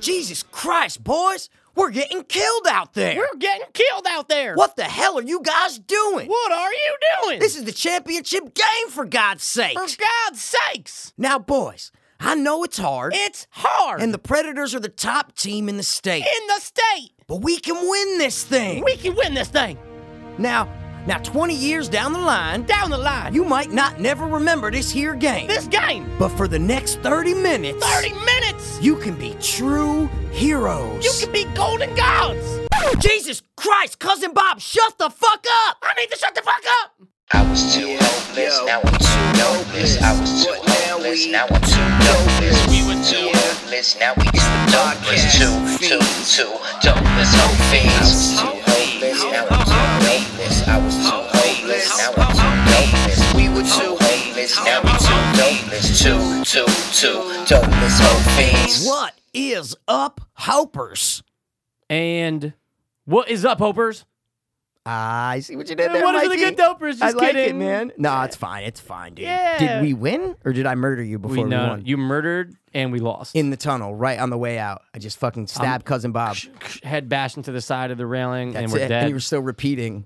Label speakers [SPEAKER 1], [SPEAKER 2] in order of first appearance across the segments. [SPEAKER 1] Jesus Christ, boys! We're getting killed out there!
[SPEAKER 2] We're getting killed out there.
[SPEAKER 1] what the hell are you guys doing?
[SPEAKER 2] What are you doing?
[SPEAKER 1] This is the championship game, for God's sake!
[SPEAKER 2] for God's sakes.
[SPEAKER 1] now, boys, I know it's hard,
[SPEAKER 2] It's hard.
[SPEAKER 1] and the Predators are the top team in the state,
[SPEAKER 2] in the state.
[SPEAKER 1] but we can win this thing!
[SPEAKER 2] We can win this thing.
[SPEAKER 1] now, now, 20 years down the line,
[SPEAKER 2] Down the line.
[SPEAKER 1] you might not never remember this here game,
[SPEAKER 2] this game.
[SPEAKER 1] but for the next 30 minutes,
[SPEAKER 2] 30 minutes.
[SPEAKER 1] you can be true heroes.
[SPEAKER 2] You can be golden gods.
[SPEAKER 1] Jesus Christ, cousin Bob, shut the fuck up!
[SPEAKER 2] I need to shut the fuck up.
[SPEAKER 3] I was too hopeless, now I'm too hopeless. I was too hopeless, now I'm too hopeless. We were too hopeless, now we too hopeless. Two, two, two, dopeless, hope fiends. Too hopeless, now I'm too hopeless. I was too hopeless, now I'm too hopeless. We were too hopeless, now we too hopeless. Two, two, two, dopeless, hope fiends.
[SPEAKER 1] What is up, Hopers?
[SPEAKER 2] And what is up, Hopers?
[SPEAKER 1] I see what you did
[SPEAKER 2] there, What is it, Mikey. the good dopers? Just
[SPEAKER 1] I like it,
[SPEAKER 2] kidding.
[SPEAKER 1] man. No, it's fine. It's fine, dude.
[SPEAKER 2] Yeah.
[SPEAKER 1] Did we win or did I murder you before we, won?
[SPEAKER 2] you murdered and we lost.
[SPEAKER 1] In the tunnel, right on the way out, I just
[SPEAKER 2] Um,
[SPEAKER 1] fucking stabbed cousin Bob.
[SPEAKER 2] Head bashed into the side of the railing and
[SPEAKER 1] That's
[SPEAKER 2] we're
[SPEAKER 1] it.
[SPEAKER 2] dead.
[SPEAKER 1] And you were still repeating,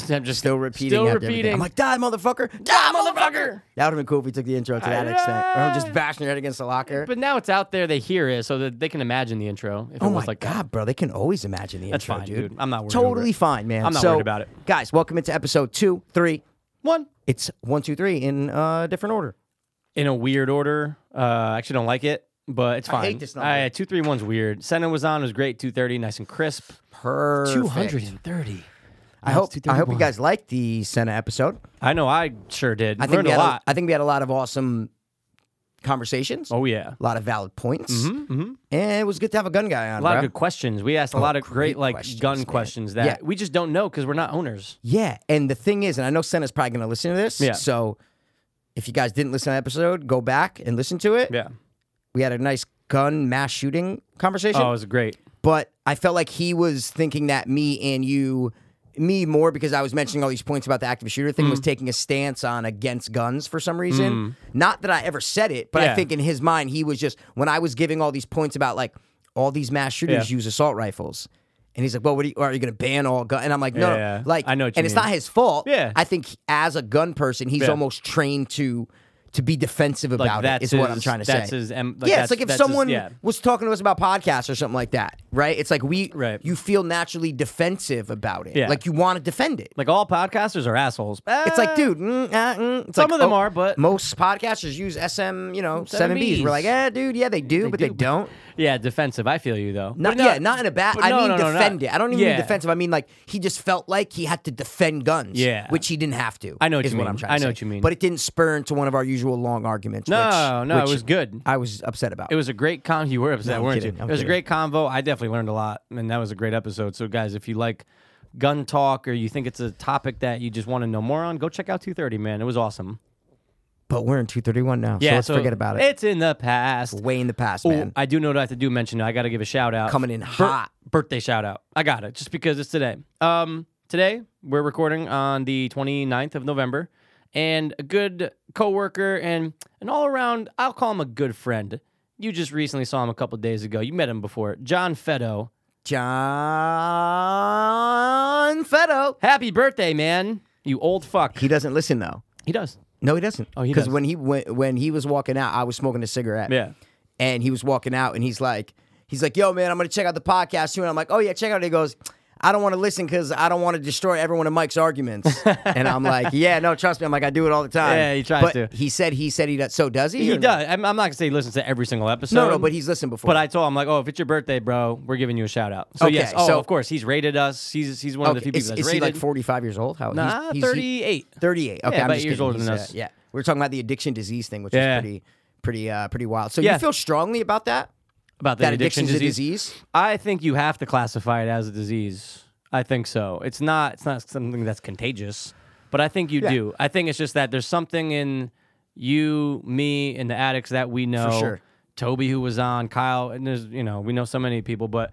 [SPEAKER 2] I'm just
[SPEAKER 1] still repeating,
[SPEAKER 2] Still
[SPEAKER 1] after everything.
[SPEAKER 2] repeating.
[SPEAKER 1] I'm like, die, motherfucker, die, motherfucker. That would have been cool if we took the intro to that extent, or just bashing your head against the locker.
[SPEAKER 2] But now it's out there. They hear it, so that they can imagine the intro. If
[SPEAKER 1] Oh
[SPEAKER 2] it
[SPEAKER 1] my
[SPEAKER 2] was like
[SPEAKER 1] god,
[SPEAKER 2] that.
[SPEAKER 1] bro! They can always imagine the
[SPEAKER 2] That's
[SPEAKER 1] intro,
[SPEAKER 2] fine, dude. I'm not worried over
[SPEAKER 1] Totally
[SPEAKER 2] it.
[SPEAKER 1] fine, man.
[SPEAKER 2] I'm not
[SPEAKER 1] So,
[SPEAKER 2] worried about it.
[SPEAKER 1] guys. Welcome into episode two, three.
[SPEAKER 2] one
[SPEAKER 1] It's one, two, three in uh, different order.
[SPEAKER 2] in a weird order. Uh, I actually don't like it, but it's fine.
[SPEAKER 1] hate this number.
[SPEAKER 2] I- two three one's weird. Senna was on it was great. Two thirty, nice and crisp.
[SPEAKER 1] Perfect.
[SPEAKER 2] Two hundred and thirty.
[SPEAKER 1] I hope. I hope you
[SPEAKER 2] 231.
[SPEAKER 1] guys liked the Senna episode.
[SPEAKER 2] I know. I sure did.
[SPEAKER 1] I think
[SPEAKER 2] Learned
[SPEAKER 1] we
[SPEAKER 2] a
[SPEAKER 1] had
[SPEAKER 2] lot.
[SPEAKER 1] I think we had a lot of awesome conversations.
[SPEAKER 2] oh yeah.
[SPEAKER 1] A lot of valid points,
[SPEAKER 2] Mm-hmm.
[SPEAKER 1] and it was good to have a gun guy on.
[SPEAKER 2] A lot of
[SPEAKER 1] bro.
[SPEAKER 2] good questions. We asked a lot of great,
[SPEAKER 1] Oh, great
[SPEAKER 2] like
[SPEAKER 1] questions,
[SPEAKER 2] gun
[SPEAKER 1] man.
[SPEAKER 2] questions that
[SPEAKER 1] Yeah.
[SPEAKER 2] we just don't know because we're not owners.
[SPEAKER 1] yeah, and the thing is, and I know Senna's probably going to listen to this.
[SPEAKER 2] Yeah.
[SPEAKER 1] So, if you guys didn't listen to that episode, go back and listen to it.
[SPEAKER 2] Yeah.
[SPEAKER 1] We had a nice gun mass shooting conversation.
[SPEAKER 2] Oh, it was great.
[SPEAKER 1] but I felt like he was thinking that me and you, me more because I was mentioning all these points about the active shooter thing,
[SPEAKER 2] Mm.
[SPEAKER 1] was taking a stance on against guns for some reason. Not that I ever said it, but I
[SPEAKER 2] Yeah.
[SPEAKER 1] think in his mind he was just when I was giving all these points about like all these mass shooters
[SPEAKER 2] Yeah.
[SPEAKER 1] use assault rifles. And he's like, "Well, what are you, are you going to ban all gun?" And I'm like, "No, no,
[SPEAKER 2] Yeah,
[SPEAKER 1] like
[SPEAKER 2] I know what you
[SPEAKER 1] and it's
[SPEAKER 2] mean.
[SPEAKER 1] not his fault.
[SPEAKER 2] Yeah.
[SPEAKER 1] I think as a gun person, he's
[SPEAKER 2] Yeah.
[SPEAKER 1] almost trained to to be defensive
[SPEAKER 2] Like
[SPEAKER 1] about
[SPEAKER 2] that's
[SPEAKER 1] it. Is what I'm
[SPEAKER 2] his-
[SPEAKER 1] trying to
[SPEAKER 2] that's
[SPEAKER 1] say.
[SPEAKER 2] his em- like,
[SPEAKER 1] yeah,
[SPEAKER 2] that's-
[SPEAKER 1] it's like if
[SPEAKER 2] that's his-
[SPEAKER 1] someone
[SPEAKER 2] yeah.
[SPEAKER 1] was talking to us about podcasts or something like that, right? It's like we,
[SPEAKER 2] Right.
[SPEAKER 1] you feel naturally defensive about it.
[SPEAKER 2] Yeah.
[SPEAKER 1] Like you want to defend it.
[SPEAKER 2] Like all podcasters are assholes.
[SPEAKER 1] It's like, dude, mm, uh, mm. It's
[SPEAKER 2] Some
[SPEAKER 1] like,
[SPEAKER 2] of them are, but-
[SPEAKER 1] most podcasters use SM, you know, seven Bs. We're like, eh, dude, yeah, they do, but
[SPEAKER 2] do,
[SPEAKER 1] they
[SPEAKER 2] but-
[SPEAKER 1] don't.
[SPEAKER 2] Yeah, defensive. I feel you though.
[SPEAKER 1] Not,
[SPEAKER 2] But no-
[SPEAKER 1] yeah, not in a bad.
[SPEAKER 2] but
[SPEAKER 1] I
[SPEAKER 2] no,
[SPEAKER 1] mean,
[SPEAKER 2] no, no, not-
[SPEAKER 1] defend it. I don't even
[SPEAKER 2] Yeah.
[SPEAKER 1] mean defensive. I mean, like he just felt like he had to defend guns.
[SPEAKER 2] Yeah.
[SPEAKER 1] which he didn't have to.
[SPEAKER 2] I know what
[SPEAKER 1] is
[SPEAKER 2] you
[SPEAKER 1] what
[SPEAKER 2] mean.
[SPEAKER 1] I'm trying.
[SPEAKER 2] I
[SPEAKER 1] to
[SPEAKER 2] know
[SPEAKER 1] say.
[SPEAKER 2] what you mean.
[SPEAKER 1] But it didn't spur into one of our usual long arguments.
[SPEAKER 2] No,
[SPEAKER 1] which-
[SPEAKER 2] no,
[SPEAKER 1] which
[SPEAKER 2] it was good.
[SPEAKER 1] I was upset about.
[SPEAKER 2] It was a great con. You were upset,
[SPEAKER 1] I'm
[SPEAKER 2] weren't
[SPEAKER 1] kidding.
[SPEAKER 2] you?
[SPEAKER 1] I'm
[SPEAKER 2] it was
[SPEAKER 1] kidding.
[SPEAKER 2] a great convo. I definitely learned a lot, and that was a great episode. So, guys, if you like gun talk or you think it's a topic that you just want to know more on, go check out 230, man. It was awesome.
[SPEAKER 1] But we're in 231 now, so
[SPEAKER 2] Yeah,
[SPEAKER 1] let's forget about it.
[SPEAKER 2] It's in the past.
[SPEAKER 1] Way in the past,
[SPEAKER 2] Ooh,
[SPEAKER 1] man.
[SPEAKER 2] I do know what I have to do mention. I got to give a shout out.
[SPEAKER 1] Coming in
[SPEAKER 2] Bir-
[SPEAKER 1] hot.
[SPEAKER 2] birthday shout out. I got it just because it's today. Um, today we're recording on the 29th of November, and a good coworker and an all around, I'll call him a good friend. You just recently saw him a couple days ago. You met him before, John Feddo.
[SPEAKER 1] John Feddo.
[SPEAKER 2] Happy birthday, man! You old fuck.
[SPEAKER 1] He doesn't listen though.
[SPEAKER 2] He does.
[SPEAKER 1] No, he doesn't.
[SPEAKER 2] Oh, he
[SPEAKER 1] Because
[SPEAKER 2] does.
[SPEAKER 1] when he went, when he was walking out, I was smoking a cigarette.
[SPEAKER 2] Yeah.
[SPEAKER 1] And he was walking out, and he's like, he's like, "Yo, man, I'm gonna check out the podcast soon." I'm like, "Oh yeah, check out." it. He goes, "I don't want to listen because I don't want to destroy everyone in Mike's arguments." and I'm like, "Yeah, no, trust me." I'm like, "I do it all the time."
[SPEAKER 2] Yeah, he tries
[SPEAKER 1] but
[SPEAKER 2] to.
[SPEAKER 1] He said he said he does. So does he? or
[SPEAKER 2] He
[SPEAKER 1] no?
[SPEAKER 2] does. I'm, I'm not gonna say he listens to every single episode.
[SPEAKER 1] No, no, but he's listened before.
[SPEAKER 2] But I told him like, oh, if it's your birthday, bro, we're giving you a shout out. So
[SPEAKER 1] Okay,
[SPEAKER 2] yes, oh,
[SPEAKER 1] so-
[SPEAKER 2] of course, he's rated us. He's he's one of the
[SPEAKER 1] Okay,
[SPEAKER 2] few people
[SPEAKER 1] is,
[SPEAKER 2] that's
[SPEAKER 1] is he
[SPEAKER 2] rated.
[SPEAKER 1] like 45 years old? How
[SPEAKER 2] Nah,
[SPEAKER 1] he's, he's,
[SPEAKER 2] 38.
[SPEAKER 1] 38. Okay,
[SPEAKER 2] Yeah,
[SPEAKER 1] I'm
[SPEAKER 2] about
[SPEAKER 1] just
[SPEAKER 2] years
[SPEAKER 1] kidding.
[SPEAKER 2] older
[SPEAKER 1] He's,
[SPEAKER 2] than
[SPEAKER 1] uh,
[SPEAKER 2] us.
[SPEAKER 1] yeah, we were talking about the addiction disease thing, which
[SPEAKER 2] Yeah.
[SPEAKER 1] is pretty, pretty, uh, pretty wild. So
[SPEAKER 2] Yeah.
[SPEAKER 1] you feel strongly about that?
[SPEAKER 2] about the
[SPEAKER 1] That
[SPEAKER 2] addiction,
[SPEAKER 1] addiction's
[SPEAKER 2] disease.
[SPEAKER 1] a disease?
[SPEAKER 2] I think you have to classify it as a disease. I think so. It's not. It's not something that's contagious, but I think you
[SPEAKER 1] Yeah.
[SPEAKER 2] do. I think it's just that there's something in you, me, and the addicts that we know.
[SPEAKER 1] sure.
[SPEAKER 2] Toby, who was on, Kyle, and there's you know we know so many people, but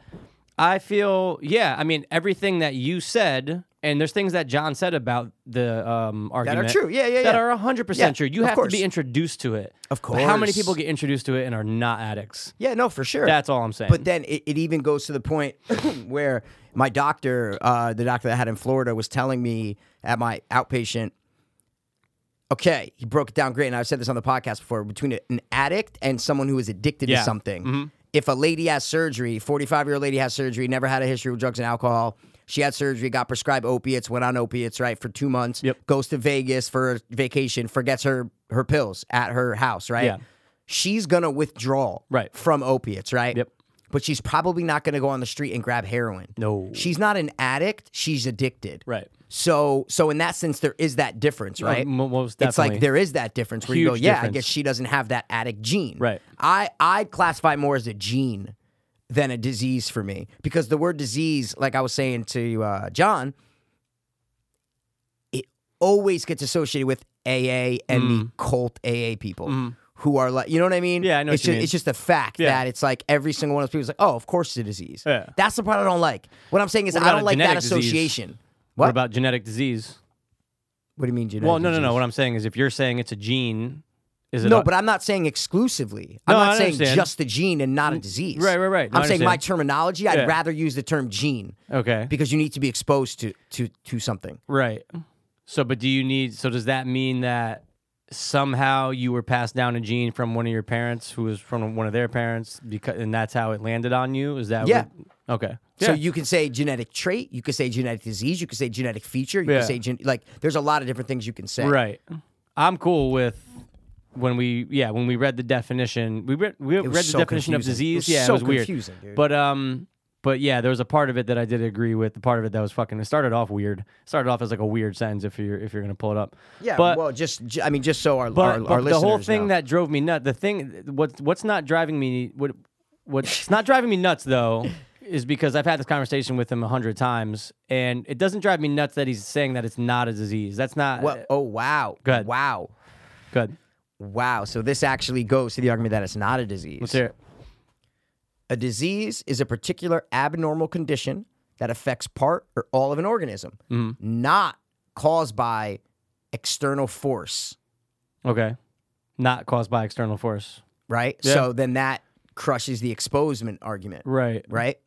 [SPEAKER 2] I feel yeah. I mean everything that you said. and there's things that John said about the um,
[SPEAKER 1] that are
[SPEAKER 2] argument
[SPEAKER 1] true. Yeah, yeah, yeah.
[SPEAKER 2] that are 100%
[SPEAKER 1] Yeah,
[SPEAKER 2] true. You
[SPEAKER 1] of
[SPEAKER 2] have to
[SPEAKER 1] course.
[SPEAKER 2] be introduced to it.
[SPEAKER 1] Of
[SPEAKER 2] But how many
[SPEAKER 1] course.
[SPEAKER 2] people get introduced to it and are not addicts?
[SPEAKER 1] yeah, no, for sure.
[SPEAKER 2] That's all I'm saying.
[SPEAKER 1] But then it, it even goes to the point where my doctor, uh, the doctor that I had in Florida, was telling me at my outpatient, okay, he broke it down great. And I've said this on the podcast before between a- an addict and someone who is addicted
[SPEAKER 2] Yeah. Mm-hmm.
[SPEAKER 1] to something. If a lady has surgery, 45 year old lady has surgery, never had a history with drugs and alcohol. She had surgery, got prescribed opiates, went on opiates, right, for two months,
[SPEAKER 2] Yep.
[SPEAKER 1] goes to Vegas for a vacation, forgets her, her pills at her house, right?
[SPEAKER 2] Yeah.
[SPEAKER 1] She's gonna withdraw
[SPEAKER 2] Right.
[SPEAKER 1] from opiates, right?
[SPEAKER 2] Yep.
[SPEAKER 1] But she's probably not going to go on the street and grab heroin.
[SPEAKER 2] No.
[SPEAKER 1] She's not an addict, she's addicted.
[SPEAKER 2] Right.
[SPEAKER 1] So so in that sense there is that difference, right?
[SPEAKER 2] Uh, mo- most
[SPEAKER 1] It's like
[SPEAKER 2] definitely.
[SPEAKER 1] there is that difference where you go,
[SPEAKER 2] Huge
[SPEAKER 1] yeah, I
[SPEAKER 2] difference.
[SPEAKER 1] guess she doesn't have that addict gene.
[SPEAKER 2] Right.
[SPEAKER 1] I I classify more as a gene than a disease for me because the word disease, like I was saying to uh, John, it always gets associated with AA and the cult AA people who are like, you know what I mean?
[SPEAKER 2] Mm. Mm-hmm. Yeah, I know
[SPEAKER 1] It's just,
[SPEAKER 2] what you mean.
[SPEAKER 1] it's just a fact
[SPEAKER 2] Yeah.
[SPEAKER 1] that it's like every single one of those people is like, oh, of course it's a disease.
[SPEAKER 2] Yeah.
[SPEAKER 1] That's the part I don't like. What I'm saying is
[SPEAKER 2] What
[SPEAKER 1] I
[SPEAKER 2] about
[SPEAKER 1] don't
[SPEAKER 2] a
[SPEAKER 1] like that
[SPEAKER 2] genetic disease?
[SPEAKER 1] association.
[SPEAKER 2] what?
[SPEAKER 1] What?
[SPEAKER 2] about genetic disease?
[SPEAKER 1] What do you mean genetic?
[SPEAKER 2] Well, no, no,
[SPEAKER 1] disease?
[SPEAKER 2] no. What I'm saying is, if you're saying it's a gene, is it
[SPEAKER 1] No,
[SPEAKER 2] a-
[SPEAKER 1] but I'm not saying exclusively.
[SPEAKER 2] No,
[SPEAKER 1] I'm not
[SPEAKER 2] I
[SPEAKER 1] saying
[SPEAKER 2] understand.
[SPEAKER 1] just the gene and not a disease.
[SPEAKER 2] right, right, right. No,
[SPEAKER 1] I'm
[SPEAKER 2] I
[SPEAKER 1] saying my
[SPEAKER 2] understand.
[SPEAKER 1] terminology.
[SPEAKER 2] Yeah.
[SPEAKER 1] I'd rather use the term gene
[SPEAKER 2] okay,
[SPEAKER 1] because you need to be exposed to to to something.
[SPEAKER 2] right. So, but do you need? So, does that mean that somehow you were passed down a gene from one of your parents, who was from one of their parents, because and that's how it landed on you? Is that
[SPEAKER 1] Yeah.
[SPEAKER 2] What, okay.
[SPEAKER 1] So
[SPEAKER 2] Yeah.
[SPEAKER 1] you can say genetic trait, you could say genetic disease, you could say genetic feature, you
[SPEAKER 2] Yeah.
[SPEAKER 1] could say gen- like there's a lot of different things you can say.
[SPEAKER 2] Right. I'm cool with when we yeah when we read the definition we read we
[SPEAKER 1] was
[SPEAKER 2] read the
[SPEAKER 1] so
[SPEAKER 2] definition of
[SPEAKER 1] confusing. It was
[SPEAKER 2] disease yeah
[SPEAKER 1] so
[SPEAKER 2] it was weird
[SPEAKER 1] confusing, dude.
[SPEAKER 2] but um but yeah there was a part of it that I did agree with the part of it that was fucking it started off weird started off as like a weird sentence if you're if you're gonna pull it up
[SPEAKER 1] Yeah.
[SPEAKER 2] but
[SPEAKER 1] well, just j- I mean, just so our
[SPEAKER 2] but,
[SPEAKER 1] our,
[SPEAKER 2] but
[SPEAKER 1] our
[SPEAKER 2] the whole
[SPEAKER 1] listeners
[SPEAKER 2] thing
[SPEAKER 1] know.
[SPEAKER 2] that drove me nuts the thing what what's not driving me what what's not driving me nuts though is because I've had this conversation with him a hundred times and it doesn't drive me nuts that he's saying that it's not a disease that's not
[SPEAKER 1] Well, oh wow.
[SPEAKER 2] Go ahead.
[SPEAKER 1] Wow.
[SPEAKER 2] good
[SPEAKER 1] Wow. So this actually goes to the argument that it's not a disease.
[SPEAKER 2] let's hear it.
[SPEAKER 1] A disease is a particular abnormal condition that affects part or all of an organism,
[SPEAKER 2] Mm-hmm.
[SPEAKER 1] not caused by external force,
[SPEAKER 2] Okay. Not caused by external force.
[SPEAKER 1] right?
[SPEAKER 2] Yeah.
[SPEAKER 1] So then that crushes the exposement argument,
[SPEAKER 2] Right.
[SPEAKER 1] right?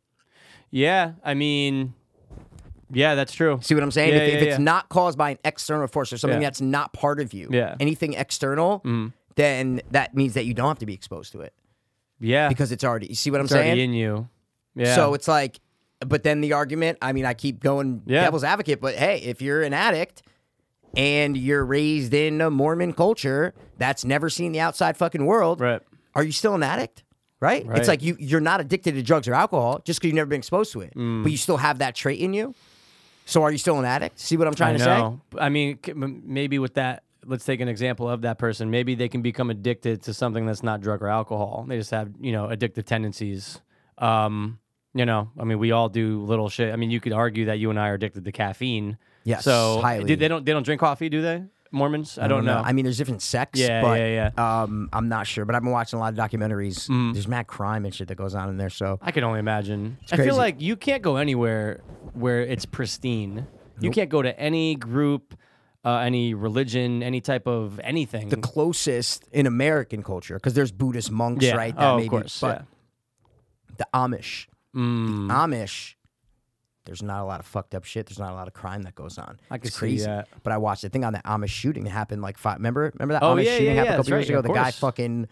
[SPEAKER 2] Yeah. I mean, yeah, that's true.
[SPEAKER 1] See what I'm saying?
[SPEAKER 2] Yeah,
[SPEAKER 1] if if
[SPEAKER 2] yeah,
[SPEAKER 1] it's
[SPEAKER 2] yeah.
[SPEAKER 1] not caused by an external force or something
[SPEAKER 2] Yeah.
[SPEAKER 1] that's not part of you,
[SPEAKER 2] Yeah. Mm-hmm.
[SPEAKER 1] anything external, then that means that you don't have to be exposed to it
[SPEAKER 2] yeah.
[SPEAKER 1] because it's already, you see what I'm
[SPEAKER 2] Ah. it's already
[SPEAKER 1] saying?
[SPEAKER 2] in you. Yeah.
[SPEAKER 1] So it's like, but then the argument, I mean, I keep going
[SPEAKER 2] Yeah.
[SPEAKER 1] devil's advocate, but hey, if you're an addict and you're raised in a Mormon culture that's never seen the outside fucking world,
[SPEAKER 2] right.
[SPEAKER 1] are you still an addict? Right?
[SPEAKER 2] Right.
[SPEAKER 1] It's like you you're not addicted to drugs or alcohol just because you've never been exposed to it,
[SPEAKER 2] Mm.
[SPEAKER 1] but you still have that trait in you. So are you still an addict? See what I'm
[SPEAKER 2] I
[SPEAKER 1] trying to say?
[SPEAKER 2] know. I mean, c- m- maybe with that, let's take an example of that person. Maybe they can become addicted to something that's not drug or alcohol. They just have, you know, addictive tendencies. Um, you know, I mean, we all do little shit. I mean, you could argue that you and I are addicted to caffeine.
[SPEAKER 1] Yes,
[SPEAKER 2] So
[SPEAKER 1] highly.
[SPEAKER 2] do- they don't they don't drink coffee, do they? Mormons? I, don't, know.
[SPEAKER 1] I mean, there's different sects.
[SPEAKER 2] Yeah,
[SPEAKER 1] but,
[SPEAKER 2] yeah, Mm.
[SPEAKER 1] Um, I'm not sure, but I've been watching a lot of documentaries. There's mad crime and shit that goes on in there. So
[SPEAKER 2] I can only imagine. I
[SPEAKER 1] crazy.
[SPEAKER 2] feel like you can't go anywhere where it's pristine. You can't go to any group, uh, any religion, any type of anything.
[SPEAKER 1] the closest in American culture because there's Buddhist monks,
[SPEAKER 2] yeah.
[SPEAKER 1] right?
[SPEAKER 2] oh,
[SPEAKER 1] maybe-
[SPEAKER 2] of course.
[SPEAKER 1] But the Amish,
[SPEAKER 2] yeah. Mm,
[SPEAKER 1] the Amish, there's not a lot of fucked up shit. There's not a lot of crime that goes on.
[SPEAKER 2] I could
[SPEAKER 1] it's
[SPEAKER 2] see
[SPEAKER 1] crazy.
[SPEAKER 2] that.
[SPEAKER 1] But I watched the thing on the Amish shooting that happened like five. Remember, remember that
[SPEAKER 2] Oh,
[SPEAKER 1] Amish
[SPEAKER 2] yeah,
[SPEAKER 1] shooting
[SPEAKER 2] yeah,
[SPEAKER 1] happened
[SPEAKER 2] yeah,
[SPEAKER 1] a couple
[SPEAKER 2] that's
[SPEAKER 1] years
[SPEAKER 2] right,
[SPEAKER 1] ago.
[SPEAKER 2] of
[SPEAKER 1] the guy
[SPEAKER 2] course.
[SPEAKER 1] fucking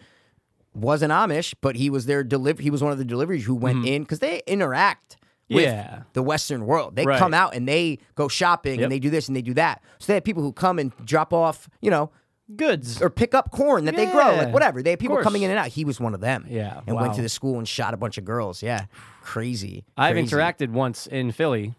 [SPEAKER 1] wasn't Amish, but he was their deliver. He was one of the deliveries who went in because they interact. With
[SPEAKER 2] Mm-hmm. Yeah.
[SPEAKER 1] the Western world, they
[SPEAKER 2] Right.
[SPEAKER 1] come out and they go shopping
[SPEAKER 2] Yep.
[SPEAKER 1] and they do this and they do that. So they have people who come and drop off, you know,
[SPEAKER 2] goods.
[SPEAKER 1] or pick up corn that they grow, like
[SPEAKER 2] Yeah,
[SPEAKER 1] whatever. They have
[SPEAKER 2] of
[SPEAKER 1] people
[SPEAKER 2] course.
[SPEAKER 1] coming in and out. He was one of them.
[SPEAKER 2] Yeah,
[SPEAKER 1] and went to
[SPEAKER 2] wow.
[SPEAKER 1] the school and shot a bunch of girls. Yeah, crazy.
[SPEAKER 2] I've
[SPEAKER 1] crazy.
[SPEAKER 2] interacted once in Philly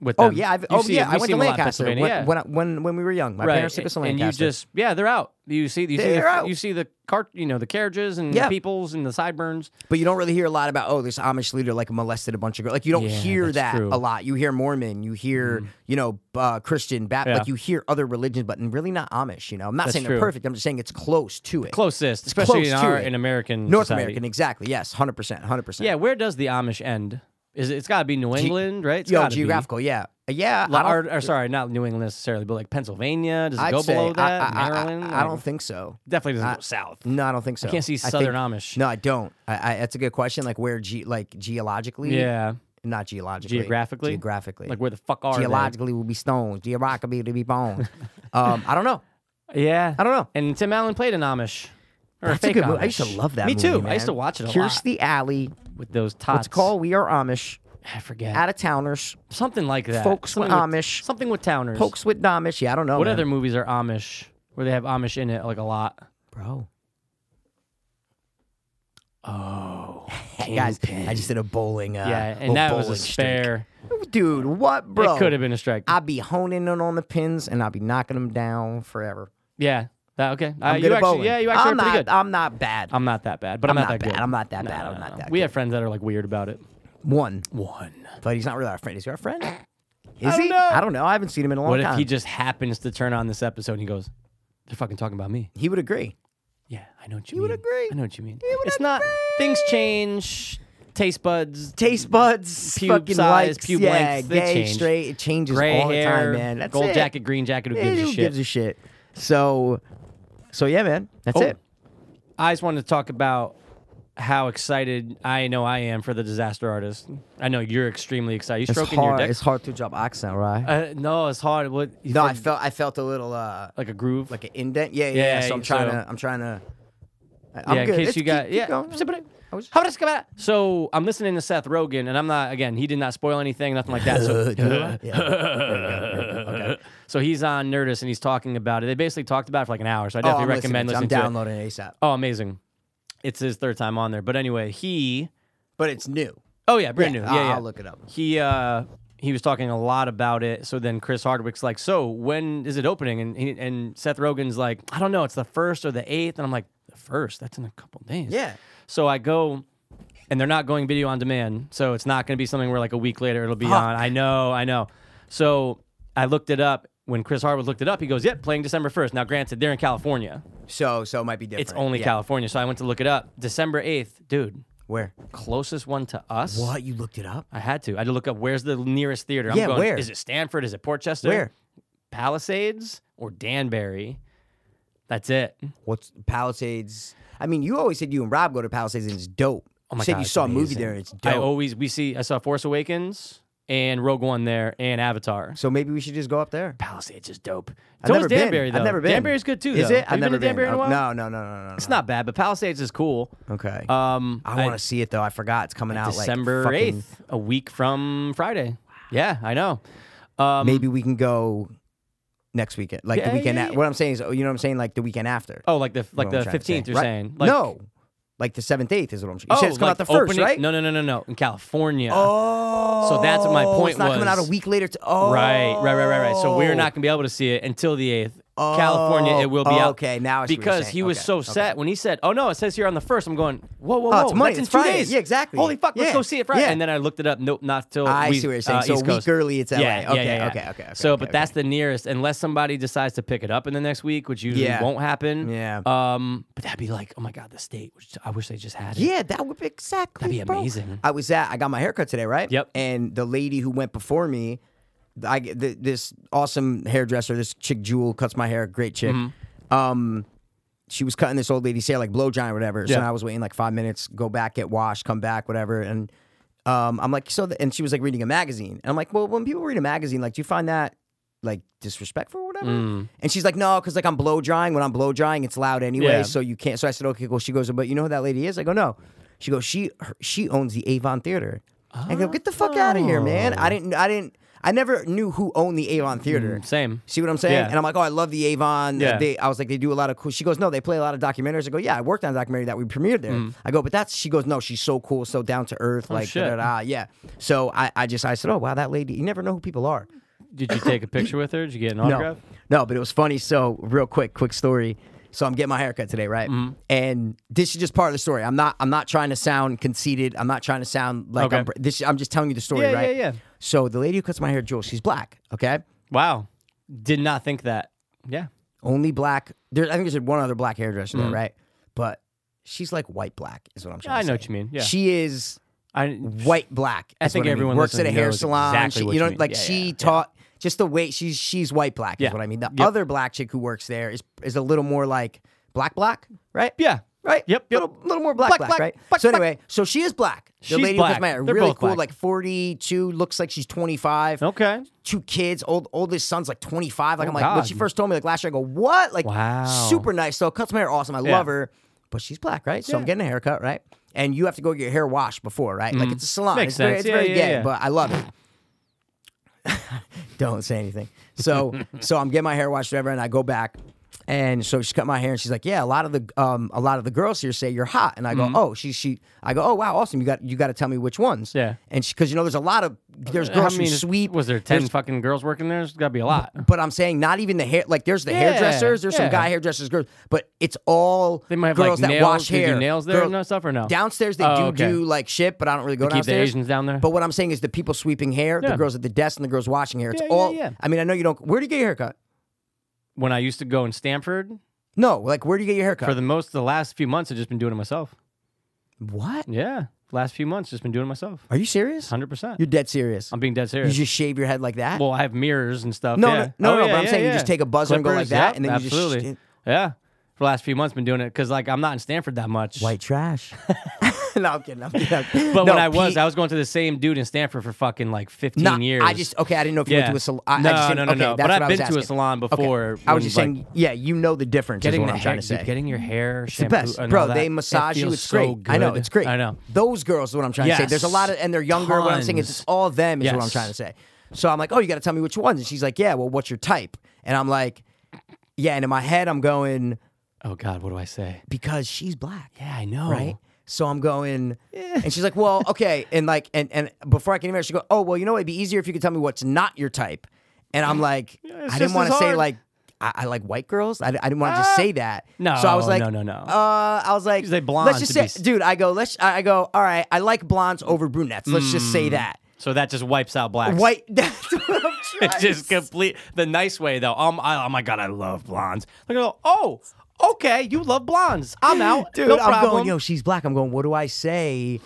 [SPEAKER 2] with
[SPEAKER 1] Oh
[SPEAKER 2] them.
[SPEAKER 1] yeah, I've,
[SPEAKER 2] You
[SPEAKER 1] oh
[SPEAKER 2] see
[SPEAKER 1] yeah.
[SPEAKER 2] it-
[SPEAKER 1] I
[SPEAKER 2] you
[SPEAKER 1] went
[SPEAKER 2] see
[SPEAKER 1] to
[SPEAKER 2] 'em a lot,
[SPEAKER 1] Lancaster when,
[SPEAKER 2] Pennsylvania, yeah.
[SPEAKER 1] when, I- when when we were young. My
[SPEAKER 2] right.
[SPEAKER 1] parents took us to
[SPEAKER 2] and
[SPEAKER 1] Lancaster.
[SPEAKER 2] you just yeah, they're out. You see, you see,
[SPEAKER 1] They're
[SPEAKER 2] the,
[SPEAKER 1] out.
[SPEAKER 2] you see the cart, you know, the carriages and
[SPEAKER 1] Yeah.
[SPEAKER 2] the peoples and the sideburns.
[SPEAKER 1] but you don't really hear a lot about oh this Amish leader like molested a bunch of girls. Like you don't
[SPEAKER 2] Yeah,
[SPEAKER 1] hear
[SPEAKER 2] that's
[SPEAKER 1] that
[SPEAKER 2] true. Mm-hmm.
[SPEAKER 1] a lot. You hear Mormon, you hear you know uh, Christian, Bat-
[SPEAKER 2] Yeah.
[SPEAKER 1] like you hear other religions, but really not Amish. You know, I'm not saying they're
[SPEAKER 2] true.
[SPEAKER 1] perfect. I'm just saying it's close to it.
[SPEAKER 2] Closest, especially
[SPEAKER 1] close
[SPEAKER 2] in
[SPEAKER 1] to
[SPEAKER 2] our
[SPEAKER 1] it.
[SPEAKER 2] in American
[SPEAKER 1] North
[SPEAKER 2] society.
[SPEAKER 1] American, exactly. Yes, hundred percent, hundred percent.
[SPEAKER 2] Yeah, where does the Amish end? Is it, it's got to be New England, right? It's
[SPEAKER 1] Yo,
[SPEAKER 2] gotta be.
[SPEAKER 1] geographical, yeah, yeah.
[SPEAKER 2] Lo-
[SPEAKER 1] I don't-
[SPEAKER 2] or, or sorry, not New England necessarily, but like Pennsylvania. Does it
[SPEAKER 1] I'd
[SPEAKER 2] go
[SPEAKER 1] say
[SPEAKER 2] below
[SPEAKER 1] I-
[SPEAKER 2] that?
[SPEAKER 1] I, I- I-
[SPEAKER 2] Maryland?
[SPEAKER 1] I,
[SPEAKER 2] Like,
[SPEAKER 1] don't think so.
[SPEAKER 2] Definitely doesn't
[SPEAKER 1] I- Mm-hmm.
[SPEAKER 2] go south.
[SPEAKER 1] No, I don't think so.
[SPEAKER 2] can't see
[SPEAKER 1] I think-
[SPEAKER 2] Southern Amish.
[SPEAKER 1] No, I don't. I, I, that's a good question. Like where, ge- like geologically,
[SPEAKER 2] Yeah.
[SPEAKER 1] not geologically,
[SPEAKER 2] Geographically?
[SPEAKER 1] geographically,
[SPEAKER 2] Like where the fuck are
[SPEAKER 1] geologically will be stones, geographically will be bones. um, I don't know.
[SPEAKER 2] they? Yeah.
[SPEAKER 1] I don't know.
[SPEAKER 2] And Tim Allen played an Amish. Or
[SPEAKER 1] That's
[SPEAKER 2] a
[SPEAKER 1] a
[SPEAKER 2] fake
[SPEAKER 1] good movie. I
[SPEAKER 2] Amish.
[SPEAKER 1] used to love that.
[SPEAKER 2] Me
[SPEAKER 1] movie,
[SPEAKER 2] too. I
[SPEAKER 1] man.
[SPEAKER 2] used to watch it a lot
[SPEAKER 1] Kirstie Alley.
[SPEAKER 2] with those tots.
[SPEAKER 1] What's called We Are Amish.
[SPEAKER 2] I forget.
[SPEAKER 1] Out of towners.
[SPEAKER 2] something like that.
[SPEAKER 1] Folks with
[SPEAKER 2] something
[SPEAKER 1] Amish.
[SPEAKER 2] Something with towners.
[SPEAKER 1] Pokes with Amish. Yeah, I don't know.
[SPEAKER 2] What
[SPEAKER 1] man.
[SPEAKER 2] other movies are Amish where they have Amish in it like a lot?
[SPEAKER 1] bro?
[SPEAKER 2] Oh,
[SPEAKER 1] Guys, I just did a bowling. Uh,
[SPEAKER 2] yeah,
[SPEAKER 1] little
[SPEAKER 2] and that was a
[SPEAKER 1] bowling streak.
[SPEAKER 2] spare.
[SPEAKER 1] Dude, what, bro?
[SPEAKER 2] It could have been a strike.
[SPEAKER 1] I'd be honing in on the pins and I'd be knocking them down forever.
[SPEAKER 2] yeah. That, okay. Uh,
[SPEAKER 1] I'm
[SPEAKER 2] you
[SPEAKER 1] good at
[SPEAKER 2] actually,
[SPEAKER 1] bowling.
[SPEAKER 2] Yeah, you actually
[SPEAKER 1] I'm
[SPEAKER 2] are pretty
[SPEAKER 1] not,
[SPEAKER 2] good.
[SPEAKER 1] I'm not bad.
[SPEAKER 2] I'm not that bad, but I'm,
[SPEAKER 1] I'm
[SPEAKER 2] not,
[SPEAKER 1] not
[SPEAKER 2] that
[SPEAKER 1] bad.
[SPEAKER 2] good.
[SPEAKER 1] I'm not that
[SPEAKER 2] No,
[SPEAKER 1] bad.
[SPEAKER 2] no,
[SPEAKER 1] I'm
[SPEAKER 2] no,
[SPEAKER 1] not
[SPEAKER 2] no.
[SPEAKER 1] that
[SPEAKER 2] We have friends that are like weird about it.
[SPEAKER 1] One,
[SPEAKER 2] One.
[SPEAKER 1] but he's not really our friend. Is he our friend? Is
[SPEAKER 2] don't
[SPEAKER 1] he?
[SPEAKER 2] know.
[SPEAKER 1] I don't know. I haven't seen him in a long
[SPEAKER 2] What
[SPEAKER 1] time.
[SPEAKER 2] if he just happens to turn on this episode and he goes, "They're fucking talking about me."
[SPEAKER 1] He would agree.
[SPEAKER 2] Yeah, I know what you
[SPEAKER 1] He
[SPEAKER 2] mean.
[SPEAKER 1] would agree.
[SPEAKER 2] I know what you mean. it's not things change, taste buds,
[SPEAKER 1] Taste buds,
[SPEAKER 2] Pube
[SPEAKER 1] fucking
[SPEAKER 2] size,
[SPEAKER 1] likes,
[SPEAKER 2] pube
[SPEAKER 1] yeah,
[SPEAKER 2] length, they
[SPEAKER 1] gay,
[SPEAKER 2] change.
[SPEAKER 1] straight, it changes
[SPEAKER 2] gray
[SPEAKER 1] all
[SPEAKER 2] hair,
[SPEAKER 1] the time, man. That's
[SPEAKER 2] gold
[SPEAKER 1] it.
[SPEAKER 2] jacket, green jacket. Who
[SPEAKER 1] Yeah,
[SPEAKER 2] gives
[SPEAKER 1] Eh, who
[SPEAKER 2] a shit?
[SPEAKER 1] gives a shit? So, so yeah, man. That's
[SPEAKER 2] Oh.
[SPEAKER 1] it.
[SPEAKER 2] I just wanted to talk about how excited I know I am for the disaster artist. I know you're extremely excited. You
[SPEAKER 1] It's
[SPEAKER 2] stroking
[SPEAKER 1] hard.
[SPEAKER 2] your dick?
[SPEAKER 1] It's hard to drop accent, right?
[SPEAKER 2] Uh, no, it's hard. What? you
[SPEAKER 1] no,
[SPEAKER 2] feel
[SPEAKER 1] I felt I felt a little uh
[SPEAKER 2] like a groove.
[SPEAKER 1] like an indent. Yeah, yeah.
[SPEAKER 2] Yeah,
[SPEAKER 1] yeah. So I'm
[SPEAKER 2] so-
[SPEAKER 1] trying to. I'm trying to. I- I'm
[SPEAKER 2] yeah,
[SPEAKER 1] good.
[SPEAKER 2] in case
[SPEAKER 1] It's-
[SPEAKER 2] you got
[SPEAKER 1] keep- keep
[SPEAKER 2] yeah.
[SPEAKER 1] going.
[SPEAKER 2] Simple-
[SPEAKER 1] I was-
[SPEAKER 2] How does it come out? So I'm listening to Seth Rogen, and I'm not again. He did not spoil anything, nothing like that. So,
[SPEAKER 1] Yeah. There we go. There we go. Okay.
[SPEAKER 2] so he's on Nerdist, and he's talking about it. They basically talked about it for like an hour, so I
[SPEAKER 1] Oh,
[SPEAKER 2] definitely
[SPEAKER 1] I'm
[SPEAKER 2] recommend
[SPEAKER 1] listening.
[SPEAKER 2] listening,
[SPEAKER 1] I'm
[SPEAKER 2] to it.
[SPEAKER 1] downloading it ASAP,
[SPEAKER 2] Oh, amazing! It's his third time on there, but anyway, he.
[SPEAKER 1] but it's new.
[SPEAKER 2] Oh yeah, brand new.
[SPEAKER 1] I'll,
[SPEAKER 2] Yeah, yeah.
[SPEAKER 1] I'll look it up.
[SPEAKER 2] He uh he was talking a lot about it. So then Chris Hardwick's like, "So when is it opening?" And he, and Seth Rogen's like, "I don't know. It's the first or the eighth. And I'm like, "The first? That's in a couple days."
[SPEAKER 1] Yeah.
[SPEAKER 2] So I go, and they're not going video on demand, so it's not going to be something where like a week later it'll be on. I know, I know. So I looked it up. When Chris Hardwick looked it up, he goes, "Yep, playing December 1st." Now, granted, they're in California.
[SPEAKER 1] So so it might be different.
[SPEAKER 2] It's only
[SPEAKER 1] Yeah.
[SPEAKER 2] California. So I went to look it up. December 8th, dude.
[SPEAKER 1] Where?
[SPEAKER 2] Closest one to us.
[SPEAKER 1] What you looked it up?
[SPEAKER 2] I had to. I had to look up where's the nearest theater. I'm
[SPEAKER 1] Yeah,
[SPEAKER 2] going,
[SPEAKER 1] where?
[SPEAKER 2] Is it Stanford? Is it Port Chester?
[SPEAKER 1] Where?
[SPEAKER 2] Palisades or Danbury? That's it.
[SPEAKER 1] What's Palisades? I mean, you always said you and Rob go to Palisades and it's dope.
[SPEAKER 2] Oh my
[SPEAKER 1] you said
[SPEAKER 2] God,
[SPEAKER 1] you
[SPEAKER 2] it's
[SPEAKER 1] saw a movie
[SPEAKER 2] amazing.
[SPEAKER 1] there and it's
[SPEAKER 2] I
[SPEAKER 1] dope.
[SPEAKER 2] always we see. I saw Force Awakens and Rogue One there and Avatar.
[SPEAKER 1] so maybe we should just go up there.
[SPEAKER 2] Palisades is dope.
[SPEAKER 1] I've
[SPEAKER 2] So
[SPEAKER 1] never
[SPEAKER 2] is
[SPEAKER 1] been.
[SPEAKER 2] Danbury though.
[SPEAKER 1] I've never been.
[SPEAKER 2] Danbury's good too.
[SPEAKER 1] Is
[SPEAKER 2] though.
[SPEAKER 1] it?
[SPEAKER 2] Have
[SPEAKER 1] I've
[SPEAKER 2] you
[SPEAKER 1] never
[SPEAKER 2] been to Danbury in a
[SPEAKER 1] Oh,
[SPEAKER 2] while?
[SPEAKER 1] No, no, no, no, no.
[SPEAKER 2] it's not bad. But Palisades is cool.
[SPEAKER 1] Okay.
[SPEAKER 2] Um,
[SPEAKER 1] I want to see it though. I forgot it's coming out like
[SPEAKER 2] December
[SPEAKER 1] fucking-
[SPEAKER 2] eighth, a week from Friday. Yeah, I know. Um,
[SPEAKER 1] Maybe we can go next weekend, like
[SPEAKER 2] Yeah,
[SPEAKER 1] the weekend.
[SPEAKER 2] yeah,
[SPEAKER 1] a-
[SPEAKER 2] yeah.
[SPEAKER 1] What I'm saying is, you know what I'm saying, like the weekend after.
[SPEAKER 2] Oh, like the like
[SPEAKER 1] what I'm
[SPEAKER 2] the
[SPEAKER 1] trying to say.
[SPEAKER 2] fifteenth. You're
[SPEAKER 1] Right.
[SPEAKER 2] saying like,
[SPEAKER 1] no, like the seventh, eighth is what I'm. You
[SPEAKER 2] Oh,
[SPEAKER 1] said it's coming
[SPEAKER 2] like
[SPEAKER 1] out the first,
[SPEAKER 2] opening-
[SPEAKER 1] right?
[SPEAKER 2] No, no, no, no, no. In California.
[SPEAKER 1] Oh,
[SPEAKER 2] So that's what my point
[SPEAKER 1] It's not coming out a
[SPEAKER 2] was.
[SPEAKER 1] week later. To, oh,
[SPEAKER 2] Right, right, right, right, right. So we're not gonna be able to see it until the eighth. California, it will be out.
[SPEAKER 1] Oh, okay, now I see what you're
[SPEAKER 2] because
[SPEAKER 1] saying.
[SPEAKER 2] he was
[SPEAKER 1] Okay,
[SPEAKER 2] so
[SPEAKER 1] okay. Oh,
[SPEAKER 2] set when he said, "Oh no, it says here on the first. I'm going, "Whoa, whoa, whoa!
[SPEAKER 1] it's Monday,
[SPEAKER 2] That's in
[SPEAKER 1] it's
[SPEAKER 2] two
[SPEAKER 1] Friday.
[SPEAKER 2] days.
[SPEAKER 1] Yeah, exactly.
[SPEAKER 2] Holy fuck! Let's
[SPEAKER 1] Yeah,
[SPEAKER 2] go see it Friday."
[SPEAKER 1] yeah.
[SPEAKER 2] And then I looked it up. Nope, not till
[SPEAKER 1] I
[SPEAKER 2] we,
[SPEAKER 1] see what you're saying.
[SPEAKER 2] uh,
[SPEAKER 1] so
[SPEAKER 2] East
[SPEAKER 1] a
[SPEAKER 2] Coast.
[SPEAKER 1] week early, it's LA.
[SPEAKER 2] Yeah, yeah,
[SPEAKER 1] okay,
[SPEAKER 2] yeah, yeah.
[SPEAKER 1] okay, okay, okay.
[SPEAKER 2] So,
[SPEAKER 1] okay,
[SPEAKER 2] but
[SPEAKER 1] okay.
[SPEAKER 2] that's the nearest, unless somebody decides to pick it up in the next week, which usually
[SPEAKER 1] Yeah.
[SPEAKER 2] won't happen.
[SPEAKER 1] Yeah.
[SPEAKER 2] Um, but that'd be like, oh my god, the state. Which I wish they just had it.
[SPEAKER 1] Yeah, that would be exactly.
[SPEAKER 2] That'd be
[SPEAKER 1] bro.
[SPEAKER 2] amazing.
[SPEAKER 1] I was at. I got my haircut today, right?
[SPEAKER 2] Yep.
[SPEAKER 1] And the lady who went before me, I th- this awesome hairdresser, this chick Jewel cuts my hair. Great chick.
[SPEAKER 2] Mm-hmm.
[SPEAKER 1] Um, she was cutting this old lady's hair like blow drying or whatever. So
[SPEAKER 2] Yeah.
[SPEAKER 1] then I was waiting like five minutes, go back, get washed, come back, whatever, and. Um, I'm like, so, th- and she was like reading a magazine. And I'm like, well, when people read a magazine, like, do you find that like disrespectful or whatever?
[SPEAKER 2] Mm.
[SPEAKER 1] And she's like, no, because like I'm blow drying. When I'm blow drying, it's loud anyway,
[SPEAKER 2] Yeah.
[SPEAKER 1] so you can't. So I said, okay, cool. She goes, but you know who that lady is? I go, no. She goes, she her, she owns the Avon Theater. I go, get the fuck out of here, man.
[SPEAKER 2] Oh.
[SPEAKER 1] I didn't, I didn't, I never knew who owned the Avon Theater.
[SPEAKER 2] Mm, Same.
[SPEAKER 1] See what I'm saying?
[SPEAKER 2] Yeah.
[SPEAKER 1] And I'm like, oh, I love the Avon.
[SPEAKER 2] Yeah.
[SPEAKER 1] They, I was like, they do a lot of cool. She goes, no, they play a lot of documentaries. I go, yeah, I worked on a documentary that we premiered there. I go, but that's. She goes, no, she's so cool, so down to earth, like
[SPEAKER 2] Mm. Oh, shit.
[SPEAKER 1] da da da. Yeah. So I, I just, I said, oh wow, that lady. You never know who people are.
[SPEAKER 2] Did you take a picture with her? Did you get an
[SPEAKER 1] No,
[SPEAKER 2] autograph?
[SPEAKER 1] no, but it was funny. So real quick, quick story. So I'm getting my haircut today, right?
[SPEAKER 2] Mm-hmm.
[SPEAKER 1] And this is just part of the story. I'm not. I'm not trying to sound conceited. I'm not trying to sound like
[SPEAKER 2] Okay.
[SPEAKER 1] I'm. br- This. I'm just telling you the story,
[SPEAKER 2] Yeah, yeah,
[SPEAKER 1] right?
[SPEAKER 2] yeah.
[SPEAKER 1] So the lady who cuts my hair, Jewel, she's black. Okay,
[SPEAKER 2] Wow. Did not think that. Yeah.
[SPEAKER 1] only black. There, I think there's one other black hairdresser there, right? But she's like white black, is what I'm trying
[SPEAKER 2] Mm. I
[SPEAKER 1] to
[SPEAKER 2] know
[SPEAKER 1] say.
[SPEAKER 2] what you mean. Yeah.
[SPEAKER 1] She is
[SPEAKER 2] I
[SPEAKER 1] white black.
[SPEAKER 2] I
[SPEAKER 1] is
[SPEAKER 2] think
[SPEAKER 1] what mean.
[SPEAKER 2] everyone
[SPEAKER 1] works at a
[SPEAKER 2] listening
[SPEAKER 1] hair
[SPEAKER 2] knows
[SPEAKER 1] salon.
[SPEAKER 2] exactly
[SPEAKER 1] she,
[SPEAKER 2] what
[SPEAKER 1] you
[SPEAKER 2] you
[SPEAKER 1] know,
[SPEAKER 2] mean.
[SPEAKER 1] like
[SPEAKER 2] Yeah,
[SPEAKER 1] she
[SPEAKER 2] yeah, yeah.
[SPEAKER 1] taught just the way she's she's white black is
[SPEAKER 2] Yeah.
[SPEAKER 1] what I mean. The
[SPEAKER 2] Yep.
[SPEAKER 1] other black chick who works there is is a little more like black black, right?
[SPEAKER 2] Yeah.
[SPEAKER 1] Right.
[SPEAKER 2] Yep, yep.
[SPEAKER 1] Little, little more black
[SPEAKER 2] Black,
[SPEAKER 1] black,
[SPEAKER 2] black,
[SPEAKER 1] right?
[SPEAKER 2] black,
[SPEAKER 1] so
[SPEAKER 2] black.
[SPEAKER 1] anyway, so she is black. The
[SPEAKER 2] She's
[SPEAKER 1] lady with
[SPEAKER 2] black.
[SPEAKER 1] my hair,
[SPEAKER 2] They're
[SPEAKER 1] really
[SPEAKER 2] both
[SPEAKER 1] cool,
[SPEAKER 2] black.
[SPEAKER 1] like forty two, looks like she's twenty five.
[SPEAKER 2] Okay.
[SPEAKER 1] Two kids, old oldest son's like twenty five. Like
[SPEAKER 2] Oh,
[SPEAKER 1] I'm like when
[SPEAKER 2] God.
[SPEAKER 1] she first told me like last year, I go what? Like
[SPEAKER 2] Wow.
[SPEAKER 1] super nice. So cuts my hair awesome. I love her, but she's black, right? So I'm
[SPEAKER 2] Yeah.
[SPEAKER 1] getting a haircut, right? And you have to go get your hair washed before, right? Like it's a salon.
[SPEAKER 2] Mm-hmm. Makes
[SPEAKER 1] it's very,
[SPEAKER 2] sense.
[SPEAKER 1] it's
[SPEAKER 2] Yeah,
[SPEAKER 1] very
[SPEAKER 2] yeah,
[SPEAKER 1] gay,
[SPEAKER 2] yeah.
[SPEAKER 1] but I love it. Don't say anything. So so I'm getting my hair washed, whatever, and I go back. And so she cut my hair, and she's like, "Yeah, a lot of the um, a lot of the girls here say you're hot." And I
[SPEAKER 2] Mm-hmm.
[SPEAKER 1] go, "Oh, she she." I go, "Oh, wow, awesome! You got you got to tell me which ones."
[SPEAKER 2] Yeah. Uh,
[SPEAKER 1] And because you know, there's a lot of there's
[SPEAKER 2] How
[SPEAKER 1] girls
[SPEAKER 2] many
[SPEAKER 1] who sweep.
[SPEAKER 2] was there? Ten
[SPEAKER 1] there's
[SPEAKER 2] fucking girls working there. There's got to be a lot.
[SPEAKER 1] but I'm saying not even the hair. Like there's the
[SPEAKER 2] Yeah,
[SPEAKER 1] hairdressers, there's some
[SPEAKER 2] yeah.
[SPEAKER 1] guy hairdressers, girls, but it's all
[SPEAKER 2] They might have
[SPEAKER 1] girls
[SPEAKER 2] like
[SPEAKER 1] that
[SPEAKER 2] nails.
[SPEAKER 1] wash
[SPEAKER 2] they do
[SPEAKER 1] hair.
[SPEAKER 2] nails there
[SPEAKER 1] Girl-
[SPEAKER 2] and that stuff or no?
[SPEAKER 1] Downstairs they
[SPEAKER 2] Oh,
[SPEAKER 1] do
[SPEAKER 2] okay.
[SPEAKER 1] do like shit, but I don't really go
[SPEAKER 2] They keep the
[SPEAKER 1] downstairs.
[SPEAKER 2] Asians down there?
[SPEAKER 1] But what I'm saying is the people sweeping hair, the
[SPEAKER 2] Yeah.
[SPEAKER 1] girls at the desk, and the girls washing hair. It's
[SPEAKER 2] Yeah, yeah,
[SPEAKER 1] all.
[SPEAKER 2] yeah.
[SPEAKER 1] I mean, I know you don't. Where do you get your haircut?
[SPEAKER 2] When I used to go in Stanford,
[SPEAKER 1] No, like where do you get your haircut?
[SPEAKER 2] for the most the last few months, I've just been doing it myself.
[SPEAKER 1] what?
[SPEAKER 2] Yeah, last few months, just been doing it myself.
[SPEAKER 1] Are you serious?
[SPEAKER 2] Hundred percent.
[SPEAKER 1] You're dead serious.
[SPEAKER 2] I'm being dead
[SPEAKER 1] You
[SPEAKER 2] serious.
[SPEAKER 1] just shave your head like that?
[SPEAKER 2] well, I have mirrors and stuff.
[SPEAKER 1] no,
[SPEAKER 2] yeah.
[SPEAKER 1] no, no,
[SPEAKER 2] Oh,
[SPEAKER 1] no.
[SPEAKER 2] yeah,
[SPEAKER 1] but I'm
[SPEAKER 2] yeah,
[SPEAKER 1] saying you
[SPEAKER 2] yeah.
[SPEAKER 1] just take a buzzer and go like
[SPEAKER 2] Clippers,
[SPEAKER 1] that,
[SPEAKER 2] yep,
[SPEAKER 1] and then you
[SPEAKER 2] absolutely.
[SPEAKER 1] just
[SPEAKER 2] yeah. For the last few months, been doing it because like I'm not in Stanford that much.
[SPEAKER 1] white trash. no, I'm kidding. I'm kidding. I'm kidding.
[SPEAKER 2] But
[SPEAKER 1] No,
[SPEAKER 2] when I was,
[SPEAKER 1] Pete-
[SPEAKER 2] I was going to the same dude in Stanford for fucking like 15
[SPEAKER 1] Not-
[SPEAKER 2] years.
[SPEAKER 1] I just okay. I didn't know if you
[SPEAKER 2] yeah.
[SPEAKER 1] went to a salon. I,
[SPEAKER 2] no,
[SPEAKER 1] I just
[SPEAKER 2] no,
[SPEAKER 1] didn't-
[SPEAKER 2] no,
[SPEAKER 1] okay, That's
[SPEAKER 2] no. But
[SPEAKER 1] what
[SPEAKER 2] I've
[SPEAKER 1] I was
[SPEAKER 2] been to a
[SPEAKER 1] asking.
[SPEAKER 2] salon
[SPEAKER 1] Okay.
[SPEAKER 2] before.
[SPEAKER 1] I was
[SPEAKER 2] when,
[SPEAKER 1] just
[SPEAKER 2] like,
[SPEAKER 1] saying, yeah, you know the difference. Is
[SPEAKER 2] getting
[SPEAKER 1] what
[SPEAKER 2] the
[SPEAKER 1] I'm
[SPEAKER 2] hair,
[SPEAKER 1] trying to say.
[SPEAKER 2] dude, getting your hair,
[SPEAKER 1] Mm-hmm. it's the best, bro. They massage you. It's great. I know it's great.
[SPEAKER 2] I know.
[SPEAKER 1] Those girls is what I'm trying to say. There's a
[SPEAKER 2] Yes.
[SPEAKER 1] lot of, and they're younger. What I'm saying is, it's
[SPEAKER 2] Tons.
[SPEAKER 1] all them is what I'm
[SPEAKER 2] Yes.
[SPEAKER 1] trying to say. So I'm like, oh, you got to tell me which ones. And she's like, yeah, well, what's your type? And I'm like, yeah. And in my head, I'm going
[SPEAKER 2] Oh God, what do I say?
[SPEAKER 1] because she's black.
[SPEAKER 2] Yeah, I know.
[SPEAKER 1] right? So I'm going, and she's like, "Well, okay," and like, and and before I can even, she go, "Oh, well, you know, it'd be easier if you could tell me what's not your type." And I'm like,
[SPEAKER 2] it's
[SPEAKER 1] I
[SPEAKER 2] just
[SPEAKER 1] didn't want
[SPEAKER 2] as
[SPEAKER 1] to say
[SPEAKER 2] hard.
[SPEAKER 1] like, I, I like white girls. I, I didn't want to just
[SPEAKER 2] Ah.
[SPEAKER 1] say that.
[SPEAKER 2] No,
[SPEAKER 1] so I was like,
[SPEAKER 2] no, no, no.
[SPEAKER 1] Uh, I was like,
[SPEAKER 2] You say blonde
[SPEAKER 1] let's just
[SPEAKER 2] to
[SPEAKER 1] say,
[SPEAKER 2] be s-
[SPEAKER 1] dude. I go, let's. I I go, all right. I like blondes over brunettes. Let's just say
[SPEAKER 2] Mm.
[SPEAKER 1] that.
[SPEAKER 2] So that just wipes out blacks.
[SPEAKER 1] White. That's what I'm trying.
[SPEAKER 2] It's just complete the nice way though. Um, I, oh my God, I love blondes. They're gonna go, oh, okay, you love blondes. I'm out,
[SPEAKER 1] dude.
[SPEAKER 2] No
[SPEAKER 1] I'm
[SPEAKER 2] problem.
[SPEAKER 1] going, yo, she's black. I'm going, what do I say?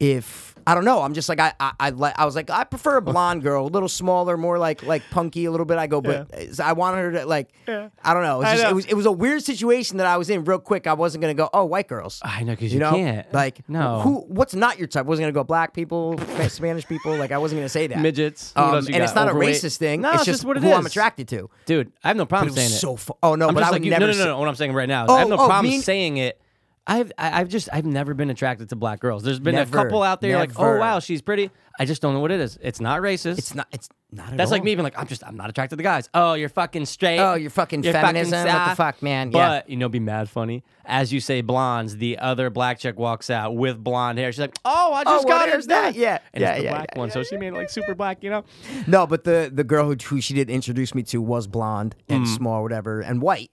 [SPEAKER 1] If I don't know, I'm just like I I I, li- I was like I prefer a blonde girl, a little smaller, more like like punky, a little bit. I go, but is- I wanted her to like I don't know. It was,
[SPEAKER 2] I
[SPEAKER 1] just,
[SPEAKER 2] know.
[SPEAKER 1] It was it was a weird situation that I was in real quick. I wasn't gonna go, oh, white girls.
[SPEAKER 2] I know, 'cause
[SPEAKER 1] you
[SPEAKER 2] you
[SPEAKER 1] know,
[SPEAKER 2] can't.
[SPEAKER 1] like
[SPEAKER 2] No.
[SPEAKER 1] who what's not your type? I wasn't gonna go black people, Spanish people. Like I wasn't gonna say that
[SPEAKER 2] Midgets. Who
[SPEAKER 1] Um,
[SPEAKER 2] else
[SPEAKER 1] and
[SPEAKER 2] you
[SPEAKER 1] it's
[SPEAKER 2] got?
[SPEAKER 1] not
[SPEAKER 2] Overweight?
[SPEAKER 1] a racist thing.
[SPEAKER 2] No,
[SPEAKER 1] it's
[SPEAKER 2] it's
[SPEAKER 1] just
[SPEAKER 2] just what it
[SPEAKER 1] who I'm
[SPEAKER 2] is.
[SPEAKER 1] attracted to.
[SPEAKER 2] Dude, I have no problem
[SPEAKER 1] It
[SPEAKER 2] saying
[SPEAKER 1] was
[SPEAKER 2] it.
[SPEAKER 1] so fu- oh no,
[SPEAKER 2] I'm
[SPEAKER 1] but
[SPEAKER 2] just
[SPEAKER 1] I would
[SPEAKER 2] like you-
[SPEAKER 1] never.
[SPEAKER 2] no, no, no,
[SPEAKER 1] say-
[SPEAKER 2] no. What I'm saying right now is
[SPEAKER 1] Oh,
[SPEAKER 2] I have no
[SPEAKER 1] oh,
[SPEAKER 2] problem
[SPEAKER 1] mean-
[SPEAKER 2] saying it. I've I- I've just I've never been attracted to black girls. There's been
[SPEAKER 1] Never,
[SPEAKER 2] a couple out there you're like,
[SPEAKER 1] never.
[SPEAKER 2] oh wow, she's pretty. I just don't know what it is. It's not racist.
[SPEAKER 1] It's not. It's not at
[SPEAKER 2] That's
[SPEAKER 1] all.
[SPEAKER 2] like me being like, I'm just I'm not attracted to guys. Oh, you're fucking straight.
[SPEAKER 1] Oh, you're fucking feminism? What the
[SPEAKER 2] sa-
[SPEAKER 1] fuck, man?
[SPEAKER 2] But
[SPEAKER 1] Yeah.
[SPEAKER 2] you know, be mad funny. As you say blondes, the other black chick walks out with blonde hair. She's like, Oh, I just
[SPEAKER 1] what
[SPEAKER 2] got her
[SPEAKER 1] is that? Yeah,
[SPEAKER 2] And
[SPEAKER 1] yeah,
[SPEAKER 2] it's the
[SPEAKER 1] yeah,
[SPEAKER 2] black
[SPEAKER 1] yeah,
[SPEAKER 2] one. so she made it like super black, you know?
[SPEAKER 1] No, but the the girl who, who she did introduce me to was blonde and
[SPEAKER 2] Mm.
[SPEAKER 1] small, whatever, and white.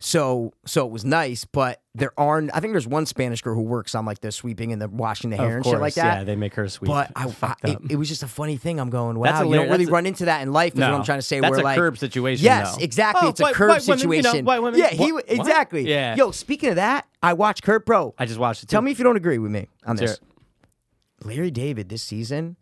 [SPEAKER 1] So so it was nice, but there aren't. I think there's one Spanish girl who works on like the sweeping and the washing the hair
[SPEAKER 2] of
[SPEAKER 1] and
[SPEAKER 2] course.
[SPEAKER 1] shit like
[SPEAKER 2] Yeah,
[SPEAKER 1] that.
[SPEAKER 2] they make her sweet.
[SPEAKER 1] but I, I
[SPEAKER 2] fucked
[SPEAKER 1] it,
[SPEAKER 2] up.
[SPEAKER 1] it was just a funny thing. I'm going, wow,
[SPEAKER 2] That's a
[SPEAKER 1] you don't
[SPEAKER 2] lyri-
[SPEAKER 1] really
[SPEAKER 2] that's a-
[SPEAKER 1] run into that in life. Is
[SPEAKER 2] No.
[SPEAKER 1] what I'm trying to say.
[SPEAKER 2] That's
[SPEAKER 1] where,
[SPEAKER 2] a
[SPEAKER 1] like,
[SPEAKER 2] curb situation,
[SPEAKER 1] Yes,
[SPEAKER 2] though.
[SPEAKER 1] exactly.
[SPEAKER 2] Oh,
[SPEAKER 1] it's a
[SPEAKER 2] white-
[SPEAKER 1] curb
[SPEAKER 2] white women, you
[SPEAKER 1] situation.
[SPEAKER 2] know, white women.
[SPEAKER 1] Yeah, he
[SPEAKER 2] What?
[SPEAKER 1] exactly.
[SPEAKER 2] Yeah.
[SPEAKER 1] Yo, speaking of that, I watched Curb Pro.
[SPEAKER 2] I just watched it.
[SPEAKER 1] Tell
[SPEAKER 2] too.
[SPEAKER 1] me if you don't agree with me on
[SPEAKER 2] Let's
[SPEAKER 1] this.
[SPEAKER 2] hear it.
[SPEAKER 1] Larry David this season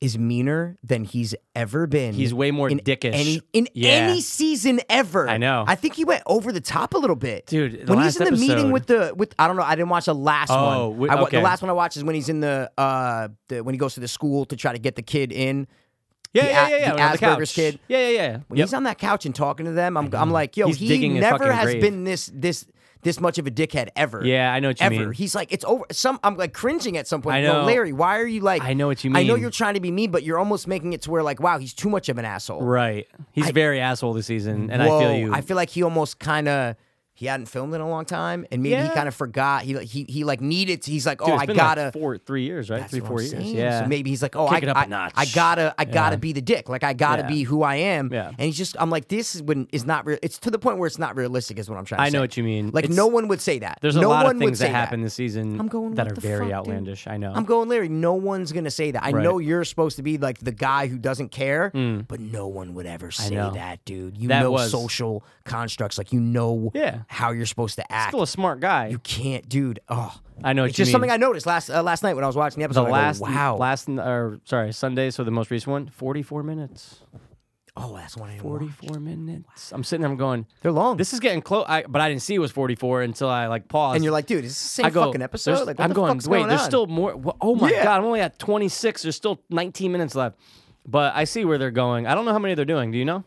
[SPEAKER 1] is meaner than he's ever been.
[SPEAKER 2] He's way more
[SPEAKER 1] in
[SPEAKER 2] dickish.
[SPEAKER 1] Any, in
[SPEAKER 2] Yeah.
[SPEAKER 1] any season ever.
[SPEAKER 2] I know.
[SPEAKER 1] I think he went over the top a little bit,
[SPEAKER 2] Dude, the
[SPEAKER 1] when
[SPEAKER 2] last
[SPEAKER 1] he's in the meeting
[SPEAKER 2] episode-
[SPEAKER 1] with the with I don't know. I didn't watch the last one.
[SPEAKER 2] Oh, wi-
[SPEAKER 1] I wa-
[SPEAKER 2] okay.
[SPEAKER 1] the last one I watched is when he's in the uh the, when he goes to the school to try to get the kid in.
[SPEAKER 2] Yeah,
[SPEAKER 1] the
[SPEAKER 2] yeah,
[SPEAKER 1] a-
[SPEAKER 2] yeah, yeah.
[SPEAKER 1] the
[SPEAKER 2] on couch.
[SPEAKER 1] Asperger's kid.
[SPEAKER 2] Yeah, yeah, yeah.
[SPEAKER 1] When
[SPEAKER 2] Yep. Mm-hmm.
[SPEAKER 1] he's on that couch and talking to them, I'm I'm like, yo,
[SPEAKER 2] He's
[SPEAKER 1] he
[SPEAKER 2] digging his
[SPEAKER 1] never
[SPEAKER 2] fucking
[SPEAKER 1] has
[SPEAKER 2] grave.
[SPEAKER 1] been this this this much of a dickhead ever.
[SPEAKER 2] Yeah, I know what you
[SPEAKER 1] ever.
[SPEAKER 2] mean.
[SPEAKER 1] He's like, it's over. Some I'm like cringing at some point.
[SPEAKER 2] I
[SPEAKER 1] Yo,
[SPEAKER 2] know.
[SPEAKER 1] Larry, why are you like?
[SPEAKER 2] I know what you
[SPEAKER 1] I know
[SPEAKER 2] mean.
[SPEAKER 1] you're trying to be mean, but you're almost making it to where like, wow, he's too much of an asshole.
[SPEAKER 2] Right. He's very asshole this season, and I feel
[SPEAKER 1] Whoa,
[SPEAKER 2] you.
[SPEAKER 1] I feel like he almost kind of he hadn't filmed in a long time, and maybe he
[SPEAKER 2] Yeah.
[SPEAKER 1] kind of forgot. He like he he like needed. To, he's like, oh,
[SPEAKER 2] Dude, it's
[SPEAKER 1] I
[SPEAKER 2] been
[SPEAKER 1] gotta.
[SPEAKER 2] like four, three years, right?
[SPEAKER 1] That's
[SPEAKER 2] three,
[SPEAKER 1] what
[SPEAKER 2] four
[SPEAKER 1] I'm
[SPEAKER 2] years.
[SPEAKER 1] saying.
[SPEAKER 2] Yeah.
[SPEAKER 1] So maybe he's like, oh, I,
[SPEAKER 2] Kick it up a
[SPEAKER 1] I,
[SPEAKER 2] notch.
[SPEAKER 1] I gotta, I gotta
[SPEAKER 2] Yeah.
[SPEAKER 1] be the dick. Like I gotta
[SPEAKER 2] Yeah.
[SPEAKER 1] be who I am.
[SPEAKER 2] Yeah.
[SPEAKER 1] And he's just, I'm like, this is when is not real. It's to the point where it's not realistic. Is what I'm trying. to
[SPEAKER 2] I know
[SPEAKER 1] say.
[SPEAKER 2] what you mean.
[SPEAKER 1] Like
[SPEAKER 2] It's-
[SPEAKER 1] no one would say that.
[SPEAKER 2] There's a
[SPEAKER 1] no
[SPEAKER 2] lot
[SPEAKER 1] one
[SPEAKER 2] of
[SPEAKER 1] would
[SPEAKER 2] things
[SPEAKER 1] say
[SPEAKER 2] that happen this season
[SPEAKER 1] I'm going
[SPEAKER 2] that
[SPEAKER 1] "What
[SPEAKER 2] are
[SPEAKER 1] the
[SPEAKER 2] very
[SPEAKER 1] fuck, dude?"
[SPEAKER 2] outlandish. I know.
[SPEAKER 1] I'm going, Larry. No one's gonna say that. I
[SPEAKER 2] Right. Hmm.
[SPEAKER 1] know you're supposed to be like the guy who doesn't care, but no one would ever say
[SPEAKER 2] know.
[SPEAKER 1] that, dude. You
[SPEAKER 2] That
[SPEAKER 1] know
[SPEAKER 2] was-
[SPEAKER 1] social constructs, like you know,
[SPEAKER 2] Yeah.
[SPEAKER 1] how you're supposed to act.
[SPEAKER 2] Still a smart guy.
[SPEAKER 1] you can't, dude. Oh,
[SPEAKER 2] I know what
[SPEAKER 1] It's
[SPEAKER 2] you
[SPEAKER 1] just
[SPEAKER 2] mean.
[SPEAKER 1] something I noticed last uh, last night when I was watching the episode.
[SPEAKER 2] the
[SPEAKER 1] I go,
[SPEAKER 2] last
[SPEAKER 1] wow.
[SPEAKER 2] last or sorry Sunday, so the most recent one, forty four minutes.
[SPEAKER 1] oh, that's one. I didn't
[SPEAKER 2] Forty
[SPEAKER 1] watch.
[SPEAKER 2] four minutes. I'm sitting there, I'm going,
[SPEAKER 1] They're long.
[SPEAKER 2] this is getting close. I, but I didn't see it was forty four until I like paused.
[SPEAKER 1] and you're like, dude, it's the same
[SPEAKER 2] I go,
[SPEAKER 1] fucking
[SPEAKER 2] "There's-
[SPEAKER 1] episode. Like, what
[SPEAKER 2] I'm
[SPEAKER 1] the
[SPEAKER 2] going,
[SPEAKER 1] fuck's
[SPEAKER 2] wait,
[SPEAKER 1] going
[SPEAKER 2] there's
[SPEAKER 1] on?"
[SPEAKER 2] still more. wha- Oh my
[SPEAKER 1] Yeah.
[SPEAKER 2] God, I'm only at 26. There's still 19 minutes left. But I see where they're going. I don't know how many they're doing. Do you know?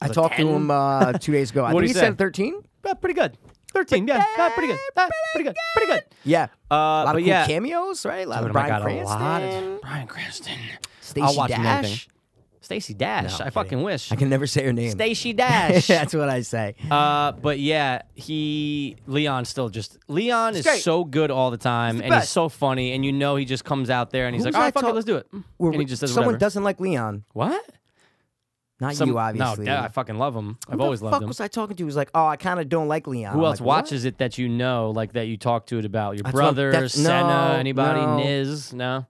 [SPEAKER 1] I talked to
[SPEAKER 2] 10?
[SPEAKER 1] him uh, two days ago. I
[SPEAKER 2] What'd
[SPEAKER 1] think
[SPEAKER 2] he
[SPEAKER 1] he
[SPEAKER 2] say?
[SPEAKER 1] said 13.
[SPEAKER 2] Uh, pretty good. 13, yeah. Uh, pretty good. Uh, pretty good. Pretty good.
[SPEAKER 1] Yeah. a
[SPEAKER 2] Uh,
[SPEAKER 1] lot
[SPEAKER 2] but
[SPEAKER 1] of cool
[SPEAKER 2] yeah.
[SPEAKER 1] cameos, right? A lot
[SPEAKER 2] Dude,
[SPEAKER 1] of
[SPEAKER 2] oh my
[SPEAKER 1] Brian
[SPEAKER 2] God,
[SPEAKER 1] Cranston.
[SPEAKER 2] a lot of Brian Cranston. I'll
[SPEAKER 1] Stacey
[SPEAKER 2] watch him anything.
[SPEAKER 1] Dash.
[SPEAKER 2] Stacey Dash.
[SPEAKER 1] No,
[SPEAKER 2] I
[SPEAKER 1] I'm
[SPEAKER 2] fucking
[SPEAKER 1] kidding.
[SPEAKER 2] wish.
[SPEAKER 1] I can never say her name.
[SPEAKER 2] Stacey Dash.
[SPEAKER 1] That's what I say.
[SPEAKER 2] Uh, but yeah, he Leon still just Leon is
[SPEAKER 1] great.
[SPEAKER 2] so good all the time, and he's
[SPEAKER 1] best.
[SPEAKER 2] so funny, and you know he just comes out there and he's
[SPEAKER 1] Who
[SPEAKER 2] like,
[SPEAKER 1] was
[SPEAKER 2] "All
[SPEAKER 1] I
[SPEAKER 2] right, fuck it,
[SPEAKER 1] talk-
[SPEAKER 2] let's do it."
[SPEAKER 1] Where
[SPEAKER 2] and he just does
[SPEAKER 1] someone
[SPEAKER 2] whatever.
[SPEAKER 1] doesn't like Leon.
[SPEAKER 2] what?
[SPEAKER 1] Not
[SPEAKER 2] Some-
[SPEAKER 1] you, obviously.
[SPEAKER 2] No, dude, I fucking love him. I've
[SPEAKER 1] Who
[SPEAKER 2] always
[SPEAKER 1] the
[SPEAKER 2] loved
[SPEAKER 1] fuck
[SPEAKER 2] him.
[SPEAKER 1] was I talking to? He was like, oh, I kind of don't like Leon.
[SPEAKER 2] Who
[SPEAKER 1] I'm
[SPEAKER 2] else
[SPEAKER 1] like, what?
[SPEAKER 2] watches it that you know, like that you talk to it about? Your
[SPEAKER 1] That's what I'm-
[SPEAKER 2] brother,
[SPEAKER 1] that's-
[SPEAKER 2] Senna,
[SPEAKER 1] no,
[SPEAKER 2] anybody,
[SPEAKER 1] no.
[SPEAKER 2] Niz? No.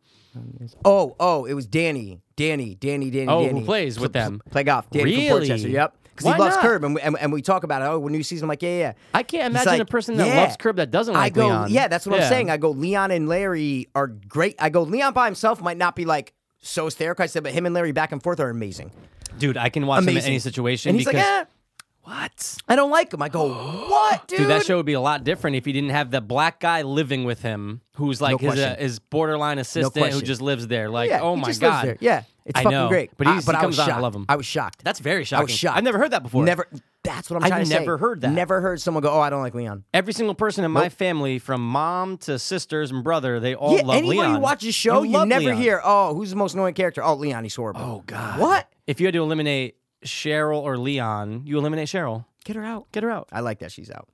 [SPEAKER 1] Oh, oh, it was Danny. Danny, Danny, Danny,
[SPEAKER 2] Oh, who
[SPEAKER 1] Danny.
[SPEAKER 2] plays with
[SPEAKER 1] Pl- pl-
[SPEAKER 2] them.
[SPEAKER 1] Play golf. Danny
[SPEAKER 2] Really?
[SPEAKER 1] from Portchester, yep. Because
[SPEAKER 2] Why
[SPEAKER 1] he loves
[SPEAKER 2] not?
[SPEAKER 1] Curb, and we, and, and we talk about it. Oh, when new season, I'm like, yeah, yeah, yeah.
[SPEAKER 2] I can't
[SPEAKER 1] He's
[SPEAKER 2] imagine
[SPEAKER 1] like,
[SPEAKER 2] a person that
[SPEAKER 1] yeah.
[SPEAKER 2] loves Curb that doesn't
[SPEAKER 1] I
[SPEAKER 2] like
[SPEAKER 1] go,
[SPEAKER 2] Leon.
[SPEAKER 1] yeah, that's what I'm saying. I go, Leon and Larry are great. I go, Leon by himself might not be like so hysterical. I said, but him and Larry back and forth are amazing.
[SPEAKER 2] Dude, I can watch him in
[SPEAKER 1] Amazing.
[SPEAKER 2] any situation
[SPEAKER 1] And he's
[SPEAKER 2] because
[SPEAKER 1] like, eh,
[SPEAKER 2] what?
[SPEAKER 1] I don't like him. I go, what, "Ah, dude?
[SPEAKER 2] Dude, that show would be a lot different if he didn't have the black guy living with him, who's like his, uh,
[SPEAKER 1] question.
[SPEAKER 2] his borderline assistant who
[SPEAKER 1] question.
[SPEAKER 2] just lives there. Like,
[SPEAKER 1] Yeah,
[SPEAKER 2] oh
[SPEAKER 1] he
[SPEAKER 2] my
[SPEAKER 1] just lives
[SPEAKER 2] god,
[SPEAKER 1] there. Yeah, it's
[SPEAKER 2] I
[SPEAKER 1] fucking
[SPEAKER 2] know,
[SPEAKER 1] great.
[SPEAKER 2] But, he
[SPEAKER 1] I-
[SPEAKER 2] but
[SPEAKER 1] I
[SPEAKER 2] comes
[SPEAKER 1] was
[SPEAKER 2] on, I
[SPEAKER 1] shocked.
[SPEAKER 2] love him.
[SPEAKER 1] I was shocked.
[SPEAKER 2] That's very shocking.
[SPEAKER 1] I was shocked.
[SPEAKER 2] I've never heard that before.
[SPEAKER 1] Never. That's what I'm
[SPEAKER 2] I've
[SPEAKER 1] trying to say.
[SPEAKER 2] never heard that.
[SPEAKER 1] Never heard someone go, oh, I don't like Leon.
[SPEAKER 2] Every single person in my family, from mom to sisters and brother, they all
[SPEAKER 1] yeah,
[SPEAKER 2] Oh, love
[SPEAKER 1] anybody
[SPEAKER 2] Leon.
[SPEAKER 1] who watches the show,
[SPEAKER 2] They
[SPEAKER 1] you
[SPEAKER 2] love
[SPEAKER 1] never
[SPEAKER 2] Leon.
[SPEAKER 1] hear, oh, who's the most annoying character? Oh, Leon, he's horrible.
[SPEAKER 2] Oh God,
[SPEAKER 1] What?
[SPEAKER 2] If you had to eliminate Cheryl or Leon, you eliminate Cheryl. Get her out. Get her out.
[SPEAKER 1] I like that she's out.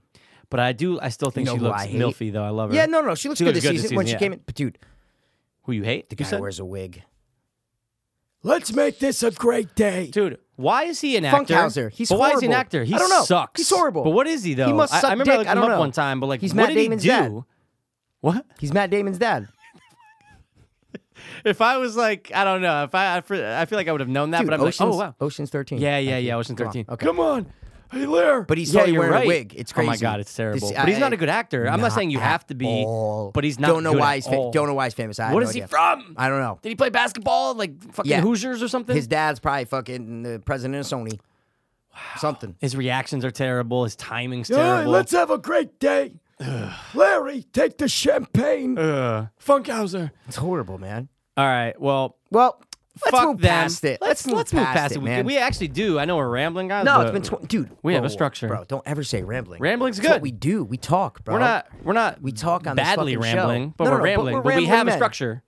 [SPEAKER 2] But I do. I still think
[SPEAKER 1] know
[SPEAKER 2] she
[SPEAKER 1] who
[SPEAKER 2] looks
[SPEAKER 1] I hate?
[SPEAKER 2] milfy though. I love her.
[SPEAKER 1] Yeah, no, no, no. She looks
[SPEAKER 2] She
[SPEAKER 1] good
[SPEAKER 2] looks
[SPEAKER 1] this
[SPEAKER 2] good this
[SPEAKER 1] season, when she
[SPEAKER 2] season, yeah.
[SPEAKER 1] came in. But dude,
[SPEAKER 2] Who you hate? The
[SPEAKER 1] guy wears a wig. Let's make this a great day.
[SPEAKER 2] Dude, why is he an actor?
[SPEAKER 1] Funkhauser. He's
[SPEAKER 2] but why is he an
[SPEAKER 1] horrible.
[SPEAKER 2] actor? He
[SPEAKER 1] I don't know.
[SPEAKER 2] sucks.
[SPEAKER 1] He's horrible.
[SPEAKER 2] But what is he though?
[SPEAKER 1] He must
[SPEAKER 2] I, I
[SPEAKER 1] suck
[SPEAKER 2] remember I
[SPEAKER 1] dick.
[SPEAKER 2] looked
[SPEAKER 1] I
[SPEAKER 2] him
[SPEAKER 1] don't
[SPEAKER 2] up
[SPEAKER 1] know.
[SPEAKER 2] one time, but like,
[SPEAKER 1] He's
[SPEAKER 2] what
[SPEAKER 1] Matt
[SPEAKER 2] did
[SPEAKER 1] Damon's
[SPEAKER 2] he do?
[SPEAKER 1] dad.
[SPEAKER 2] What?
[SPEAKER 1] He's Matt Damon's dad.
[SPEAKER 2] If I was like, I don't know. If I, I, fr- I feel like I would have known that,
[SPEAKER 1] Dude,
[SPEAKER 2] but I'm
[SPEAKER 1] Ocean's,
[SPEAKER 2] like, oh wow.
[SPEAKER 1] Ocean's 13.
[SPEAKER 2] Yeah, yeah,
[SPEAKER 1] Thank
[SPEAKER 2] yeah.
[SPEAKER 1] you.
[SPEAKER 2] Ocean
[SPEAKER 1] Come on.
[SPEAKER 2] Thirteen.
[SPEAKER 1] Okay.
[SPEAKER 2] Come on, hey Lair.
[SPEAKER 1] But he's
[SPEAKER 2] yeah,
[SPEAKER 1] totally
[SPEAKER 2] you're
[SPEAKER 1] wearing a
[SPEAKER 2] right.
[SPEAKER 1] wig. It's
[SPEAKER 2] Oh my
[SPEAKER 1] crazy.
[SPEAKER 2] god, it's terrible.
[SPEAKER 1] This-
[SPEAKER 2] but he's
[SPEAKER 1] I-
[SPEAKER 2] not a good actor. I'm not saying you have to be,
[SPEAKER 1] all.
[SPEAKER 2] but he's not.
[SPEAKER 1] Don't know
[SPEAKER 2] good
[SPEAKER 1] why
[SPEAKER 2] at
[SPEAKER 1] he's fa-
[SPEAKER 2] all.
[SPEAKER 1] don't know why he's famous. I have
[SPEAKER 2] What
[SPEAKER 1] no
[SPEAKER 2] is he
[SPEAKER 1] idea.
[SPEAKER 2] from?
[SPEAKER 1] I don't know.
[SPEAKER 2] Did he play basketball like fucking
[SPEAKER 1] Yeah.
[SPEAKER 2] Hoosiers or something?
[SPEAKER 1] His dad's probably fucking the president of Sony. Something.
[SPEAKER 2] His reactions are terrible. His timing's terrible.
[SPEAKER 1] have a great day. Larry, take the champagne.
[SPEAKER 2] uh, Funkhauser.
[SPEAKER 1] It's horrible, man.
[SPEAKER 2] All right. Well,
[SPEAKER 1] Well, let's
[SPEAKER 2] fuck
[SPEAKER 1] move
[SPEAKER 2] them.
[SPEAKER 1] past it.
[SPEAKER 2] Let's
[SPEAKER 1] move
[SPEAKER 2] let's
[SPEAKER 1] past it,
[SPEAKER 2] We,
[SPEAKER 1] man.
[SPEAKER 2] we actually do. I know we're rambling, guys.
[SPEAKER 1] no,
[SPEAKER 2] but
[SPEAKER 1] it's been twenty, dude.
[SPEAKER 2] we have a
[SPEAKER 1] whoa,
[SPEAKER 2] structure.
[SPEAKER 1] bro. Don't ever say rambling.
[SPEAKER 2] Rambling's
[SPEAKER 1] It's what
[SPEAKER 2] good.
[SPEAKER 1] we do. We talk, bro.
[SPEAKER 2] We're not. We're not.
[SPEAKER 1] We talk on this
[SPEAKER 2] badly
[SPEAKER 1] fucking show.
[SPEAKER 2] rambling, but
[SPEAKER 1] No, no,
[SPEAKER 2] we're
[SPEAKER 1] no, but
[SPEAKER 2] rambling.
[SPEAKER 1] we're
[SPEAKER 2] we have
[SPEAKER 1] rambling
[SPEAKER 2] a
[SPEAKER 1] men.
[SPEAKER 2] structure.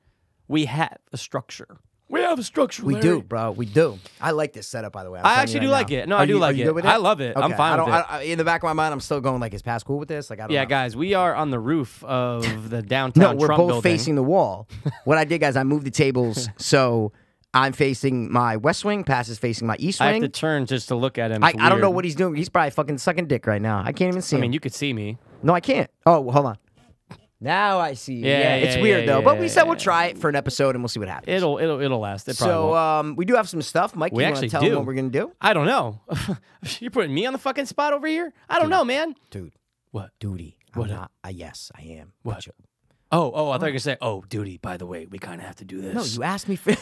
[SPEAKER 2] We have a structure. We have a structure.
[SPEAKER 1] We do, bro. We do. I like this setup, by the way. I'm
[SPEAKER 2] I
[SPEAKER 1] telling you
[SPEAKER 2] actually
[SPEAKER 1] right
[SPEAKER 2] do like
[SPEAKER 1] now.
[SPEAKER 2] it. No,
[SPEAKER 1] Are
[SPEAKER 2] I do
[SPEAKER 1] you- are
[SPEAKER 2] like
[SPEAKER 1] you
[SPEAKER 2] it.
[SPEAKER 1] good with
[SPEAKER 2] I love it. I'm
[SPEAKER 1] Okay.
[SPEAKER 2] fine
[SPEAKER 1] I
[SPEAKER 2] with
[SPEAKER 1] don't,
[SPEAKER 2] it.
[SPEAKER 1] I, I- in the back of my mind, I'm still going like, is Pass cool with this? Like, I don't.
[SPEAKER 2] Yeah,
[SPEAKER 1] know.
[SPEAKER 2] guys, we are on the roof of the
[SPEAKER 1] No,
[SPEAKER 2] downtown.
[SPEAKER 1] we're
[SPEAKER 2] Trump
[SPEAKER 1] both
[SPEAKER 2] building.
[SPEAKER 1] facing the wall. what I did, guys, I moved the tables so I'm facing my west wing. Pass is facing my east
[SPEAKER 2] I have
[SPEAKER 1] wing.
[SPEAKER 2] to turn just to look at him.
[SPEAKER 1] I,
[SPEAKER 2] It's
[SPEAKER 1] I don't know
[SPEAKER 2] weird.
[SPEAKER 1] what he's doing. He's probably fucking sucking dick right now. I can't even see
[SPEAKER 2] I
[SPEAKER 1] him.
[SPEAKER 2] mean, you could see me.
[SPEAKER 1] no, I can't. Oh, well, hold on. Now I see. you.
[SPEAKER 2] Yeah,
[SPEAKER 1] it's
[SPEAKER 2] yeah,
[SPEAKER 1] weird
[SPEAKER 2] yeah,
[SPEAKER 1] though.
[SPEAKER 2] yeah,
[SPEAKER 1] but we said
[SPEAKER 2] yeah.
[SPEAKER 1] we'll try it for an episode and we'll see what happens.
[SPEAKER 2] It'll it'll it'll last. It probably
[SPEAKER 1] so
[SPEAKER 2] won't.
[SPEAKER 1] um, we do have some stuff, Mike.
[SPEAKER 2] We
[SPEAKER 1] you
[SPEAKER 2] actually
[SPEAKER 1] want to tell
[SPEAKER 2] do.
[SPEAKER 1] them what we're gonna do,
[SPEAKER 2] I don't know. You're putting me on the fucking spot over here. I don't know, man.
[SPEAKER 1] dude?
[SPEAKER 2] What?
[SPEAKER 1] Duty. I'm not. I, yes, I am. But
[SPEAKER 2] What?
[SPEAKER 1] you-
[SPEAKER 2] Oh, oh, I thought you were gonna say, oh, duty. By the way, we kind of have to do this.
[SPEAKER 1] no, you asked me. For, you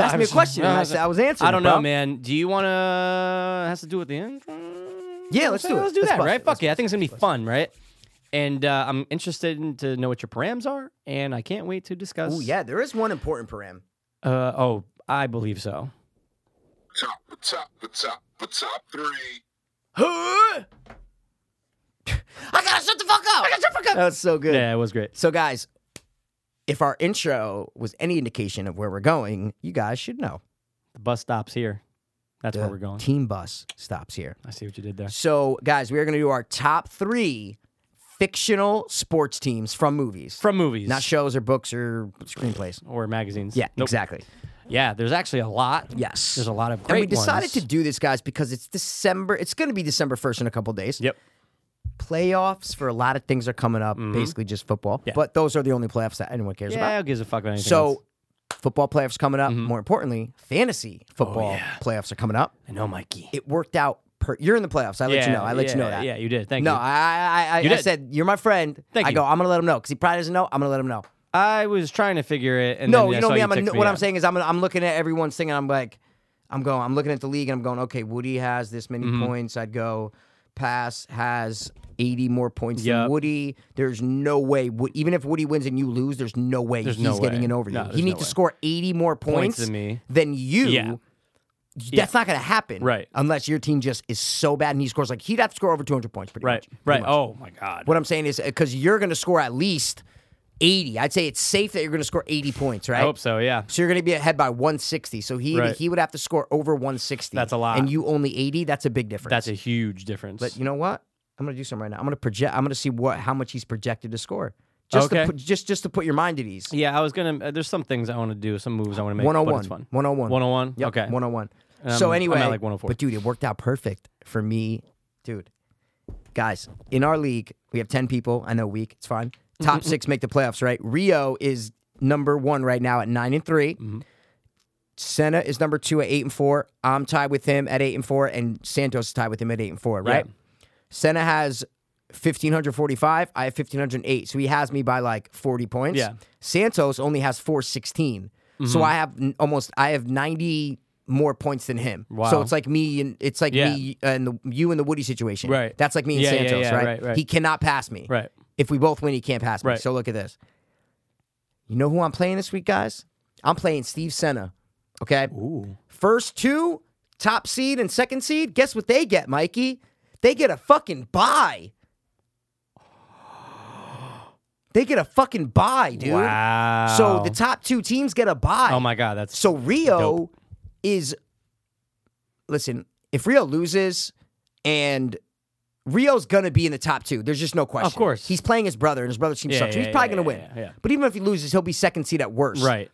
[SPEAKER 1] asked me a question. and I said I was answering.
[SPEAKER 2] I don't
[SPEAKER 1] it, bro.
[SPEAKER 2] know, man. Do you want to? Has to do with the intro?
[SPEAKER 1] Yeah, let's do it.
[SPEAKER 2] Let's do
[SPEAKER 1] Let's
[SPEAKER 2] that,
[SPEAKER 1] bust
[SPEAKER 2] right?
[SPEAKER 1] it.
[SPEAKER 2] Fuck it. I think it's gonna be fun, right? And uh, I'm interested in, to know what your params are, and I can't wait to discuss.
[SPEAKER 1] Oh yeah, there is one important param.
[SPEAKER 2] Uh, oh, I believe so.
[SPEAKER 4] top, the top, the top, the top three.
[SPEAKER 2] I gotta shut the fuck up. I gotta shut the fuck up.
[SPEAKER 1] That's so good.
[SPEAKER 2] Yeah, it was great.
[SPEAKER 1] So, guys, if our intro was any indication of where we're going, you guys should know.
[SPEAKER 2] The bus stops here. That's where
[SPEAKER 1] The
[SPEAKER 2] we're going.
[SPEAKER 1] Team bus stops here.
[SPEAKER 2] I see what you did there.
[SPEAKER 1] So, guys, we are going to do our top three fictional sports teams from movies,
[SPEAKER 2] From movies,
[SPEAKER 1] not shows or books or screenplays.
[SPEAKER 2] or magazines.
[SPEAKER 1] Yeah,
[SPEAKER 2] Nope.
[SPEAKER 1] exactly.
[SPEAKER 2] Yeah, there's actually a lot.
[SPEAKER 1] Yes.
[SPEAKER 2] There's a lot of
[SPEAKER 1] and
[SPEAKER 2] great
[SPEAKER 1] we decided
[SPEAKER 2] ones.
[SPEAKER 1] to do this, guys, because it's December. It's going to be December 1st in a couple days.
[SPEAKER 2] Yep.
[SPEAKER 1] Playoffs for a lot of things are coming up, basically just football.
[SPEAKER 2] Mm-hmm. Yeah.
[SPEAKER 1] But those are the only playoffs that anyone cares about.
[SPEAKER 2] Yeah, who gives a fuck about anything? else? Mm-hmm.
[SPEAKER 1] So, football
[SPEAKER 2] Oh,
[SPEAKER 1] playoffs coming up. More importantly, fantasy football playoffs are coming up.
[SPEAKER 2] I know, Mikey.
[SPEAKER 1] It worked out per- you're in the playoffs. I let you know. I let
[SPEAKER 2] yeah,
[SPEAKER 1] you know that.
[SPEAKER 2] Yeah, you did. Thank
[SPEAKER 1] No,
[SPEAKER 2] you.
[SPEAKER 1] I I, I,
[SPEAKER 2] You
[SPEAKER 1] I
[SPEAKER 2] did.
[SPEAKER 1] said you're my friend.
[SPEAKER 2] Thank
[SPEAKER 1] I
[SPEAKER 2] you.
[SPEAKER 1] go. I'm gonna let him know because he probably doesn't know. I'm gonna let him know.
[SPEAKER 2] I was trying to figure it. And
[SPEAKER 1] No,
[SPEAKER 2] then I
[SPEAKER 1] you know
[SPEAKER 2] saw
[SPEAKER 1] me. I'm a,
[SPEAKER 2] text me
[SPEAKER 1] what
[SPEAKER 2] that.
[SPEAKER 1] I'm saying is I'm I'm looking at everyone's thing and I'm like, I'm going. I'm looking at the league and I'm going. Okay, Woody has this many
[SPEAKER 2] Mm-hmm.
[SPEAKER 1] points. I'd go. Pass has 80 more points
[SPEAKER 2] Yup.
[SPEAKER 1] than Woody. There's no way. Wo- Even if Woody wins and you lose, there's no way
[SPEAKER 2] There's
[SPEAKER 1] he's
[SPEAKER 2] no
[SPEAKER 1] getting
[SPEAKER 2] way.
[SPEAKER 1] an over you.
[SPEAKER 2] No,
[SPEAKER 1] he
[SPEAKER 2] there's
[SPEAKER 1] needs
[SPEAKER 2] no
[SPEAKER 1] to
[SPEAKER 2] way.
[SPEAKER 1] score 80 more points,
[SPEAKER 2] than me.
[SPEAKER 1] than you.
[SPEAKER 2] Yeah.
[SPEAKER 1] That's not going to happen,
[SPEAKER 2] Right.
[SPEAKER 1] Unless your team just is so bad and he scores like he'd have to score over 200 points, pretty
[SPEAKER 2] Right,
[SPEAKER 1] much. pretty
[SPEAKER 2] right.
[SPEAKER 1] much.
[SPEAKER 2] Oh my God.
[SPEAKER 1] What I'm saying is because you're going to score at least 80. I'd say it's safe that you're going to score 80 points, right?
[SPEAKER 2] I hope so. Yeah.
[SPEAKER 1] So you're going to be ahead by 160. So he
[SPEAKER 2] Right.
[SPEAKER 1] he would have to score over 160.
[SPEAKER 2] That's a lot.
[SPEAKER 1] And you only 80. That's a big difference.
[SPEAKER 2] That's a huge difference.
[SPEAKER 1] But you know what? I'm going to do something right now. I'm going to project. I'm going to see what how much he's projected to score. Just
[SPEAKER 2] Okay.
[SPEAKER 1] to put, just just to put your mind at ease.
[SPEAKER 2] yeah, I was gonna. uh, there's some things I want to do. Some moves I want to make. but
[SPEAKER 1] 101.
[SPEAKER 2] it's fun.
[SPEAKER 1] 101.
[SPEAKER 2] 101?
[SPEAKER 1] Yep,
[SPEAKER 2] Okay.
[SPEAKER 1] 101.
[SPEAKER 2] And I'm-
[SPEAKER 1] so
[SPEAKER 2] I'm
[SPEAKER 1] anyway,
[SPEAKER 2] at, like, 104.
[SPEAKER 1] but dude, it worked out perfect for me, dude. Guys, in our league, we have 10 people. I know weak, it's fine. Top 6 make the playoffs, right? Rio is number 1 right now at 9 and 3. Senna is number 2 at 8 and 4. I'm tied with him at 8 and 4 and Santos is tied with him at 8 and 4, right? Senna has 1545, I have 1508. So he has me by like 40 points.
[SPEAKER 2] Yeah. Mm-hmm.
[SPEAKER 1] Santos only has 416. So I have n- almost I have 90 more points than him.
[SPEAKER 2] Wow.
[SPEAKER 1] So it's like me and it's like me and the, you and the Woody situation.
[SPEAKER 2] Right.
[SPEAKER 1] That's like me and
[SPEAKER 2] Yeah, yeah,
[SPEAKER 1] Santos,
[SPEAKER 2] yeah,
[SPEAKER 1] right?
[SPEAKER 2] right, right.
[SPEAKER 1] He cannot pass me.
[SPEAKER 2] Right.
[SPEAKER 1] If we both win, he can't pass me.
[SPEAKER 2] Right.
[SPEAKER 1] So look at this. You know who I'm playing this week, guys? I'm playing Steve Senna. Okay.
[SPEAKER 2] Ooh.
[SPEAKER 1] First two, top seed and second seed, guess what they get, Mikey? They get a fucking buy. They get a fucking buy, dude.
[SPEAKER 2] Wow.
[SPEAKER 1] So the top two teams get a buy.
[SPEAKER 2] Oh my God. That's
[SPEAKER 1] So Rio is listen, if Rio loses and Rio's gonna be in the top two. There's just no question.
[SPEAKER 2] course.
[SPEAKER 1] He's playing his brother and his brother's team
[SPEAKER 2] Yeah,
[SPEAKER 1] sucks. so
[SPEAKER 2] yeah,
[SPEAKER 1] he's probably
[SPEAKER 2] yeah,
[SPEAKER 1] gonna
[SPEAKER 2] yeah,
[SPEAKER 1] win.
[SPEAKER 2] yeah, yeah.
[SPEAKER 1] But even if he loses, he'll be second seed at worst
[SPEAKER 2] right.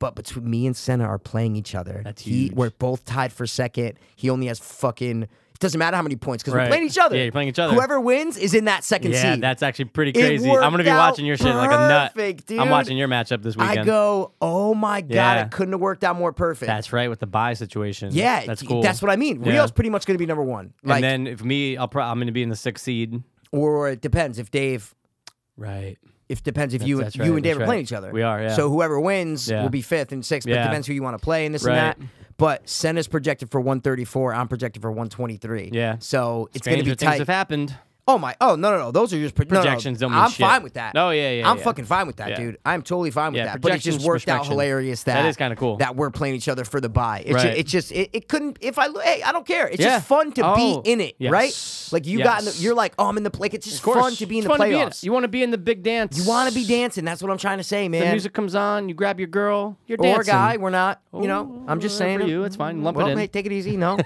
[SPEAKER 1] but between me and Senna are playing each other.
[SPEAKER 2] That's
[SPEAKER 1] he,
[SPEAKER 2] huge.
[SPEAKER 1] We're both tied for second. He only has fucking. It doesn't matter how many points because
[SPEAKER 2] Right.
[SPEAKER 1] we're playing each other.
[SPEAKER 2] Yeah, you're playing each other.
[SPEAKER 1] Whoever wins is in that second
[SPEAKER 2] Yeah,
[SPEAKER 1] seed.
[SPEAKER 2] that's actually pretty
[SPEAKER 1] It
[SPEAKER 2] crazy. I'm gonna be
[SPEAKER 1] worked
[SPEAKER 2] watching your
[SPEAKER 1] out
[SPEAKER 2] shit like a nut.
[SPEAKER 1] perfect,
[SPEAKER 2] I'm
[SPEAKER 1] dude.
[SPEAKER 2] watching your matchup this weekend.
[SPEAKER 1] I go, oh my god,
[SPEAKER 2] Yeah.
[SPEAKER 1] it couldn't have worked out more perfect.
[SPEAKER 2] That's right with the buy situation.
[SPEAKER 1] yeah,
[SPEAKER 2] That's cool.
[SPEAKER 1] That's what I mean.
[SPEAKER 2] Yeah.
[SPEAKER 1] Rio's pretty much going to be number one. Like,
[SPEAKER 2] and then if me, I'll pro- I'm gonna be in the sixth seed.
[SPEAKER 1] or it depends if Dave.
[SPEAKER 2] Right.
[SPEAKER 1] If depends if you and
[SPEAKER 2] That's- that's
[SPEAKER 1] you
[SPEAKER 2] right,
[SPEAKER 1] and Dave
[SPEAKER 2] that's
[SPEAKER 1] are
[SPEAKER 2] right.
[SPEAKER 1] playing each other.
[SPEAKER 2] We are, yeah.
[SPEAKER 1] So whoever wins
[SPEAKER 2] Yeah.
[SPEAKER 1] will be fifth and sixth. But
[SPEAKER 2] Yeah.
[SPEAKER 1] depends who you want to play and this
[SPEAKER 2] Right.
[SPEAKER 1] and that. But Senna's projected for 134. I'm projected for 123.
[SPEAKER 2] Yeah.
[SPEAKER 1] So it's going to
[SPEAKER 2] Stranger
[SPEAKER 1] be
[SPEAKER 2] things
[SPEAKER 1] tight.
[SPEAKER 2] have happened.
[SPEAKER 1] Oh my! Oh no, no, no! Those are just pro- no, no, no.
[SPEAKER 2] Projections don't mean
[SPEAKER 1] I'm
[SPEAKER 2] shit.
[SPEAKER 1] fine with that.
[SPEAKER 2] No, yeah, yeah,
[SPEAKER 1] I'm
[SPEAKER 2] yeah.
[SPEAKER 1] fucking fine with that,
[SPEAKER 2] Yeah.
[SPEAKER 1] dude. I'm totally fine with
[SPEAKER 2] Yeah,
[SPEAKER 1] that. But it just
[SPEAKER 2] projections,
[SPEAKER 1] worked out
[SPEAKER 2] prospection.
[SPEAKER 1] hilarious that
[SPEAKER 2] That is kinda cool.
[SPEAKER 1] that we're playing each other for the buy. It's
[SPEAKER 2] Right.
[SPEAKER 1] just, it's just it, it couldn't. If I hey, I don't care. It's
[SPEAKER 2] Yeah.
[SPEAKER 1] just fun to
[SPEAKER 2] Oh,
[SPEAKER 1] be in it,
[SPEAKER 2] yes.
[SPEAKER 1] right? Like you got, in the,
[SPEAKER 2] Yes.
[SPEAKER 1] you're like, oh, I'm in the play. It's just
[SPEAKER 2] Of course.
[SPEAKER 1] fun to be in
[SPEAKER 2] It's
[SPEAKER 1] the
[SPEAKER 2] fun to in it.
[SPEAKER 1] playoffs.
[SPEAKER 2] You want to be in the big dance.
[SPEAKER 1] you want to be dancing. That's what I'm trying to say, man.
[SPEAKER 2] The music comes on. You grab your girl. You're dancing.
[SPEAKER 1] or guy, we're not. You know, I'm just
[SPEAKER 2] Oh,
[SPEAKER 1] saying.
[SPEAKER 2] whatever for you, it's fine. Lump it
[SPEAKER 1] well,
[SPEAKER 2] in.
[SPEAKER 1] hey, take it easy. No,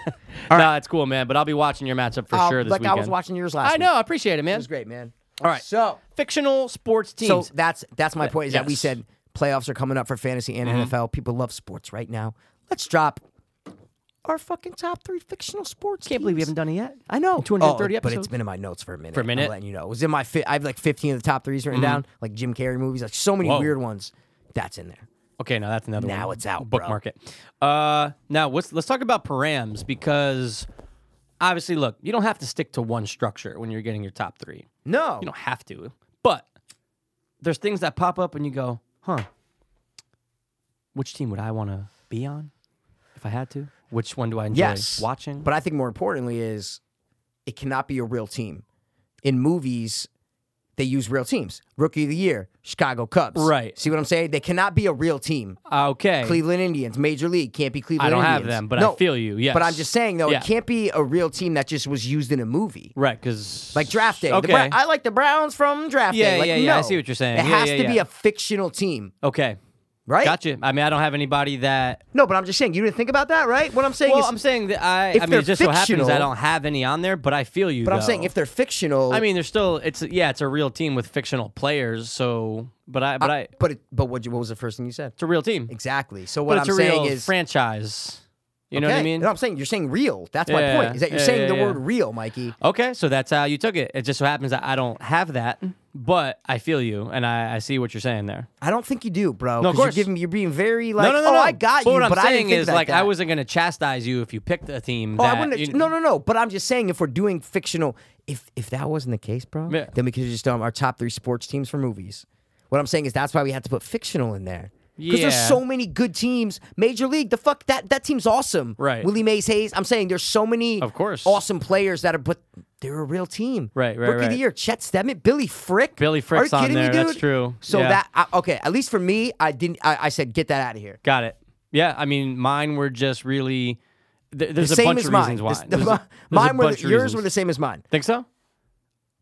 [SPEAKER 2] Nah, it's cool, man. But I'll be watching your matchup for
[SPEAKER 1] I'll-
[SPEAKER 2] sure this
[SPEAKER 1] Uh, like I
[SPEAKER 2] weekend.
[SPEAKER 1] was watching yours last.
[SPEAKER 2] I
[SPEAKER 1] week.
[SPEAKER 2] know. I appreciate it, man.
[SPEAKER 1] it was great, man.
[SPEAKER 2] All right.
[SPEAKER 1] So
[SPEAKER 2] Fictional sports teams.
[SPEAKER 1] So that's that's my point. Is that we
[SPEAKER 2] yes. Mm-hmm.
[SPEAKER 1] said playoffs are coming up for fantasy and NFL. People love sports right now. Let's drop our fucking top three fictional sports.
[SPEAKER 2] Can't believe we haven't done it yet.
[SPEAKER 1] I know.
[SPEAKER 2] 230
[SPEAKER 1] Oh, but
[SPEAKER 2] episodes.
[SPEAKER 1] it's been in my notes for a minute.
[SPEAKER 2] For a minute? Mm-hmm.
[SPEAKER 1] I'm letting you know, it was in my. Fi- I have like fifteen of the top threes written down, like Jim Carrey movies, like so many
[SPEAKER 2] Whoa.
[SPEAKER 1] weird ones. That's in there.
[SPEAKER 2] Okay, now that's another one.
[SPEAKER 1] Now it's out, bro.
[SPEAKER 2] Bookmark it. Uh, now let's let's talk about params because obviously, look, you don't have to stick to one structure when you're getting your top three.
[SPEAKER 1] No,
[SPEAKER 2] You don't have to, but there's things that pop up and you go, huh? Which team would I want to be on if I had to? Which one do I enjoy
[SPEAKER 1] yes,
[SPEAKER 2] watching?
[SPEAKER 1] But I think more importantly is it cannot be a real team. In movies, they use real teams. Rookie of the year, Chicago Cubs.
[SPEAKER 2] Right.
[SPEAKER 1] See what I'm saying? They cannot be a real team.
[SPEAKER 2] okay,
[SPEAKER 1] Cleveland Indians, Major League can't be Cleveland.
[SPEAKER 2] I don't have
[SPEAKER 1] Indians.
[SPEAKER 2] them, but
[SPEAKER 1] No,
[SPEAKER 2] I feel you. Yes,
[SPEAKER 1] But I'm just saying though,
[SPEAKER 2] Yeah.
[SPEAKER 1] it can't be a real team that just was used in a movie.
[SPEAKER 2] right because
[SPEAKER 1] Like draft day. The
[SPEAKER 2] Okay,
[SPEAKER 1] Bra- I like the Browns from draft
[SPEAKER 2] Yeah,
[SPEAKER 1] day. Like,
[SPEAKER 2] yeah, yeah, I
[SPEAKER 1] no.
[SPEAKER 2] see what you're saying.
[SPEAKER 1] It
[SPEAKER 2] Yeah,
[SPEAKER 1] has
[SPEAKER 2] yeah,
[SPEAKER 1] to be
[SPEAKER 2] yeah.
[SPEAKER 1] a fictional team,
[SPEAKER 2] okay,
[SPEAKER 1] right?
[SPEAKER 2] gotcha. I mean, I don't have anybody that
[SPEAKER 1] No, but I'm just saying you didn't think about that, right? What I'm saying
[SPEAKER 2] Well,
[SPEAKER 1] is
[SPEAKER 2] I'm saying that I.
[SPEAKER 1] if
[SPEAKER 2] I mean,
[SPEAKER 1] they're
[SPEAKER 2] it just so happens I
[SPEAKER 1] fictional-
[SPEAKER 2] don't have any on there, but I feel you.
[SPEAKER 1] but I'm saying
[SPEAKER 2] though.
[SPEAKER 1] if they're fictional
[SPEAKER 2] I mean, there's still it's yeah, it's a real team with fictional players. So, but I but I,
[SPEAKER 1] but it, but what, you, what was the first thing you said?
[SPEAKER 2] it's a real team.
[SPEAKER 1] Exactly. So what
[SPEAKER 2] But it's
[SPEAKER 1] I'm
[SPEAKER 2] a
[SPEAKER 1] saying
[SPEAKER 2] real
[SPEAKER 1] is
[SPEAKER 2] franchise. You know what I
[SPEAKER 1] Okay.
[SPEAKER 2] mean?
[SPEAKER 1] No, I'm saying you're saying real. That's my
[SPEAKER 2] Yeah,
[SPEAKER 1] point. Is that you're
[SPEAKER 2] yeah,
[SPEAKER 1] saying
[SPEAKER 2] yeah,
[SPEAKER 1] the
[SPEAKER 2] yeah.
[SPEAKER 1] word real, Mikey?
[SPEAKER 2] Okay, so that's how you took it. It just so happens that I don't have that,
[SPEAKER 1] Mm.
[SPEAKER 2] but I feel you and I, I see what you're saying there.
[SPEAKER 1] I don't think you do, bro.
[SPEAKER 2] No, of
[SPEAKER 1] 'cause you're
[SPEAKER 2] course.
[SPEAKER 1] giving you're being very like,
[SPEAKER 2] no, no, no,
[SPEAKER 1] oh,
[SPEAKER 2] no.
[SPEAKER 1] I got
[SPEAKER 2] but
[SPEAKER 1] you,
[SPEAKER 2] What I'm
[SPEAKER 1] but I didn't
[SPEAKER 2] saying
[SPEAKER 1] think
[SPEAKER 2] is
[SPEAKER 1] like,
[SPEAKER 2] like I
[SPEAKER 1] that.
[SPEAKER 2] wasn't gonna chastise you if you picked a team.
[SPEAKER 1] Oh,
[SPEAKER 2] that
[SPEAKER 1] I wouldn't.
[SPEAKER 2] you-
[SPEAKER 1] no, no, no. But I'm just saying, if we're doing fictional, if if that wasn't the case, bro,
[SPEAKER 2] Yeah.
[SPEAKER 1] then we could have just done our top three sports teams for movies. What I'm saying is that's why we had to put fictional in there. Because
[SPEAKER 2] Yeah.
[SPEAKER 1] there's so many good teams. Major League, the fuck that that team's awesome.
[SPEAKER 2] Right.
[SPEAKER 1] Willie Mays Hayes. I'm saying there's so many
[SPEAKER 2] Of course.
[SPEAKER 1] awesome players that are but they're a real team.
[SPEAKER 2] Right, right,
[SPEAKER 1] Rookie of
[SPEAKER 2] right.
[SPEAKER 1] the year, Chet Stemmet, Billy Frick.
[SPEAKER 2] Billy
[SPEAKER 1] Are
[SPEAKER 2] Frick's
[SPEAKER 1] you
[SPEAKER 2] on
[SPEAKER 1] kidding
[SPEAKER 2] there.
[SPEAKER 1] me, dude?
[SPEAKER 2] That's true.
[SPEAKER 1] So
[SPEAKER 2] Yeah.
[SPEAKER 1] that I, okay, at least for me, I didn't I, I said get that out of here.
[SPEAKER 2] Got it. Yeah, I mean, mine were just really. Th- there's
[SPEAKER 1] the
[SPEAKER 2] a
[SPEAKER 1] same
[SPEAKER 2] bunch
[SPEAKER 1] as
[SPEAKER 2] of
[SPEAKER 1] mine.
[SPEAKER 2] reasons why.
[SPEAKER 1] This-
[SPEAKER 2] There's a-
[SPEAKER 1] mine
[SPEAKER 2] there's a
[SPEAKER 1] were
[SPEAKER 2] bunch
[SPEAKER 1] the,
[SPEAKER 2] of
[SPEAKER 1] yours
[SPEAKER 2] reasons.
[SPEAKER 1] were the same as mine.
[SPEAKER 2] Think so?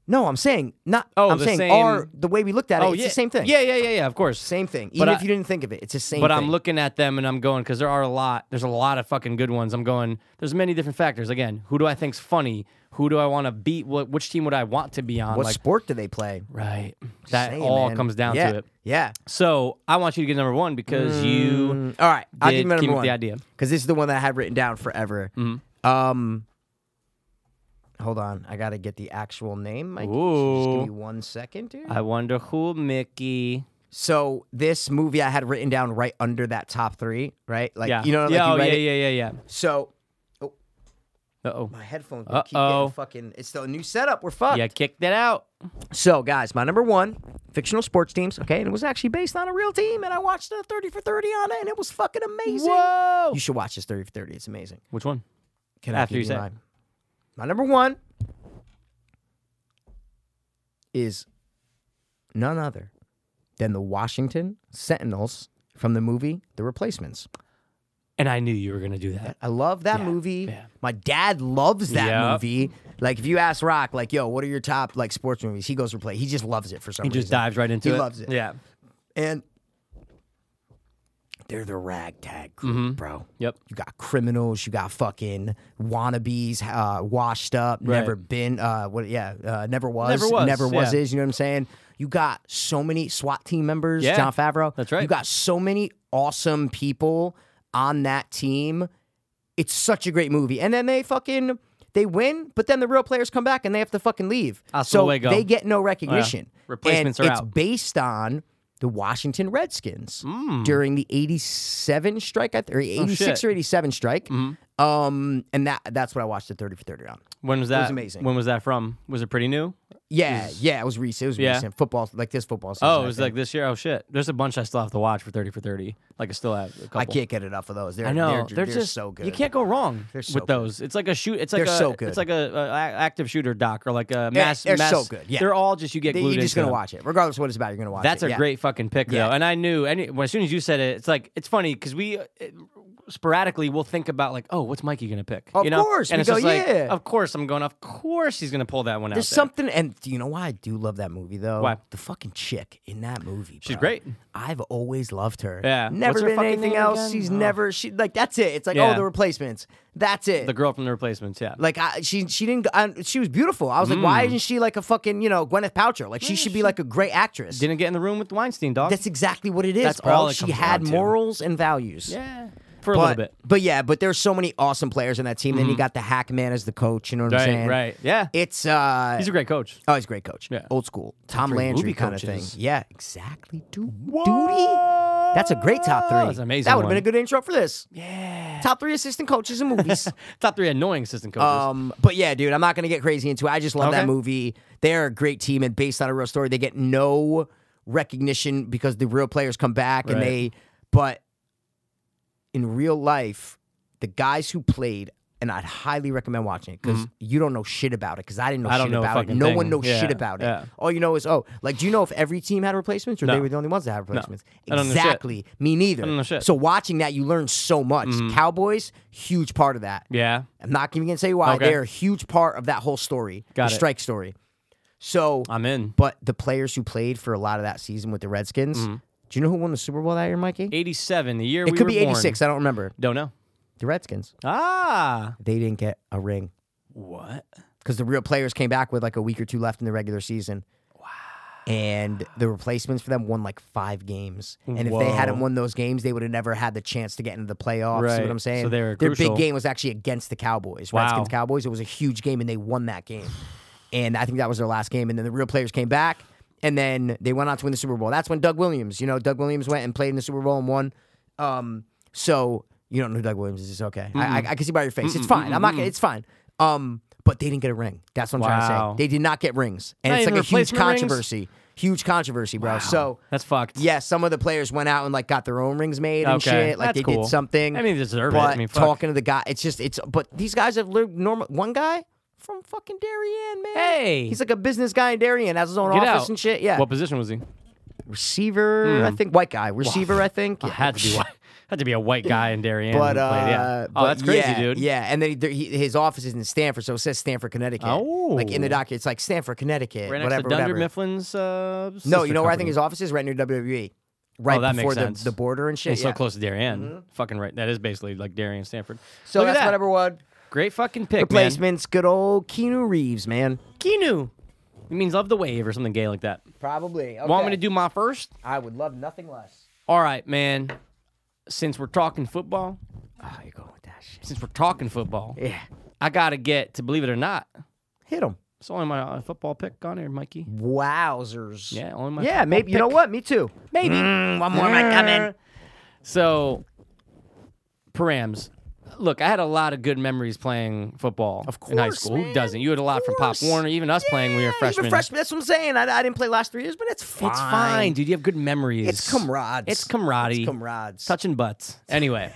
[SPEAKER 1] No, I'm saying not.
[SPEAKER 2] Oh,
[SPEAKER 1] I'm
[SPEAKER 2] the
[SPEAKER 1] saying
[SPEAKER 2] same-
[SPEAKER 1] our the way we looked at it.
[SPEAKER 2] oh,
[SPEAKER 1] it's
[SPEAKER 2] yeah.
[SPEAKER 1] the same thing.
[SPEAKER 2] Yeah, yeah, yeah, yeah. Of course.
[SPEAKER 1] same thing. Even
[SPEAKER 2] I-
[SPEAKER 1] if you didn't think of it, it's the same.
[SPEAKER 2] But
[SPEAKER 1] thing.
[SPEAKER 2] I'm looking at them and I'm going because there are a lot. There's a lot of fucking good ones. I'm going. There's many different factors. Again, who do I think's funny? Who do I want to beat? What which team would I want to be on?
[SPEAKER 1] What
[SPEAKER 2] like
[SPEAKER 1] sport do they play?
[SPEAKER 2] right. That
[SPEAKER 1] Same,
[SPEAKER 2] all
[SPEAKER 1] man.
[SPEAKER 2] comes down
[SPEAKER 1] Yeah,
[SPEAKER 2] to it.
[SPEAKER 1] Yeah.
[SPEAKER 2] So I want you to get number one because you.
[SPEAKER 1] All right. I'll give
[SPEAKER 2] Did
[SPEAKER 1] you my number
[SPEAKER 2] keep
[SPEAKER 1] one.
[SPEAKER 2] the idea. Mm-hmm.
[SPEAKER 1] because this is the one that I had written down forever. Um, hold on. I gotta get the actual name, Mike. Just
[SPEAKER 2] Ooh.
[SPEAKER 1] give me one second, dude.
[SPEAKER 2] I wonder who Mickey.
[SPEAKER 1] so this movie I had written down right under that top three, right? Like
[SPEAKER 2] Yeah.
[SPEAKER 1] you know, like
[SPEAKER 2] yeah,
[SPEAKER 1] you
[SPEAKER 2] oh,
[SPEAKER 1] write
[SPEAKER 2] yeah,
[SPEAKER 1] it.
[SPEAKER 2] yeah, yeah,
[SPEAKER 1] So
[SPEAKER 2] yeah. Uh oh.
[SPEAKER 1] my headphones will keep getting
[SPEAKER 2] Uh-oh.
[SPEAKER 1] fucking. It's the new setup. We're fucked.
[SPEAKER 2] Yeah, kicked it out.
[SPEAKER 1] So, guys, my number one fictional sports teams. Okay, and it was actually based on a real team, and I watched a thirty for thirty on it, and it was fucking amazing.
[SPEAKER 2] Whoa.
[SPEAKER 1] You should watch this thirty for thirty. It's amazing.
[SPEAKER 2] Which one?
[SPEAKER 1] Can
[SPEAKER 2] After
[SPEAKER 1] I give
[SPEAKER 2] you
[SPEAKER 1] you
[SPEAKER 2] say it.
[SPEAKER 1] mine? My number one is none other than the Washington Sentinels from the movie The Replacements.
[SPEAKER 2] And I knew you were gonna do that.
[SPEAKER 1] I love that
[SPEAKER 2] Yeah,
[SPEAKER 1] movie.
[SPEAKER 2] yeah.
[SPEAKER 1] My dad loves that
[SPEAKER 2] Yep.
[SPEAKER 1] movie. Like if you ask Rock, like, yo, what are your top like sports movies? He goes replay. He just loves it for some
[SPEAKER 2] He
[SPEAKER 1] reason.
[SPEAKER 2] just dives right into
[SPEAKER 1] He
[SPEAKER 2] it.
[SPEAKER 1] loves it.
[SPEAKER 2] Yeah.
[SPEAKER 1] and they're the ragtag group, bro.
[SPEAKER 2] Mm-hmm. Yep.
[SPEAKER 1] You got criminals, you got fucking wannabes, uh, washed up, never been, uh, what? Yeah, uh, never was,
[SPEAKER 2] Never was, yeah.
[SPEAKER 1] is. You know what I'm saying? You got so many SWAT team members,
[SPEAKER 2] Yeah,
[SPEAKER 1] John Favreau.
[SPEAKER 2] that's right.
[SPEAKER 1] You got so many awesome people on that team. It's such a great movie, and then they fucking they win, but then the real players come back and they have to fucking leave.
[SPEAKER 2] Hasta
[SPEAKER 1] so
[SPEAKER 2] luego.
[SPEAKER 1] they get no recognition.
[SPEAKER 2] Replacements
[SPEAKER 1] and
[SPEAKER 2] are
[SPEAKER 1] it's
[SPEAKER 2] out.
[SPEAKER 1] based on the Washington Redskins during the 87 strike I th- or 86
[SPEAKER 2] Mm. Oh, shit. Mm-hmm.
[SPEAKER 1] or 87 strike. Um, and that that's what I watched the 30 for 30 on.
[SPEAKER 2] When was that?
[SPEAKER 1] amazing.
[SPEAKER 2] When was that from? Was it pretty new?
[SPEAKER 1] Yeah, yeah, it was recent. It was
[SPEAKER 2] Yeah.
[SPEAKER 1] recent. Football, like this football season.
[SPEAKER 2] Oh,
[SPEAKER 1] I
[SPEAKER 2] it was
[SPEAKER 1] think.
[SPEAKER 2] like this year. Oh shit, there's a bunch I still have to watch for thirty for thirty. Like I still have a couple.
[SPEAKER 1] I can't get enough of those. They're,
[SPEAKER 2] I know
[SPEAKER 1] They're,
[SPEAKER 2] they're, just
[SPEAKER 1] so good.
[SPEAKER 2] You can't go wrong
[SPEAKER 1] so
[SPEAKER 2] with
[SPEAKER 1] good.
[SPEAKER 2] those. It's like a shoot. It's like
[SPEAKER 1] They're
[SPEAKER 2] a.
[SPEAKER 1] so good.
[SPEAKER 2] It's like a, a a- active shooter doc or like a mass.
[SPEAKER 1] they're
[SPEAKER 2] mass-
[SPEAKER 1] so good, yeah.
[SPEAKER 2] They're all just you get
[SPEAKER 1] They-
[SPEAKER 2] glued.
[SPEAKER 1] You're just
[SPEAKER 2] into
[SPEAKER 1] gonna
[SPEAKER 2] them.
[SPEAKER 1] watch it, regardless of what it's about. You're gonna watch
[SPEAKER 2] That's
[SPEAKER 1] it.
[SPEAKER 2] a
[SPEAKER 1] yeah.
[SPEAKER 2] great fucking pick though,
[SPEAKER 1] Yeah.
[SPEAKER 2] and I knew. Any well, as soon as you said it, it's like it's funny because we uh, sporadically will think about like, oh, what's Mikey gonna pick?
[SPEAKER 1] Of
[SPEAKER 2] you know?
[SPEAKER 1] course,
[SPEAKER 2] and
[SPEAKER 1] we
[SPEAKER 2] it's
[SPEAKER 1] go,
[SPEAKER 2] just like,
[SPEAKER 1] yeah.
[SPEAKER 2] of course I'm going. Of course he's gonna pull that one out.
[SPEAKER 1] There's
[SPEAKER 2] there.
[SPEAKER 1] something, and do you know why I do love that movie though?
[SPEAKER 2] Why?
[SPEAKER 1] The fucking chick in that movie.
[SPEAKER 2] She's
[SPEAKER 1] bro.
[SPEAKER 2] great.
[SPEAKER 1] I've always loved her.
[SPEAKER 2] Yeah.
[SPEAKER 1] Never
[SPEAKER 2] What's her
[SPEAKER 1] been
[SPEAKER 2] fucking
[SPEAKER 1] anything
[SPEAKER 2] name
[SPEAKER 1] else.
[SPEAKER 2] again?
[SPEAKER 1] She's
[SPEAKER 2] Oh.
[SPEAKER 1] never. She like that's it. It's like
[SPEAKER 2] Yeah.
[SPEAKER 1] oh, the replacements. That's it.
[SPEAKER 2] the girl from the replacements. Yeah,
[SPEAKER 1] Like I, she she didn't I, she was beautiful. I was like,
[SPEAKER 2] Mm.
[SPEAKER 1] why isn't she like a fucking you know Gwyneth Paltrow? Like she should be like a great actress.
[SPEAKER 2] didn't get in the room with Weinstein dog.
[SPEAKER 1] That's exactly what it is.
[SPEAKER 2] That's
[SPEAKER 1] bro.
[SPEAKER 2] all it
[SPEAKER 1] she
[SPEAKER 2] comes
[SPEAKER 1] had
[SPEAKER 2] down to.
[SPEAKER 1] morals and values.
[SPEAKER 2] yeah, for a
[SPEAKER 1] But,
[SPEAKER 2] little bit. Mm-hmm.
[SPEAKER 1] but yeah, but there's so many awesome players in that team. Then you got the Hackman as the coach. You know what
[SPEAKER 2] Right,
[SPEAKER 1] I'm saying?
[SPEAKER 2] right. Yeah.
[SPEAKER 1] It's uh,
[SPEAKER 2] He's a great coach.
[SPEAKER 1] oh, he's a great coach.
[SPEAKER 2] Yeah.
[SPEAKER 1] Old school, Tom
[SPEAKER 2] Three
[SPEAKER 1] Landry
[SPEAKER 2] movie
[SPEAKER 1] kind of thing.
[SPEAKER 2] coaches.
[SPEAKER 1] Yeah, exactly. Dude, duty. That's a great top three.
[SPEAKER 2] That's an amazing
[SPEAKER 1] That would have been
[SPEAKER 2] one.
[SPEAKER 1] a good intro for this. Yeah. Top three assistant coaches in movies.
[SPEAKER 2] Top three annoying assistant coaches.
[SPEAKER 1] Um, but yeah, dude, I'm not gonna get crazy into it. I just love
[SPEAKER 2] Okay.
[SPEAKER 1] that movie. They're a great team, and based on a real story, they get no recognition because the real players come back and
[SPEAKER 2] Right.
[SPEAKER 1] they. But in real life, the guys who played, and I'd highly recommend watching it because you don't know shit about it because I didn't know
[SPEAKER 2] Mm-hmm. I don't
[SPEAKER 1] shit
[SPEAKER 2] know a
[SPEAKER 1] about it.
[SPEAKER 2] fucking
[SPEAKER 1] No one
[SPEAKER 2] thing.
[SPEAKER 1] knows shit
[SPEAKER 2] Yeah,
[SPEAKER 1] about it.
[SPEAKER 2] yeah.
[SPEAKER 1] All you know is oh, like do you know if every team had replacements or they
[SPEAKER 2] No.
[SPEAKER 1] were the only ones that had replacements?
[SPEAKER 2] I don't know shit.
[SPEAKER 1] Exactly. Me neither.
[SPEAKER 2] know shit. Mm-hmm.
[SPEAKER 1] So watching that, you learn so much. Cowboys, huge part of that.
[SPEAKER 2] yeah.
[SPEAKER 1] I'm not even gonna tell you why.
[SPEAKER 2] Okay.
[SPEAKER 1] They're a huge part of that whole story,
[SPEAKER 2] Got
[SPEAKER 1] the
[SPEAKER 2] it. Uh,
[SPEAKER 1] strike story. So,
[SPEAKER 2] I'm in.
[SPEAKER 1] but the players who played for a lot of that season with the Redskins, do you know who won the Super Bowl that year, Mikey?
[SPEAKER 2] 87, the year
[SPEAKER 1] it
[SPEAKER 2] Mm-hmm. we
[SPEAKER 1] could
[SPEAKER 2] were
[SPEAKER 1] be
[SPEAKER 2] born.
[SPEAKER 1] 86. I don't remember.
[SPEAKER 2] Don't know.
[SPEAKER 1] The Redskins.
[SPEAKER 2] Ah.
[SPEAKER 1] They didn't get a ring
[SPEAKER 2] What?
[SPEAKER 1] because the real players came back with like a week or two left in the regular season. Wow. and the replacements for them won like five games. And if they hadn't won those games, they would have never had the chance to get into the playoffs. See
[SPEAKER 2] Right.
[SPEAKER 1] what I'm saying?
[SPEAKER 2] So they were
[SPEAKER 1] Their
[SPEAKER 2] crucial.
[SPEAKER 1] big game was actually against the Cowboys.
[SPEAKER 2] Wow.
[SPEAKER 1] Redskins Cowboys. It was a huge game and they won that game. And I think that was their last game. And then the real players came back and then they went on to win the Super Bowl. That's when Doug Williams, you know, Doug Williams went and played in the Super Bowl and won. Um, so you don't know who Doug Williams is. It's okay. I, I, I can see by your face. It's fine. I'm not. gonna It's fine. Um, but they didn't get a ring. That's what I'm
[SPEAKER 2] Wow.
[SPEAKER 1] trying to say. They did not get rings, and
[SPEAKER 2] Not
[SPEAKER 1] it's
[SPEAKER 2] even
[SPEAKER 1] like a huge
[SPEAKER 2] replacement rings?
[SPEAKER 1] controversy. Huge controversy, bro. So
[SPEAKER 2] That's fucked.
[SPEAKER 1] yeah, some of the players went out and like got their own rings made and
[SPEAKER 2] Okay,
[SPEAKER 1] shit. Like
[SPEAKER 2] that's
[SPEAKER 1] they
[SPEAKER 2] cool.
[SPEAKER 1] did something.
[SPEAKER 2] I mean, they deserve it. I
[SPEAKER 1] but
[SPEAKER 2] mean, fuck.
[SPEAKER 1] talking to the guy, it's just it's. But these guys have lived normal. One guy from fucking Darien, man.
[SPEAKER 2] Hey.
[SPEAKER 1] he's like a business guy in Darien, has his own
[SPEAKER 2] Get
[SPEAKER 1] office
[SPEAKER 2] out.
[SPEAKER 1] and shit. Yeah,
[SPEAKER 2] What position was he?
[SPEAKER 1] receiver, I think white guy, receiver, I think. Yeah.
[SPEAKER 2] Had to be white. Had to be a white guy in Darien. who
[SPEAKER 1] But
[SPEAKER 2] played,
[SPEAKER 1] uh,
[SPEAKER 2] yeah.
[SPEAKER 1] but
[SPEAKER 2] Oh, that's crazy,
[SPEAKER 1] yeah,
[SPEAKER 2] dude.
[SPEAKER 1] Yeah, and then he, there- he, his office is in Stanford, so it says Stanford, Connecticut.
[SPEAKER 2] Oh.
[SPEAKER 1] like in the document, it's like Stanford, Connecticut,
[SPEAKER 2] Right next
[SPEAKER 1] whatever,
[SPEAKER 2] to Dunder
[SPEAKER 1] whatever.
[SPEAKER 2] Mifflin's. Uh,
[SPEAKER 1] no,
[SPEAKER 2] sister
[SPEAKER 1] you know where I
[SPEAKER 2] company.
[SPEAKER 1] think his office is? Right near WWE, right
[SPEAKER 2] Oh, that
[SPEAKER 1] before
[SPEAKER 2] makes
[SPEAKER 1] the,
[SPEAKER 2] sense.
[SPEAKER 1] the border and shit.
[SPEAKER 2] It's
[SPEAKER 1] yeah. Mm-hmm.
[SPEAKER 2] so close to Darien. Fucking right. That is basically like Darien Stanford.
[SPEAKER 1] So
[SPEAKER 2] Look at
[SPEAKER 1] that's
[SPEAKER 2] that.
[SPEAKER 1] whatever one.
[SPEAKER 2] Great fucking pick, man.
[SPEAKER 1] Replacements, good old Keanu Reeves, man.
[SPEAKER 2] Kinu. It means love the wave or something gay like that.
[SPEAKER 1] Probably. Okay.
[SPEAKER 2] Want me to do my first?
[SPEAKER 1] I would love nothing less.
[SPEAKER 2] All right, man. Since we're talking football, Ah,
[SPEAKER 1] Oh, you're going with that shit.
[SPEAKER 2] since we're talking football,
[SPEAKER 1] Yeah,
[SPEAKER 2] I gotta get to believe it or not.
[SPEAKER 1] hit him.
[SPEAKER 2] It's only my uh, football pick on here, Mikey.
[SPEAKER 1] Wowzers.
[SPEAKER 2] Yeah, Mm, only my
[SPEAKER 1] Yeah, maybe. You know what? Me too. Maybe. one more might come in.
[SPEAKER 2] So, params. Look, I had a lot of good memories playing football
[SPEAKER 1] Of
[SPEAKER 2] in high
[SPEAKER 1] course,
[SPEAKER 2] school. Who
[SPEAKER 1] man.
[SPEAKER 2] doesn't? You had a lot from Pop
[SPEAKER 1] course.
[SPEAKER 2] Warner, even us playing when we were
[SPEAKER 1] Yeah,
[SPEAKER 2] freshmen.
[SPEAKER 1] Even freshman. That's what I'm saying. I, I didn't play last three years, but it's fine.
[SPEAKER 2] It's fine, dude. You have good memories.
[SPEAKER 1] It's comrades.
[SPEAKER 2] It's camaraderie.
[SPEAKER 1] It's comrades.
[SPEAKER 2] Touching butts. Anyway,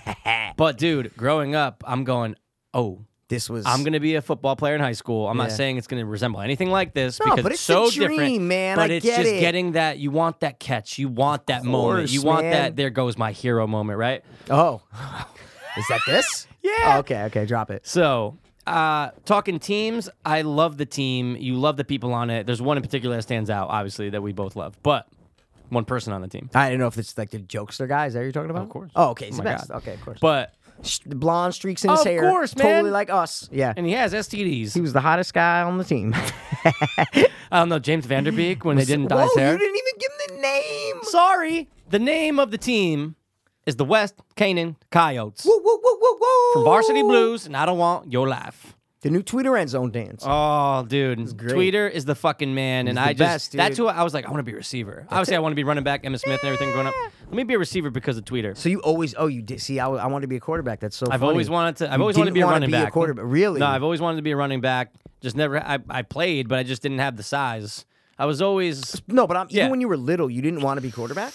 [SPEAKER 2] but dude, growing up, I'm going. Oh,
[SPEAKER 1] This was.
[SPEAKER 2] I'm gonna be a football player in high school. I'm not
[SPEAKER 1] Yeah.
[SPEAKER 2] saying it's gonna resemble anything like this
[SPEAKER 1] No,
[SPEAKER 2] because
[SPEAKER 1] but it's
[SPEAKER 2] it's so
[SPEAKER 1] a
[SPEAKER 2] different,
[SPEAKER 1] dream, man.
[SPEAKER 2] But
[SPEAKER 1] I
[SPEAKER 2] it's
[SPEAKER 1] get
[SPEAKER 2] just
[SPEAKER 1] it.
[SPEAKER 2] getting that. You want that catch. You want that moment.
[SPEAKER 1] course,
[SPEAKER 2] You want that.
[SPEAKER 1] man.
[SPEAKER 2] There goes my hero moment, right?
[SPEAKER 1] Oh. Is that this?
[SPEAKER 2] Yeah.
[SPEAKER 1] Oh, okay. Okay. Drop it.
[SPEAKER 2] So, uh, talking teams, I love the team. You love the people on it. There's one in particular that stands out, obviously, that we both love, but one person on the team.
[SPEAKER 1] I don't know if it's like the jokester guy. Is that what you're talking about? Of
[SPEAKER 2] course.
[SPEAKER 1] Oh, okay. It's
[SPEAKER 2] Oh
[SPEAKER 1] the
[SPEAKER 2] my
[SPEAKER 1] best.
[SPEAKER 2] God.
[SPEAKER 1] Okay, of course.
[SPEAKER 2] But
[SPEAKER 1] Sh- the blonde streaks in his
[SPEAKER 2] Of
[SPEAKER 1] hair.
[SPEAKER 2] course, man.
[SPEAKER 1] Totally like us. Yeah.
[SPEAKER 2] and he has STDs.
[SPEAKER 1] he was the hottest guy on the team.
[SPEAKER 2] I don't know James Vanderbeek when they didn't dye his
[SPEAKER 1] Whoa,
[SPEAKER 2] hair.
[SPEAKER 1] you didn't even give him the name.
[SPEAKER 2] Sorry, the name of the team is the West Canaan Coyotes
[SPEAKER 1] Woo, woo, woo, woo, woo.
[SPEAKER 2] from Varsity Blues, and I don't want your life.
[SPEAKER 1] The new Twitter end zone dance.
[SPEAKER 2] Oh, dude, Tweeter is the fucking man, and I
[SPEAKER 1] the
[SPEAKER 2] just
[SPEAKER 1] best, dude.
[SPEAKER 2] that's who I was like. I want to be a receiver. Obviously, I want to be running back, Emmitt Smith, and everything growing up. Let me be a receiver because of Tweeter.
[SPEAKER 1] so you always, oh, you did. See, I, I wanted to be a quarterback. That's so
[SPEAKER 2] I've
[SPEAKER 1] funny.
[SPEAKER 2] always wanted to. I've
[SPEAKER 1] You
[SPEAKER 2] always wanted
[SPEAKER 1] didn't
[SPEAKER 2] to be a
[SPEAKER 1] wanna
[SPEAKER 2] running
[SPEAKER 1] be a
[SPEAKER 2] back.
[SPEAKER 1] quarterback. Really?
[SPEAKER 2] No, I've always wanted to be a running back. Just never. I, I played, but I just didn't have the size. I was always
[SPEAKER 1] No, but I'm,
[SPEAKER 2] Yeah.
[SPEAKER 1] even when you were little, you didn't want to be quarterback.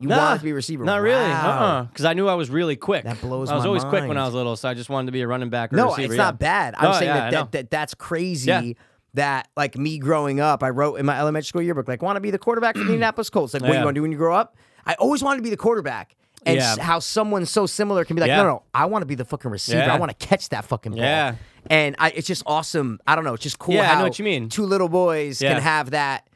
[SPEAKER 1] You
[SPEAKER 2] Nah,
[SPEAKER 1] wanted to be receiver.
[SPEAKER 2] Not really.
[SPEAKER 1] Wow.
[SPEAKER 2] Uh-uh. Because I knew I was really quick.
[SPEAKER 1] That blows
[SPEAKER 2] I was
[SPEAKER 1] my
[SPEAKER 2] always quick when I
[SPEAKER 1] mind.
[SPEAKER 2] was little, so I just wanted to be a running back or
[SPEAKER 1] No,
[SPEAKER 2] receiver.
[SPEAKER 1] it's
[SPEAKER 2] yeah.
[SPEAKER 1] not bad. I'm
[SPEAKER 2] No,
[SPEAKER 1] saying
[SPEAKER 2] yeah, I
[SPEAKER 1] that,
[SPEAKER 2] know.
[SPEAKER 1] that, that that's crazy.
[SPEAKER 2] Yeah.
[SPEAKER 1] That like me growing up, I wrote in my elementary school yearbook like want to be the quarterback for the Indianapolis Colts. Like, what do
[SPEAKER 2] Yeah.
[SPEAKER 1] you want to do when you grow up? I always wanted to be the quarterback. And
[SPEAKER 2] Yeah.
[SPEAKER 1] s- how someone so similar can be like,
[SPEAKER 2] Yeah.
[SPEAKER 1] no, no, I want to be the fucking receiver.
[SPEAKER 2] Yeah.
[SPEAKER 1] I want to catch that fucking ball.
[SPEAKER 2] Yeah.
[SPEAKER 1] And I, it's just awesome. I don't know. It's just cool
[SPEAKER 2] Yeah, I
[SPEAKER 1] how
[SPEAKER 2] know what you mean.
[SPEAKER 1] two little boys
[SPEAKER 2] Yeah.
[SPEAKER 1] can have that.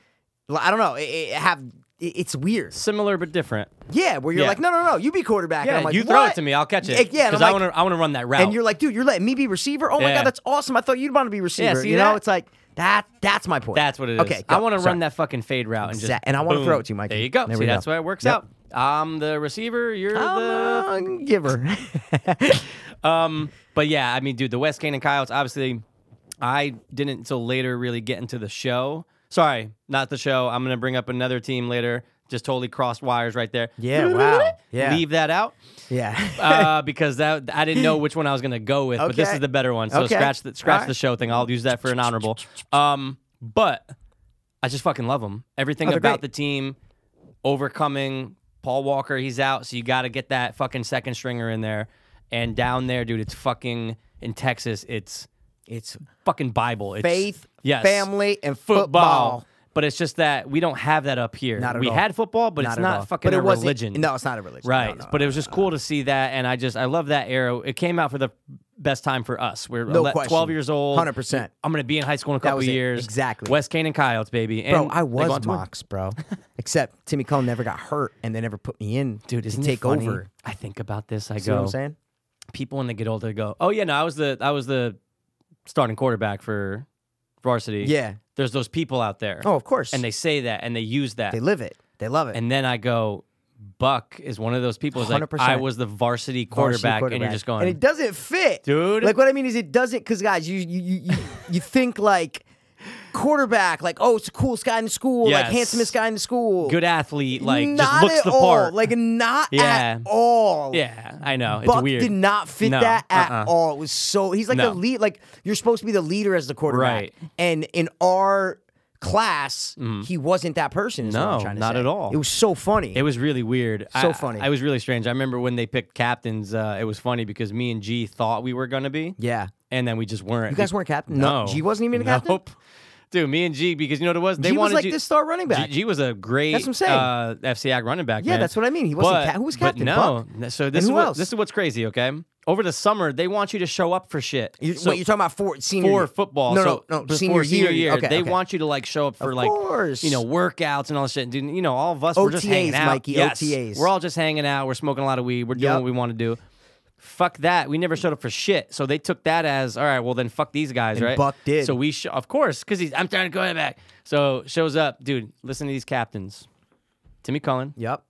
[SPEAKER 1] l- I don't know. It, it have it- it's weird.
[SPEAKER 2] Similar but different.
[SPEAKER 1] Yeah, where you're
[SPEAKER 2] Yeah.
[SPEAKER 1] like, no, no, no, you be quarterback.
[SPEAKER 2] Yeah,
[SPEAKER 1] and I'm like,
[SPEAKER 2] you throw
[SPEAKER 1] what?
[SPEAKER 2] it to me, I'll catch it.
[SPEAKER 1] Yeah, yeah, and
[SPEAKER 2] because
[SPEAKER 1] I'm
[SPEAKER 2] I
[SPEAKER 1] like-
[SPEAKER 2] want to. I want to run that route.
[SPEAKER 1] and you're like, dude, you're letting me be receiver. Oh my
[SPEAKER 2] Yeah.
[SPEAKER 1] god, that's awesome. I thought you'd want to be receiver.
[SPEAKER 2] see
[SPEAKER 1] you know,
[SPEAKER 2] that?
[SPEAKER 1] it's like that. That's my point.
[SPEAKER 2] That's what it is.
[SPEAKER 1] Okay,
[SPEAKER 2] I
[SPEAKER 1] go.
[SPEAKER 2] want to
[SPEAKER 1] Sorry.
[SPEAKER 2] run that fucking fade route and just
[SPEAKER 1] Exact- and I wanna
[SPEAKER 2] boom.
[SPEAKER 1] throw it to you, Mikey.
[SPEAKER 2] There you go.
[SPEAKER 1] There
[SPEAKER 2] See,
[SPEAKER 1] we go.
[SPEAKER 2] that's why it works
[SPEAKER 1] Yep.
[SPEAKER 2] out. I'm the receiver. You're the
[SPEAKER 1] I'm a giver.
[SPEAKER 2] Um, but yeah, I mean, dude, the West Canaan Coyotes. Obviously, I didn't until later really get into the show. Sorry, not the show. I'm gonna bring up another team later. Just totally crossed wires right there.
[SPEAKER 1] Yeah, wow. Yeah.
[SPEAKER 2] Leave that out
[SPEAKER 1] yeah.
[SPEAKER 2] uh, because that I didn't know which one I was gonna go with, but this
[SPEAKER 1] Okay.
[SPEAKER 2] is the better one. So
[SPEAKER 1] Okay.
[SPEAKER 2] scratch the scratch
[SPEAKER 1] Alright.
[SPEAKER 2] the show thing. I'll use that for an honorable. Um, but I just fucking love them. Everything
[SPEAKER 1] Oh, they're
[SPEAKER 2] about
[SPEAKER 1] great.
[SPEAKER 2] the team overcoming Paul Walker. He's out, so you got to get that fucking second stringer in there. And down there, dude, it's fucking in Texas. It's
[SPEAKER 1] it's
[SPEAKER 2] fucking Bible. It's
[SPEAKER 1] faith,
[SPEAKER 2] yes,
[SPEAKER 1] family, and football.
[SPEAKER 2] But it's just that we don't have that up here.
[SPEAKER 1] Not at
[SPEAKER 2] we
[SPEAKER 1] all.
[SPEAKER 2] had football, but it's
[SPEAKER 1] at
[SPEAKER 2] not
[SPEAKER 1] all.
[SPEAKER 2] fucking
[SPEAKER 1] but it
[SPEAKER 2] a
[SPEAKER 1] wasn't-
[SPEAKER 2] religion.
[SPEAKER 1] No, it's not a religion.
[SPEAKER 2] Right.
[SPEAKER 1] No, no,
[SPEAKER 2] but
[SPEAKER 1] no.
[SPEAKER 2] it was just cool to see that. And I just, I love that era. It came out for the best time for us. We're
[SPEAKER 1] No
[SPEAKER 2] ele-
[SPEAKER 1] question.
[SPEAKER 2] 12 years old.
[SPEAKER 1] 100%.
[SPEAKER 2] I'm going to be in high school in a couple
[SPEAKER 1] was it.
[SPEAKER 2] years.
[SPEAKER 1] Exactly.
[SPEAKER 2] West Canaan Coyotes, baby.
[SPEAKER 1] bro,
[SPEAKER 2] And
[SPEAKER 1] I
[SPEAKER 2] they go on
[SPEAKER 1] was
[SPEAKER 2] tour.
[SPEAKER 1] Mox, bro. Except Timmy Cullen never got hurt, and they never put me in
[SPEAKER 2] Dude,
[SPEAKER 1] to
[SPEAKER 2] isn't it
[SPEAKER 1] take
[SPEAKER 2] funny?
[SPEAKER 1] over.
[SPEAKER 2] I think about this. I
[SPEAKER 1] See
[SPEAKER 2] go,
[SPEAKER 1] what I'm saying?
[SPEAKER 2] people when they get older go, oh, yeah, no, I was the, I was the starting quarterback for varsity.
[SPEAKER 1] Yeah.
[SPEAKER 2] there's those people out there.
[SPEAKER 1] Oh, of course.
[SPEAKER 2] And they say that and they use that.
[SPEAKER 1] They live it. They love it.
[SPEAKER 2] and then I go, Buck is one of those people. who's Like,
[SPEAKER 1] 100%.
[SPEAKER 2] I was the varsity quarterback,
[SPEAKER 1] Varsity
[SPEAKER 2] and you're just going,
[SPEAKER 1] And it doesn't fit,
[SPEAKER 2] Dude.
[SPEAKER 1] Like what I mean is, it doesn't because guys, you you you you, you think like quarterback, like oh, it's the coolest guy in the school, like
[SPEAKER 2] Yes.
[SPEAKER 1] handsomest guy in the school,
[SPEAKER 2] good athlete, like
[SPEAKER 1] Not
[SPEAKER 2] just looks
[SPEAKER 1] at
[SPEAKER 2] the
[SPEAKER 1] all.
[SPEAKER 2] part.
[SPEAKER 1] like not
[SPEAKER 2] Yeah.
[SPEAKER 1] at all.
[SPEAKER 2] yeah, I know. It's
[SPEAKER 1] Buck
[SPEAKER 2] weird.
[SPEAKER 1] did not fit
[SPEAKER 2] No,
[SPEAKER 1] that at
[SPEAKER 2] uh-uh.
[SPEAKER 1] all. It was so he's like
[SPEAKER 2] No.
[SPEAKER 1] the lead. Like you're supposed to be the leader as the quarterback,
[SPEAKER 2] Right. Mm-hmm.
[SPEAKER 1] and in our class, he wasn't that person. Is what I'm
[SPEAKER 2] No,
[SPEAKER 1] trying to
[SPEAKER 2] not
[SPEAKER 1] say.
[SPEAKER 2] at all.
[SPEAKER 1] It was so funny.
[SPEAKER 2] It was really weird.
[SPEAKER 1] So
[SPEAKER 2] I-
[SPEAKER 1] funny.
[SPEAKER 2] I was really strange. I remember when they picked captains. Uh, it was funny because me and G thought we were gonna be,
[SPEAKER 1] yeah,
[SPEAKER 2] and then we just weren't.
[SPEAKER 1] you guys weren't captain.
[SPEAKER 2] No,
[SPEAKER 1] G wasn't even a captain.
[SPEAKER 2] Nope. Dude, me and G because you know what it was. They
[SPEAKER 1] G was
[SPEAKER 2] wanted
[SPEAKER 1] like
[SPEAKER 2] you-
[SPEAKER 1] the star running back.
[SPEAKER 2] G, G was a great
[SPEAKER 1] That's what I'm saying.
[SPEAKER 2] Uh, FCAC running back.
[SPEAKER 1] Yeah,
[SPEAKER 2] man.
[SPEAKER 1] that's what I mean. He wasn't
[SPEAKER 2] But-
[SPEAKER 1] cap- who was
[SPEAKER 2] but
[SPEAKER 1] captain?
[SPEAKER 2] no. So this
[SPEAKER 1] who
[SPEAKER 2] is what,
[SPEAKER 1] else?
[SPEAKER 2] this is what's crazy. Okay, over the summer they want you to show up for shit.
[SPEAKER 1] You,
[SPEAKER 2] So
[SPEAKER 1] wait, you're talking about for senior
[SPEAKER 2] for
[SPEAKER 1] year.
[SPEAKER 2] football.
[SPEAKER 1] No,
[SPEAKER 2] so
[SPEAKER 1] no, no.
[SPEAKER 2] before
[SPEAKER 1] Senior,
[SPEAKER 2] senior
[SPEAKER 1] year. Okay,
[SPEAKER 2] they
[SPEAKER 1] okay.
[SPEAKER 2] want you to like show up for like
[SPEAKER 1] course.
[SPEAKER 2] you know workouts and all that shit. Dude, you know all of us we're just
[SPEAKER 1] OTAs,
[SPEAKER 2] hanging out.
[SPEAKER 1] Mikey,
[SPEAKER 2] yes,
[SPEAKER 1] OTAs.
[SPEAKER 2] We're all just hanging out. We're smoking a lot of weed. We're doing
[SPEAKER 1] Yep.
[SPEAKER 2] what we want to do. Fuck that. We never showed up for shit. So they took that as all right. Well then, fuck these guys,
[SPEAKER 1] And
[SPEAKER 2] right?
[SPEAKER 1] Buck did.
[SPEAKER 2] So we, sh- of course, because he's I'm trying to go back. So shows up, dude. Listen to these captains. Timmy Cullen,
[SPEAKER 1] Yep.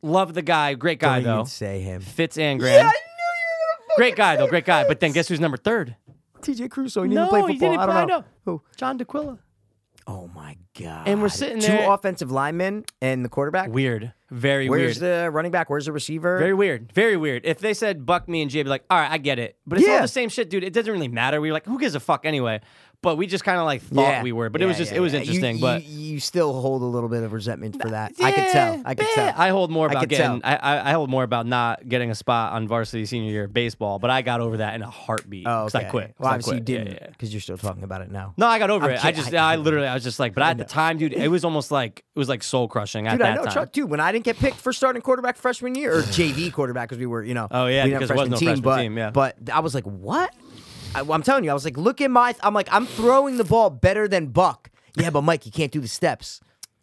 [SPEAKER 2] love the guy, great guy
[SPEAKER 1] Don't even
[SPEAKER 2] though.
[SPEAKER 1] say him.
[SPEAKER 2] Fitz and Graham,
[SPEAKER 1] knew
[SPEAKER 2] great guy though, great guy. But then guess who's number third?
[SPEAKER 1] TJ Crusoe. He
[SPEAKER 2] No,
[SPEAKER 1] didn't play
[SPEAKER 2] he
[SPEAKER 1] football.
[SPEAKER 2] didn't
[SPEAKER 1] I don't
[SPEAKER 2] play- I
[SPEAKER 1] know.
[SPEAKER 2] know.
[SPEAKER 1] Who?
[SPEAKER 2] John DeQuilla.
[SPEAKER 1] Oh my god.
[SPEAKER 2] And we're sitting
[SPEAKER 1] Two
[SPEAKER 2] there-
[SPEAKER 1] offensive linemen and the quarterback.
[SPEAKER 2] Weird. Very weird.
[SPEAKER 1] Where's the running back? Where's the receiver?
[SPEAKER 2] Very weird. Very weird. If they said Buck, me, and Jay, I'd be like, all right, I get it. But it's all
[SPEAKER 1] Yeah.
[SPEAKER 2] the same shit, dude. It doesn't really matter. We were like, who gives a fuck anyway? But we just kind of like thought we were. But it was
[SPEAKER 1] Yeah,
[SPEAKER 2] just,
[SPEAKER 1] yeah,
[SPEAKER 2] it was
[SPEAKER 1] yeah. You-
[SPEAKER 2] interesting.
[SPEAKER 1] you,
[SPEAKER 2] but
[SPEAKER 1] you, still hold a little bit of resentment for that. I could tell. I could
[SPEAKER 2] Yeah,
[SPEAKER 1] tell.
[SPEAKER 2] I hold more
[SPEAKER 1] I
[SPEAKER 2] about
[SPEAKER 1] could tell.
[SPEAKER 2] getting. I, I I hold more about not getting a spot on varsity senior year of baseball. But I got over that in a heartbeat.
[SPEAKER 1] Oh,
[SPEAKER 2] 'cause
[SPEAKER 1] okay.
[SPEAKER 2] I quit. 'Cause
[SPEAKER 1] Well,
[SPEAKER 2] I
[SPEAKER 1] obviously you
[SPEAKER 2] quit. Yeah,
[SPEAKER 1] didn't
[SPEAKER 2] yeah.
[SPEAKER 1] because you're still talking about it now.
[SPEAKER 2] No, I got over
[SPEAKER 1] I'm
[SPEAKER 2] it. I
[SPEAKER 1] kidding.
[SPEAKER 2] just,
[SPEAKER 1] I-
[SPEAKER 2] I, literally, I was just like, but at the time, dude, it was almost like it was like soul crushing at
[SPEAKER 1] Dude, I
[SPEAKER 2] that
[SPEAKER 1] know,
[SPEAKER 2] time.
[SPEAKER 1] Chuck, dude. When I didn't get picked for starting quarterback freshman year or JV quarterback because we were, you know,
[SPEAKER 2] Oh, yeah,
[SPEAKER 1] we didn't
[SPEAKER 2] because
[SPEAKER 1] have
[SPEAKER 2] there was
[SPEAKER 1] freshman
[SPEAKER 2] no
[SPEAKER 1] team,
[SPEAKER 2] freshman
[SPEAKER 1] but
[SPEAKER 2] team, yeah.
[SPEAKER 1] but I was like, what? I, am telling you, I was like, look at my. I'm like, I'm throwing the ball better than Buck. Yeah, but Mike, you can't do the steps.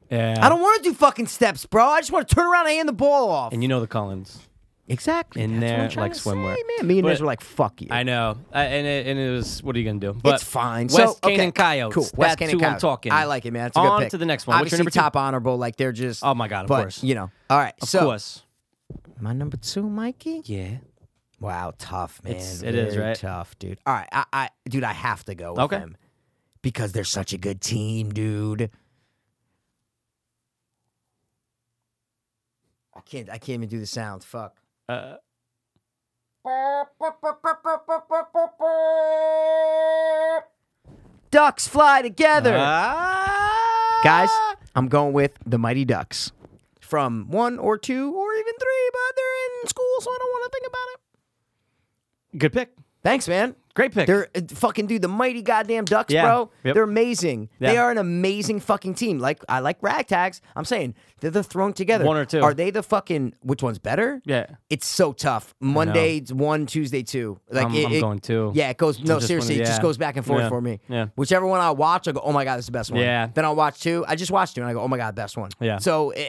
[SPEAKER 2] Yeah,
[SPEAKER 1] I don't want to do fucking steps, bro. I just want to turn around and hand the ball off.
[SPEAKER 2] And you know the Collins.
[SPEAKER 1] exactly.
[SPEAKER 2] in
[SPEAKER 1] That's what
[SPEAKER 2] there,
[SPEAKER 1] I'm trying
[SPEAKER 2] like
[SPEAKER 1] to say,
[SPEAKER 2] swimwear.
[SPEAKER 1] man. Me and
[SPEAKER 2] But-
[SPEAKER 1] Miz were like, fuck you.
[SPEAKER 2] I know, I, and it, and it was. What are you gonna do? But
[SPEAKER 1] it's fine.
[SPEAKER 2] West
[SPEAKER 1] so,
[SPEAKER 2] Canaan
[SPEAKER 1] okay.
[SPEAKER 2] Coyotes.
[SPEAKER 1] Cool. West
[SPEAKER 2] That's
[SPEAKER 1] Canaan
[SPEAKER 2] who I'm
[SPEAKER 1] Coyotes.
[SPEAKER 2] talking.
[SPEAKER 1] I like it, man. It's a good
[SPEAKER 2] On
[SPEAKER 1] pick.
[SPEAKER 2] to the next one. What's
[SPEAKER 1] Obviously,
[SPEAKER 2] your number two?
[SPEAKER 1] top honorable. Like they're just.
[SPEAKER 2] Oh my God, of
[SPEAKER 1] but,
[SPEAKER 2] course.
[SPEAKER 1] You know. All right.
[SPEAKER 2] Of
[SPEAKER 1] so
[SPEAKER 2] course.
[SPEAKER 1] my number two, Mikey.
[SPEAKER 2] Yeah.
[SPEAKER 1] Wow, tough man.
[SPEAKER 2] It's- it is,
[SPEAKER 1] Very
[SPEAKER 2] right?
[SPEAKER 1] Tough, dude. All right, I, I, dude, I have to go with
[SPEAKER 2] Okay.
[SPEAKER 1] them because they're such a good team, dude. I can't, I can't even do the sound. Fuck.
[SPEAKER 2] Uh,
[SPEAKER 1] Ducks fly together,
[SPEAKER 2] Ah!
[SPEAKER 1] guys. I'm going with the Mighty Ducks from one or two or even three, but they're in school, so I don't want to think about it.
[SPEAKER 2] Good pick.
[SPEAKER 1] Thanks, man.
[SPEAKER 2] Great pick.
[SPEAKER 1] They're uh, fucking dude, the mighty goddamn ducks,
[SPEAKER 2] Yeah.
[SPEAKER 1] bro.
[SPEAKER 2] Yep.
[SPEAKER 1] They're amazing. They
[SPEAKER 2] Yeah.
[SPEAKER 1] are an amazing fucking team. Like I like ragtags. I'm saying they're the thrown together.
[SPEAKER 2] One or two.
[SPEAKER 1] Are they the fucking which one's better?
[SPEAKER 2] yeah.
[SPEAKER 1] It's so tough. Monday one, Tuesday two. Like
[SPEAKER 2] I'm-
[SPEAKER 1] it,
[SPEAKER 2] I'm
[SPEAKER 1] it-
[SPEAKER 2] going two.
[SPEAKER 1] Yeah, it goes. No,
[SPEAKER 2] just
[SPEAKER 1] seriously,
[SPEAKER 2] wanna-
[SPEAKER 1] it just
[SPEAKER 2] yeah.
[SPEAKER 1] goes back and forth
[SPEAKER 2] Yeah.
[SPEAKER 1] for me.
[SPEAKER 2] Yeah.
[SPEAKER 1] Whichever one I watch, I go, oh my god, that's the best one.
[SPEAKER 2] Yeah.
[SPEAKER 1] Then I'll watch two. I just watched two, and I go, oh my god, best one.
[SPEAKER 2] Yeah.
[SPEAKER 1] So, eh,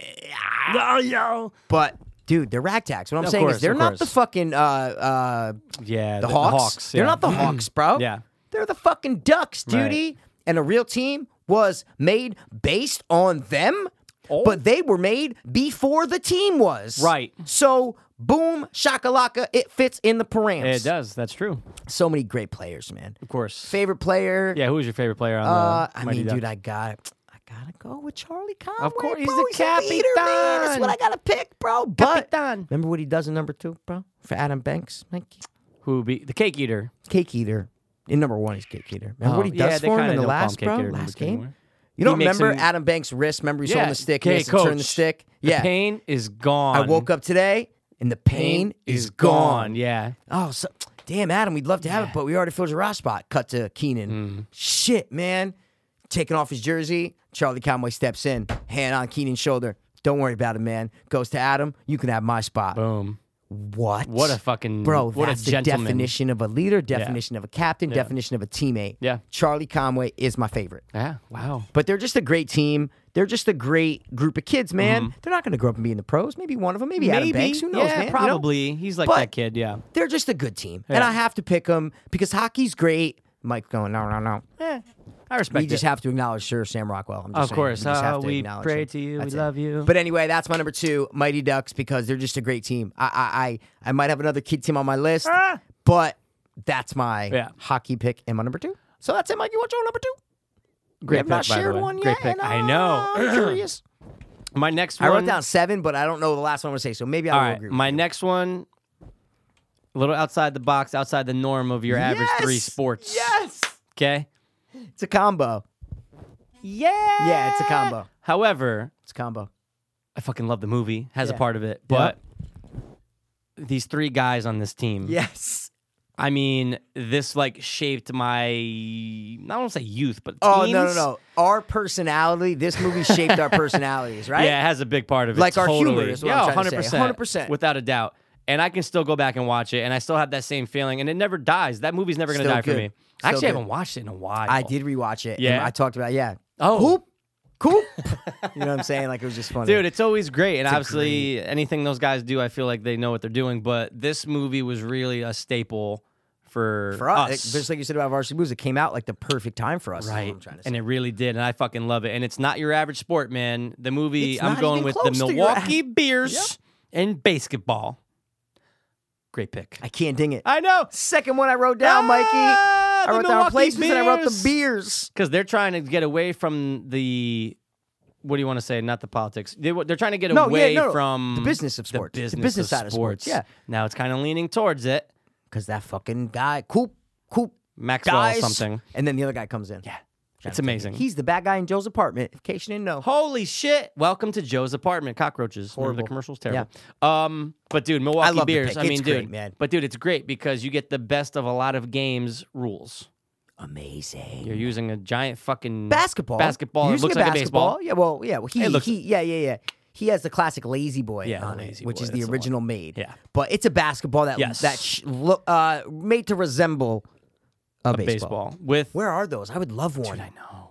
[SPEAKER 1] ah,
[SPEAKER 2] yo.
[SPEAKER 1] but dude, they're ragtags. What I'm
[SPEAKER 2] Of
[SPEAKER 1] saying
[SPEAKER 2] course,
[SPEAKER 1] is they're
[SPEAKER 2] of
[SPEAKER 1] not the
[SPEAKER 2] course.
[SPEAKER 1] fucking uh uh
[SPEAKER 2] Yeah.
[SPEAKER 1] the, Hawks. They're
[SPEAKER 2] yeah.
[SPEAKER 1] not the Hawks, bro.
[SPEAKER 2] Yeah.
[SPEAKER 1] They're the fucking Ducks,
[SPEAKER 2] Right.
[SPEAKER 1] duty. And a real team was made based on them, but they were made before the team was.
[SPEAKER 2] Oh. Right.
[SPEAKER 1] So, boom, shakalaka, it fits in the params.
[SPEAKER 2] It does. That's true.
[SPEAKER 1] So many great players, man.
[SPEAKER 2] Of course.
[SPEAKER 1] Favorite player?
[SPEAKER 2] Yeah. Who was your favorite player on
[SPEAKER 1] Uh,
[SPEAKER 2] the
[SPEAKER 1] I
[SPEAKER 2] Mighty
[SPEAKER 1] mean,
[SPEAKER 2] Ducks?
[SPEAKER 1] dude, I got I gotta go with Charlie Conway.
[SPEAKER 2] course, he's
[SPEAKER 1] bro.
[SPEAKER 2] the
[SPEAKER 1] a leader, man. That's
[SPEAKER 2] capitan.
[SPEAKER 1] what I gotta pick, bro. But
[SPEAKER 2] Capitan.
[SPEAKER 1] remember what he does in number two, bro, for Adam Banks, Nike
[SPEAKER 2] Who beat the cake eater?
[SPEAKER 1] cake eater. In number one, he's cake eater. Remember what he
[SPEAKER 2] Oh, yeah,
[SPEAKER 1] does
[SPEAKER 2] they
[SPEAKER 1] for him
[SPEAKER 2] kinda
[SPEAKER 1] in the
[SPEAKER 2] don't call him
[SPEAKER 1] last
[SPEAKER 2] cake
[SPEAKER 1] bro,
[SPEAKER 2] eater number
[SPEAKER 1] last
[SPEAKER 2] two
[SPEAKER 1] game.
[SPEAKER 2] anymore.
[SPEAKER 1] You don't
[SPEAKER 2] He makes
[SPEAKER 1] remember
[SPEAKER 2] him-
[SPEAKER 1] Adam Banks' wrist? Remember he's holding the stick, he
[SPEAKER 2] Okay,
[SPEAKER 1] has to turn the
[SPEAKER 2] coach.
[SPEAKER 1] stick.
[SPEAKER 2] The
[SPEAKER 1] Yeah,
[SPEAKER 2] pain is gone.
[SPEAKER 1] I woke up today and the pain, is gone.
[SPEAKER 2] Yeah.
[SPEAKER 1] Oh, so, damn, Adam, we'd love to have it, but we already filled your rock spot. Cut to
[SPEAKER 2] Mm-hmm.
[SPEAKER 1] Keenan. Shit, man. Taking off his jersey, Charlie Conway steps in, hand on Keenan's shoulder. Don't worry about it, man. Goes to Adam. You can have my spot.
[SPEAKER 2] Boom.
[SPEAKER 1] What?
[SPEAKER 2] What a fucking-
[SPEAKER 1] bro!
[SPEAKER 2] Mm-hmm. what a
[SPEAKER 1] that's the
[SPEAKER 2] gentleman.
[SPEAKER 1] definition of a leader, definition of a captain, definition of a teammate.
[SPEAKER 2] Yeah.
[SPEAKER 1] Charlie Conway is my favorite,
[SPEAKER 2] Yeah. Wow.
[SPEAKER 1] but they're just a great team. They're just a great group of kids, man. They're not going to grow up and be in the pros. Maybe one of them. Maybe, Adam Banks. Who knows,
[SPEAKER 2] Mm-hmm. yeah,
[SPEAKER 1] man? You know?
[SPEAKER 2] Probably. He's like
[SPEAKER 1] But-
[SPEAKER 2] that kid. Yeah.
[SPEAKER 1] They're just a good team, and I have to pick them because hockey's great. Mike going no, no, no. Eh.
[SPEAKER 2] I respect
[SPEAKER 1] We just
[SPEAKER 2] it.
[SPEAKER 1] have to acknowledge Sir Sam Rockwell. I'm just
[SPEAKER 2] Of
[SPEAKER 1] saying.
[SPEAKER 2] course.
[SPEAKER 1] we, just have
[SPEAKER 2] Uh,
[SPEAKER 1] to
[SPEAKER 2] we
[SPEAKER 1] acknowledge
[SPEAKER 2] pray
[SPEAKER 1] him.
[SPEAKER 2] to you. We
[SPEAKER 1] That's it.
[SPEAKER 2] love you.
[SPEAKER 1] But anyway, that's my number two, Mighty Ducks, because they're just a great team. I I I, I might have another kid team on my list,
[SPEAKER 2] Ah!
[SPEAKER 1] but that's my
[SPEAKER 2] Yeah.
[SPEAKER 1] hockey pick and my number two. So that's it, Mikey. What's your number two?
[SPEAKER 2] Great
[SPEAKER 1] we have not
[SPEAKER 2] pick, by the
[SPEAKER 1] shared
[SPEAKER 2] way.
[SPEAKER 1] one yet.
[SPEAKER 2] Great pick.
[SPEAKER 1] and
[SPEAKER 2] I
[SPEAKER 1] I'm
[SPEAKER 2] know.
[SPEAKER 1] curious.
[SPEAKER 2] My next
[SPEAKER 1] I
[SPEAKER 2] one.
[SPEAKER 1] wrote down seven, but I don't know the last one I'm gonna say. So maybe I
[SPEAKER 2] All
[SPEAKER 1] will
[SPEAKER 2] right.
[SPEAKER 1] agree. with
[SPEAKER 2] My
[SPEAKER 1] you.
[SPEAKER 2] next one. A little outside the box, outside the norm of your average three
[SPEAKER 1] Yes!
[SPEAKER 2] sports.
[SPEAKER 1] Yes,
[SPEAKER 2] Okay.
[SPEAKER 1] it's a combo.
[SPEAKER 2] Yeah.
[SPEAKER 1] Yeah, it's a combo.
[SPEAKER 2] However,
[SPEAKER 1] It's a combo.
[SPEAKER 2] I fucking love the movie. Has a
[SPEAKER 1] Yeah.
[SPEAKER 2] part of it, but these three guys on this team.
[SPEAKER 1] Yes.
[SPEAKER 2] I mean, this like shaped my I don't want to say youth, but
[SPEAKER 1] Oh no no
[SPEAKER 2] teens.
[SPEAKER 1] no! Our personality. This movie shaped our personalities, right?
[SPEAKER 2] Yeah, it has a big part of it.
[SPEAKER 1] Like our humor
[SPEAKER 2] totally.
[SPEAKER 1] is what
[SPEAKER 2] yeah,
[SPEAKER 1] I'm trying to say.
[SPEAKER 2] 100%.
[SPEAKER 1] 100%.
[SPEAKER 2] Without a doubt. And I can still go back and watch it, and I still have that same feeling, and it never dies. That movie's never going to
[SPEAKER 1] Still
[SPEAKER 2] die for
[SPEAKER 1] good.
[SPEAKER 2] me. I
[SPEAKER 1] Still
[SPEAKER 2] actually
[SPEAKER 1] good.
[SPEAKER 2] haven't watched it in a while.
[SPEAKER 1] I did rewatch it. and
[SPEAKER 2] Yeah?
[SPEAKER 1] I talked about yeah.
[SPEAKER 2] Oh.
[SPEAKER 1] Hoop, coop. you know what I'm saying? Like it was just funny,
[SPEAKER 2] Dude, it's always great. And obviously, anything those guys do, I feel like they know what they're doing. But this movie was really a staple for,
[SPEAKER 1] for us, it- just like you said about varsity blues, it came out like the perfect time for us. is what
[SPEAKER 2] Right.
[SPEAKER 1] I'm trying to say.
[SPEAKER 2] And it really did. And I fucking love it. And it's not your average sport, man. The movie,
[SPEAKER 1] It's
[SPEAKER 2] I'm
[SPEAKER 1] not
[SPEAKER 2] going
[SPEAKER 1] even
[SPEAKER 2] with the
[SPEAKER 1] close to your
[SPEAKER 2] Milwaukee Bears and basketball. Great pick.
[SPEAKER 1] I can't ding it.
[SPEAKER 2] I know.
[SPEAKER 1] Second one I wrote down, Mikey.
[SPEAKER 2] Ah,
[SPEAKER 1] I
[SPEAKER 2] the
[SPEAKER 1] wrote down
[SPEAKER 2] Milwaukee
[SPEAKER 1] placements and I wrote the
[SPEAKER 2] Bears.
[SPEAKER 1] beers.
[SPEAKER 2] Because they're trying to get away from the. What do you want to say? Not the politics. They, they're trying to get
[SPEAKER 1] No, yeah,
[SPEAKER 2] away
[SPEAKER 1] no, no.
[SPEAKER 2] from
[SPEAKER 1] The business of sports.
[SPEAKER 2] The
[SPEAKER 1] The
[SPEAKER 2] business,
[SPEAKER 1] business
[SPEAKER 2] of
[SPEAKER 1] side of sports, yeah.
[SPEAKER 2] Now it's kind of leaning towards it.
[SPEAKER 1] Because that fucking guy, coop, coop,
[SPEAKER 2] Maxwell
[SPEAKER 1] dies.
[SPEAKER 2] something.
[SPEAKER 1] And then the other guy comes in. Yeah.
[SPEAKER 2] It's amazing.
[SPEAKER 1] He's the bad guy in Joe's apartment, in case you didn't know.
[SPEAKER 2] Holy shit! Welcome to Joe's apartment. Cockroaches. Remember the
[SPEAKER 1] Horrible.
[SPEAKER 2] commercials terrible. Um, but dude, Milwaukee
[SPEAKER 1] love the
[SPEAKER 2] beers.
[SPEAKER 1] pick.
[SPEAKER 2] I
[SPEAKER 1] It's
[SPEAKER 2] mean, dude,
[SPEAKER 1] great, man.
[SPEAKER 2] But dude, it's great because you get the best of a lot of games rules.
[SPEAKER 1] Amazing.
[SPEAKER 2] You're using a giant fucking
[SPEAKER 1] basketball.
[SPEAKER 2] Mm. Basketball. It
[SPEAKER 1] Using
[SPEAKER 2] looks like a baseball.
[SPEAKER 1] Yeah, well, yeah. Well, he,
[SPEAKER 2] It looks-
[SPEAKER 1] he, yeah, yeah, yeah. He has the classic Lazy Boy
[SPEAKER 2] Yeah, the
[SPEAKER 1] on
[SPEAKER 2] Lazy
[SPEAKER 1] it, which
[SPEAKER 2] Boy,
[SPEAKER 1] is the
[SPEAKER 2] that's the one.
[SPEAKER 1] original made.
[SPEAKER 2] Yeah.
[SPEAKER 1] but it's a basketball that
[SPEAKER 2] Yes.
[SPEAKER 1] that sh- look uh, made to resemble a, baseball.
[SPEAKER 2] Baseball with
[SPEAKER 1] Where are those? I would love one. I know.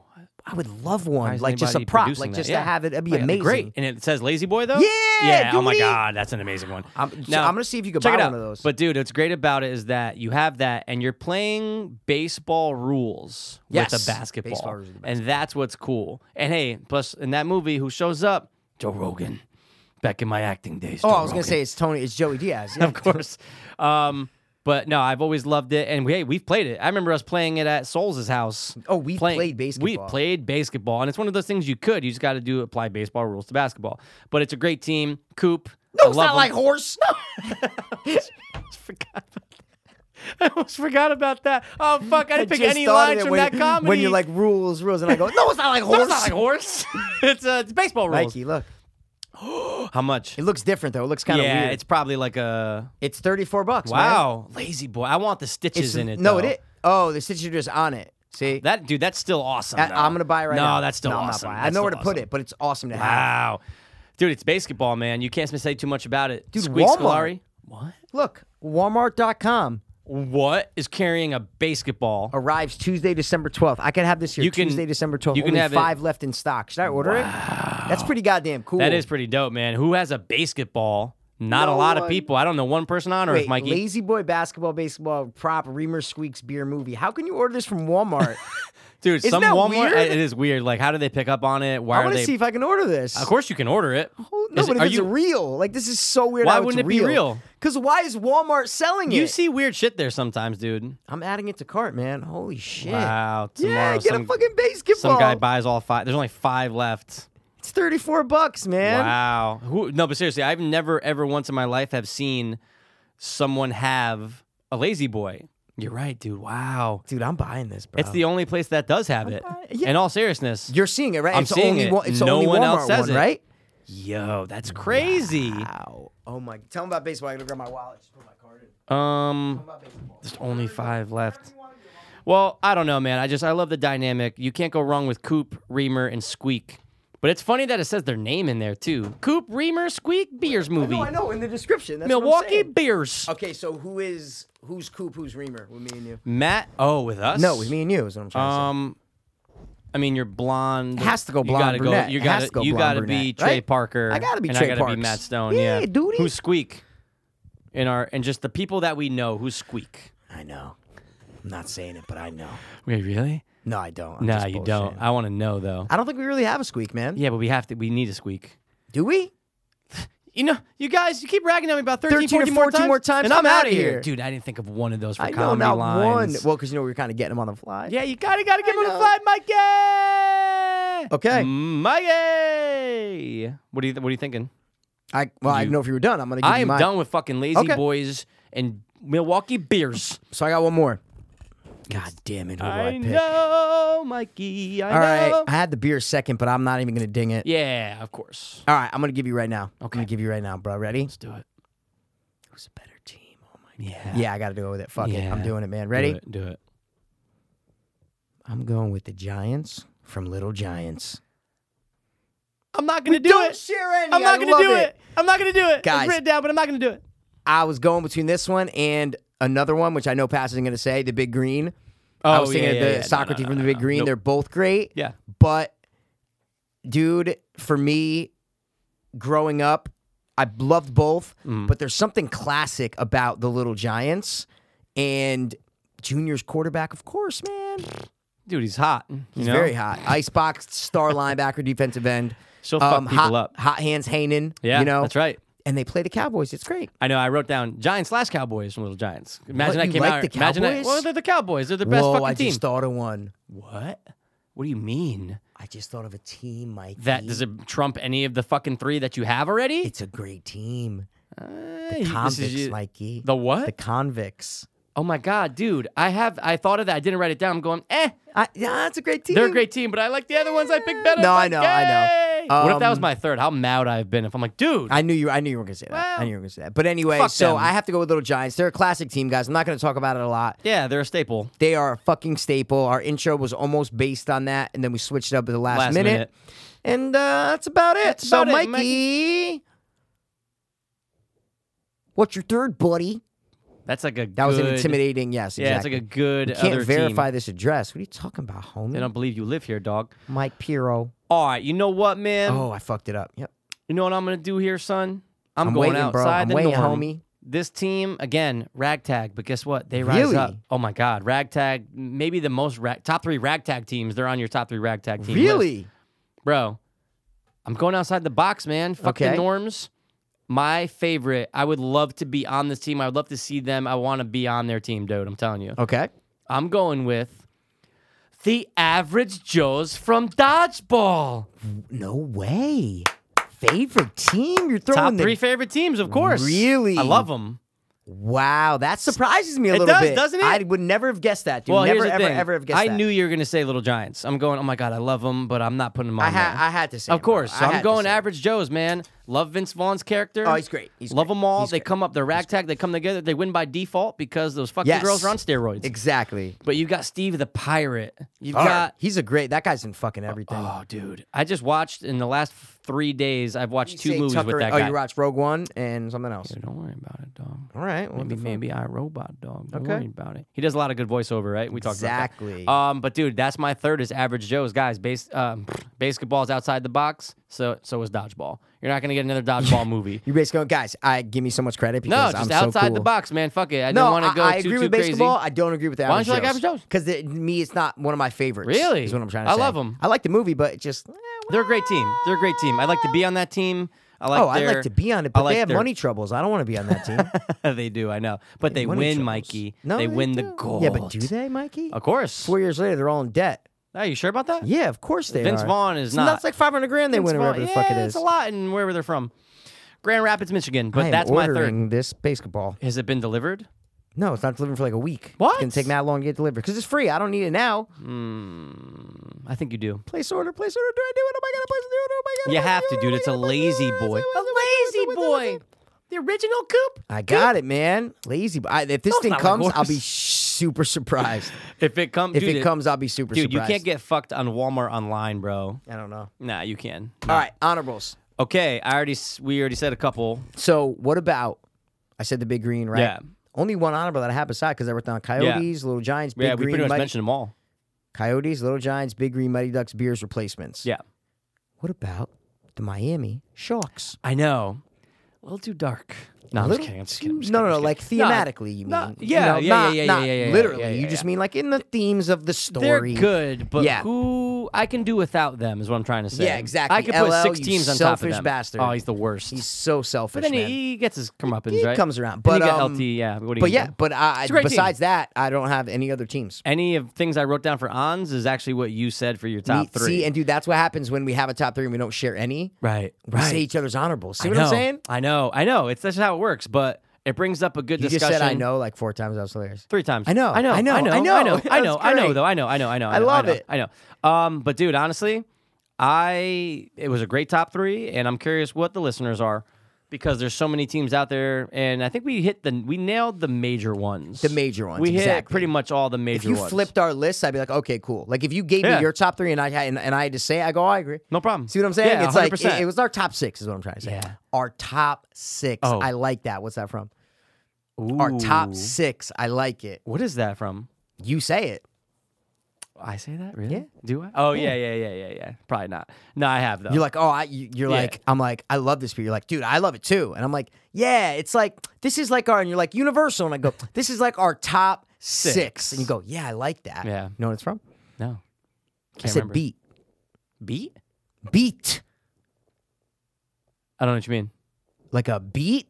[SPEAKER 1] I would love one,
[SPEAKER 2] is
[SPEAKER 1] like just a
[SPEAKER 2] anybody
[SPEAKER 1] prop,
[SPEAKER 2] producing
[SPEAKER 1] like
[SPEAKER 2] that?
[SPEAKER 1] just
[SPEAKER 2] Yeah.
[SPEAKER 1] to have it. It'd be
[SPEAKER 2] Like,
[SPEAKER 1] amazing.
[SPEAKER 2] Great. And it says Lazy Boy though?
[SPEAKER 1] Yeah,
[SPEAKER 2] Yeah. Oh
[SPEAKER 1] do
[SPEAKER 2] my
[SPEAKER 1] we?
[SPEAKER 2] God. That's an amazing one.
[SPEAKER 1] I'm, so I'm gonna see if you could buy
[SPEAKER 2] check it
[SPEAKER 1] one
[SPEAKER 2] out.
[SPEAKER 1] of those.
[SPEAKER 2] But dude, what's great about it is that you have that and you're playing baseball rules with
[SPEAKER 1] Yes.
[SPEAKER 2] a basketball.
[SPEAKER 1] Baseball rules with a
[SPEAKER 2] And that's what's cool. And hey, plus in that movie, who shows up? Joe Rogan. Back in my acting days.
[SPEAKER 1] oh,
[SPEAKER 2] Joe
[SPEAKER 1] I was gonna
[SPEAKER 2] Rogan.
[SPEAKER 1] say it's Tony, it's Joey Diaz. Yeah.
[SPEAKER 2] of course. Um, but no, I've always loved it, and we, hey, we've played it. I remember us playing it at Souls' house.
[SPEAKER 1] Oh, we
[SPEAKER 2] playing-
[SPEAKER 1] played
[SPEAKER 2] We
[SPEAKER 1] basketball.
[SPEAKER 2] played basketball, and it's one of those things you could. You just got to do apply baseball rules to basketball. But it's a great team. Coop. I
[SPEAKER 1] No, it's
[SPEAKER 2] love
[SPEAKER 1] not like
[SPEAKER 2] him.
[SPEAKER 1] horse.
[SPEAKER 2] I almost forgot about that. I almost forgot about that. Oh fuck! I didn't pick
[SPEAKER 1] just
[SPEAKER 2] any
[SPEAKER 1] thought of
[SPEAKER 2] lines
[SPEAKER 1] it
[SPEAKER 2] from
[SPEAKER 1] when,
[SPEAKER 2] that comedy.
[SPEAKER 1] When you're like rules, rules, and I go, no, it's not like
[SPEAKER 2] no,
[SPEAKER 1] horse.
[SPEAKER 2] it's not like horse. it's uh, it's baseball rules.
[SPEAKER 1] Mikey, look,
[SPEAKER 2] How much?
[SPEAKER 1] it looks different though. It looks kind of
[SPEAKER 2] yeah,
[SPEAKER 1] weird.
[SPEAKER 2] it's probably like a
[SPEAKER 1] It's 34 bucks. man.
[SPEAKER 2] wow, lazy boy. I want the
[SPEAKER 1] It's,
[SPEAKER 2] stitches in it.
[SPEAKER 1] no,
[SPEAKER 2] though.
[SPEAKER 1] it is. Oh, the stitches are just on it. See?
[SPEAKER 2] That dude, that's still awesome.
[SPEAKER 1] I-
[SPEAKER 2] though.
[SPEAKER 1] I'm going to buy it right
[SPEAKER 2] no,
[SPEAKER 1] now.
[SPEAKER 2] No, that's still
[SPEAKER 1] no, I'm not
[SPEAKER 2] awesome.
[SPEAKER 1] buying it. I
[SPEAKER 2] That's
[SPEAKER 1] know where to
[SPEAKER 2] still
[SPEAKER 1] put
[SPEAKER 2] awesome.
[SPEAKER 1] it, but it's awesome to have.
[SPEAKER 2] Wow, dude, it's basketball, man. You can't say too much about it.
[SPEAKER 1] Dude,
[SPEAKER 2] Squeak
[SPEAKER 1] Walmart.
[SPEAKER 2] Scolari. What?
[SPEAKER 1] Look, Walmart.com
[SPEAKER 2] What is carrying a baseball?
[SPEAKER 1] arrives Tuesday, December 12th. I can have this here
[SPEAKER 2] You can-
[SPEAKER 1] Tuesday, December 12th.
[SPEAKER 2] you can
[SPEAKER 1] Only
[SPEAKER 2] have it-
[SPEAKER 1] five left in stock. Should I order it? That's pretty goddamn cool.
[SPEAKER 2] That is pretty dope, man. Who has a basketball? Not a
[SPEAKER 1] No
[SPEAKER 2] lot of
[SPEAKER 1] one.
[SPEAKER 2] people. I don't know one person on earth,
[SPEAKER 1] Wait,
[SPEAKER 2] Mikey.
[SPEAKER 1] Lazy Boy basketball, baseball, prop, Reamer squeaks, beer movie. How can you order this from Walmart?
[SPEAKER 2] Dude, some
[SPEAKER 1] that
[SPEAKER 2] Walmart.
[SPEAKER 1] weird?
[SPEAKER 2] It is weird. Like, how do they pick up on it? Why
[SPEAKER 1] I
[SPEAKER 2] are
[SPEAKER 1] want to
[SPEAKER 2] they?
[SPEAKER 1] see if I can order this.
[SPEAKER 2] of course, you can order it.
[SPEAKER 1] Oh, no,
[SPEAKER 2] Is-
[SPEAKER 1] but if
[SPEAKER 2] are
[SPEAKER 1] it's
[SPEAKER 2] you?
[SPEAKER 1] real, like this is so weird.
[SPEAKER 2] Why
[SPEAKER 1] how it's
[SPEAKER 2] wouldn't it be real?
[SPEAKER 1] Because why is Walmart selling
[SPEAKER 2] You
[SPEAKER 1] it?
[SPEAKER 2] see weird shit there sometimes, dude.
[SPEAKER 1] I'm adding it to cart, man. Holy shit.
[SPEAKER 2] Wow. Tomorrow,
[SPEAKER 1] yeah, get
[SPEAKER 2] some,
[SPEAKER 1] a fucking basketball.
[SPEAKER 2] some guy buys all five. There's only five left.
[SPEAKER 1] it's 34 bucks, man.
[SPEAKER 2] Wow. Who, no, but seriously, I've never ever once in my life have seen someone have a lazy boy. You're right, dude. Wow.
[SPEAKER 1] Dude, I'm buying this, bro.
[SPEAKER 2] It's the only place that does have it.
[SPEAKER 1] buying- yeah.
[SPEAKER 2] In all seriousness.
[SPEAKER 1] You're seeing it, right?
[SPEAKER 2] I'm
[SPEAKER 1] it's
[SPEAKER 2] seeing
[SPEAKER 1] only
[SPEAKER 2] it.
[SPEAKER 1] One, it's
[SPEAKER 2] No
[SPEAKER 1] only
[SPEAKER 2] one
[SPEAKER 1] Walmart
[SPEAKER 2] else says
[SPEAKER 1] one,
[SPEAKER 2] it.
[SPEAKER 1] right?
[SPEAKER 2] Yo, that's crazy.
[SPEAKER 1] Wow. Oh my. Tell them about baseball. I gotta grab my wallet. Just put my card in.
[SPEAKER 2] Um
[SPEAKER 1] About baseball.
[SPEAKER 2] there's only five left. Well, I don't know, man. I just I love the dynamic. You can't go wrong with Coop, Reamer, and Squeak. But it's funny that it says their name in there too. Coop, Reamer, Squeak, Beers movie.
[SPEAKER 1] No, I know in the description. That's What I'm
[SPEAKER 2] Milwaukee
[SPEAKER 1] saying.
[SPEAKER 2] Beers.
[SPEAKER 1] Okay, so who is who's Coop, who's Reamer? With me and you.
[SPEAKER 2] Matt. Oh, with us?
[SPEAKER 1] No, with me and you is what I'm trying to say.
[SPEAKER 2] Um, I mean, you're blonde.
[SPEAKER 1] Has to go
[SPEAKER 2] You
[SPEAKER 1] blonde
[SPEAKER 2] gotta
[SPEAKER 1] brunette.
[SPEAKER 2] Go, you
[SPEAKER 1] Has
[SPEAKER 2] gotta,
[SPEAKER 1] to go
[SPEAKER 2] you
[SPEAKER 1] blonde
[SPEAKER 2] gotta be
[SPEAKER 1] brunette,
[SPEAKER 2] Trey
[SPEAKER 1] right?
[SPEAKER 2] Parker.
[SPEAKER 1] I gotta be
[SPEAKER 2] and
[SPEAKER 1] Trey
[SPEAKER 2] I gotta
[SPEAKER 1] Parks.
[SPEAKER 2] be Matt Stone. Yeah,
[SPEAKER 1] Yeah, dude.
[SPEAKER 2] Who's squeak? In our and just the
[SPEAKER 1] Um,
[SPEAKER 2] people that we know who squeak.
[SPEAKER 1] I know. I'm not saying it, but I know.
[SPEAKER 2] Wait, really?
[SPEAKER 1] No, I don't. I'm
[SPEAKER 2] Nah,
[SPEAKER 1] just
[SPEAKER 2] you don't.
[SPEAKER 1] bullshitting.
[SPEAKER 2] I want to know though.
[SPEAKER 1] I don't think we really have a squeak, man.
[SPEAKER 2] Yeah, but we have to. We need a squeak.
[SPEAKER 1] Do we?
[SPEAKER 2] You know, you guys, you keep ragging on me about 13,
[SPEAKER 1] 13 or
[SPEAKER 2] 14 more
[SPEAKER 1] 14
[SPEAKER 2] times,
[SPEAKER 1] more times,
[SPEAKER 2] and
[SPEAKER 1] I'm
[SPEAKER 2] I'm out
[SPEAKER 1] outta
[SPEAKER 2] of here.
[SPEAKER 1] here.
[SPEAKER 2] dude. I didn't think of one of those for
[SPEAKER 1] I know
[SPEAKER 2] comedy
[SPEAKER 1] not
[SPEAKER 2] lines.
[SPEAKER 1] one. Well, because you know we were kind of getting them on the fly.
[SPEAKER 2] yeah, you gotta gotta give
[SPEAKER 1] I
[SPEAKER 2] him a
[SPEAKER 1] know.
[SPEAKER 2] five, Mikey.
[SPEAKER 1] Okay.
[SPEAKER 2] Mikey. What do you What are you thinking?
[SPEAKER 1] I well, I
[SPEAKER 2] You-
[SPEAKER 1] didn't know if you were done. I'm gonna. Give
[SPEAKER 2] I
[SPEAKER 1] you
[SPEAKER 2] am
[SPEAKER 1] mine.
[SPEAKER 2] done with fucking lazy
[SPEAKER 1] Okay.
[SPEAKER 2] boys and Milwaukee beers.
[SPEAKER 1] So I got one more. God damn it! Who do I, pick?
[SPEAKER 2] know, Mikey. I
[SPEAKER 1] All right,
[SPEAKER 2] know.
[SPEAKER 1] I had the beer second, but I'm not even gonna ding it.
[SPEAKER 2] Yeah, of course.
[SPEAKER 1] All right, I'm gonna give you right now. I'm
[SPEAKER 2] Okay.
[SPEAKER 1] gonna give you right now, bro. Ready?
[SPEAKER 2] Let's do it.
[SPEAKER 1] Who's a better team? Oh my.
[SPEAKER 2] Yeah.
[SPEAKER 1] Yeah, I got to go with it. Fuck it, I'm
[SPEAKER 2] Yeah.
[SPEAKER 1] doing it, man. Ready?
[SPEAKER 2] Do it. Do it.
[SPEAKER 1] I'm going with the Giants from Little Giants.
[SPEAKER 2] I'm not gonna do it.
[SPEAKER 1] share any.
[SPEAKER 2] I'm not gonna do it. I'm not gonna do it.
[SPEAKER 1] Guys.
[SPEAKER 2] It's written down, but I'm not gonna do it.
[SPEAKER 1] I was going between this one and another one, which I know Pass isn't gonna say. The Big Green.
[SPEAKER 2] Oh,
[SPEAKER 1] I was thinking of the Socrates from the Big Green. They're both great.
[SPEAKER 2] yeah.
[SPEAKER 1] But dude, for me, growing up, I loved both,
[SPEAKER 2] Mm.
[SPEAKER 1] but there's something classic about the Little Giants and Junior's quarterback, of course, man.
[SPEAKER 2] Dude, he's hot.
[SPEAKER 1] He's very hot. Icebox, star linebacker, defensive end.
[SPEAKER 2] She'll fuck people
[SPEAKER 1] um, hot,
[SPEAKER 2] up.
[SPEAKER 1] Hot hands Hanan.
[SPEAKER 2] Yeah,
[SPEAKER 1] You know?
[SPEAKER 2] that's right.
[SPEAKER 1] And they play the Cowboys. It's great.
[SPEAKER 2] I know. I wrote down Giants slash Cowboys from Little Giants. Imagine
[SPEAKER 1] What,
[SPEAKER 2] that
[SPEAKER 1] you
[SPEAKER 2] came
[SPEAKER 1] like
[SPEAKER 2] out.
[SPEAKER 1] the
[SPEAKER 2] Imagine that.
[SPEAKER 1] Cowboys?
[SPEAKER 2] Well, they're the Cowboys. They're the best
[SPEAKER 1] Whoa,
[SPEAKER 2] fucking
[SPEAKER 1] I
[SPEAKER 2] team.
[SPEAKER 1] just thought of one.
[SPEAKER 2] what? What do you mean?
[SPEAKER 1] I just thought of a team, Mike.
[SPEAKER 2] That does it trump any of the fucking three that you have already?
[SPEAKER 1] It's a great team.
[SPEAKER 2] Eh,
[SPEAKER 1] The
[SPEAKER 2] this is
[SPEAKER 1] convicts,
[SPEAKER 2] you-
[SPEAKER 1] Mikey.
[SPEAKER 2] The what?
[SPEAKER 1] the convicts.
[SPEAKER 2] oh my god, dude! I have. I thought of that. I didn't write it down. I'm going. Eh,
[SPEAKER 1] I, yeah, it's a great team.
[SPEAKER 2] they're a great team, but I like the other ones. I picked better.
[SPEAKER 1] No, I
[SPEAKER 2] Like,
[SPEAKER 1] know, I know.
[SPEAKER 2] yay! what if that was
[SPEAKER 1] Um,
[SPEAKER 2] my third? How mad I've been if I'm like, dude.
[SPEAKER 1] I knew you. I knew you were gonna say that. I
[SPEAKER 2] Well,
[SPEAKER 1] knew you were gonna say that. But anyway,
[SPEAKER 2] fuck
[SPEAKER 1] so
[SPEAKER 2] them.
[SPEAKER 1] I have to go with Little Giants. They're a classic team, guys. I'm not gonna talk about it a lot.
[SPEAKER 2] yeah, they're a staple.
[SPEAKER 1] They are a fucking staple. Our intro was almost based on that, and then we switched it up at the last,
[SPEAKER 2] Last minute.
[SPEAKER 1] And uh, that's about it.
[SPEAKER 2] That's
[SPEAKER 1] so,
[SPEAKER 2] about it,
[SPEAKER 1] Mikey, what's your third, buddy?
[SPEAKER 2] That's like a.
[SPEAKER 1] That was an
[SPEAKER 2] good-
[SPEAKER 1] intimidating. Yes,
[SPEAKER 2] Yeah,
[SPEAKER 1] exactly.
[SPEAKER 2] it's like a good.
[SPEAKER 1] You can't
[SPEAKER 2] other
[SPEAKER 1] verify
[SPEAKER 2] Team.
[SPEAKER 1] this address. What are you talking about, homie?
[SPEAKER 2] They don't believe you live here, dog.
[SPEAKER 1] Mike Piro.
[SPEAKER 2] All right, you know what, man?
[SPEAKER 1] Oh, I fucked it up. Yep.
[SPEAKER 2] You know what I'm gonna do here, son? I'm,
[SPEAKER 1] I'm
[SPEAKER 2] going
[SPEAKER 1] waiting, bro.
[SPEAKER 2] outside
[SPEAKER 1] I'm
[SPEAKER 2] the
[SPEAKER 1] waiting,
[SPEAKER 2] norm.
[SPEAKER 1] homie.
[SPEAKER 2] This team again, ragtag, but guess what? They rise
[SPEAKER 1] Really?
[SPEAKER 2] up. Oh my God, ragtag! Maybe the most rag, top three ragtag teams. They're on your top three ragtag teams.
[SPEAKER 1] Really?
[SPEAKER 2] bro? I'm going outside the box, man. Fuck the
[SPEAKER 1] Okay.
[SPEAKER 2] norms. My favorite. I would love to be on this team. I would love to see them. I want to be on their team, dude. I'm telling you.
[SPEAKER 1] Okay.
[SPEAKER 2] I'm going with the average Joes from dodgeball.
[SPEAKER 1] No way. Favorite team? You're throwing
[SPEAKER 2] Top
[SPEAKER 1] the
[SPEAKER 2] three favorite teams, of course.
[SPEAKER 1] Really?
[SPEAKER 2] I love them.
[SPEAKER 1] Wow, that surprises me a
[SPEAKER 2] It
[SPEAKER 1] little
[SPEAKER 2] does,
[SPEAKER 1] bit.
[SPEAKER 2] doesn't it?
[SPEAKER 1] I would never have guessed that, dude.
[SPEAKER 2] Well,
[SPEAKER 1] never
[SPEAKER 2] here's the
[SPEAKER 1] ever
[SPEAKER 2] thing.
[SPEAKER 1] ever have guessed
[SPEAKER 2] I
[SPEAKER 1] that.
[SPEAKER 2] knew you were going to say Little Giants. I'm going. Oh my god, I love them, but I'm not putting them on
[SPEAKER 1] I, ha-
[SPEAKER 2] there.
[SPEAKER 1] I had to say. it,
[SPEAKER 2] of
[SPEAKER 1] bro.
[SPEAKER 2] course,
[SPEAKER 1] I had
[SPEAKER 2] so I'm
[SPEAKER 1] to
[SPEAKER 2] going
[SPEAKER 1] say it.
[SPEAKER 2] average Joes, man. Love Vince Vaughn's character.
[SPEAKER 1] Oh, he's great. He's
[SPEAKER 2] love
[SPEAKER 1] great.
[SPEAKER 2] them all.
[SPEAKER 1] He's
[SPEAKER 2] they
[SPEAKER 1] great.
[SPEAKER 2] come up. They're ragtag. They come together. They win by default because those fucking
[SPEAKER 1] Yes.
[SPEAKER 2] girls are on steroids.
[SPEAKER 1] Exactly.
[SPEAKER 2] but you got Steve the pirate. You've
[SPEAKER 1] All right.
[SPEAKER 2] got
[SPEAKER 1] He's a great. That guy's in fucking everything.
[SPEAKER 2] Oh, dude! I just watched in the last three days. I've watched
[SPEAKER 1] You
[SPEAKER 2] two
[SPEAKER 1] say
[SPEAKER 2] movies
[SPEAKER 1] Tucker-
[SPEAKER 2] with that
[SPEAKER 1] oh,
[SPEAKER 2] guy.
[SPEAKER 1] you watched Rogue One and something else.
[SPEAKER 2] Dude, don't worry about it, dog.
[SPEAKER 1] All right. What
[SPEAKER 2] Maybe,
[SPEAKER 1] the fuck?
[SPEAKER 2] maybe I robot dog. Don't
[SPEAKER 1] Okay.
[SPEAKER 2] worry about it. He does a lot of good voiceover, right? We talked about
[SPEAKER 1] Exactly.
[SPEAKER 2] that. Um, but dude, that's my third is average Joe's guys. Base um, basketball's outside the box, so so is dodgeball. You're not gonna get another dodgeball movie.
[SPEAKER 1] You're basically going, guys. I give me so much credit
[SPEAKER 2] No,
[SPEAKER 1] because
[SPEAKER 2] just
[SPEAKER 1] I'm so
[SPEAKER 2] outside the
[SPEAKER 1] cool."
[SPEAKER 2] box, man. Fuck it. I
[SPEAKER 1] No,
[SPEAKER 2] didn't want
[SPEAKER 1] I,
[SPEAKER 2] to go
[SPEAKER 1] I
[SPEAKER 2] too
[SPEAKER 1] agree
[SPEAKER 2] too
[SPEAKER 1] with
[SPEAKER 2] crazy.
[SPEAKER 1] baseball. I don't agree with the
[SPEAKER 2] Why
[SPEAKER 1] average
[SPEAKER 2] don't you like Average Joe's?
[SPEAKER 1] Because me, it's not one of my favorites.
[SPEAKER 2] Really?
[SPEAKER 1] is what I'm trying to
[SPEAKER 2] I
[SPEAKER 1] say.
[SPEAKER 2] love 'em.
[SPEAKER 1] I like the movie, but it just eh,
[SPEAKER 2] They're a great team. They're a great team. I like to be on that team. I like
[SPEAKER 1] oh, I'd
[SPEAKER 2] their-
[SPEAKER 1] like to be on it,
[SPEAKER 2] I
[SPEAKER 1] but
[SPEAKER 2] like
[SPEAKER 1] they have
[SPEAKER 2] their-
[SPEAKER 1] money troubles. I don't want to be on that team.
[SPEAKER 2] they do, I know. But they,
[SPEAKER 1] Money
[SPEAKER 2] win,
[SPEAKER 1] troubles.
[SPEAKER 2] Mikey.
[SPEAKER 1] No,
[SPEAKER 2] they, win the
[SPEAKER 1] do.
[SPEAKER 2] gold.
[SPEAKER 1] Yeah, but do they, Mikey?
[SPEAKER 2] Of course.
[SPEAKER 1] Four years later, they're all in debt.
[SPEAKER 2] Are you sure about that?
[SPEAKER 1] Yeah, of course they
[SPEAKER 2] Vince
[SPEAKER 1] are.
[SPEAKER 2] Vaughn is
[SPEAKER 1] So
[SPEAKER 2] not.
[SPEAKER 1] That's like five hundred grand they
[SPEAKER 2] Vince
[SPEAKER 1] win, or
[SPEAKER 2] Vaughn-
[SPEAKER 1] whatever the fuck it
[SPEAKER 2] yeah,
[SPEAKER 1] is.
[SPEAKER 2] It's a lot, and wherever they're from, Grand Rapids, Michigan.
[SPEAKER 1] I
[SPEAKER 2] But
[SPEAKER 1] am
[SPEAKER 2] that's my third.
[SPEAKER 1] ordering this basketball.
[SPEAKER 2] Has it been delivered?
[SPEAKER 1] No, it's not delivered for like a week. It's
[SPEAKER 2] What?
[SPEAKER 1] gonna take that long to get delivered because it's free. I don't need it now.
[SPEAKER 2] I think you do.
[SPEAKER 1] Place order. Place order. Do I do it? Oh my god! I Place the order. Oh my god!
[SPEAKER 2] You
[SPEAKER 1] oh my
[SPEAKER 2] have
[SPEAKER 1] God,
[SPEAKER 2] to,
[SPEAKER 1] oh
[SPEAKER 2] dude.
[SPEAKER 1] my
[SPEAKER 2] It's
[SPEAKER 1] God,
[SPEAKER 2] a
[SPEAKER 1] oh my God,
[SPEAKER 2] lazy
[SPEAKER 1] oh my
[SPEAKER 2] boy.
[SPEAKER 1] God,
[SPEAKER 2] A
[SPEAKER 1] oh my God,
[SPEAKER 2] lazy
[SPEAKER 1] oh my God, oh my God.
[SPEAKER 2] boy. The original coop.
[SPEAKER 1] I got it, man. Lazy. boy. I, if this
[SPEAKER 2] No, it's
[SPEAKER 1] thing
[SPEAKER 2] not like
[SPEAKER 1] comes, I'll
[SPEAKER 2] ours.
[SPEAKER 1] be super surprised.
[SPEAKER 2] If it comes,
[SPEAKER 1] if it comes, I'll be super
[SPEAKER 2] dude, you
[SPEAKER 1] surprised.
[SPEAKER 2] can't get fucked on Walmart online, bro.
[SPEAKER 1] I don't know.
[SPEAKER 2] Nah, you can.
[SPEAKER 1] All right, honorables.
[SPEAKER 2] Okay, I already s- we already said a couple.
[SPEAKER 1] So what about? I said the big green, right?
[SPEAKER 2] Yeah.
[SPEAKER 1] Only one honorable that I have beside because I worked on Coyotes, Little Giants, Big
[SPEAKER 2] yeah, we
[SPEAKER 1] Green,
[SPEAKER 2] pretty much
[SPEAKER 1] Mighty-
[SPEAKER 2] mentioned them all.
[SPEAKER 1] Coyotes, Little Giants, Big Green, Mighty Ducks, Beers replacements.
[SPEAKER 2] Yeah,
[SPEAKER 1] What about the Miami Sharks?
[SPEAKER 2] I know. A little too dark. No, I'm
[SPEAKER 1] Little-
[SPEAKER 2] just kidding. I'm just kidding. I'm just
[SPEAKER 1] no, no,
[SPEAKER 2] kidding,
[SPEAKER 1] no.
[SPEAKER 2] I'm
[SPEAKER 1] Like
[SPEAKER 2] just kidding. No,
[SPEAKER 1] thematically, you mean?
[SPEAKER 2] no,
[SPEAKER 1] you
[SPEAKER 2] yeah,
[SPEAKER 1] know,
[SPEAKER 2] yeah, yeah,
[SPEAKER 1] not-
[SPEAKER 2] yeah,
[SPEAKER 1] not
[SPEAKER 2] yeah, yeah, yeah,
[SPEAKER 1] Literally,
[SPEAKER 2] yeah,
[SPEAKER 1] you
[SPEAKER 2] yeah.
[SPEAKER 1] just mean like in the themes of the story.
[SPEAKER 2] They're good, but
[SPEAKER 1] Yeah.
[SPEAKER 2] who I can do without them is what I'm trying to say.
[SPEAKER 1] Yeah, exactly.
[SPEAKER 2] I could put
[SPEAKER 1] LL,
[SPEAKER 2] six
[SPEAKER 1] you
[SPEAKER 2] teams on top of
[SPEAKER 1] selfish
[SPEAKER 2] them.
[SPEAKER 1] bastard.
[SPEAKER 2] Oh, he's the worst.
[SPEAKER 1] He's so selfish.
[SPEAKER 2] but then he,
[SPEAKER 1] man.
[SPEAKER 2] he gets his comeuppance,
[SPEAKER 1] He
[SPEAKER 2] right?
[SPEAKER 1] comes around, but,
[SPEAKER 2] Then you get
[SPEAKER 1] um,
[SPEAKER 2] LT, yeah. What do you
[SPEAKER 1] But yeah, but I,
[SPEAKER 2] It's a great team.
[SPEAKER 1] besides that, I don't have any other teams.
[SPEAKER 2] any of things I wrote down for ons is actually what you said for your top
[SPEAKER 1] We-
[SPEAKER 2] three.
[SPEAKER 1] See, and dude, that's what happens when we have a top three and we don't share any.
[SPEAKER 2] right,
[SPEAKER 1] We say each other's honorables. See what I'm
[SPEAKER 2] know.
[SPEAKER 1] saying?
[SPEAKER 2] I know, I know. It's that's just how it works, but it brings up a good
[SPEAKER 1] You just
[SPEAKER 2] discussion.
[SPEAKER 1] said I know like four times. That was hilarious.
[SPEAKER 2] Three times.
[SPEAKER 1] I know,
[SPEAKER 2] I know.
[SPEAKER 1] I know,
[SPEAKER 2] I know.
[SPEAKER 1] I know.
[SPEAKER 2] I know. I
[SPEAKER 1] That's
[SPEAKER 2] know. I know.
[SPEAKER 1] great.
[SPEAKER 2] Though I know. I know. I know.
[SPEAKER 1] I
[SPEAKER 2] know,
[SPEAKER 1] love
[SPEAKER 2] know,
[SPEAKER 1] it.
[SPEAKER 2] I know. Um, but dude, honestly, I it was a great top three, and I'm curious what the listeners are because there's so many teams out there, and I think we hit the we nailed the major ones.
[SPEAKER 1] The major ones,
[SPEAKER 2] We hit
[SPEAKER 1] exactly.
[SPEAKER 2] pretty much all the major
[SPEAKER 1] If you
[SPEAKER 2] ones.
[SPEAKER 1] flipped our list, I'd be like, okay, cool. Like if you gave
[SPEAKER 2] Yeah.
[SPEAKER 1] me your top three and I had and, and I had to say, I go, "Oh, I agree.
[SPEAKER 2] no problem.
[SPEAKER 1] See what I'm saying?
[SPEAKER 2] Yeah,
[SPEAKER 1] it's like it-
[SPEAKER 2] 100%.
[SPEAKER 1] it, was our top six, is what I'm trying to say.
[SPEAKER 2] Yeah.
[SPEAKER 1] Our top six.
[SPEAKER 2] Oh.
[SPEAKER 1] I like that. What's that from? Our top
[SPEAKER 2] Ooh.
[SPEAKER 1] six. I like it.
[SPEAKER 2] What is that from?
[SPEAKER 1] You say it.
[SPEAKER 2] I say that really? Do I? Oh yeah, yeah, yeah, yeah, yeah. Probably not. No, I have though.
[SPEAKER 1] You're like, oh, I, you- you're
[SPEAKER 2] Yeah.
[SPEAKER 1] like, I'm like, I love this beer. You're like, dude, I love it too. And I'm like, yeah, it's like, this is like our, and you're like, Universal. And I go, this is like our top six.
[SPEAKER 2] Six.
[SPEAKER 1] And you go, yeah, I like that.
[SPEAKER 2] Yeah.
[SPEAKER 1] You know what it's from?
[SPEAKER 2] no. Can't
[SPEAKER 1] I said
[SPEAKER 2] remember.
[SPEAKER 1] beat.
[SPEAKER 2] Beat?
[SPEAKER 1] Beat.
[SPEAKER 2] I don't know what you mean.
[SPEAKER 1] Like a beat?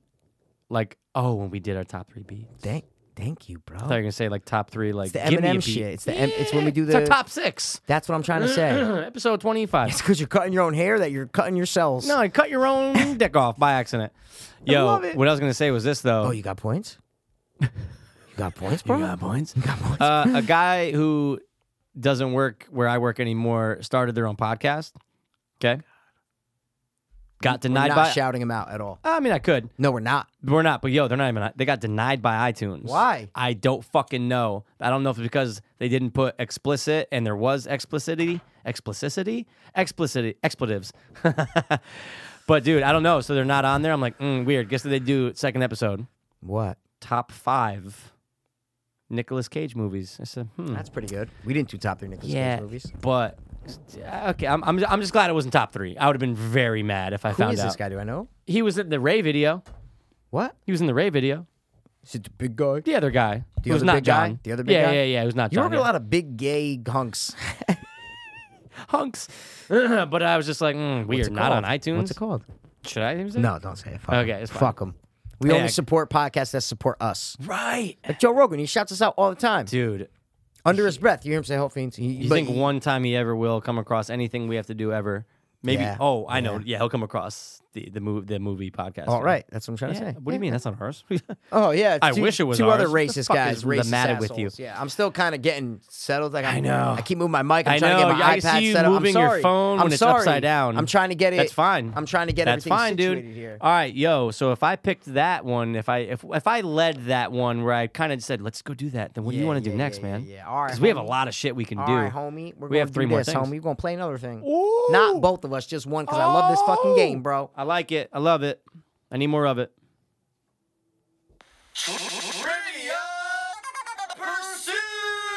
[SPEAKER 2] Like oh, when we did our top three beat.
[SPEAKER 1] Thank, thank you, bro.
[SPEAKER 2] I thought you were gonna say like top three, like
[SPEAKER 1] It's the
[SPEAKER 2] give me a
[SPEAKER 1] Eminem
[SPEAKER 2] beat.
[SPEAKER 1] shit. It's the M- it's when we do
[SPEAKER 2] It's our
[SPEAKER 1] the-
[SPEAKER 2] top six.
[SPEAKER 1] That's what I'm trying to say.
[SPEAKER 2] Episode twenty
[SPEAKER 1] It's
[SPEAKER 2] five.
[SPEAKER 1] because you're cutting your own hair that you're cutting your cells.
[SPEAKER 2] No, I cut your own dick off by accident. Yo,
[SPEAKER 1] love it.
[SPEAKER 2] what I was gonna say was this though.
[SPEAKER 1] Oh, you got points? You got points, bro?
[SPEAKER 2] points.
[SPEAKER 1] You got points?
[SPEAKER 2] Uh, a guy who doesn't work where I work anymore started their own podcast. Okay. Got
[SPEAKER 1] We're
[SPEAKER 2] denied
[SPEAKER 1] not
[SPEAKER 2] by.
[SPEAKER 1] shouting him out at all.
[SPEAKER 2] I mean, I could.
[SPEAKER 1] No, we're not.
[SPEAKER 2] We're not, but yo, they're not even. They got denied by iTunes.
[SPEAKER 1] Why?
[SPEAKER 2] I don't fucking know. I don't know if it's because they didn't put explicit and there was explicitity, explicitity, explicitity, expletives. but dude, I don't know. So they're not on there. I'm like, mm, weird. Guess what they do? Second episode,
[SPEAKER 1] What?
[SPEAKER 2] top five Nicolas Cage movies. I said, hmm.
[SPEAKER 1] That's pretty good. We didn't do top three Nicholas
[SPEAKER 2] yeah,
[SPEAKER 1] movies.
[SPEAKER 2] but okay. I'm, I'm I'm just glad it wasn't top three. I would have been very mad if I
[SPEAKER 1] Who
[SPEAKER 2] found
[SPEAKER 1] is
[SPEAKER 2] out
[SPEAKER 1] this guy? Do I know?
[SPEAKER 2] he was in the Ray video.
[SPEAKER 1] What?
[SPEAKER 2] He was in the Ray video.
[SPEAKER 1] Is it the big guy?
[SPEAKER 2] The other guy.
[SPEAKER 1] The
[SPEAKER 2] who's
[SPEAKER 1] other
[SPEAKER 2] not
[SPEAKER 1] big guy?
[SPEAKER 2] John.
[SPEAKER 1] The other big
[SPEAKER 2] yeah,
[SPEAKER 1] guy?
[SPEAKER 2] Yeah, yeah, yeah. Who's not
[SPEAKER 1] You
[SPEAKER 2] John.
[SPEAKER 1] work with a lot of big gay hunks.
[SPEAKER 2] of hunks. but I was just like, mm, we are not on iTunes.
[SPEAKER 1] What's it called?
[SPEAKER 2] Should I even say?
[SPEAKER 1] No, don't say it. Fuck 'em.
[SPEAKER 2] Okay, it's fine.
[SPEAKER 1] Fuck them. We
[SPEAKER 2] Yeah.
[SPEAKER 1] only support podcasts that support us.
[SPEAKER 2] Right.
[SPEAKER 1] Like Joe Rogan, he shouts us out all the time.
[SPEAKER 2] Dude,
[SPEAKER 1] Under his breath, you hear him say "Help fiends." He-
[SPEAKER 2] you
[SPEAKER 1] but
[SPEAKER 2] think
[SPEAKER 1] he-
[SPEAKER 2] one time he ever will come across anything we have to do ever? Maybe.
[SPEAKER 1] Yeah,
[SPEAKER 2] Oh, I know. Yeah, he'll come across the the movie, the movie podcast.
[SPEAKER 1] All right, that's what I'm trying
[SPEAKER 2] Yeah.
[SPEAKER 1] to say.
[SPEAKER 2] What do you mean? That's not ours.
[SPEAKER 1] Oh yeah, it's
[SPEAKER 2] I wish it was
[SPEAKER 1] two other
[SPEAKER 2] ours. What the
[SPEAKER 1] racist
[SPEAKER 2] fuck
[SPEAKER 1] guys.
[SPEAKER 2] is the
[SPEAKER 1] racist
[SPEAKER 2] matter with you?
[SPEAKER 1] assholes. Yeah, I'm still kind of getting settled. Like I'm, I
[SPEAKER 2] know.
[SPEAKER 1] I keep moving my mic. I'm
[SPEAKER 2] I
[SPEAKER 1] trying to
[SPEAKER 2] know,
[SPEAKER 1] get my
[SPEAKER 2] I
[SPEAKER 1] iPad
[SPEAKER 2] see you
[SPEAKER 1] set up.
[SPEAKER 2] moving
[SPEAKER 1] I'm
[SPEAKER 2] your
[SPEAKER 1] sorry.
[SPEAKER 2] phone
[SPEAKER 1] I'm
[SPEAKER 2] when it's
[SPEAKER 1] sorry.
[SPEAKER 2] upside down.
[SPEAKER 1] I'm trying to get it.
[SPEAKER 2] That's fine.
[SPEAKER 1] I'm trying to get
[SPEAKER 2] That's
[SPEAKER 1] everything
[SPEAKER 2] fine, dude. Oh,
[SPEAKER 1] situated here.
[SPEAKER 2] All right, yo. So if I picked that one, if I if if I led that one where I kind of said, let's go do that, then what do you
[SPEAKER 1] Yeah,
[SPEAKER 2] want to
[SPEAKER 1] yeah,
[SPEAKER 2] do next,
[SPEAKER 1] yeah,
[SPEAKER 2] man?
[SPEAKER 1] yeah, yeah. All right,
[SPEAKER 2] Because we have a
[SPEAKER 1] homie.
[SPEAKER 2] lot of shit we can do.
[SPEAKER 1] All right, homie. We're
[SPEAKER 2] We
[SPEAKER 1] gonna
[SPEAKER 2] have three
[SPEAKER 1] do
[SPEAKER 2] more
[SPEAKER 1] this,
[SPEAKER 2] things.
[SPEAKER 1] homie. We're gonna play another thing.
[SPEAKER 2] Ooh.
[SPEAKER 1] Not both of us, just one, because I love this fucking game, bro.
[SPEAKER 2] I like it. I love it. I need more of it.
[SPEAKER 4] Trivia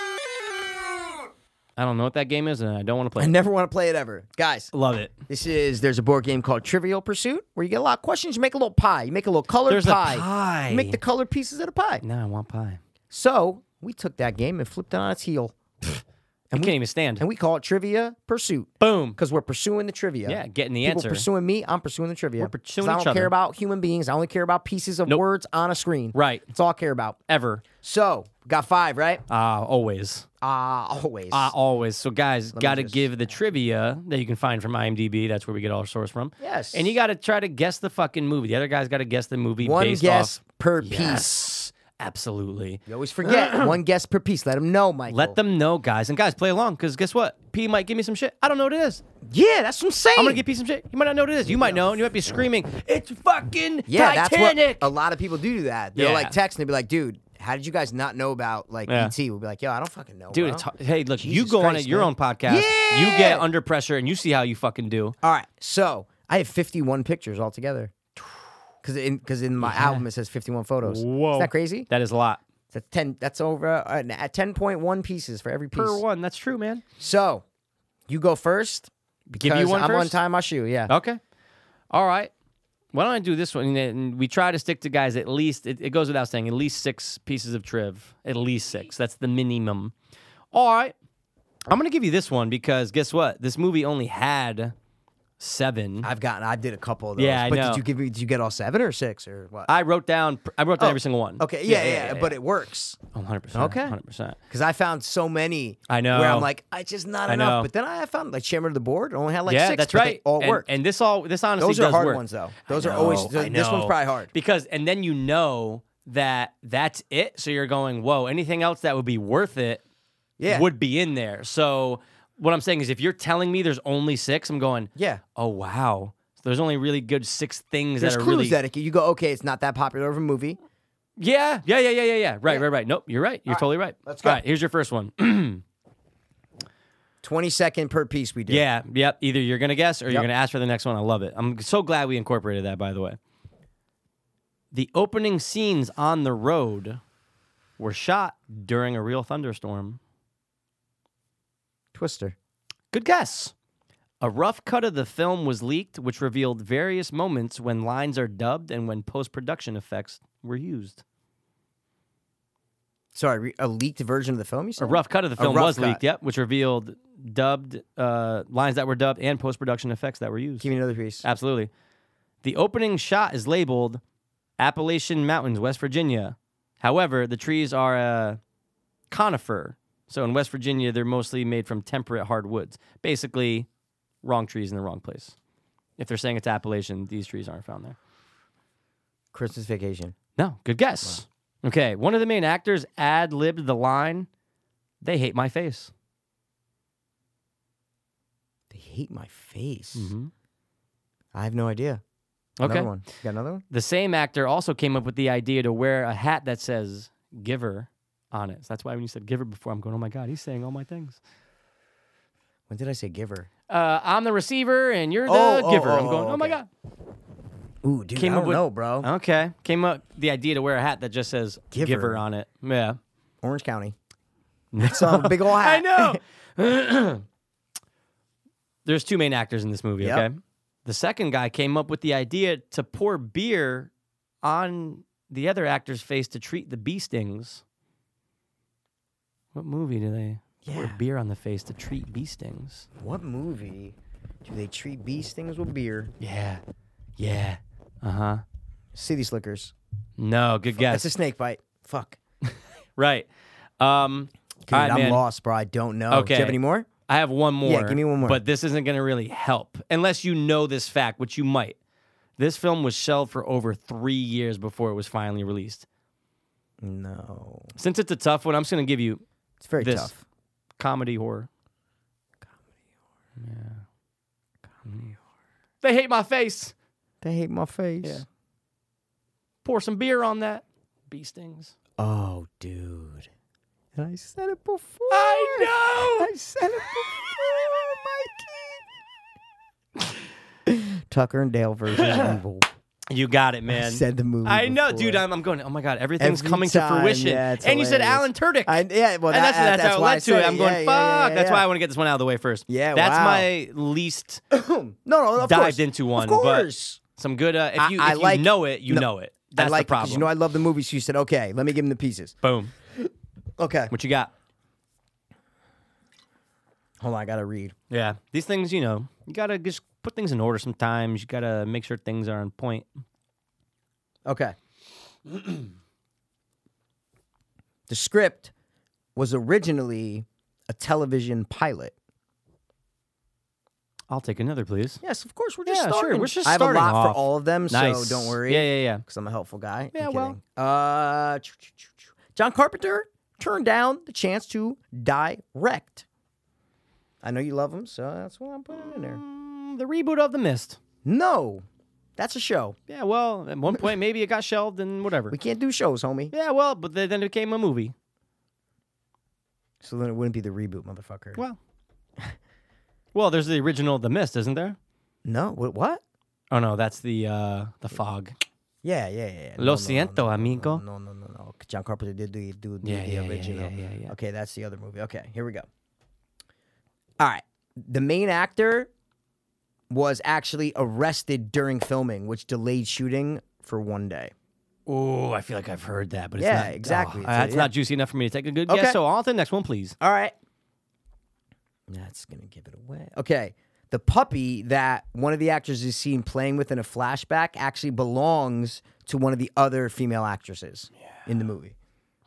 [SPEAKER 4] Pursuit!
[SPEAKER 2] I don't know what that game is, and I don't want to play.
[SPEAKER 1] I
[SPEAKER 2] it.
[SPEAKER 1] never want to play it ever, guys.
[SPEAKER 2] Love it.
[SPEAKER 1] This is there's a board game called Trivial Pursuit where you get a lot of questions. You make a little pie. You make a little colored
[SPEAKER 2] There's a
[SPEAKER 1] pie.
[SPEAKER 2] pie.
[SPEAKER 1] You make the colored pieces of the pie.
[SPEAKER 2] No, I want pie.
[SPEAKER 1] So we took that game and flipped it on its heel,
[SPEAKER 2] I can't even stand.
[SPEAKER 1] and we call it Trivia Pursuit
[SPEAKER 2] Boom.
[SPEAKER 1] because we're pursuing the trivia.
[SPEAKER 2] Yeah, getting the
[SPEAKER 1] People
[SPEAKER 2] answer.
[SPEAKER 1] pursuing me, I'm pursuing the trivia.
[SPEAKER 2] We're pursuing
[SPEAKER 1] 'Cause I
[SPEAKER 2] each
[SPEAKER 1] don't
[SPEAKER 2] other.
[SPEAKER 1] care about human beings. I only care about pieces of
[SPEAKER 2] Nope.
[SPEAKER 1] words on a screen.
[SPEAKER 2] Right.
[SPEAKER 1] That's all I care about.
[SPEAKER 2] Ever.
[SPEAKER 1] So got five, right?
[SPEAKER 2] Uh, always.
[SPEAKER 1] Ah, always.
[SPEAKER 2] Uh, always. So, guys, got to
[SPEAKER 1] just-
[SPEAKER 2] give the trivia that you can find from IMDb. That's where we get all our source from.
[SPEAKER 1] Yes.
[SPEAKER 2] And you got to try to guess the fucking movie. The other guy's got to guess the movie
[SPEAKER 1] One
[SPEAKER 2] based
[SPEAKER 1] guess
[SPEAKER 2] off.
[SPEAKER 1] per piece.
[SPEAKER 2] Yes. Absolutely.
[SPEAKER 1] You always forget one guess per piece. Let them know, Michael.
[SPEAKER 2] Let them know, guys. And guys, play along because guess what? P might give me some shit. I don't know what it is.
[SPEAKER 1] Yeah, that's what I'm saying.
[SPEAKER 2] I'm gonna give P some shit. You might not know what it is. You might know, and you might be screaming, "It's fucking
[SPEAKER 1] Yeah,
[SPEAKER 2] Titanic!"
[SPEAKER 1] that's what a lot of people do. do That they'll
[SPEAKER 2] Yeah.
[SPEAKER 1] like text and they'll be like, "Dude, how did you guys not know about like
[SPEAKER 2] Yeah.
[SPEAKER 1] ET?" We'll be like, "Yo, I don't fucking know,
[SPEAKER 2] Dude,
[SPEAKER 1] bro."
[SPEAKER 2] it's, hard- hey, look, you
[SPEAKER 1] Jesus
[SPEAKER 2] go on
[SPEAKER 1] Christ,
[SPEAKER 2] at your
[SPEAKER 1] man.
[SPEAKER 2] own podcast. You get
[SPEAKER 1] Yeah.
[SPEAKER 2] under pressure, and you see how you fucking do.
[SPEAKER 1] All right, so I have 51 pictures altogether. Because in because in my album it says 51 photos.
[SPEAKER 2] Whoa.
[SPEAKER 1] isn't that crazy?
[SPEAKER 2] That is a lot
[SPEAKER 1] That's 10. That's over uh, at 10.1 pieces for every piece.
[SPEAKER 2] per one. That's true, man.
[SPEAKER 1] So you go first.
[SPEAKER 2] Give you
[SPEAKER 1] because
[SPEAKER 2] one
[SPEAKER 1] I'm on
[SPEAKER 2] first? Oh.
[SPEAKER 1] time. My shoe. Yeah.
[SPEAKER 2] Okay. All right. why don't I do this one? And then we try to stick to guys at least, it, it goes without saying, at least six pieces of triv. At least six. That's the minimum. All right. I'm going to give you this one because guess what? This movie only had seven.
[SPEAKER 1] I've gotten. I did a couple of those.
[SPEAKER 2] Yeah, I
[SPEAKER 1] but
[SPEAKER 2] know.
[SPEAKER 1] did you give me? Did you get all seven or six or what?
[SPEAKER 2] I wrote down, I wrote down every single one.
[SPEAKER 1] Oh, okay. Yeah yeah, But it works
[SPEAKER 2] 100%.
[SPEAKER 1] Okay.
[SPEAKER 2] 100%.
[SPEAKER 1] because I found so many.
[SPEAKER 2] I know.
[SPEAKER 1] Where I'm like, I just not
[SPEAKER 2] I know.
[SPEAKER 1] enough. But then I found like Chairman of the Board only had like
[SPEAKER 2] yeah,
[SPEAKER 1] six.
[SPEAKER 2] that's
[SPEAKER 1] but they
[SPEAKER 2] right.
[SPEAKER 1] All
[SPEAKER 2] and,
[SPEAKER 1] worked.
[SPEAKER 2] And this all this honestly
[SPEAKER 1] Those are
[SPEAKER 2] does
[SPEAKER 1] hard
[SPEAKER 2] work.
[SPEAKER 1] ones, though. Those
[SPEAKER 2] I
[SPEAKER 1] are always-
[SPEAKER 2] know, I
[SPEAKER 1] this one's
[SPEAKER 2] know.
[SPEAKER 1] probably hard.
[SPEAKER 2] because and then you know that that's it. So you're going, whoa. Anything else that would be worth it
[SPEAKER 1] yeah.
[SPEAKER 2] would be in there. So what I'm saying is, if you're telling me there's only six, I'm going,
[SPEAKER 1] Yeah.
[SPEAKER 2] Oh wow, so there's only really good six things
[SPEAKER 1] There's
[SPEAKER 2] that are
[SPEAKER 1] clues
[SPEAKER 2] really
[SPEAKER 1] that it, you go, okay, it's not that popular of a movie.
[SPEAKER 2] yeah, yeah, yeah, yeah, yeah, yeah. Right, right, right. Nope, you're right. You're totally right.
[SPEAKER 1] let's go.
[SPEAKER 2] All right, here's your first one.
[SPEAKER 1] 20 second per piece we did.
[SPEAKER 2] yeah, yep. Either you're gonna guess or you're
[SPEAKER 1] Yep.
[SPEAKER 2] gonna ask for the next one. I love it. I'm so glad we incorporated that. By the way, the opening scenes on the road were shot during a real thunderstorm.
[SPEAKER 1] Twister.
[SPEAKER 2] Good guess. A rough cut of the film was leaked, which revealed various moments when lines are dubbed and when post production effects were used.
[SPEAKER 1] Sorry, re- a leaked version of the film, you said?
[SPEAKER 2] A rough cut of the
[SPEAKER 1] A
[SPEAKER 2] film
[SPEAKER 1] rough
[SPEAKER 2] was
[SPEAKER 1] cut.
[SPEAKER 2] leaked, yep, which revealed dubbed uh, lines that were dubbed and post production effects that were used.
[SPEAKER 1] Give me another piece.
[SPEAKER 2] Absolutely. The opening shot is labeled Appalachian Mountains, West Virginia. However, the trees are uh, conifer. So in West Virginia, they're mostly made from temperate hardwoods. Basically, wrong trees in the wrong place. If they're saying it's Appalachian, these trees aren't found there.
[SPEAKER 1] Christmas Vacation.
[SPEAKER 2] No, good guess. Okay, one of the main actors ad libbed the line, They hate my face.
[SPEAKER 1] They hate my face.
[SPEAKER 2] Mhm.
[SPEAKER 1] I have no idea.
[SPEAKER 2] Okay.
[SPEAKER 1] Mm-hmm. Another one. You got another one?
[SPEAKER 2] The same actor also came up with the idea to wear a hat that says giver on it. So that's why when you said giver before, I'm going, oh my God, he's saying all my things.
[SPEAKER 1] When did I say giver?
[SPEAKER 2] Uh, I'm the receiver and you're the
[SPEAKER 1] Oh, oh,
[SPEAKER 2] giver.
[SPEAKER 1] oh,
[SPEAKER 2] I'm going,
[SPEAKER 1] oh,
[SPEAKER 2] oh my
[SPEAKER 1] okay.
[SPEAKER 2] God.
[SPEAKER 1] Ooh, dude,
[SPEAKER 2] Came
[SPEAKER 1] I
[SPEAKER 2] up
[SPEAKER 1] don't
[SPEAKER 2] with-
[SPEAKER 1] know, bro.
[SPEAKER 2] Okay. Came up the idea to wear a hat that just says giver,
[SPEAKER 1] Giver.
[SPEAKER 2] on it. Yeah.
[SPEAKER 1] Orange County. Some big old hat.
[SPEAKER 2] I know. There's two main actors in this movie,
[SPEAKER 1] Yep.
[SPEAKER 2] okay? The second guy came up with the idea to pour beer on the other actor's face to treat the bee stings. What movie do they pour
[SPEAKER 1] Yeah.
[SPEAKER 2] beer on the face to treat bee stings?
[SPEAKER 1] What movie do they treat bee stings with beer?
[SPEAKER 2] Yeah. Yeah. Uh huh.
[SPEAKER 1] City Slickers.
[SPEAKER 2] No, good
[SPEAKER 1] That's
[SPEAKER 2] guess.
[SPEAKER 1] a snake bite. Fuck.
[SPEAKER 2] right. Um,
[SPEAKER 1] Dude,
[SPEAKER 2] all right,
[SPEAKER 1] I'm
[SPEAKER 2] man.
[SPEAKER 1] lost, bro. I don't know. Do
[SPEAKER 2] Okay.
[SPEAKER 1] you have any more?
[SPEAKER 2] I have one more.
[SPEAKER 1] give me one more.
[SPEAKER 2] But this isn't going to really help unless you know this fact, which you might. This film was shelved for over three years before it was finally released.
[SPEAKER 1] No.
[SPEAKER 2] Since it's a tough one, I'm just going to give you
[SPEAKER 1] It's very
[SPEAKER 2] This.
[SPEAKER 1] tough.
[SPEAKER 2] comedy horror. Comedy horror. Yeah. Comedy horror. They hate my face.
[SPEAKER 1] They hate my face.
[SPEAKER 2] Yeah. Pour some beer on that. Bee stings.
[SPEAKER 1] Oh, dude. And I said it before.
[SPEAKER 2] I know.
[SPEAKER 1] I said it before, Mikey. Tucker and Dale versus evil.
[SPEAKER 2] You got it, man.
[SPEAKER 1] I said the movie.
[SPEAKER 2] I know,
[SPEAKER 1] before.
[SPEAKER 2] dude. I'm, I'm going. Oh my god, everything's
[SPEAKER 1] Every
[SPEAKER 2] coming to
[SPEAKER 1] time,
[SPEAKER 2] fruition.
[SPEAKER 1] yeah,
[SPEAKER 2] and
[SPEAKER 1] it's
[SPEAKER 2] you said Alan
[SPEAKER 1] hilarious.
[SPEAKER 2] Turdick.
[SPEAKER 1] I, yeah, well,
[SPEAKER 2] and that's,
[SPEAKER 1] that- uh,
[SPEAKER 2] that's, how it
[SPEAKER 1] why I
[SPEAKER 2] led to
[SPEAKER 1] said
[SPEAKER 2] it. I'm going,
[SPEAKER 1] Yeah,
[SPEAKER 2] fuck.
[SPEAKER 1] yeah, yeah, yeah,
[SPEAKER 2] that's why I
[SPEAKER 1] yeah.
[SPEAKER 2] want to get this one out of the way first.
[SPEAKER 1] Yeah,
[SPEAKER 2] that's
[SPEAKER 1] wow.
[SPEAKER 2] my least
[SPEAKER 1] no, no, of
[SPEAKER 2] dived
[SPEAKER 1] course.
[SPEAKER 2] into one.
[SPEAKER 1] Of
[SPEAKER 2] but
[SPEAKER 1] course.
[SPEAKER 2] some good. Uh, if
[SPEAKER 1] I-
[SPEAKER 2] you,
[SPEAKER 1] I
[SPEAKER 2] if you
[SPEAKER 1] like-
[SPEAKER 2] know it, you
[SPEAKER 1] no,
[SPEAKER 2] know it.
[SPEAKER 1] I
[SPEAKER 2] That's
[SPEAKER 1] like
[SPEAKER 2] the
[SPEAKER 1] it 'cause
[SPEAKER 2] problem.
[SPEAKER 1] You know, I love the movie, so you said, okay, let me give him the pieces.
[SPEAKER 2] Boom.
[SPEAKER 1] Okay.
[SPEAKER 2] What you got?
[SPEAKER 1] Hold on, I got to read.
[SPEAKER 2] Yeah, these things, you know, you gotta just put things in order. Sometimes you gotta make sure things are on point.
[SPEAKER 1] Okay. the script was originally a television pilot.
[SPEAKER 2] I'll take another, please.
[SPEAKER 1] Yes, of course. We're just
[SPEAKER 2] Yeah, sure,
[SPEAKER 1] starting.
[SPEAKER 2] we're just
[SPEAKER 1] I have a
[SPEAKER 2] starting
[SPEAKER 1] lot
[SPEAKER 2] off.
[SPEAKER 1] for all of them,
[SPEAKER 2] Nice.
[SPEAKER 1] so don't worry.
[SPEAKER 2] Yeah, yeah, yeah.
[SPEAKER 1] Because I'm a helpful guy.
[SPEAKER 2] Yeah,
[SPEAKER 1] I'm
[SPEAKER 2] well.
[SPEAKER 1] kidding. Uh, choo- choo- choo- choo. John Carpenter turned down the chance to direct. I know you love him, so that's why I'm putting it in there.
[SPEAKER 2] Mm, The reboot of The Mist.
[SPEAKER 1] No, that's a show.
[SPEAKER 2] Yeah, well, at one point maybe it got shelved and whatever.
[SPEAKER 1] We can't do shows, homie.
[SPEAKER 2] Yeah, well, but then then it became a movie.
[SPEAKER 1] So then it wouldn't be the reboot, motherfucker.
[SPEAKER 2] Well, well, there's the original The Mist, isn't there?
[SPEAKER 1] No, wh- what?
[SPEAKER 2] Oh no, that's the uh, the fog.
[SPEAKER 1] Yeah, yeah, yeah. yeah.
[SPEAKER 2] Lo siento, amigo.
[SPEAKER 1] No, no, no, no. John Carpenter did the, do the,
[SPEAKER 2] Yeah,
[SPEAKER 1] the
[SPEAKER 2] yeah, yeah,
[SPEAKER 1] original.
[SPEAKER 2] yeah, yeah, yeah.
[SPEAKER 1] Okay, that's the other movie. Okay, here we go. All right. The main actor was actually arrested during filming, which delayed shooting for one day.
[SPEAKER 2] Oh, I feel like I've heard that, but it's
[SPEAKER 1] Yeah,
[SPEAKER 2] not,
[SPEAKER 1] exactly.
[SPEAKER 2] oh,
[SPEAKER 1] It's a-
[SPEAKER 2] that's
[SPEAKER 1] yeah.
[SPEAKER 2] not juicy enough for me to take a good
[SPEAKER 1] Okay.
[SPEAKER 2] guess. So on to the next one, please.
[SPEAKER 1] All right. That's going to give it away. Okay. The puppy that one of the actors is seen playing with in a flashback actually belongs to one of the other female actresses in the movie.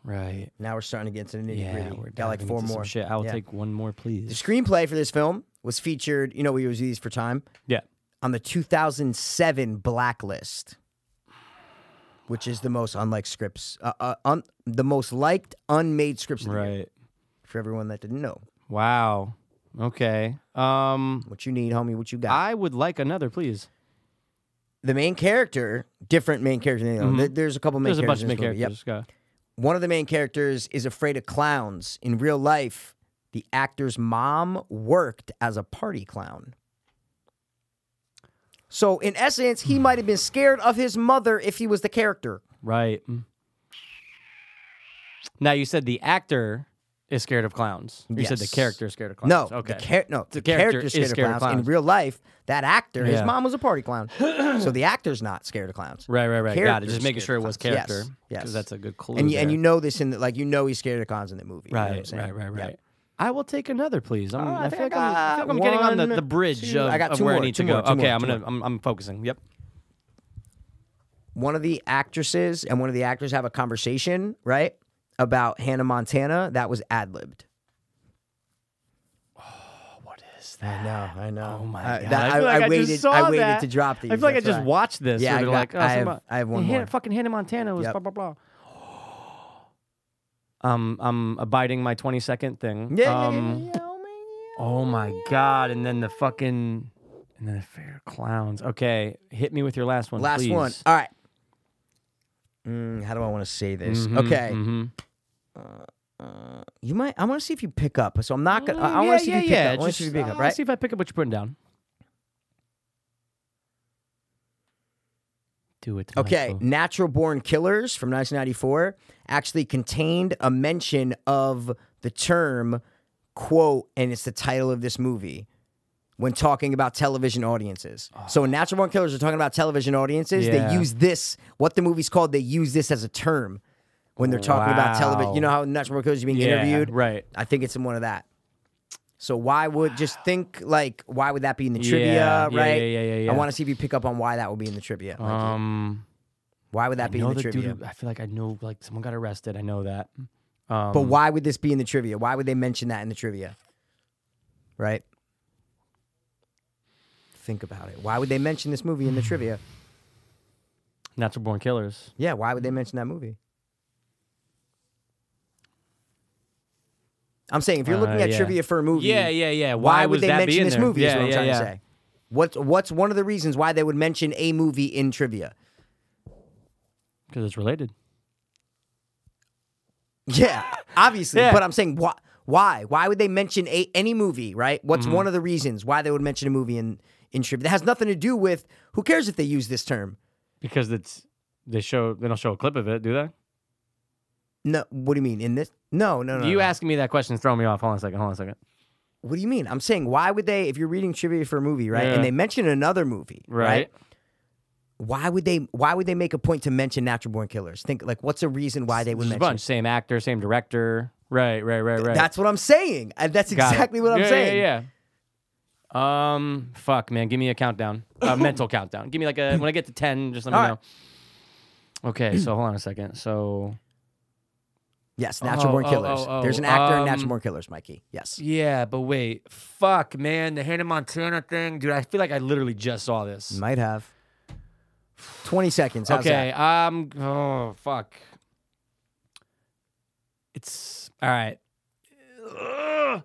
[SPEAKER 2] Right.
[SPEAKER 1] Now we're starting to get into the nitty
[SPEAKER 2] Yeah,
[SPEAKER 1] gritty.
[SPEAKER 2] we're
[SPEAKER 1] Got like
[SPEAKER 2] diving
[SPEAKER 1] four
[SPEAKER 2] into some
[SPEAKER 1] more.
[SPEAKER 2] Shit, I will
[SPEAKER 1] Yeah.
[SPEAKER 2] take one more,
[SPEAKER 1] The
[SPEAKER 2] please.
[SPEAKER 1] screenplay for this film was featured, you know, we always do these for time,
[SPEAKER 2] Yeah.
[SPEAKER 1] on the 2007 Blacklist, which is the most unlike scripts, uh, uh, un, the most liked unmade scripts of the year,
[SPEAKER 2] Right.
[SPEAKER 1] for everyone that didn't know.
[SPEAKER 2] Wow. Okay. Um,
[SPEAKER 1] What you need, homie, what you got.
[SPEAKER 2] I would like another, please.
[SPEAKER 1] the main character, different main character. than the other. There- There's a couple main
[SPEAKER 2] Mm-hmm. There's a bunch
[SPEAKER 1] characters.
[SPEAKER 2] of
[SPEAKER 1] in this movie,
[SPEAKER 2] main
[SPEAKER 1] yep.
[SPEAKER 2] characters. Go.
[SPEAKER 1] One of the main characters is afraid of clowns. In real life, the actor's mom worked as a party clown. So, in essence, he might have been scared of his mother if he was the character.
[SPEAKER 2] Right. Mm. Now you said the actor is scared of clowns. You said the
[SPEAKER 1] Yes.
[SPEAKER 2] character is scared of
[SPEAKER 1] No,
[SPEAKER 2] clowns. Okay.
[SPEAKER 1] the char- no, the,
[SPEAKER 2] character
[SPEAKER 1] character's
[SPEAKER 2] is
[SPEAKER 1] scared,
[SPEAKER 2] scared
[SPEAKER 1] of,
[SPEAKER 2] of
[SPEAKER 1] clowns. In
[SPEAKER 2] clowns.
[SPEAKER 1] real life, that actor, his
[SPEAKER 2] Yeah.
[SPEAKER 1] mom was a party clown. so the actor's not scared of clowns.
[SPEAKER 2] right. Right. Right. Got it.
[SPEAKER 1] Character's
[SPEAKER 2] Just making
[SPEAKER 1] scared
[SPEAKER 2] sure it
[SPEAKER 1] of
[SPEAKER 2] was
[SPEAKER 1] clowns. Yes,
[SPEAKER 2] character.
[SPEAKER 1] yes.
[SPEAKER 2] Because that's a good clue.
[SPEAKER 1] And you, and
[SPEAKER 2] there.
[SPEAKER 1] you know this in the, like you know he's scared of clowns in the movie. you know what I'm
[SPEAKER 2] Right,
[SPEAKER 1] saying?
[SPEAKER 2] right, right,
[SPEAKER 1] Yeah.
[SPEAKER 2] right. I will take another, please. I'm,
[SPEAKER 1] Oh, I
[SPEAKER 2] I,
[SPEAKER 1] think
[SPEAKER 2] feel
[SPEAKER 1] I
[SPEAKER 2] like I'm, I feel like I'm getting on the,
[SPEAKER 1] got
[SPEAKER 2] the bridge
[SPEAKER 1] one,
[SPEAKER 2] of,
[SPEAKER 1] two- I got
[SPEAKER 2] of
[SPEAKER 1] two
[SPEAKER 2] where
[SPEAKER 1] more,
[SPEAKER 2] I need
[SPEAKER 1] two
[SPEAKER 2] to go.
[SPEAKER 1] more, two
[SPEAKER 2] okay,
[SPEAKER 1] more,
[SPEAKER 2] I'm
[SPEAKER 1] two
[SPEAKER 2] gonna,
[SPEAKER 1] more.
[SPEAKER 2] I'm, I'm focusing. Yep.
[SPEAKER 1] one of the actresses and one of the actors have a conversation, right? About Hannah Montana that was ad libbed.
[SPEAKER 2] Oh, What is
[SPEAKER 1] I
[SPEAKER 2] that?
[SPEAKER 1] know, I know.
[SPEAKER 2] Oh my
[SPEAKER 1] I-
[SPEAKER 2] god!
[SPEAKER 1] that- I,
[SPEAKER 2] feel like
[SPEAKER 1] I
[SPEAKER 2] just
[SPEAKER 1] waited.
[SPEAKER 2] saw
[SPEAKER 1] I waited
[SPEAKER 2] that.
[SPEAKER 1] to drop these.
[SPEAKER 2] I feel like I
[SPEAKER 1] that's
[SPEAKER 2] just
[SPEAKER 1] why.
[SPEAKER 2] watched this.
[SPEAKER 1] Yeah,
[SPEAKER 2] Yeah,
[SPEAKER 1] I
[SPEAKER 2] they're
[SPEAKER 1] got-
[SPEAKER 2] like, oh,
[SPEAKER 1] I have-
[SPEAKER 2] somebody-
[SPEAKER 1] I have one
[SPEAKER 2] Hannah-
[SPEAKER 1] more.
[SPEAKER 2] Fucking Hannah Montana was
[SPEAKER 1] Yep.
[SPEAKER 2] blah blah blah. Um, I'm abiding my 20 second thing.
[SPEAKER 1] Yeah, yeah, yeah,
[SPEAKER 2] um,
[SPEAKER 1] yeah, oh my-
[SPEAKER 2] Oh my god! And then the fucking, and then the fair clowns. Okay, hit me with your last one.
[SPEAKER 1] Last
[SPEAKER 2] please.
[SPEAKER 1] one. All right. Mm, how do I want to say this?
[SPEAKER 2] Mhm,
[SPEAKER 1] okay,
[SPEAKER 2] mhm.
[SPEAKER 1] you might. I want to see if you pick up. So I'm not gonna. I, want to see
[SPEAKER 2] Mm,
[SPEAKER 1] if you
[SPEAKER 2] yeah,
[SPEAKER 1] pick
[SPEAKER 2] yeah,
[SPEAKER 1] up. I want to see if
[SPEAKER 2] just-
[SPEAKER 1] you pick up.
[SPEAKER 2] I wanna
[SPEAKER 1] Right.
[SPEAKER 2] See if I pick up what you're putting down. Do it.
[SPEAKER 1] Okay,
[SPEAKER 2] Michael.
[SPEAKER 1] Natural Born Killers from 1994 actually contained a mention of the term quote, and it's the title of this movie when talking about television audiences. So when Natural Born Killers are talking about television audiences,
[SPEAKER 2] Yeah.
[SPEAKER 1] they use this, what the movie's called, they use this as a term when they're talking about television.
[SPEAKER 2] Wow.
[SPEAKER 1] You know how in Natural Born Killers you're being
[SPEAKER 2] Yeah,
[SPEAKER 1] interviewed?
[SPEAKER 2] right.
[SPEAKER 1] I think it's in one of that. So why would just think like why would that be in the trivia,
[SPEAKER 2] Yeah, yeah,
[SPEAKER 1] right?
[SPEAKER 2] yeah, yeah, yeah,
[SPEAKER 1] I
[SPEAKER 2] yeah.
[SPEAKER 1] want to see if you pick up on why that would be in the trivia. Like,
[SPEAKER 2] Um,
[SPEAKER 1] why would that be in
[SPEAKER 2] know
[SPEAKER 1] the
[SPEAKER 2] the
[SPEAKER 1] trivia?
[SPEAKER 2] dude. I feel like I know. Like someone got arrested. I know that. Um,
[SPEAKER 1] But why would this be in the trivia? Why would they mention that in the trivia? Right? Think about it. Why would they mention this movie in the trivia?
[SPEAKER 2] Natural Born Killers.
[SPEAKER 1] Yeah, why would they mention that movie? I'm saying if you're looking
[SPEAKER 2] Uh,
[SPEAKER 1] at
[SPEAKER 2] yeah.
[SPEAKER 1] trivia for a movie,
[SPEAKER 2] Yeah, yeah, yeah.
[SPEAKER 1] Why,
[SPEAKER 2] Why
[SPEAKER 1] would
[SPEAKER 2] was
[SPEAKER 1] they
[SPEAKER 2] that be
[SPEAKER 1] mention
[SPEAKER 2] in
[SPEAKER 1] this
[SPEAKER 2] there?
[SPEAKER 1] movie? is
[SPEAKER 2] Yeah,
[SPEAKER 1] what I'm
[SPEAKER 2] yeah,
[SPEAKER 1] trying
[SPEAKER 2] yeah.
[SPEAKER 1] to say. What's what's one of the reasons why they would mention a movie in trivia?
[SPEAKER 2] Because it's related.
[SPEAKER 1] Yeah, obviously.
[SPEAKER 2] Yeah.
[SPEAKER 1] But I'm saying why? Why? Why would they mention a, any movie? Right? What's
[SPEAKER 2] Mm-hmm.
[SPEAKER 1] one of the reasons why they would mention a movie in in trivia? That has nothing to do with who cares if they use this term.
[SPEAKER 2] Because it's they show they don't show a clip of it, do they?
[SPEAKER 1] No, what do you mean in this? No, no, no.
[SPEAKER 2] you
[SPEAKER 1] no.
[SPEAKER 2] asking me that question is throwing me off. Hold on a second. Hold on a second.
[SPEAKER 1] What do you mean? I'm saying why would they? If you're reading trivia for a movie, right,
[SPEAKER 2] Yeah.
[SPEAKER 1] and they mention another movie, right.
[SPEAKER 2] Right.
[SPEAKER 1] Why would they? Why would they make a point to mention Natural Born Killers? Think like, what's a reason why they would
[SPEAKER 2] There's a
[SPEAKER 1] mention?
[SPEAKER 2] bunch. Same actor, same director. Right. Right. Right. Right.
[SPEAKER 1] That's what I'm saying. I- That's
[SPEAKER 2] Got it.
[SPEAKER 1] exactly what I'm
[SPEAKER 2] Yeah,
[SPEAKER 1] saying.
[SPEAKER 2] Yeah, yeah. Um, fuck, man. Give me a countdown, a mental countdown. Give me like a when I get to ten, just let me
[SPEAKER 1] All
[SPEAKER 2] know.
[SPEAKER 1] right.
[SPEAKER 2] Okay, so hold on a second. So
[SPEAKER 1] Yes, Natural Born
[SPEAKER 2] oh,
[SPEAKER 1] Killers.
[SPEAKER 2] oh, oh,
[SPEAKER 1] There's an actor in
[SPEAKER 2] um,
[SPEAKER 1] Natural Born Killers, Mikey. Yes.
[SPEAKER 2] yeah, but wait, fuck, man, the Hannah Montana thing, dude. I feel like I literally just saw this.
[SPEAKER 1] Might have. 20 seconds. How's
[SPEAKER 2] Okay,
[SPEAKER 1] that?
[SPEAKER 2] um, oh fuck. It's all right. Ugh.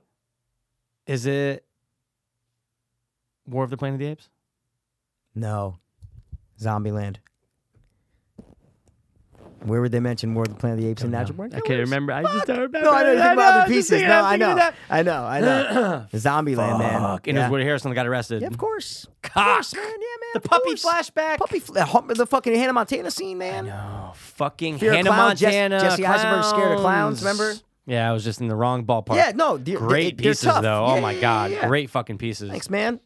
[SPEAKER 2] Is it War of the Planet of the Apes?
[SPEAKER 1] No. Zombieland. Where would they mention War of the Planet of the Apes and Natural Born
[SPEAKER 2] I
[SPEAKER 1] Killers?
[SPEAKER 2] can't remember. I just don't remember.
[SPEAKER 1] No, I know. Think about other pieces. No, I
[SPEAKER 2] I'm thinking of
[SPEAKER 1] know.
[SPEAKER 2] that.
[SPEAKER 1] I know. I know. Zombieland, man.
[SPEAKER 2] Fuck. And it
[SPEAKER 1] yeah.
[SPEAKER 2] was Woody Harrison that got arrested.
[SPEAKER 1] Yeah, of course. Of
[SPEAKER 2] Cock.
[SPEAKER 1] course, man. Yeah, man.
[SPEAKER 2] The
[SPEAKER 1] of
[SPEAKER 2] puppy
[SPEAKER 1] course.
[SPEAKER 2] flashback.
[SPEAKER 1] Puppy, fl- the hump- the fucking Hannah Montana scene, man.
[SPEAKER 2] No, fucking
[SPEAKER 1] Fear of
[SPEAKER 2] Hannah
[SPEAKER 1] clowns. Jess-
[SPEAKER 2] Montana.
[SPEAKER 1] Jesse Eisenberg scared of clowns,
[SPEAKER 2] clowns.
[SPEAKER 1] remember?
[SPEAKER 2] Yeah, I was just in the wrong ballpark.
[SPEAKER 1] Yeah, no, they're-
[SPEAKER 2] great
[SPEAKER 1] they're- they're
[SPEAKER 2] pieces
[SPEAKER 1] tough.
[SPEAKER 2] though.
[SPEAKER 1] Yeah,
[SPEAKER 2] oh my
[SPEAKER 1] yeah,
[SPEAKER 2] god,
[SPEAKER 1] yeah, yeah.
[SPEAKER 2] great fucking pieces.
[SPEAKER 1] Thanks, man.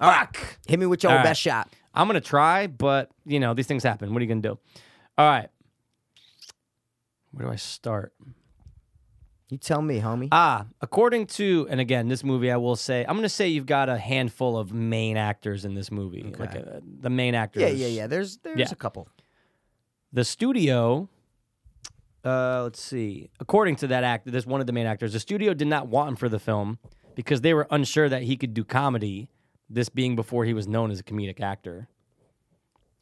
[SPEAKER 1] All right. Hit me with your
[SPEAKER 2] All right.
[SPEAKER 1] best shot.
[SPEAKER 2] I'm gonna try, but you know these things happen. What are you gonna do? All right. Where do I start?
[SPEAKER 1] You tell me, homie.
[SPEAKER 2] Ah, according to, and again, this movie, I will say, I'm going to say you've got a handful of main actors in this movie. Like uh the main actors.
[SPEAKER 1] yeah, yeah, yeah. There's there's
[SPEAKER 2] Yeah.
[SPEAKER 1] a couple.
[SPEAKER 2] The studio, uh, let's see, according to that actor, this one of the main actors, the studio did not want him for the film because they were unsure that he could do comedy, this being before he was known as a comedic actor.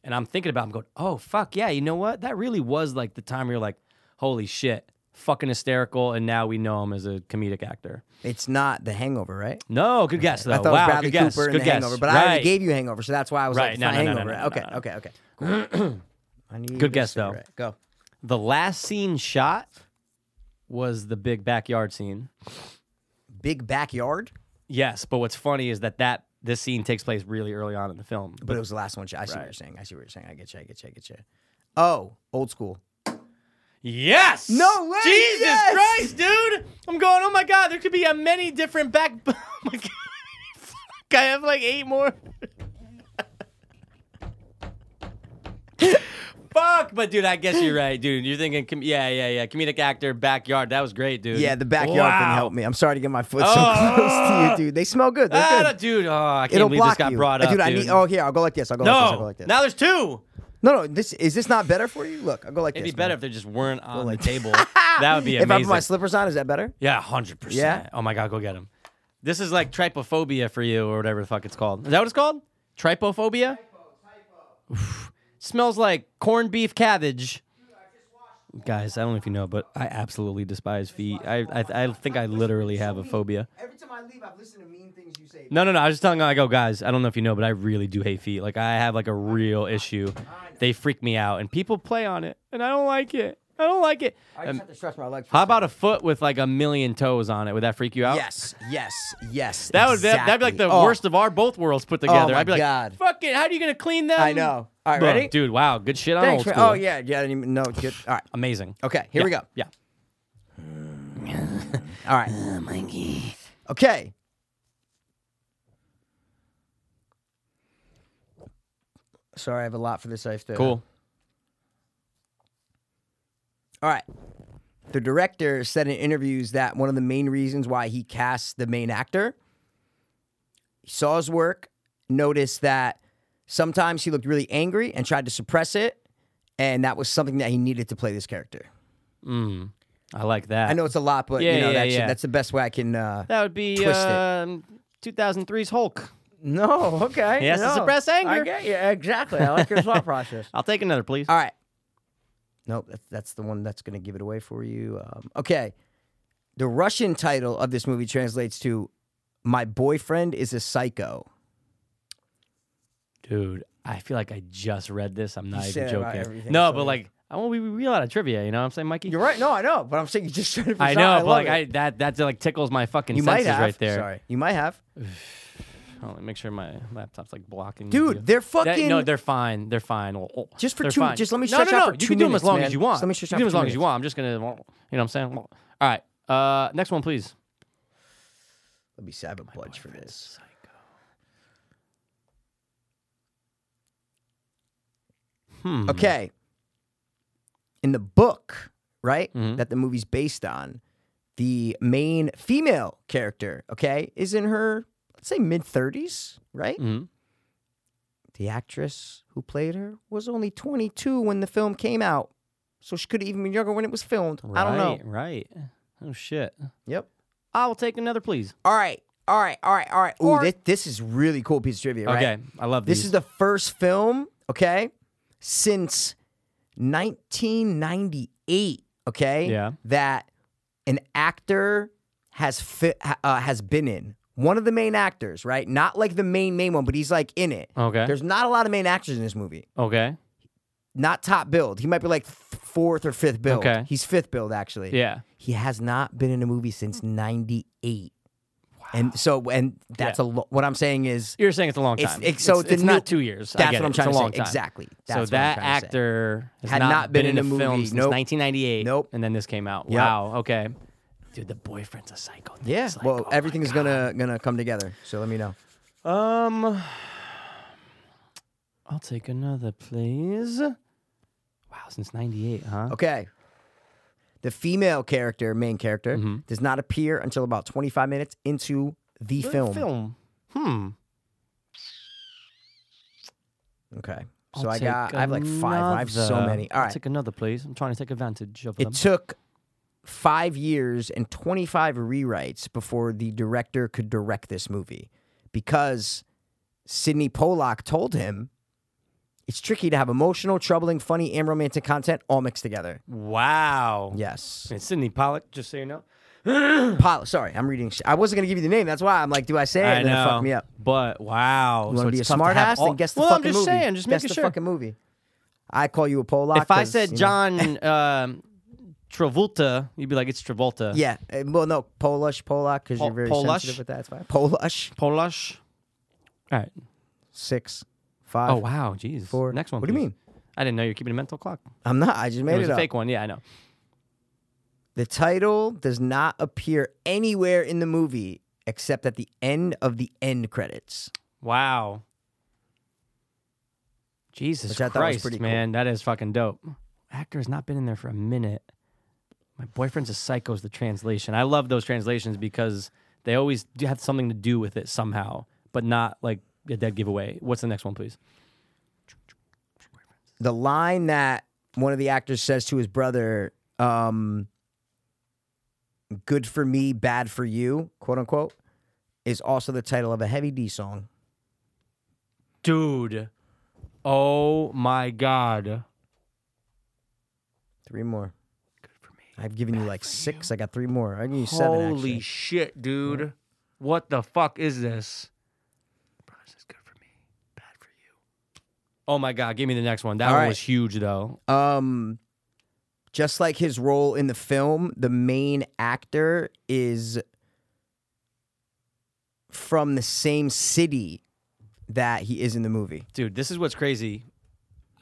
[SPEAKER 2] And I'm thinking about him going, oh, fuck, yeah, you know what? That really was like the time where you're like, holy shit, fucking hysterical. And now we know him as a comedic actor.
[SPEAKER 1] It's not The Hangover, right?
[SPEAKER 2] No, good guess though.
[SPEAKER 1] I thought it
[SPEAKER 2] wow,
[SPEAKER 1] was Bradley
[SPEAKER 2] good guess.
[SPEAKER 1] Cooper in
[SPEAKER 2] good
[SPEAKER 1] The
[SPEAKER 2] guess.
[SPEAKER 1] Hangover, but
[SPEAKER 2] right.
[SPEAKER 1] I already gave you Hangover, so that's why I was
[SPEAKER 2] Right,
[SPEAKER 1] like,
[SPEAKER 2] no,
[SPEAKER 1] fine,
[SPEAKER 2] no, no,
[SPEAKER 1] Hangover.
[SPEAKER 2] no, no, no,
[SPEAKER 1] okay,
[SPEAKER 2] no, no.
[SPEAKER 1] okay, okay. I need
[SPEAKER 2] Good
[SPEAKER 1] a
[SPEAKER 2] guess, though.
[SPEAKER 1] cigarette. Go.
[SPEAKER 2] the last scene shot was the big backyard scene.
[SPEAKER 1] Big backyard,
[SPEAKER 2] Yes, but what's funny is that that this scene takes place really early on in the film.
[SPEAKER 1] but it was the last one. I see what you're saying. I see what you're saying. I get you. I get you. I get you. Oh, old school.
[SPEAKER 2] Yes.
[SPEAKER 1] No way,
[SPEAKER 2] Jesus
[SPEAKER 1] yes!
[SPEAKER 2] Christ, dude! I'm going. Oh my God! There could be a many different back. Oh my God. Fuck, I have like eight more. Fuck, but dude, I guess you're right, dude. You're thinking, com- yeah, yeah, yeah, comedic actor, backyard. That was great, dude.
[SPEAKER 1] Yeah, the backyard
[SPEAKER 2] Wow.
[SPEAKER 1] didn't help me. I'm sorry to get my foot
[SPEAKER 2] Oh.
[SPEAKER 1] so close to you, dude. They smell good. They're
[SPEAKER 2] Ah,
[SPEAKER 1] good.
[SPEAKER 2] dude, oh, I can't
[SPEAKER 1] It'll
[SPEAKER 2] believe this
[SPEAKER 1] block
[SPEAKER 2] got
[SPEAKER 1] you,
[SPEAKER 2] brought
[SPEAKER 1] Uh,
[SPEAKER 2] up,
[SPEAKER 1] dude.
[SPEAKER 2] dude.
[SPEAKER 1] I need. Oh, here. I'll go like this. I'll go like this. I'll go
[SPEAKER 2] no,
[SPEAKER 1] like this.
[SPEAKER 2] now there's two.
[SPEAKER 1] no, no. This is this not better for you? Look, I'll go like
[SPEAKER 2] It'd
[SPEAKER 1] this.
[SPEAKER 2] be better
[SPEAKER 1] man.
[SPEAKER 2] if there just weren't on the table. that would be
[SPEAKER 1] if I put
[SPEAKER 2] amazing.
[SPEAKER 1] my slippers on. Is that better?
[SPEAKER 2] yeah, hundred percent.
[SPEAKER 1] Yeah?
[SPEAKER 2] Oh my god, go get him. This is like trypophobia for you, or whatever the fuck it's called. Is that what it's called? Trypophobia. Oof. Smells like corned beef cabbage. Guys, I don't know if you know, but I absolutely despise feet. I I, I think I literally have a phobia.
[SPEAKER 1] Every time I leave, I've listened to mean things you say.
[SPEAKER 2] No, no, no. I was just telling. I go, guys. I don't know if you know, but I really do hate feet. Like I have like a real issue. They freak me out, and people play on it, and I don't like it. I don't like it.
[SPEAKER 1] I just
[SPEAKER 2] Um,
[SPEAKER 1] have to stretch my legs.
[SPEAKER 2] How about a foot with like a million toes on it? Would that freak you out?
[SPEAKER 1] Yes, yes, yes.
[SPEAKER 2] That would that'd be like the
[SPEAKER 1] exactly. Oh,
[SPEAKER 2] worst of our both worlds put together.
[SPEAKER 1] my
[SPEAKER 2] I'd be like,
[SPEAKER 1] God.
[SPEAKER 2] fuck it. How are you gonna clean them?
[SPEAKER 1] I know. All right,
[SPEAKER 2] Bro,
[SPEAKER 1] ready?
[SPEAKER 2] dude. Wow, good shit on
[SPEAKER 1] Thanks
[SPEAKER 2] old
[SPEAKER 1] for,
[SPEAKER 2] school.
[SPEAKER 1] oh yeah, yeah. I didn't even know. Good. All right.
[SPEAKER 2] amazing.
[SPEAKER 1] Okay, here we
[SPEAKER 2] Yeah,
[SPEAKER 1] go.
[SPEAKER 2] Yeah.
[SPEAKER 1] All right. Okay. Sorry, I have a lot for this. I have to. uh,
[SPEAKER 2] Cool.
[SPEAKER 1] All right. The director said in interviews that one of the main reasons why he cast the main actor, he saw his work, noticed that sometimes he looked really angry and tried to suppress it, and that was something that he needed to play this character.
[SPEAKER 2] Mm, I like that.
[SPEAKER 1] I know it's a lot, but
[SPEAKER 2] Yeah,
[SPEAKER 1] you know
[SPEAKER 2] yeah,
[SPEAKER 1] that shit-
[SPEAKER 2] yeah.
[SPEAKER 1] that's the best way I can. Uh,
[SPEAKER 2] That would be
[SPEAKER 1] Twist it.
[SPEAKER 2] um, 2003's Hulk.
[SPEAKER 1] no, okay.
[SPEAKER 2] He has to
[SPEAKER 1] no.
[SPEAKER 2] suppress anger.
[SPEAKER 1] I get you. Exactly. I like your thought process.
[SPEAKER 2] I'll take another, please.
[SPEAKER 1] All right. Nope, that's, that's the one that's going to give it away for you. Um, okay. The Russian title of this movie translates to My Boyfriend is a Psycho.
[SPEAKER 2] Dude, I feel like I just read this. I'm not
[SPEAKER 1] said
[SPEAKER 2] even
[SPEAKER 1] about
[SPEAKER 2] joking.
[SPEAKER 1] everything,
[SPEAKER 2] No,
[SPEAKER 1] so
[SPEAKER 2] but
[SPEAKER 1] yeah.
[SPEAKER 2] like, I won't be real out of trivia. You know what I'm saying, Mikey?
[SPEAKER 1] You're right. No, I know, but I'm saying you just trying to
[SPEAKER 2] I know, but like, I that that like tickles my fucking
[SPEAKER 1] You might
[SPEAKER 2] senses
[SPEAKER 1] have.
[SPEAKER 2] right there.
[SPEAKER 1] Sorry. You might have.
[SPEAKER 2] Hold on, make sure my laptop's like blocking.
[SPEAKER 1] Dude,
[SPEAKER 2] you.
[SPEAKER 1] they're
[SPEAKER 2] That-
[SPEAKER 1] fucking.
[SPEAKER 2] no, they're fine. They're fine. Oh, oh,
[SPEAKER 1] Just for
[SPEAKER 2] they're
[SPEAKER 1] two-
[SPEAKER 2] fine.
[SPEAKER 1] just let me
[SPEAKER 2] no,
[SPEAKER 1] stretch
[SPEAKER 2] no,
[SPEAKER 1] out
[SPEAKER 2] no.
[SPEAKER 1] for
[SPEAKER 2] you
[SPEAKER 1] two
[SPEAKER 2] can do them as
[SPEAKER 1] minutes,
[SPEAKER 2] long
[SPEAKER 1] man.
[SPEAKER 2] as you want.
[SPEAKER 1] Just let me stretch
[SPEAKER 2] you
[SPEAKER 1] out
[SPEAKER 2] can do
[SPEAKER 1] for
[SPEAKER 2] them as
[SPEAKER 1] two
[SPEAKER 2] long as you
[SPEAKER 1] minutes.
[SPEAKER 2] want. I'm just gonna, you know what I'm saying. All right, uh, next one, please.
[SPEAKER 1] Let me see. I have a bunch for this.
[SPEAKER 2] Hmm.
[SPEAKER 1] Okay. In the book, right,
[SPEAKER 2] Mhm.
[SPEAKER 1] that the movie's based on, the main female character, okay, is in her, let's say, mid 30s, right?
[SPEAKER 2] Mhm.
[SPEAKER 1] The actress who played her was only 22 when the film came out. So she could have even been younger when it was filmed. I don't know.
[SPEAKER 2] Right, Right. Oh shit.
[SPEAKER 1] Yep.
[SPEAKER 2] I will take another, please.
[SPEAKER 1] All right. All right. All right. All right. Ooh,
[SPEAKER 2] Or-
[SPEAKER 1] thi- this, is really cool piece of trivia, right?
[SPEAKER 2] Okay, I love
[SPEAKER 1] This
[SPEAKER 2] these.
[SPEAKER 1] is the first film, okay, since 1998, okay,
[SPEAKER 2] Yeah.
[SPEAKER 1] that an actor has fi- ha- uh, has been in. One of the main actors, right? Not like the main main one, but he's like in it.
[SPEAKER 2] okay.
[SPEAKER 1] There's not a lot of main actors in this movie.
[SPEAKER 2] okay.
[SPEAKER 1] Not top build. He might be like th- fourth or fifth build.
[SPEAKER 2] Okay.
[SPEAKER 1] He's fifth build actually.
[SPEAKER 2] Yeah.
[SPEAKER 1] He has not been in a movie since 98. And so and that's a lo- what I'm saying is
[SPEAKER 2] You're saying it's a long
[SPEAKER 1] It's-
[SPEAKER 2] time.
[SPEAKER 1] it's- so it's a new-
[SPEAKER 2] not two years. I
[SPEAKER 1] that's
[SPEAKER 2] get
[SPEAKER 1] what
[SPEAKER 2] it.
[SPEAKER 1] I'm trying
[SPEAKER 2] it's a
[SPEAKER 1] to
[SPEAKER 2] long
[SPEAKER 1] say.
[SPEAKER 2] Time.
[SPEAKER 1] Exactly.
[SPEAKER 2] so
[SPEAKER 1] That's what I'm
[SPEAKER 2] that
[SPEAKER 1] trying to say.
[SPEAKER 2] actor has
[SPEAKER 1] Had
[SPEAKER 2] not
[SPEAKER 1] not
[SPEAKER 2] been,
[SPEAKER 1] been
[SPEAKER 2] in
[SPEAKER 1] in
[SPEAKER 2] a
[SPEAKER 1] a
[SPEAKER 2] film
[SPEAKER 1] movie.
[SPEAKER 2] since
[SPEAKER 1] Nope.
[SPEAKER 2] 1998.
[SPEAKER 1] Nope.
[SPEAKER 2] And then this came out.
[SPEAKER 1] Yep.
[SPEAKER 2] Wow. Okay. Dude, the boyfriend's a psycho.
[SPEAKER 1] Yeah.
[SPEAKER 2] It's like,
[SPEAKER 1] well,
[SPEAKER 2] oh my
[SPEAKER 1] everything's
[SPEAKER 2] God.
[SPEAKER 1] gonna gonna come together. So let me know.
[SPEAKER 2] Um, I'll take another, please. Wow, since '98, huh?
[SPEAKER 1] Okay. The female character, main character,
[SPEAKER 2] Mm-hmm.
[SPEAKER 1] does not appear until about 25 minutes into the film.
[SPEAKER 2] Film. Hmm.
[SPEAKER 1] Okay.
[SPEAKER 2] I'll
[SPEAKER 1] So I
[SPEAKER 2] take
[SPEAKER 1] got, I have like five. I have so
[SPEAKER 2] another.
[SPEAKER 1] many. All
[SPEAKER 2] I'll
[SPEAKER 1] right.
[SPEAKER 2] take another, please. I'm trying to take advantage of them.
[SPEAKER 1] It took five years and 25 rewrites before the director could direct this movie because Sidney Pollock told him it's tricky to have emotional, troubling, funny, and romantic content all mixed together.
[SPEAKER 2] wow.
[SPEAKER 1] Yes.
[SPEAKER 2] It's Sidney Pollack, just so you know.
[SPEAKER 1] Pol- Sorry, I'm reading. Sh- I wasn't going to give you the name. That's why I'm like, do I say it?
[SPEAKER 2] I
[SPEAKER 1] and then it
[SPEAKER 2] know.
[SPEAKER 1] fucked me up.
[SPEAKER 2] But wow.
[SPEAKER 1] You
[SPEAKER 2] so
[SPEAKER 1] want to be a
[SPEAKER 2] it's tough to
[SPEAKER 1] smart
[SPEAKER 2] have
[SPEAKER 1] ass?
[SPEAKER 2] all-
[SPEAKER 1] then guess the
[SPEAKER 2] well,
[SPEAKER 1] fucking
[SPEAKER 2] I'm just
[SPEAKER 1] movie.
[SPEAKER 2] saying, just
[SPEAKER 1] guess
[SPEAKER 2] making
[SPEAKER 1] the
[SPEAKER 2] sure.
[SPEAKER 1] fucking movie. I call you a Pollock.
[SPEAKER 2] if I
[SPEAKER 1] 'cause,
[SPEAKER 2] said
[SPEAKER 1] you know-
[SPEAKER 2] John um, Travolta, you'd be like, it's Travolta.
[SPEAKER 1] Yeah. eh, Well, no, Polish, Pollock, because
[SPEAKER 2] Pol-
[SPEAKER 1] you're very
[SPEAKER 2] Polish?
[SPEAKER 1] sensitive with that. It's fine. Polish.
[SPEAKER 2] Polish. All right.
[SPEAKER 1] Six, five.
[SPEAKER 2] Oh, wow. Jeez.
[SPEAKER 1] four.
[SPEAKER 2] Next one.
[SPEAKER 1] What do you
[SPEAKER 2] please.
[SPEAKER 1] mean?
[SPEAKER 2] I didn't know you're keeping a mental clock.
[SPEAKER 1] I'm not. I just made
[SPEAKER 2] It
[SPEAKER 1] it,
[SPEAKER 2] was a
[SPEAKER 1] up.
[SPEAKER 2] fake one. Yeah, I know.
[SPEAKER 1] The title does not appear anywhere in the movie except at the end of the end credits.
[SPEAKER 2] Wow. Jesus
[SPEAKER 1] Which I thought was
[SPEAKER 2] Christ,
[SPEAKER 1] pretty cool.
[SPEAKER 2] man, that is fucking dope. Actor has not been in there for a minute. My boyfriend's a psycho is the translation. I love those translations because they always do have something to do with it somehow, but not like a dead giveaway. What's the next one, please?
[SPEAKER 1] The line that one of the actors says to his brother, um, "Good for me, bad for you," quote unquote, is also the title of a Heavy D song.
[SPEAKER 2] Dude. Oh my god.
[SPEAKER 1] Three more. I've given you like six. I got three more. I give you seven.
[SPEAKER 2] Holy
[SPEAKER 1] actually.
[SPEAKER 2] shit, dude. What the fuck is this? Promise is good for me, bad for you. Oh my god, give me the next one. That
[SPEAKER 1] All
[SPEAKER 2] one
[SPEAKER 1] right.
[SPEAKER 2] was huge though.
[SPEAKER 1] Um, just like his role in the film, the main actor is from the same city that he is in the movie.
[SPEAKER 2] Dude, this is what's crazy.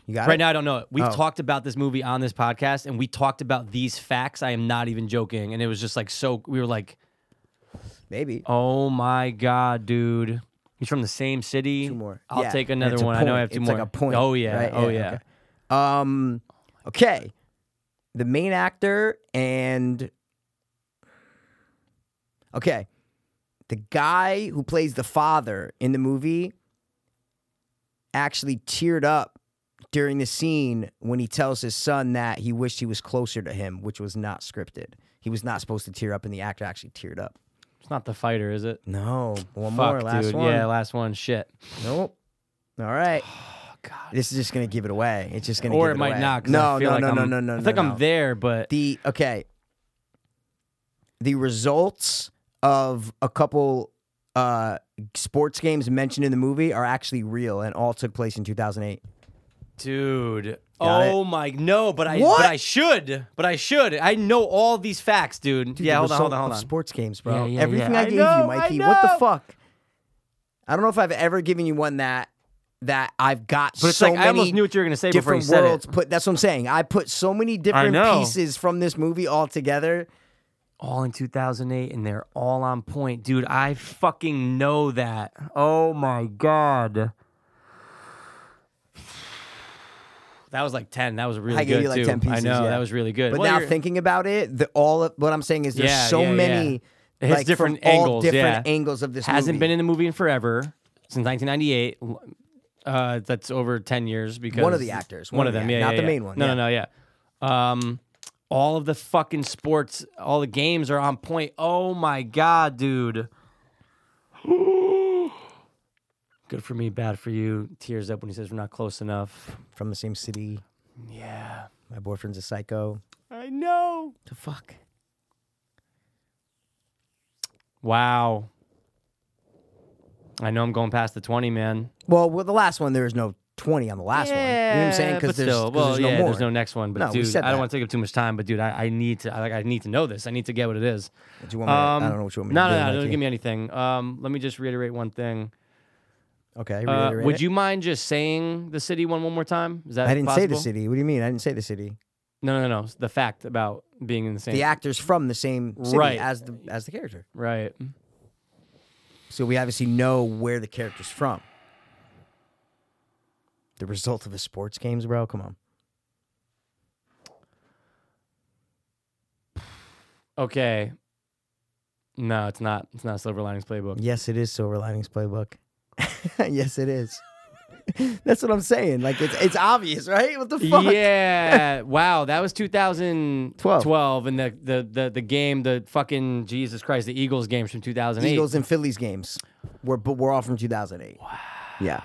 [SPEAKER 1] You got
[SPEAKER 2] Right
[SPEAKER 1] it?
[SPEAKER 2] now I don't know it. We've
[SPEAKER 1] Oh.
[SPEAKER 2] talked about this movie on this podcast and we talked about these facts. I am not even joking. And it was just like so we were like,
[SPEAKER 1] Maybe.
[SPEAKER 2] "Oh my god, dude. He's from the same city."
[SPEAKER 1] Two more.
[SPEAKER 2] I'll
[SPEAKER 1] Yeah.
[SPEAKER 2] take
[SPEAKER 1] And
[SPEAKER 2] another
[SPEAKER 1] it's a
[SPEAKER 2] one. I know I
[SPEAKER 1] point.
[SPEAKER 2] have two
[SPEAKER 1] It's
[SPEAKER 2] more.
[SPEAKER 1] like a point,
[SPEAKER 2] Oh yeah.
[SPEAKER 1] right?
[SPEAKER 2] Oh
[SPEAKER 1] Yeah,
[SPEAKER 2] yeah.
[SPEAKER 1] okay. Um, okay. The main actor and okay, the guy who plays the father in the movie actually teared up during the scene when he tells his son that he wished he was closer to him, which was not scripted. He was not supposed to tear up, and the actor actually teared up.
[SPEAKER 2] It's not the fighter, is it?
[SPEAKER 1] No, one
[SPEAKER 2] Fuck,
[SPEAKER 1] more, last
[SPEAKER 2] dude.
[SPEAKER 1] one.
[SPEAKER 2] Yeah, last one. Shit.
[SPEAKER 1] Nope. All right.
[SPEAKER 2] Oh god.
[SPEAKER 1] This is just gonna give it away. It's just gonna
[SPEAKER 2] or
[SPEAKER 1] give
[SPEAKER 2] it
[SPEAKER 1] it
[SPEAKER 2] might
[SPEAKER 1] away.
[SPEAKER 2] not. 'cause
[SPEAKER 1] No,
[SPEAKER 2] I feel
[SPEAKER 1] no,
[SPEAKER 2] like
[SPEAKER 1] no,
[SPEAKER 2] I'm,
[SPEAKER 1] no, no, no.
[SPEAKER 2] I think
[SPEAKER 1] no,
[SPEAKER 2] I'm
[SPEAKER 1] no.
[SPEAKER 2] there, but
[SPEAKER 1] The okay. The results of a couple uh, sports games mentioned in the movie are actually real and all took place in 2008.
[SPEAKER 2] dude.
[SPEAKER 1] Got
[SPEAKER 2] oh my no, but I
[SPEAKER 1] What?
[SPEAKER 2] but I should. But I should. I know all these facts, dude.
[SPEAKER 1] Dude,
[SPEAKER 2] yeah,
[SPEAKER 1] the
[SPEAKER 2] hold on,
[SPEAKER 1] result
[SPEAKER 2] hold on, hold
[SPEAKER 1] of
[SPEAKER 2] on.
[SPEAKER 1] Sports games, bro.
[SPEAKER 2] Yeah, yeah,
[SPEAKER 1] Everything
[SPEAKER 2] yeah.
[SPEAKER 1] I
[SPEAKER 2] I
[SPEAKER 1] gave
[SPEAKER 2] know,
[SPEAKER 1] you,
[SPEAKER 2] I
[SPEAKER 1] Mikey. What the
[SPEAKER 2] know.
[SPEAKER 1] fuck? I don't know if I've ever given you one that that I've got
[SPEAKER 2] But it's
[SPEAKER 1] so
[SPEAKER 2] like
[SPEAKER 1] many
[SPEAKER 2] I almost knew what you were gonna say before you
[SPEAKER 1] different
[SPEAKER 2] said
[SPEAKER 1] worlds
[SPEAKER 2] it.
[SPEAKER 1] put that's what I'm saying. I put so many different
[SPEAKER 2] know.
[SPEAKER 1] pieces from this movie all together.
[SPEAKER 2] All in 2008, and they're all on point, dude. I fucking know that. Oh my god. That was like ten. That was really
[SPEAKER 1] I
[SPEAKER 2] good
[SPEAKER 1] gave you like
[SPEAKER 2] too.
[SPEAKER 1] 10 pieces.
[SPEAKER 2] I know
[SPEAKER 1] yeah.
[SPEAKER 2] that was really good.
[SPEAKER 1] But
[SPEAKER 2] Well,
[SPEAKER 1] now
[SPEAKER 2] you're-
[SPEAKER 1] thinking about it, the, all of, what I'm saying is there's
[SPEAKER 2] Yeah,
[SPEAKER 1] so
[SPEAKER 2] yeah, yeah.
[SPEAKER 1] many
[SPEAKER 2] It has
[SPEAKER 1] like, from
[SPEAKER 2] different
[SPEAKER 1] all
[SPEAKER 2] angles,
[SPEAKER 1] different
[SPEAKER 2] yeah.
[SPEAKER 1] angles of this
[SPEAKER 2] hasn't
[SPEAKER 1] movie.
[SPEAKER 2] been in the movie in forever since 1998. L- Uh, that's over 10 years because
[SPEAKER 1] One of the actors,
[SPEAKER 2] one,
[SPEAKER 1] one
[SPEAKER 2] of
[SPEAKER 1] of the
[SPEAKER 2] them,
[SPEAKER 1] act-
[SPEAKER 2] yeah,
[SPEAKER 1] not
[SPEAKER 2] yeah,
[SPEAKER 1] the
[SPEAKER 2] yeah.
[SPEAKER 1] main one,
[SPEAKER 2] No, no, no, yeah. Um, all of the fucking sports, all the games are on point. Oh my god, dude. Good for me, bad for you. Tears up when he says we're not close enough.
[SPEAKER 1] from the same city.
[SPEAKER 2] Yeah,
[SPEAKER 1] My boyfriend's a psycho.
[SPEAKER 2] I know.
[SPEAKER 1] The fuck.
[SPEAKER 2] Wow. I know I'm going past the 20, man.
[SPEAKER 1] Well, with the last one, there was no 20 on the last one. You know what I'm saying?
[SPEAKER 2] but
[SPEAKER 1] Because there's,
[SPEAKER 2] still,
[SPEAKER 1] 'cause
[SPEAKER 2] well,
[SPEAKER 1] there's no
[SPEAKER 2] yeah,
[SPEAKER 1] more.
[SPEAKER 2] there's no next one. But
[SPEAKER 1] No, we
[SPEAKER 2] dude,
[SPEAKER 1] said
[SPEAKER 2] I don't
[SPEAKER 1] that.
[SPEAKER 2] want to take up too much time. But dude, I, I need to, I, like, I need to know this. I need to get what it is.
[SPEAKER 1] Do you want me to- I don't know what you want me
[SPEAKER 2] Um,
[SPEAKER 1] to do.
[SPEAKER 2] no, no, no,
[SPEAKER 1] Mikey.
[SPEAKER 2] don't give me anything. Um, let me just reiterate one thing.
[SPEAKER 1] Okay,
[SPEAKER 2] Uh,
[SPEAKER 1] reiterate
[SPEAKER 2] would
[SPEAKER 1] it.
[SPEAKER 2] you mind just saying the city one one more time? Is that
[SPEAKER 1] I didn't say the
[SPEAKER 2] possible?
[SPEAKER 1] city. What do you mean? I didn't say the city.
[SPEAKER 2] No, no, no. it's The fact about being in the same
[SPEAKER 1] The actor's from the same city
[SPEAKER 2] Right.
[SPEAKER 1] as the as the character.
[SPEAKER 2] right.
[SPEAKER 1] So we obviously know where the character's from. The result of the sports games, bro. Come on.
[SPEAKER 2] Okay. No, it's not. It's not Silver Linings Playbook.
[SPEAKER 1] Yes, it is Silver Linings Playbook. yes, it is. That's what I'm saying. Like it's it's obvious, right? What the fuck?
[SPEAKER 2] Yeah. wow. That was 2012. And the, the, the, the game, the fucking Jesus Christ, the Eagles games from 2008.
[SPEAKER 1] Eagles and Phillies games. We're but we're all from 2008. Wow. Yeah.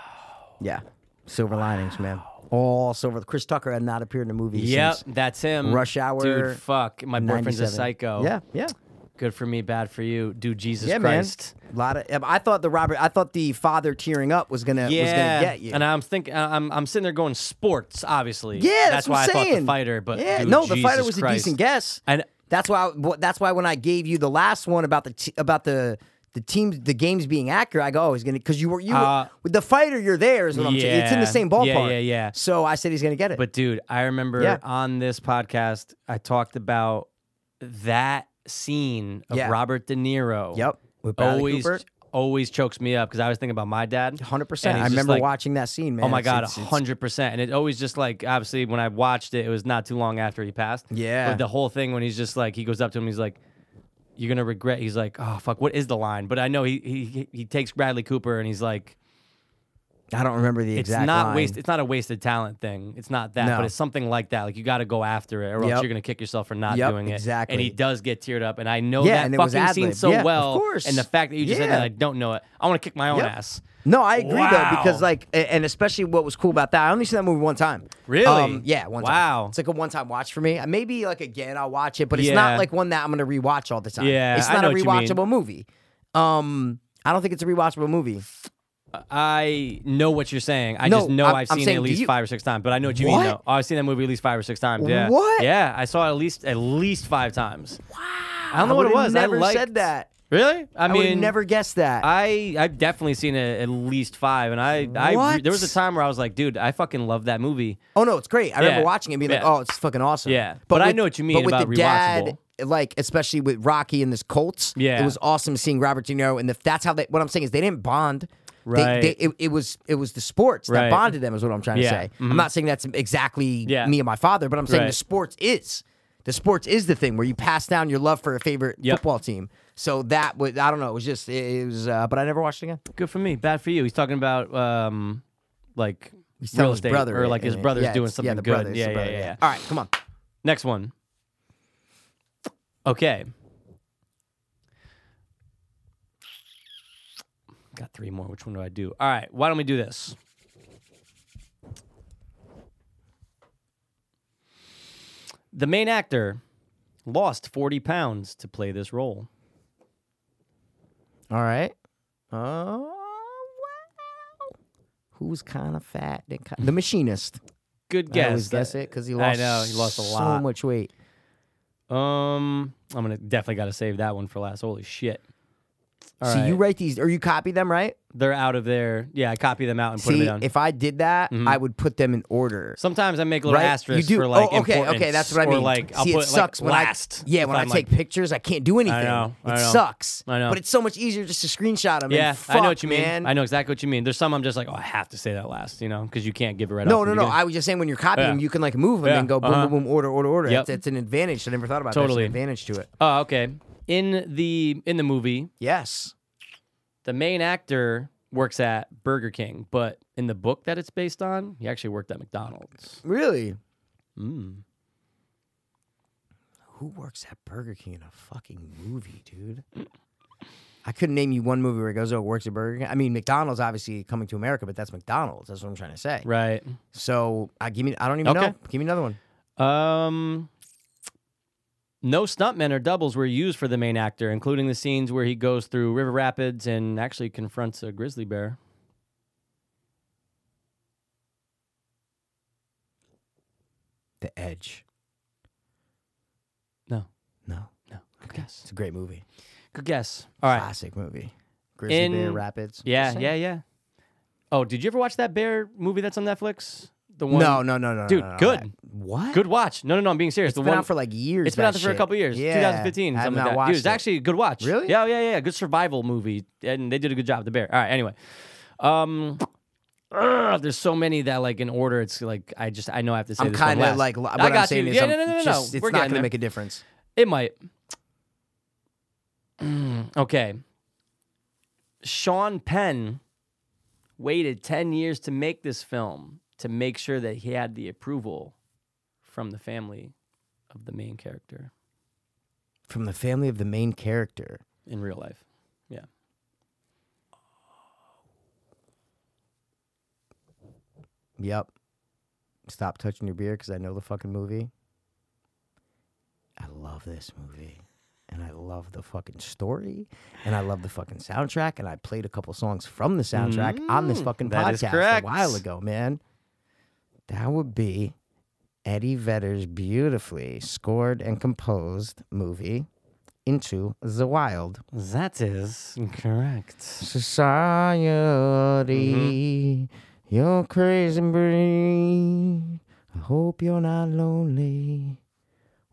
[SPEAKER 1] Yeah. Silver linings, man. All silver. Chris Tucker had not appeared in a movie.
[SPEAKER 2] Yep,
[SPEAKER 1] since
[SPEAKER 2] that's him.
[SPEAKER 1] Rush Hour
[SPEAKER 2] Dude, fuck. My boyfriend's a
[SPEAKER 1] 97.
[SPEAKER 2] psycho.
[SPEAKER 1] Yeah. Yeah.
[SPEAKER 2] Good for me, bad for you. Dude, Jesus
[SPEAKER 1] Yeah,
[SPEAKER 2] Christ.
[SPEAKER 1] man. A lot of. I thought the Robert. I thought the father tearing up was gonna was gonna get you.
[SPEAKER 2] and I'm thinking, I'm I'm sitting there going sports, obviously.
[SPEAKER 1] yeah,
[SPEAKER 2] that's,
[SPEAKER 1] that's,
[SPEAKER 2] why
[SPEAKER 1] what I'm
[SPEAKER 2] I
[SPEAKER 1] saying.
[SPEAKER 2] thought the fighter, but
[SPEAKER 1] yeah,
[SPEAKER 2] dude,
[SPEAKER 1] no, the
[SPEAKER 2] Jesus
[SPEAKER 1] fighter was a
[SPEAKER 2] Christ.
[SPEAKER 1] decent guess.
[SPEAKER 2] And
[SPEAKER 1] That's why. wh- That's why when I gave you the last one about the t- about the the teams, the games being accurate, I go, oh, he's gonna because you were you were-
[SPEAKER 2] Uh,
[SPEAKER 1] with the fighter. You're there is what I'm saying. It's in the
[SPEAKER 2] yeah.
[SPEAKER 1] same
[SPEAKER 2] Yeah,
[SPEAKER 1] ballpark.
[SPEAKER 2] yeah, yeah.
[SPEAKER 1] So I said he's gonna get it.
[SPEAKER 2] But dude, I remember
[SPEAKER 1] Yeah.
[SPEAKER 2] on this podcast, I talked about that scene of
[SPEAKER 1] Yeah.
[SPEAKER 2] Robert De Niro.
[SPEAKER 1] yep, with Bradley
[SPEAKER 2] Always
[SPEAKER 1] Cooper,
[SPEAKER 2] always chokes me up because I was thinking about my dad.
[SPEAKER 1] 100.
[SPEAKER 2] and
[SPEAKER 1] percent
[SPEAKER 2] he's
[SPEAKER 1] I
[SPEAKER 2] just
[SPEAKER 1] remember
[SPEAKER 2] like,
[SPEAKER 1] watching that scene, man.
[SPEAKER 2] Oh my
[SPEAKER 1] It's-
[SPEAKER 2] god,
[SPEAKER 1] it's- it's-
[SPEAKER 2] hundred percent. And it always just like obviously when I watched it, it was not too long after he passed.
[SPEAKER 1] Yeah.
[SPEAKER 2] But the whole thing when he's just like he goes up to him, he's like, "You're gonna regret." He's like, "Oh fuck, what is the line?" But I know he he he takes Bradley Cooper and he's like,
[SPEAKER 1] I don't remember the
[SPEAKER 2] "It's
[SPEAKER 1] exact.
[SPEAKER 2] not
[SPEAKER 1] line.
[SPEAKER 2] waste. It's not a wasted talent thing. It's not that,
[SPEAKER 1] No.
[SPEAKER 2] but it's something like that. Like you got to go after it, or else
[SPEAKER 1] Yep.
[SPEAKER 2] you're gonna kick yourself for not
[SPEAKER 1] Yep,
[SPEAKER 2] doing it."
[SPEAKER 1] exactly.
[SPEAKER 2] And he does get teared up, and I know
[SPEAKER 1] Yeah,
[SPEAKER 2] that
[SPEAKER 1] and it was
[SPEAKER 2] fucking scene
[SPEAKER 1] ad-lib.
[SPEAKER 2] so
[SPEAKER 1] Yeah, of
[SPEAKER 2] well.
[SPEAKER 1] course.
[SPEAKER 2] And the fact that you just said
[SPEAKER 1] Yeah.
[SPEAKER 2] that I don't know it, I want to kick my own
[SPEAKER 1] Yep.
[SPEAKER 2] ass.
[SPEAKER 1] No, I agree though
[SPEAKER 2] Wow.
[SPEAKER 1] because like, a- and especially what was cool about that, I only saw that movie one time. Um,
[SPEAKER 2] Really?
[SPEAKER 1] yeah, one time.
[SPEAKER 2] Wow.
[SPEAKER 1] It's like a one-time watch for me. Uh, Maybe like again, I'll watch it, but it's not
[SPEAKER 2] Yeah.
[SPEAKER 1] like one that I'm gonna rewatch all the time.
[SPEAKER 2] Yeah,
[SPEAKER 1] it's
[SPEAKER 2] I
[SPEAKER 1] not
[SPEAKER 2] know
[SPEAKER 1] a
[SPEAKER 2] what you mean.
[SPEAKER 1] rewatchable movie. Um, I don't think it's a rewatchable movie.
[SPEAKER 2] I know what you're saying. I
[SPEAKER 1] No,
[SPEAKER 2] just know
[SPEAKER 1] I'm-
[SPEAKER 2] i have
[SPEAKER 1] I'm
[SPEAKER 2] seen it
[SPEAKER 1] saying,
[SPEAKER 2] at
[SPEAKER 1] do
[SPEAKER 2] least
[SPEAKER 1] you-
[SPEAKER 2] five or six times. But I know what you
[SPEAKER 1] What?
[SPEAKER 2] mean. Though. Oh, I've seen that movie at least five or six times. Yeah.
[SPEAKER 1] What?
[SPEAKER 2] Yeah, I saw it at least at least five times. Wow. I don't know what
[SPEAKER 1] would've
[SPEAKER 2] it was.
[SPEAKER 1] Never
[SPEAKER 2] I liked,
[SPEAKER 1] said that.
[SPEAKER 2] Really?
[SPEAKER 1] I,
[SPEAKER 2] I,
[SPEAKER 1] would
[SPEAKER 2] mean,
[SPEAKER 1] have never guessed that.
[SPEAKER 2] I I've definitely seen it at least five, and I I re-
[SPEAKER 1] What?
[SPEAKER 2] there was a time where I was like, dude, I fucking love that movie.
[SPEAKER 1] oh no, it's great. I remember
[SPEAKER 2] Yeah.
[SPEAKER 1] watching it, and being
[SPEAKER 2] Yeah.
[SPEAKER 1] like, oh, it's fucking awesome.
[SPEAKER 2] Yeah. But I know what you mean
[SPEAKER 1] But with
[SPEAKER 2] about
[SPEAKER 1] the dad,
[SPEAKER 2] rewatchable.
[SPEAKER 1] like especially with Rocky and this Colts.
[SPEAKER 2] Yeah.
[SPEAKER 1] it was awesome seeing Robert De Niro, and the, that's how they. What I'm saying is they didn't bond. They-
[SPEAKER 2] Right.
[SPEAKER 1] They, it, it was it was the sports that
[SPEAKER 2] Right.
[SPEAKER 1] bonded them is what I'm trying to
[SPEAKER 2] Yeah. Mm-hmm.
[SPEAKER 1] say. I'm not saying that's exactly
[SPEAKER 2] Yeah.
[SPEAKER 1] me and my father, but I'm saying the
[SPEAKER 2] Right.
[SPEAKER 1] sports is the sports is the thing where you pass down your love for a favorite
[SPEAKER 2] Yep.
[SPEAKER 1] football team. So that was I don't know. It was just it, it was, uh, but I never watched it again.
[SPEAKER 2] Good for me, bad for you. He's talking about um like
[SPEAKER 1] Tell
[SPEAKER 2] real
[SPEAKER 1] his
[SPEAKER 2] estate
[SPEAKER 1] brother
[SPEAKER 2] or
[SPEAKER 1] in-
[SPEAKER 2] like his
[SPEAKER 1] in it.
[SPEAKER 2] brother's
[SPEAKER 1] Yeah,
[SPEAKER 2] doing
[SPEAKER 1] it's-
[SPEAKER 2] something
[SPEAKER 1] yeah, the
[SPEAKER 2] good.
[SPEAKER 1] brother, it's
[SPEAKER 2] yeah,
[SPEAKER 1] the
[SPEAKER 2] yeah,
[SPEAKER 1] brother,
[SPEAKER 2] yeah, yeah.
[SPEAKER 1] All right, come on.
[SPEAKER 2] Next one. Okay. Got three more. Which one do I do? All right. Why don't we do this? The main actor lost 40 pounds to play this role.
[SPEAKER 1] All right. Oh wow. Who's kind of fat? And ki- the machinist.
[SPEAKER 2] Good
[SPEAKER 1] I always
[SPEAKER 2] guess.
[SPEAKER 1] guess it because he
[SPEAKER 2] I
[SPEAKER 1] lost.
[SPEAKER 2] know, he lost a
[SPEAKER 1] so
[SPEAKER 2] lot.
[SPEAKER 1] much weight.
[SPEAKER 2] Um, I'm gonna definitely got to save that one for last. Holy shit! All
[SPEAKER 1] so you
[SPEAKER 2] right.
[SPEAKER 1] write these or you copy them, right?
[SPEAKER 2] they're out of there. Yeah, I copy them out and put
[SPEAKER 1] See,
[SPEAKER 2] them down.
[SPEAKER 1] if I did that, I would put them in order.
[SPEAKER 2] Sometimes I make little
[SPEAKER 1] right?
[SPEAKER 2] asterisks
[SPEAKER 1] you do.
[SPEAKER 2] for like
[SPEAKER 1] oh, okay,
[SPEAKER 2] importance,
[SPEAKER 1] okay, that's what I mean.
[SPEAKER 2] Or like I'll
[SPEAKER 1] See,
[SPEAKER 2] put
[SPEAKER 1] it sucks
[SPEAKER 2] like
[SPEAKER 1] when
[SPEAKER 2] last.
[SPEAKER 1] I yeah
[SPEAKER 2] if
[SPEAKER 1] when I
[SPEAKER 2] I'm,
[SPEAKER 1] take
[SPEAKER 2] like,
[SPEAKER 1] pictures, I can't do anything.
[SPEAKER 2] know,
[SPEAKER 1] it
[SPEAKER 2] I know.
[SPEAKER 1] sucks.
[SPEAKER 2] I know.
[SPEAKER 1] but it's so much easier just to screenshot them.
[SPEAKER 2] Yeah,
[SPEAKER 1] and fuck,
[SPEAKER 2] I know what you
[SPEAKER 1] man.
[SPEAKER 2] mean. I know exactly what you mean. There's some I'm just like, oh, I have to say that last, you know, because you can't give it right
[SPEAKER 1] No,
[SPEAKER 2] off.
[SPEAKER 1] no,
[SPEAKER 2] the
[SPEAKER 1] no.
[SPEAKER 2] beginning.
[SPEAKER 1] I was just saying when you're copying,
[SPEAKER 2] Yeah.
[SPEAKER 1] you can like move them
[SPEAKER 2] Yeah,
[SPEAKER 1] and go boom,
[SPEAKER 2] uh-huh.
[SPEAKER 1] boom, boom, order, order, order.
[SPEAKER 2] Yep.
[SPEAKER 1] That's, that's an advantage. I never thought about.
[SPEAKER 2] Totally.
[SPEAKER 1] that. an advantage to it.
[SPEAKER 2] Oh, okay. In the in the movie,
[SPEAKER 1] Yes.
[SPEAKER 2] the main actor works at Burger King, but in the book that it's based on, he actually worked at McDonald's.
[SPEAKER 1] Really.
[SPEAKER 2] Mm.
[SPEAKER 1] Who works at Burger King in a fucking movie, dude? I couldn't name you one movie where it goes, oh, works at Burger King. I mean, McDonald's obviously coming to America, but that's McDonald's. That's what I'm trying to say.
[SPEAKER 2] Right.
[SPEAKER 1] So I give me, I don't even
[SPEAKER 2] Okay.
[SPEAKER 1] know. Give me another one.
[SPEAKER 2] Um, no stuntmen or doubles were used for the main actor, including the scenes where he goes through river rapids and actually confronts a grizzly bear.
[SPEAKER 1] The Edge.
[SPEAKER 2] No,
[SPEAKER 1] No,
[SPEAKER 2] no. Good guess.
[SPEAKER 1] it's a great movie.
[SPEAKER 2] Good guess. All right.
[SPEAKER 1] Classic movie. Grizzly
[SPEAKER 2] In-
[SPEAKER 1] Bear Rapids.
[SPEAKER 2] Yeah,
[SPEAKER 1] Same.
[SPEAKER 2] yeah, yeah. Oh, did you ever watch that bear movie that's on Netflix? The one.
[SPEAKER 1] No, no, no, no,
[SPEAKER 2] Dude,
[SPEAKER 1] no, no, no.
[SPEAKER 2] good.
[SPEAKER 1] What?
[SPEAKER 2] Good watch. No, no, no. I'm being serious.
[SPEAKER 1] It's
[SPEAKER 2] the
[SPEAKER 1] been
[SPEAKER 2] one
[SPEAKER 1] out for like years.
[SPEAKER 2] It's been
[SPEAKER 1] that
[SPEAKER 2] out there for a
[SPEAKER 1] shit.
[SPEAKER 2] couple years.
[SPEAKER 1] Yeah,
[SPEAKER 2] 2015.
[SPEAKER 1] I've
[SPEAKER 2] Something
[SPEAKER 1] not
[SPEAKER 2] like that.
[SPEAKER 1] watched
[SPEAKER 2] Dude, it's actually a good watch.
[SPEAKER 1] Really?
[SPEAKER 2] Yeah, yeah, yeah. Good survival movie, and they did a good job. The bear. All right. Anyway, um, ugh, there's so many that like in order. It's like I just I know I have to say.
[SPEAKER 1] I'm
[SPEAKER 2] this one
[SPEAKER 1] kind of
[SPEAKER 2] last.
[SPEAKER 1] like what
[SPEAKER 2] I
[SPEAKER 1] I
[SPEAKER 2] got
[SPEAKER 1] am saying
[SPEAKER 2] you.
[SPEAKER 1] is
[SPEAKER 2] yeah,
[SPEAKER 1] I'm
[SPEAKER 2] no, no, no, no.
[SPEAKER 1] just,
[SPEAKER 2] no.
[SPEAKER 1] it's
[SPEAKER 2] We're
[SPEAKER 1] not
[SPEAKER 2] getting
[SPEAKER 1] gonna
[SPEAKER 2] there.
[SPEAKER 1] make a difference.
[SPEAKER 2] It might. okay. Sean Penn waited 10 years to make this film to make sure that he had the approval from the family of the main character
[SPEAKER 1] From the family of the main character.
[SPEAKER 2] in real life. Yeah.
[SPEAKER 1] Yep. Stop touching your beer because I know the fucking movie. I love this movie. And I love the fucking story. And I love the fucking soundtrack. And I played a couple songs from the soundtrack on this fucking
[SPEAKER 2] Mm, that is
[SPEAKER 1] podcast a
[SPEAKER 2] correct.
[SPEAKER 1] while ago, man. That would be Eddie Vedder's beautifully scored and composed movie, Into the Wild.
[SPEAKER 2] That is correct.
[SPEAKER 1] Society, you're crazy breed. I hope you're not lonely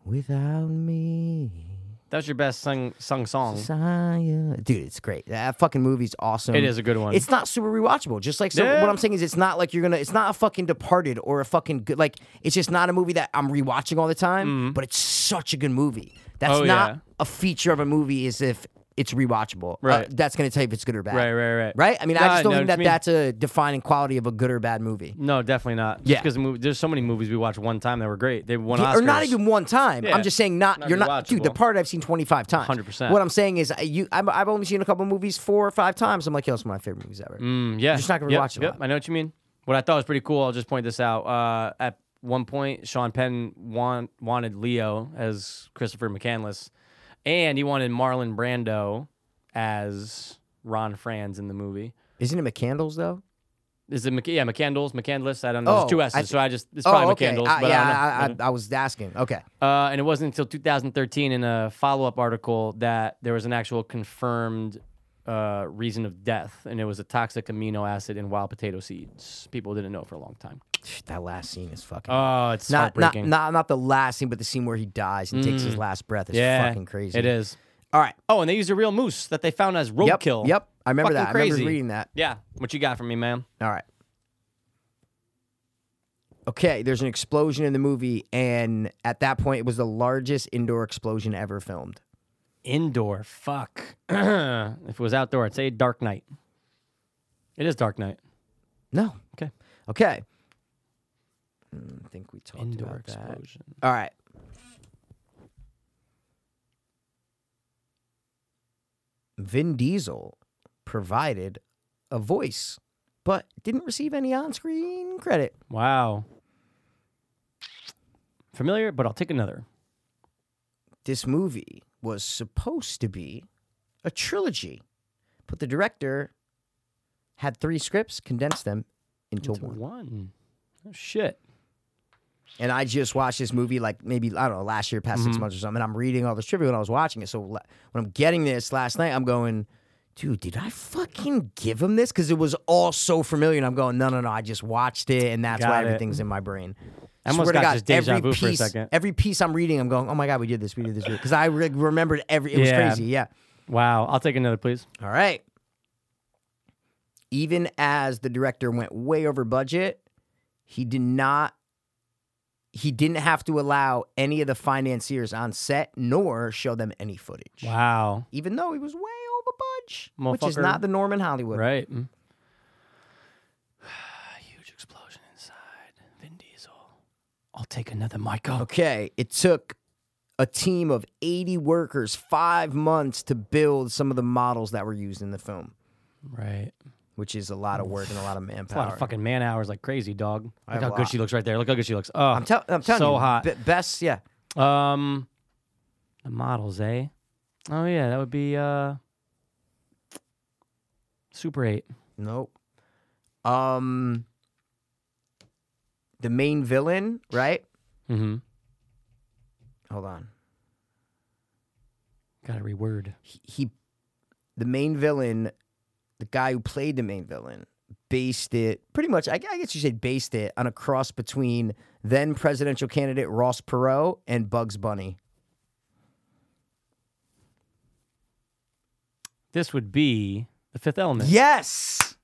[SPEAKER 1] without me.
[SPEAKER 2] That was your best sung, sung song.
[SPEAKER 1] Society. Dude, it's great. That fucking movie's awesome.
[SPEAKER 2] It is a good one.
[SPEAKER 1] It's not super rewatchable. Just like so,
[SPEAKER 2] Yeah.
[SPEAKER 1] what I'm saying is, it's not like you're gonna. It's not a fucking Departed or a fucking good. Like it's just not a movie that I'm rewatching all the time. But it's such a good movie. That's
[SPEAKER 2] Mm-hmm. Oh,
[SPEAKER 1] not
[SPEAKER 2] yeah.
[SPEAKER 1] a feature of a movie. Is if it's rewatchable. Uh,
[SPEAKER 2] Right.
[SPEAKER 1] that's gonna tell you if it's good or bad.
[SPEAKER 2] Right, right, right.
[SPEAKER 1] Right. I mean,
[SPEAKER 2] No,
[SPEAKER 1] I just don't
[SPEAKER 2] know
[SPEAKER 1] think
[SPEAKER 2] what you
[SPEAKER 1] that that's
[SPEAKER 2] mean.
[SPEAKER 1] a defining quality of a good or bad movie.
[SPEAKER 2] No, definitely not.
[SPEAKER 1] Yeah.
[SPEAKER 2] Because there's so many movies we watched one time that were great. They won
[SPEAKER 1] Yeah,
[SPEAKER 2] Oscars.
[SPEAKER 1] or not even one time.
[SPEAKER 2] Yeah.
[SPEAKER 1] I'm just saying not.
[SPEAKER 2] Not
[SPEAKER 1] you're not, dude.
[SPEAKER 2] rewatchable.
[SPEAKER 1] The part I've seen 25 times.
[SPEAKER 2] 100%.
[SPEAKER 1] What I'm saying is, I- you. I'm, I've only seen a couple movies four or five times. I'm like, yo, it's one of my favorite movies ever.
[SPEAKER 2] Mm, yeah.
[SPEAKER 1] just not gonna
[SPEAKER 2] yep,
[SPEAKER 1] watch it a
[SPEAKER 2] Yep.
[SPEAKER 1] lot.
[SPEAKER 2] I know what you mean. What I thought was pretty cool. I'll just point this out. Uh, at one point, Sean Penn want, wanted Leo as Christopher McCandless, and he wanted Marlon Brando as Ron Franz in the movie.
[SPEAKER 1] Isn't it McCandles though?
[SPEAKER 2] Is it Mc- yeah McCandless? McCandless? I don't know. There's
[SPEAKER 1] Oh,
[SPEAKER 2] two
[SPEAKER 1] I
[SPEAKER 2] S's,
[SPEAKER 1] th-
[SPEAKER 2] so I just it's probably McCandless.
[SPEAKER 1] Uh,
[SPEAKER 2] but
[SPEAKER 1] yeah,
[SPEAKER 2] I
[SPEAKER 1] I,
[SPEAKER 2] don't know.
[SPEAKER 1] I, I was asking. Okay.
[SPEAKER 2] Uh, and it wasn't until 2013 in a follow up article that there was an actual confirmed uh, reason of death, and it was a toxic amino acid in wild potato seeds. People didn't know for a long time.
[SPEAKER 1] That last scene is fucking.
[SPEAKER 2] Oh, it's
[SPEAKER 1] not, not,
[SPEAKER 2] heartbreaking. Mm.
[SPEAKER 1] not, not the last scene, but the scene where he dies and takes his last breath is
[SPEAKER 2] yeah,
[SPEAKER 1] fucking crazy.
[SPEAKER 2] It is.
[SPEAKER 1] All right.
[SPEAKER 2] Oh, and they used a real moose that they found as
[SPEAKER 1] Yep.
[SPEAKER 2] roadkill.
[SPEAKER 1] Yep. I remember
[SPEAKER 2] Fucking
[SPEAKER 1] that. I
[SPEAKER 2] crazy.
[SPEAKER 1] remember reading that.
[SPEAKER 2] Yeah. What you got for me, man?
[SPEAKER 1] All right. Okay, there's an explosion in the movie, and at that point, it was the largest indoor explosion ever filmed.
[SPEAKER 2] Indoor. Fuck. if it was outdoor, I'd say Dark Knight. It is Dark Knight.
[SPEAKER 1] No.
[SPEAKER 2] Okay.
[SPEAKER 1] Okay. Mm, I think we talked
[SPEAKER 2] Indoor
[SPEAKER 1] about that.
[SPEAKER 2] explosion.
[SPEAKER 1] All right. Vin Diesel provided a voice, but didn't receive any on screen credit.
[SPEAKER 2] Wow. Familiar, but I'll take another.
[SPEAKER 1] This movie was supposed to be a trilogy, but the director had three scripts, condensed them into,
[SPEAKER 2] To
[SPEAKER 1] one. Mm.
[SPEAKER 2] one. Oh, shit.
[SPEAKER 1] And I just watched this movie like maybe I don't know last year, past six
[SPEAKER 2] Mm-hmm.
[SPEAKER 1] months or something. And I'm reading all this trivia when I was watching it. So la- when I'm getting this last night, I'm going, dude, did I fucking give him this? Because it was all so familiar. And I'm going, no, no, no. I just watched it, and that's
[SPEAKER 2] Got
[SPEAKER 1] why
[SPEAKER 2] it.
[SPEAKER 1] everything's in my brain.
[SPEAKER 2] I almost
[SPEAKER 1] Swear to
[SPEAKER 2] got
[SPEAKER 1] God,
[SPEAKER 2] just deja
[SPEAKER 1] every
[SPEAKER 2] vu
[SPEAKER 1] piece,
[SPEAKER 2] for a second.
[SPEAKER 1] Every piece I'm reading, I'm going, oh my god, we did this, we did this, because I re- remembered every. It was
[SPEAKER 2] Yeah.
[SPEAKER 1] crazy, yeah.
[SPEAKER 2] Wow. I'll take another, please.
[SPEAKER 1] All right. Even as the director went way over budget, he did not he didn't have to allow any of the financiers on set nor show them any footage.
[SPEAKER 2] Wow.
[SPEAKER 1] Even though he was way over budget, which is
[SPEAKER 2] Motherfucker.
[SPEAKER 1] not the norm in Hollywood.
[SPEAKER 2] Right. Mm. Huge explosion inside. Vin Diesel. I'll take another Michael.
[SPEAKER 1] Okay, it took a team of 80 workers 5 months to build some of the models that were used in the film,
[SPEAKER 2] Right.
[SPEAKER 1] which is a lot of work and a lot of manpower.
[SPEAKER 2] It's a lot of fucking man hours like crazy, dog. Look
[SPEAKER 1] have
[SPEAKER 2] how
[SPEAKER 1] a
[SPEAKER 2] good
[SPEAKER 1] lot.
[SPEAKER 2] she looks right there. Look how good she looks. Oh,
[SPEAKER 1] I'm, tell- I'm telling
[SPEAKER 2] so
[SPEAKER 1] you,
[SPEAKER 2] hot.
[SPEAKER 1] be- best, yeah.
[SPEAKER 2] um, the models, eh? Oh yeah, that would be uh, Super Eight.
[SPEAKER 1] Nope. Um, the main villain, right?
[SPEAKER 2] Mm-hmm.
[SPEAKER 1] Hold on.
[SPEAKER 2] Gotta reword.
[SPEAKER 1] He, he, the main villain, the guy who played the main villain, based it pretty much. I, gu- I guess you said based it on a cross between then presidential candidate Ross Perot and Bugs Bunny.
[SPEAKER 2] This would be the Fifth Element.
[SPEAKER 1] Yes.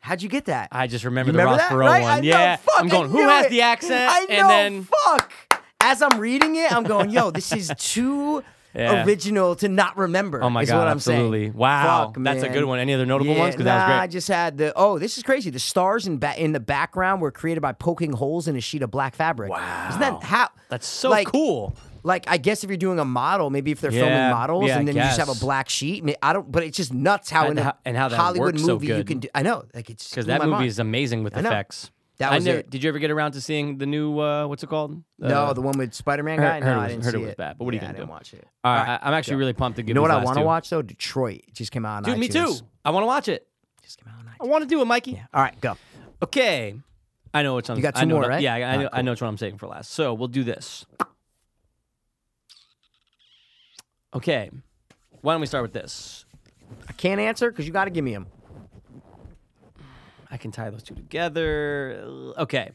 [SPEAKER 1] How'd you get that?
[SPEAKER 2] I just remember
[SPEAKER 1] You
[SPEAKER 2] the
[SPEAKER 1] remember
[SPEAKER 2] Ross
[SPEAKER 1] that,
[SPEAKER 2] Perot
[SPEAKER 1] right?
[SPEAKER 2] one.
[SPEAKER 1] I know,
[SPEAKER 2] yeah,
[SPEAKER 1] fuck,
[SPEAKER 2] I'm going.
[SPEAKER 1] I
[SPEAKER 2] Who
[SPEAKER 1] knew
[SPEAKER 2] has
[SPEAKER 1] it.
[SPEAKER 2] the accent?
[SPEAKER 1] I know,
[SPEAKER 2] and then
[SPEAKER 1] fuck. As I'm reading it, I'm going, yo, this is too
[SPEAKER 2] Yeah.
[SPEAKER 1] original to not remember.
[SPEAKER 2] Oh my
[SPEAKER 1] is
[SPEAKER 2] God,
[SPEAKER 1] what I'm
[SPEAKER 2] absolutely.
[SPEAKER 1] saying.
[SPEAKER 2] Wow,
[SPEAKER 1] Fuck,
[SPEAKER 2] that's a
[SPEAKER 1] man.
[SPEAKER 2] good one. Any other notable
[SPEAKER 1] Yeah,
[SPEAKER 2] ones? 'Cause
[SPEAKER 1] nah,
[SPEAKER 2] that was great.
[SPEAKER 1] I just had the. Oh, this is crazy. The stars in ba- in the background were created by poking holes in a sheet of black fabric. Wow, isn't that how?
[SPEAKER 2] that's so
[SPEAKER 1] like,
[SPEAKER 2] cool.
[SPEAKER 1] Like, I guess if you're doing a model, maybe if they're
[SPEAKER 2] Yeah,
[SPEAKER 1] filming models,
[SPEAKER 2] yeah, I
[SPEAKER 1] and then you just have a
[SPEAKER 2] guess.
[SPEAKER 1] black sheet. ma- I don't. But it's just nuts how
[SPEAKER 2] And
[SPEAKER 1] in a
[SPEAKER 2] how- and how that
[SPEAKER 1] Hollywood
[SPEAKER 2] works so
[SPEAKER 1] movie you
[SPEAKER 2] good.
[SPEAKER 1] can do. I know, like it's
[SPEAKER 2] Because
[SPEAKER 1] blew
[SPEAKER 2] that
[SPEAKER 1] my
[SPEAKER 2] movie
[SPEAKER 1] mind.
[SPEAKER 2] is amazing with
[SPEAKER 1] I know.
[SPEAKER 2] effects.
[SPEAKER 1] That
[SPEAKER 2] I
[SPEAKER 1] was
[SPEAKER 2] never-
[SPEAKER 1] it.
[SPEAKER 2] Did you ever get around to seeing the new uh, what's it called?
[SPEAKER 1] No,
[SPEAKER 2] Uh,
[SPEAKER 1] the one with Spider Man guy.
[SPEAKER 2] heard-
[SPEAKER 1] No,
[SPEAKER 2] heard it
[SPEAKER 1] I
[SPEAKER 2] was-
[SPEAKER 1] didn't
[SPEAKER 2] heard
[SPEAKER 1] see
[SPEAKER 2] it was bad, but what are you
[SPEAKER 1] Yeah,
[SPEAKER 2] gonna
[SPEAKER 1] I didn't
[SPEAKER 2] do?
[SPEAKER 1] watch it.
[SPEAKER 2] All right, I, am actually really pumped to give
[SPEAKER 1] You know what
[SPEAKER 2] these
[SPEAKER 1] I
[SPEAKER 2] last
[SPEAKER 1] want to
[SPEAKER 2] two.
[SPEAKER 1] watch though? Detroit It just came out on
[SPEAKER 2] Dude,
[SPEAKER 1] iTunes.
[SPEAKER 2] me too. I want to watch it.
[SPEAKER 1] Just came out on
[SPEAKER 2] I
[SPEAKER 1] iTunes.
[SPEAKER 2] want to do it, Mikey.
[SPEAKER 1] Yeah. All right, go.
[SPEAKER 2] Okay. I know which one.
[SPEAKER 1] You got
[SPEAKER 2] I
[SPEAKER 1] two
[SPEAKER 2] know
[SPEAKER 1] more,
[SPEAKER 2] what I-
[SPEAKER 1] right?
[SPEAKER 2] Yeah, I, I,
[SPEAKER 1] All
[SPEAKER 2] know,
[SPEAKER 1] right,
[SPEAKER 2] I know which one I'm saving for last. So we'll do this. Okay. Why don't we start with this?
[SPEAKER 1] I can't answer because you got to give me them.
[SPEAKER 2] I can tie those two together. Ugh, Okay.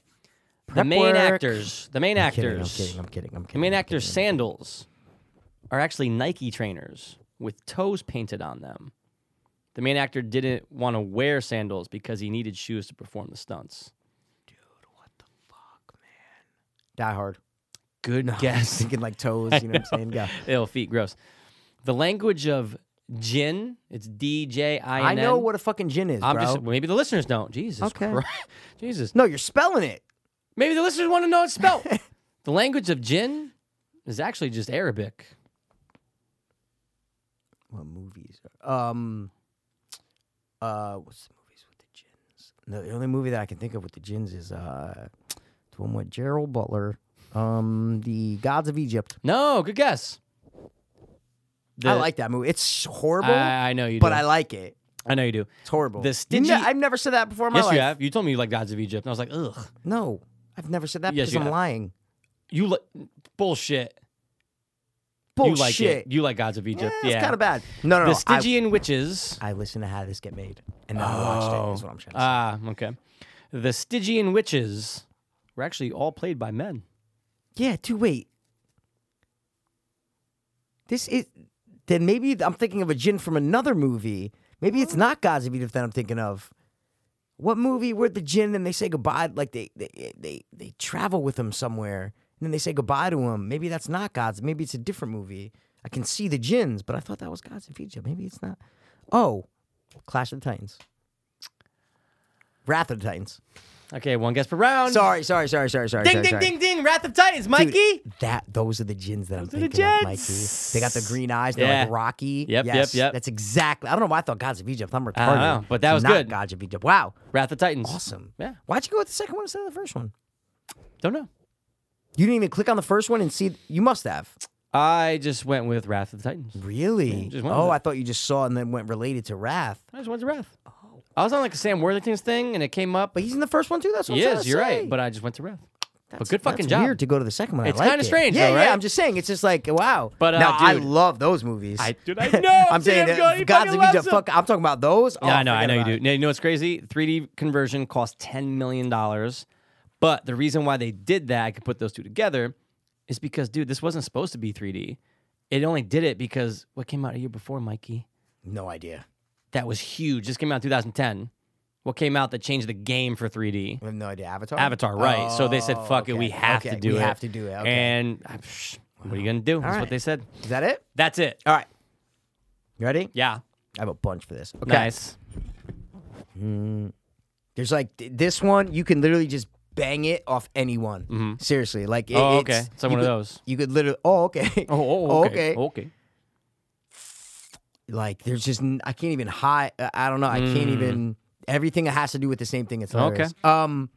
[SPEAKER 2] the
[SPEAKER 1] Prep
[SPEAKER 2] main
[SPEAKER 1] work.
[SPEAKER 2] actors. The main
[SPEAKER 1] Kidding, I'm
[SPEAKER 2] actors.
[SPEAKER 1] kidding. I'm kidding. I'm
[SPEAKER 2] The
[SPEAKER 1] kidding.
[SPEAKER 2] main
[SPEAKER 1] I'm
[SPEAKER 2] actors' sandals are actually Nike trainers with toes painted on them. The main actor didn't want to wear sandals because he needed shoes to perform the stunts.
[SPEAKER 1] kidding. Die Hard.
[SPEAKER 2] Good guess.
[SPEAKER 1] Thinking like toes. You know, what I'm saying? Go.
[SPEAKER 2] Ill feet, gross. The language of gin, it's D J I N.
[SPEAKER 1] I know what a fucking gin is,
[SPEAKER 2] I'm
[SPEAKER 1] bro.
[SPEAKER 2] just maybe the listeners don't. Jesus
[SPEAKER 1] Okay.
[SPEAKER 2] Christ. Jesus.
[SPEAKER 1] no, you're spelling it.
[SPEAKER 2] Maybe the listeners want to know it's spelled. the language of gin is actually just Arabic.
[SPEAKER 1] What movies? Are, um, uh, what's the movies with the gins? No, the only movie that I can think of with the gins is uh, the one with Gerald Butler. Um, the Gods of Egypt.
[SPEAKER 2] No, good guess.
[SPEAKER 1] I
[SPEAKER 2] The-
[SPEAKER 1] like that movie. It's horrible,
[SPEAKER 2] I, I know you do.
[SPEAKER 1] but I like it.
[SPEAKER 2] I know you do.
[SPEAKER 1] It's horrible.
[SPEAKER 2] The
[SPEAKER 1] You ne-
[SPEAKER 2] stingy-
[SPEAKER 1] I've never said that before in my
[SPEAKER 2] yes,
[SPEAKER 1] life.
[SPEAKER 2] you have. You told me you like Gods of Egypt, and I was like, ugh,
[SPEAKER 1] No, I've never said that
[SPEAKER 2] Yes,
[SPEAKER 1] because
[SPEAKER 2] you
[SPEAKER 1] I'm
[SPEAKER 2] have.
[SPEAKER 1] lying.
[SPEAKER 2] you like bullshit.
[SPEAKER 1] Bullshit.
[SPEAKER 2] You like it. You like Gods of Egypt.
[SPEAKER 1] yeah,
[SPEAKER 2] Yeah,
[SPEAKER 1] it's kind of bad. No, no,
[SPEAKER 2] The
[SPEAKER 1] no. I-
[SPEAKER 2] Stygian witches.
[SPEAKER 1] I listened to how this get made, and then I watched it. Is what I'm trying to say.
[SPEAKER 2] Ah, okay. The Stygian witches were actually all played by men.
[SPEAKER 1] yeah, dude, wait. This is then maybe I'm thinking of a gin from another movie. Maybe
[SPEAKER 2] Mm-hmm.
[SPEAKER 1] it's not Gods of Egypt that I'm thinking of. What movie where the gin and they say goodbye? Like they they they, they travel with him somewhere, and then they say goodbye to him. Maybe that's not Gods. Maybe it's a different movie. I can see the gins, but I thought that was Gods of Egypt. Maybe it's not. Oh, Clash of the Titans. Wrath of the Titans.
[SPEAKER 2] Okay, one guess per round.
[SPEAKER 1] Sorry, sorry, sorry, sorry, sorry.
[SPEAKER 2] Ding,
[SPEAKER 1] sorry,
[SPEAKER 2] ding,
[SPEAKER 1] sorry.
[SPEAKER 2] ding, ding. Wrath of Titans, Mikey.
[SPEAKER 1] Dude, that those are the gins that I'm
[SPEAKER 2] are the
[SPEAKER 1] thinking of, Mikey.
[SPEAKER 2] gins.
[SPEAKER 1] They got the green eyes. They're
[SPEAKER 2] Yeah.
[SPEAKER 1] like Rocky.
[SPEAKER 2] Yep, yep,
[SPEAKER 1] yes,
[SPEAKER 2] yep.
[SPEAKER 1] That's exactly. I don't know why I thought Gods of Egypt. I'm retarded.
[SPEAKER 2] don't know, but that was
[SPEAKER 1] Not
[SPEAKER 2] good.
[SPEAKER 1] Gods of Egypt. Wow,
[SPEAKER 2] Wrath of Titans.
[SPEAKER 1] awesome.
[SPEAKER 2] Yeah.
[SPEAKER 1] Why'd you go with the second one instead of the first one?
[SPEAKER 2] Don't know.
[SPEAKER 1] You didn't even click on the first one and see. You must have.
[SPEAKER 2] I just went with Wrath of the Titans.
[SPEAKER 1] Really?
[SPEAKER 2] just went
[SPEAKER 1] oh,
[SPEAKER 2] with it.
[SPEAKER 1] I thought you just saw and then went related to Wrath.
[SPEAKER 2] I just went to Wrath. Oh. I was on like a Sam Worthington's thing, and it came up.
[SPEAKER 1] But he's in the first one too. That's what I'm trying
[SPEAKER 2] yes,
[SPEAKER 1] to
[SPEAKER 2] you're
[SPEAKER 1] say.
[SPEAKER 2] right. But I just went to Wrath. but
[SPEAKER 1] That's-
[SPEAKER 2] good fucking
[SPEAKER 1] that's
[SPEAKER 2] job.
[SPEAKER 1] Weird to go to the second one. I
[SPEAKER 2] It's
[SPEAKER 1] like
[SPEAKER 2] kinda
[SPEAKER 1] it.
[SPEAKER 2] strange
[SPEAKER 1] Yeah,
[SPEAKER 2] though,
[SPEAKER 1] yeah.
[SPEAKER 2] right?
[SPEAKER 1] I'm just saying. It's just like wow.
[SPEAKER 2] But, uh,
[SPEAKER 1] now I
[SPEAKER 2] dude-
[SPEAKER 1] love those movies.
[SPEAKER 2] I- dude, I know.
[SPEAKER 1] I'm
[SPEAKER 2] See,
[SPEAKER 1] saying
[SPEAKER 2] I'm going, he
[SPEAKER 1] that Gods
[SPEAKER 2] fucking
[SPEAKER 1] of Egypt.
[SPEAKER 2] loves 'em.
[SPEAKER 1] Fuck, I'm talking about those. Oh,
[SPEAKER 2] Yeah, I know, I
[SPEAKER 1] forget
[SPEAKER 2] know you
[SPEAKER 1] about
[SPEAKER 2] do.
[SPEAKER 1] it.
[SPEAKER 2] Now, you know what's crazy? 3D conversion cost ten million dollars, but the reason why they did that, I could put those two together, is because dude, this wasn't supposed to be 3D. It only did it because what came out a year before, Mikey,
[SPEAKER 1] No idea.
[SPEAKER 2] that was huge. This came out in 2010. What came out that changed the game for 3D?
[SPEAKER 1] I have no idea. Avatar.
[SPEAKER 2] Avatar, right? so they said,
[SPEAKER 1] Oh,
[SPEAKER 2] "Fuck it,
[SPEAKER 1] okay.
[SPEAKER 2] we have
[SPEAKER 1] Okay,
[SPEAKER 2] to do
[SPEAKER 1] we
[SPEAKER 2] it.
[SPEAKER 1] have to do it. Okay.
[SPEAKER 2] And ah, psh, what are you gonna do? That's what
[SPEAKER 1] right.
[SPEAKER 2] they said.
[SPEAKER 1] Is that it?
[SPEAKER 2] That's it.
[SPEAKER 1] All right. You ready?
[SPEAKER 2] Yeah.
[SPEAKER 1] I have a bunch for this. Okay.
[SPEAKER 2] Nice.
[SPEAKER 1] There's like th- this one. You can literally just bang it off anyone. Seriously, like it,
[SPEAKER 2] Mm-hmm. Oh,
[SPEAKER 1] it's-
[SPEAKER 2] okay. It's like
[SPEAKER 1] you
[SPEAKER 2] one of
[SPEAKER 1] could-
[SPEAKER 2] those.
[SPEAKER 1] You could literally. Oh, okay.
[SPEAKER 2] Oh, oh, okay. Okay.
[SPEAKER 1] Like there's just n- I can't even hide. I- I don't know. I can't even. Everything has to do with the same thing. It's hilarious. okay. Um.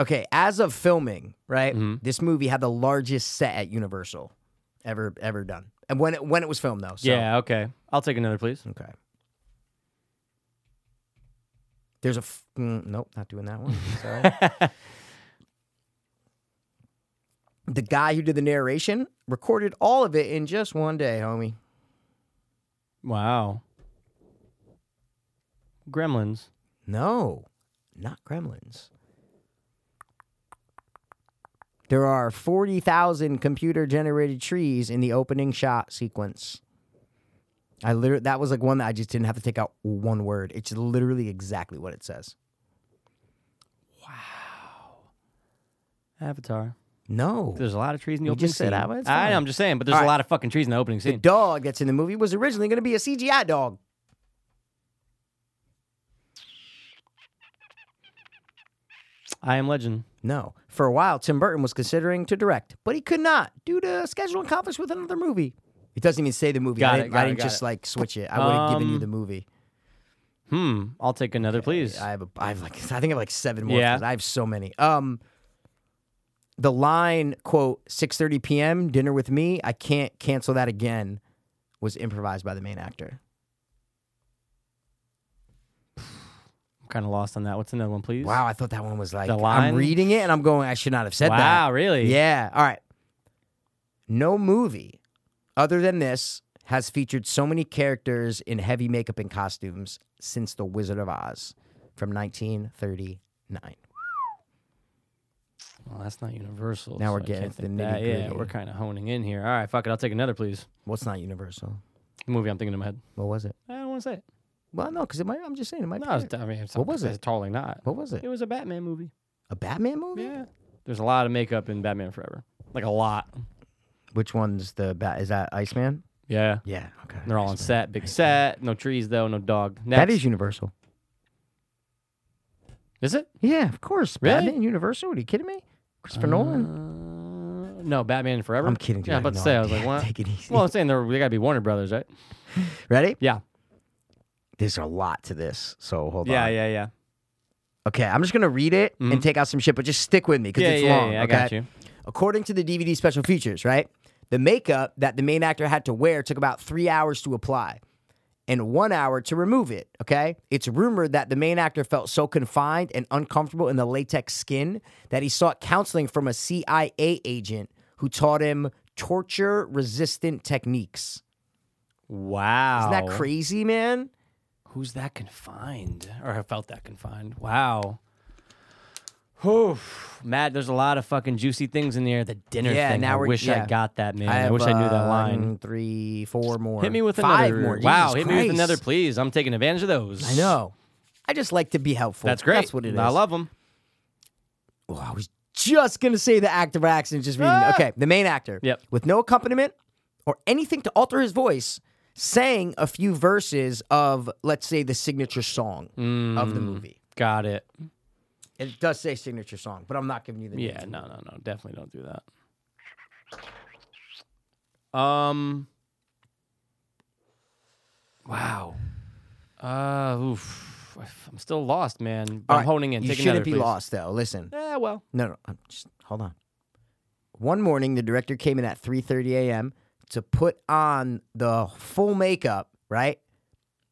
[SPEAKER 1] Okay, as of filming, right? This movie had the largest set at Universal ever ever done, and when it, when it was filmed though. So.
[SPEAKER 2] Yeah. Okay. I'll take another, please.
[SPEAKER 1] Okay. There's a f- mm, nope, not doing that one. So. the guy who did the narration recorded all of it in just one day, homie.
[SPEAKER 2] Wow. Gremlins.
[SPEAKER 1] No, not Gremlins. There are 40,000 computer generated trees in the opening shot sequence. I literally, that was like one that I just didn't have to take out one word. It's literally exactly what it says.
[SPEAKER 2] Avatar.
[SPEAKER 1] No.
[SPEAKER 2] There's a lot of trees in the
[SPEAKER 1] You
[SPEAKER 2] opening
[SPEAKER 1] just said
[SPEAKER 2] scene.
[SPEAKER 1] that, but it's
[SPEAKER 2] I
[SPEAKER 1] fine.
[SPEAKER 2] know, I'm just saying, but there's
[SPEAKER 1] All
[SPEAKER 2] a
[SPEAKER 1] right.
[SPEAKER 2] lot of fucking trees in the opening
[SPEAKER 1] The
[SPEAKER 2] scene.
[SPEAKER 1] dog that's in the movie was originally going to be a CGI dog.
[SPEAKER 2] I am Legend.
[SPEAKER 1] No. For a while, Tim Burton was considering to direct, but he could not due to schedule conflicts with another movie. It doesn't even say the movie.
[SPEAKER 2] Got
[SPEAKER 1] I
[SPEAKER 2] it,
[SPEAKER 1] didn't,
[SPEAKER 2] got
[SPEAKER 1] I
[SPEAKER 2] it,
[SPEAKER 1] didn't
[SPEAKER 2] got
[SPEAKER 1] just
[SPEAKER 2] it.
[SPEAKER 1] like switch it. I would have given you
[SPEAKER 2] Um,
[SPEAKER 1] the movie.
[SPEAKER 2] Hmm. I'll take another, please.
[SPEAKER 1] I have a, I have like I think I have like seven more.
[SPEAKER 2] Yeah.
[SPEAKER 1] Yeah. I have so many. Um, the line quote six thirty p.m. dinner with me. I can't cancel that again. Was improvised by the main actor.
[SPEAKER 2] I'm kind of lost on that. What's another one, please?
[SPEAKER 1] Wow, I thought that one was like
[SPEAKER 2] The
[SPEAKER 1] I'm
[SPEAKER 2] line?
[SPEAKER 1] reading it and I'm going. I should not have said that.
[SPEAKER 2] Wow, really?
[SPEAKER 1] Yeah. All right. No movie other than this has featured so many characters in heavy makeup and costumes since The Wizard of Oz from 1939.
[SPEAKER 2] Well, that's not universal.
[SPEAKER 1] Now
[SPEAKER 2] so
[SPEAKER 1] we're
[SPEAKER 2] I
[SPEAKER 1] getting
[SPEAKER 2] can't
[SPEAKER 1] to the
[SPEAKER 2] think that. Yeah,
[SPEAKER 1] nitty-gritty.
[SPEAKER 2] we're kind of honing in here. All right, fuck it. I'll take another, please.
[SPEAKER 1] Well, it's not universal.
[SPEAKER 2] The movie I'm thinking in my head.
[SPEAKER 1] What was it?
[SPEAKER 2] I don't want to say it.
[SPEAKER 1] Well, no, because it might. I'm just saying it might.
[SPEAKER 2] No,
[SPEAKER 1] be
[SPEAKER 2] it's,
[SPEAKER 1] there.
[SPEAKER 2] I mean, it's,
[SPEAKER 1] What was
[SPEAKER 2] it's
[SPEAKER 1] it?
[SPEAKER 2] totally not.
[SPEAKER 1] what was it?
[SPEAKER 2] It was a Batman movie.
[SPEAKER 1] A Batman movie?
[SPEAKER 2] Yeah. There's a lot of makeup in Batman Forever. Like a lot.
[SPEAKER 1] Which one's the bat? Is that Iceman?
[SPEAKER 2] Yeah.
[SPEAKER 1] Yeah. Okay.
[SPEAKER 2] They're all on set, big set. No trees though, no dog. Next.
[SPEAKER 1] That is universal.
[SPEAKER 2] Is it?
[SPEAKER 1] Yeah, of course.
[SPEAKER 2] Really?
[SPEAKER 1] Batman Universal? Are you kidding me? Christopher Nolan.
[SPEAKER 2] Uh, no, Batman Forever.
[SPEAKER 1] I'm kidding. Dude.
[SPEAKER 2] Yeah,
[SPEAKER 1] I
[SPEAKER 2] I'm about
[SPEAKER 1] have
[SPEAKER 2] to
[SPEAKER 1] no
[SPEAKER 2] say. I was
[SPEAKER 1] idea.
[SPEAKER 2] like, what?
[SPEAKER 1] Take it easy.
[SPEAKER 2] Well, I'm saying there they gotta be Warner Brothers, right?
[SPEAKER 1] Ready?
[SPEAKER 2] Yeah.
[SPEAKER 1] There's a lot to this, so hold
[SPEAKER 2] yeah,
[SPEAKER 1] on.
[SPEAKER 2] yeah, yeah.
[SPEAKER 1] Okay, I'm just gonna read it
[SPEAKER 2] Mhm.
[SPEAKER 1] and take out some shit, but just stick with me because
[SPEAKER 2] Yeah,
[SPEAKER 1] it's
[SPEAKER 2] yeah,
[SPEAKER 1] long.
[SPEAKER 2] yeah, I
[SPEAKER 1] okay?
[SPEAKER 2] got you.
[SPEAKER 1] According to the DVD special features, right? The makeup that the main actor had to wear took about three hours to apply and one hour to remove it. Okay. It's rumored that the main actor felt so confined and uncomfortable in the latex skin that he sought counseling from a CIA agent who taught him torture resistant techniques.
[SPEAKER 2] Wow.
[SPEAKER 1] Isn't that crazy, man?
[SPEAKER 2] Who's that confined? Or have felt that confined? Wow. Oof. Matt, there's a lot of fucking juicy things in there. The dinner
[SPEAKER 1] Yeah,
[SPEAKER 2] thing.
[SPEAKER 1] now
[SPEAKER 2] I
[SPEAKER 1] we're-
[SPEAKER 2] wish I
[SPEAKER 1] yeah.
[SPEAKER 2] got that, man. I, wish I knew that line.
[SPEAKER 1] uh, Three, four more.
[SPEAKER 2] Hit me with
[SPEAKER 1] five
[SPEAKER 2] another.
[SPEAKER 1] more.
[SPEAKER 2] wow,
[SPEAKER 1] Jesus
[SPEAKER 2] hit me with another,
[SPEAKER 1] Christ.
[SPEAKER 2] please. I'm taking advantage of those.
[SPEAKER 1] I know. I just like to be helpful.
[SPEAKER 2] That's great.
[SPEAKER 1] That's what it is.
[SPEAKER 2] I love them.
[SPEAKER 1] Oh, I was just gonna say the actor by accident, just reading.
[SPEAKER 2] Ah!
[SPEAKER 1] Okay, the main actor.
[SPEAKER 2] Yep.
[SPEAKER 1] With no accompaniment or anything to alter his voice, sang a few verses of, let's say, the signature song of the movie.
[SPEAKER 2] Mm, Got it.
[SPEAKER 1] It does say signature song, but I'm not giving you the name.
[SPEAKER 2] Yeah, no, no, no. Definitely don't do that. Um. Wow. Uh, oof. I'm still lost, man. But
[SPEAKER 1] All
[SPEAKER 2] I'm
[SPEAKER 1] right,
[SPEAKER 2] honing in.
[SPEAKER 1] You
[SPEAKER 2] Take
[SPEAKER 1] shouldn't
[SPEAKER 2] another,
[SPEAKER 1] be
[SPEAKER 2] please.
[SPEAKER 1] lost though. Listen.
[SPEAKER 2] Yeah, well.
[SPEAKER 1] No, no. I'm just hold on. One morning, the director came in at 3:30 a.m. to put on the full makeup, right?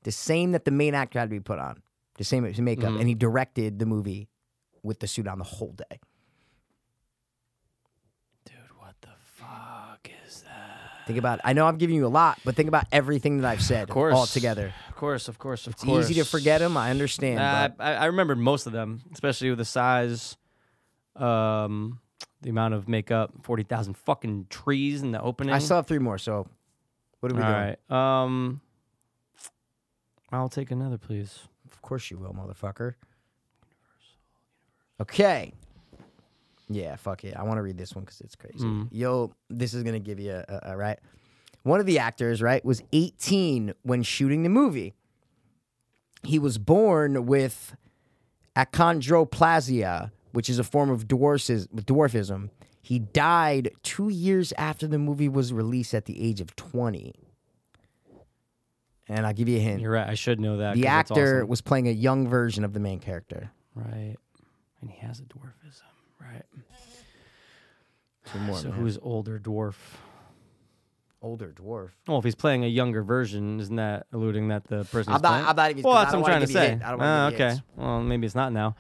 [SPEAKER 1] The same that the main actor had to be put on, the same makeup,
[SPEAKER 2] Mm-hmm.
[SPEAKER 1] and he directed the movie with the suit on the whole day.
[SPEAKER 2] Dude, what the fuck is that?
[SPEAKER 1] Think about. I know I'm giving you a lot, but think about everything that I've said
[SPEAKER 2] Of course.
[SPEAKER 1] all together.
[SPEAKER 2] Of course, of course, of
[SPEAKER 1] It's
[SPEAKER 2] course.
[SPEAKER 1] easy to forget them. I understand.
[SPEAKER 2] Nah,
[SPEAKER 1] but
[SPEAKER 2] I, I remembered most of them, especially with the size, um, the amount of makeup, 40,000 fucking trees in the opening.
[SPEAKER 1] I still have three more. So, what are we
[SPEAKER 2] All
[SPEAKER 1] doing?
[SPEAKER 2] right. Um, I'll take another, please.
[SPEAKER 1] Of course you will, motherfucker. Okay. Yeah, fuck it. I want to read this one because it's crazy. Yo, this is gonna give you a, a, a right. One of the actors, right, was 18 when shooting the movie. He was born with achondroplasia, which is a form of dwarfis- dwarfism. He died two years after the movie was released at the age of 20. And I'll give you a hint
[SPEAKER 2] You're right. I should know that.
[SPEAKER 1] the
[SPEAKER 2] 'cause it's
[SPEAKER 1] actor
[SPEAKER 2] awesome.
[SPEAKER 1] was playing a young version of the main character.
[SPEAKER 2] right, and he has a dwarfism. Right.
[SPEAKER 1] Two more,
[SPEAKER 2] So
[SPEAKER 1] man.
[SPEAKER 2] who's older dwarf?
[SPEAKER 1] older dwarf?
[SPEAKER 2] Well, if he's playing a younger version, isn't that alluding that the person?
[SPEAKER 1] I'm
[SPEAKER 2] he's
[SPEAKER 1] not-
[SPEAKER 2] playing-
[SPEAKER 1] I'm not even-
[SPEAKER 2] Well,
[SPEAKER 1] 'cause I
[SPEAKER 2] that's
[SPEAKER 1] don't
[SPEAKER 2] what
[SPEAKER 1] wanna
[SPEAKER 2] I'm trying to
[SPEAKER 1] give you
[SPEAKER 2] say.
[SPEAKER 1] hint. I don't wanna
[SPEAKER 2] Ah,
[SPEAKER 1] give you
[SPEAKER 2] okay.
[SPEAKER 1] hints.
[SPEAKER 2] Well, maybe it's not now.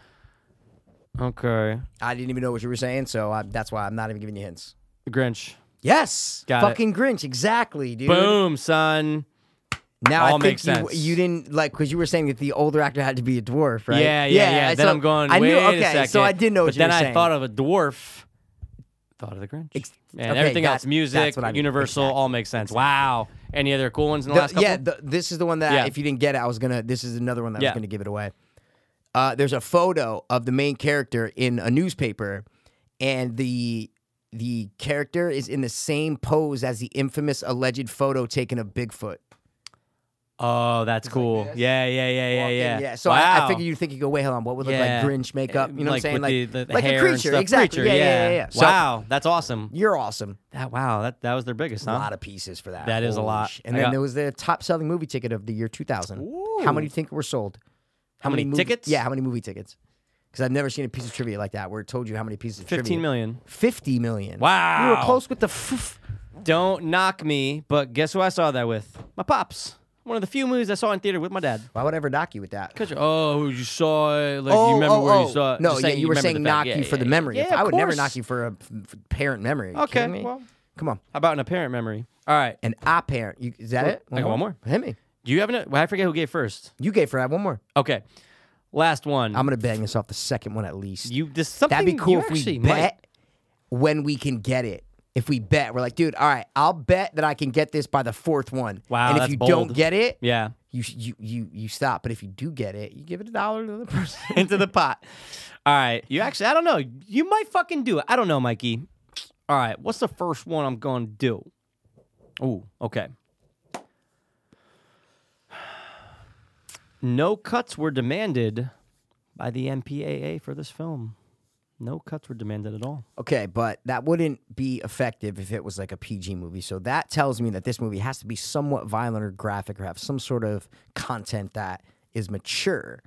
[SPEAKER 2] Okay.
[SPEAKER 1] I didn't even know what you were saying, so I, that's why I'm not even giving you hints.
[SPEAKER 2] The Grinch.
[SPEAKER 1] Yes,
[SPEAKER 2] Got it.
[SPEAKER 1] fucking Grinch, exactly, dude.
[SPEAKER 2] Boom, son.
[SPEAKER 1] Now
[SPEAKER 2] All
[SPEAKER 1] I think
[SPEAKER 2] makes
[SPEAKER 1] you,
[SPEAKER 2] sense.
[SPEAKER 1] you didn't like because you were saying that the older actor had to be a dwarf, right?
[SPEAKER 2] Yeah, yeah, yeah. Then
[SPEAKER 1] so
[SPEAKER 2] I'm going.
[SPEAKER 1] I knew.
[SPEAKER 2] Wait
[SPEAKER 1] okay,
[SPEAKER 2] a second.
[SPEAKER 1] so I did know
[SPEAKER 2] But
[SPEAKER 1] what you
[SPEAKER 2] then
[SPEAKER 1] were
[SPEAKER 2] I
[SPEAKER 1] saying.
[SPEAKER 2] thought of a dwarf. Thought of the Grinch. and
[SPEAKER 1] okay,
[SPEAKER 2] everything
[SPEAKER 1] got-
[SPEAKER 2] else, music,
[SPEAKER 1] that's what I mean.
[SPEAKER 2] Universal, all makes sense. Wow. Any other cool ones in the,
[SPEAKER 1] The-
[SPEAKER 2] last couple?
[SPEAKER 1] yeah, the, this is the one that
[SPEAKER 2] Yeah.
[SPEAKER 1] I, if you didn't get it, I was gonna. This is another one that I
[SPEAKER 2] Yeah.
[SPEAKER 1] was gonna give it away. Uh, there's a photo of the main character in a newspaper, and the the character is in the same pose as the infamous alleged photo taken of Bigfoot.
[SPEAKER 2] oh, that's cool. yeah, yeah, yeah, yeah,
[SPEAKER 1] walking,
[SPEAKER 2] yeah.
[SPEAKER 1] So I, I
[SPEAKER 2] wow.
[SPEAKER 1] figured you'd think you go, wait, hold on, what would look
[SPEAKER 2] Yeah.
[SPEAKER 1] like Grinch makeup? You know
[SPEAKER 2] like
[SPEAKER 1] what I'm saying?
[SPEAKER 2] with
[SPEAKER 1] Like,
[SPEAKER 2] the, the, the
[SPEAKER 1] like
[SPEAKER 2] hair
[SPEAKER 1] a
[SPEAKER 2] and
[SPEAKER 1] creature,
[SPEAKER 2] stuff.
[SPEAKER 1] exactly. yeah,
[SPEAKER 2] Creature,
[SPEAKER 1] yeah, yeah. yeah. So
[SPEAKER 2] wow, that's awesome.
[SPEAKER 1] you're awesome.
[SPEAKER 2] That wow, that that was their biggest, huh?
[SPEAKER 1] A lot of pieces for that.
[SPEAKER 2] That is a
[SPEAKER 1] Holy
[SPEAKER 2] lot.
[SPEAKER 1] sh- And
[SPEAKER 2] I
[SPEAKER 1] then
[SPEAKER 2] got-
[SPEAKER 1] there was the top selling movie ticket of the year 2000. How many do you think were sold?
[SPEAKER 2] How many
[SPEAKER 1] movie-
[SPEAKER 2] tickets?
[SPEAKER 1] Yeah, how many movie tickets? Because I've never seen a piece of trivia like that where it told you how many pieces of
[SPEAKER 2] Fifteen
[SPEAKER 1] trivia.
[SPEAKER 2] million.
[SPEAKER 1] 50 million.
[SPEAKER 2] Wow.
[SPEAKER 1] We were close with the f-
[SPEAKER 2] Don't knock me, but guess who I saw that with? My pops. One of the few movies I saw in theater with my dad.
[SPEAKER 1] Why would I ever knock you with that?
[SPEAKER 2] Cause you- oh, you saw it. Like
[SPEAKER 1] Oh,
[SPEAKER 2] you remember
[SPEAKER 1] oh,
[SPEAKER 2] where
[SPEAKER 1] oh.
[SPEAKER 2] you saw it.
[SPEAKER 1] No,
[SPEAKER 2] Just
[SPEAKER 1] yeah, you were
[SPEAKER 2] remember
[SPEAKER 1] saying
[SPEAKER 2] the fact.
[SPEAKER 1] knock
[SPEAKER 2] Yeah,
[SPEAKER 1] you
[SPEAKER 2] yeah,
[SPEAKER 1] for the
[SPEAKER 2] yeah.
[SPEAKER 1] memory.
[SPEAKER 2] Yeah,
[SPEAKER 1] I
[SPEAKER 2] of
[SPEAKER 1] would never
[SPEAKER 2] course.
[SPEAKER 1] knock you for a f- f- parent memory. Are you
[SPEAKER 2] Okay,
[SPEAKER 1] kidding me?
[SPEAKER 2] well.
[SPEAKER 1] Come on.
[SPEAKER 2] How about an apparent memory? All right.
[SPEAKER 1] An I parent. You, is that it?
[SPEAKER 2] I got one
[SPEAKER 1] Hit me.
[SPEAKER 2] Do you have an? well, I forget who gave first.
[SPEAKER 1] You gave for that one more.
[SPEAKER 2] Okay. Last one.
[SPEAKER 1] I'm going to bang this off the second one at least.
[SPEAKER 2] you this something.
[SPEAKER 1] That'd be cool
[SPEAKER 2] you
[SPEAKER 1] if we
[SPEAKER 2] actually
[SPEAKER 1] bet
[SPEAKER 2] might-
[SPEAKER 1] when we can get it. If we bet, we're like, dude, all right, I'll bet that I can get this by the fourth one.
[SPEAKER 2] Wow,
[SPEAKER 1] And if
[SPEAKER 2] that's
[SPEAKER 1] you
[SPEAKER 2] bold.
[SPEAKER 1] don't get it,
[SPEAKER 2] Yeah.
[SPEAKER 1] you you you you stop. But if you do get it, you give it a dollar to the person.
[SPEAKER 2] Into the pot. All right. You actually. I don't know. You might fucking do it. I don't know, Mikey. All right. What's the first one I'm gonna do? Ooh. Okay. No cuts were demanded by the MPAA for this film. No cuts were demanded at all.
[SPEAKER 1] okay, but that wouldn't be effective if it was like a PG movie. So that tells me that this movie has to be somewhat violent or graphic or have some sort of content that is mature.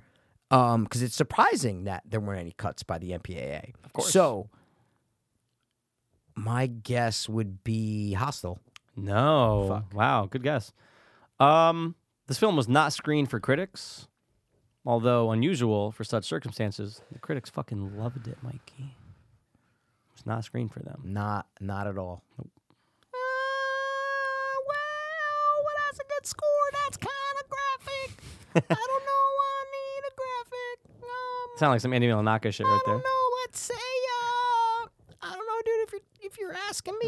[SPEAKER 1] Um, because it's surprising that there weren't any cuts by the MPAA. Of
[SPEAKER 2] course.
[SPEAKER 1] So my guess would be hostile.
[SPEAKER 2] No. Wow, good guess. Um, this film was not screened for critics, although unusual for such circumstances. The critics fucking loved it, Mikey. It was not screened for them.
[SPEAKER 1] Not, not at all.
[SPEAKER 2] Sound like some Andy Milanaka shit right there.
[SPEAKER 1] uh,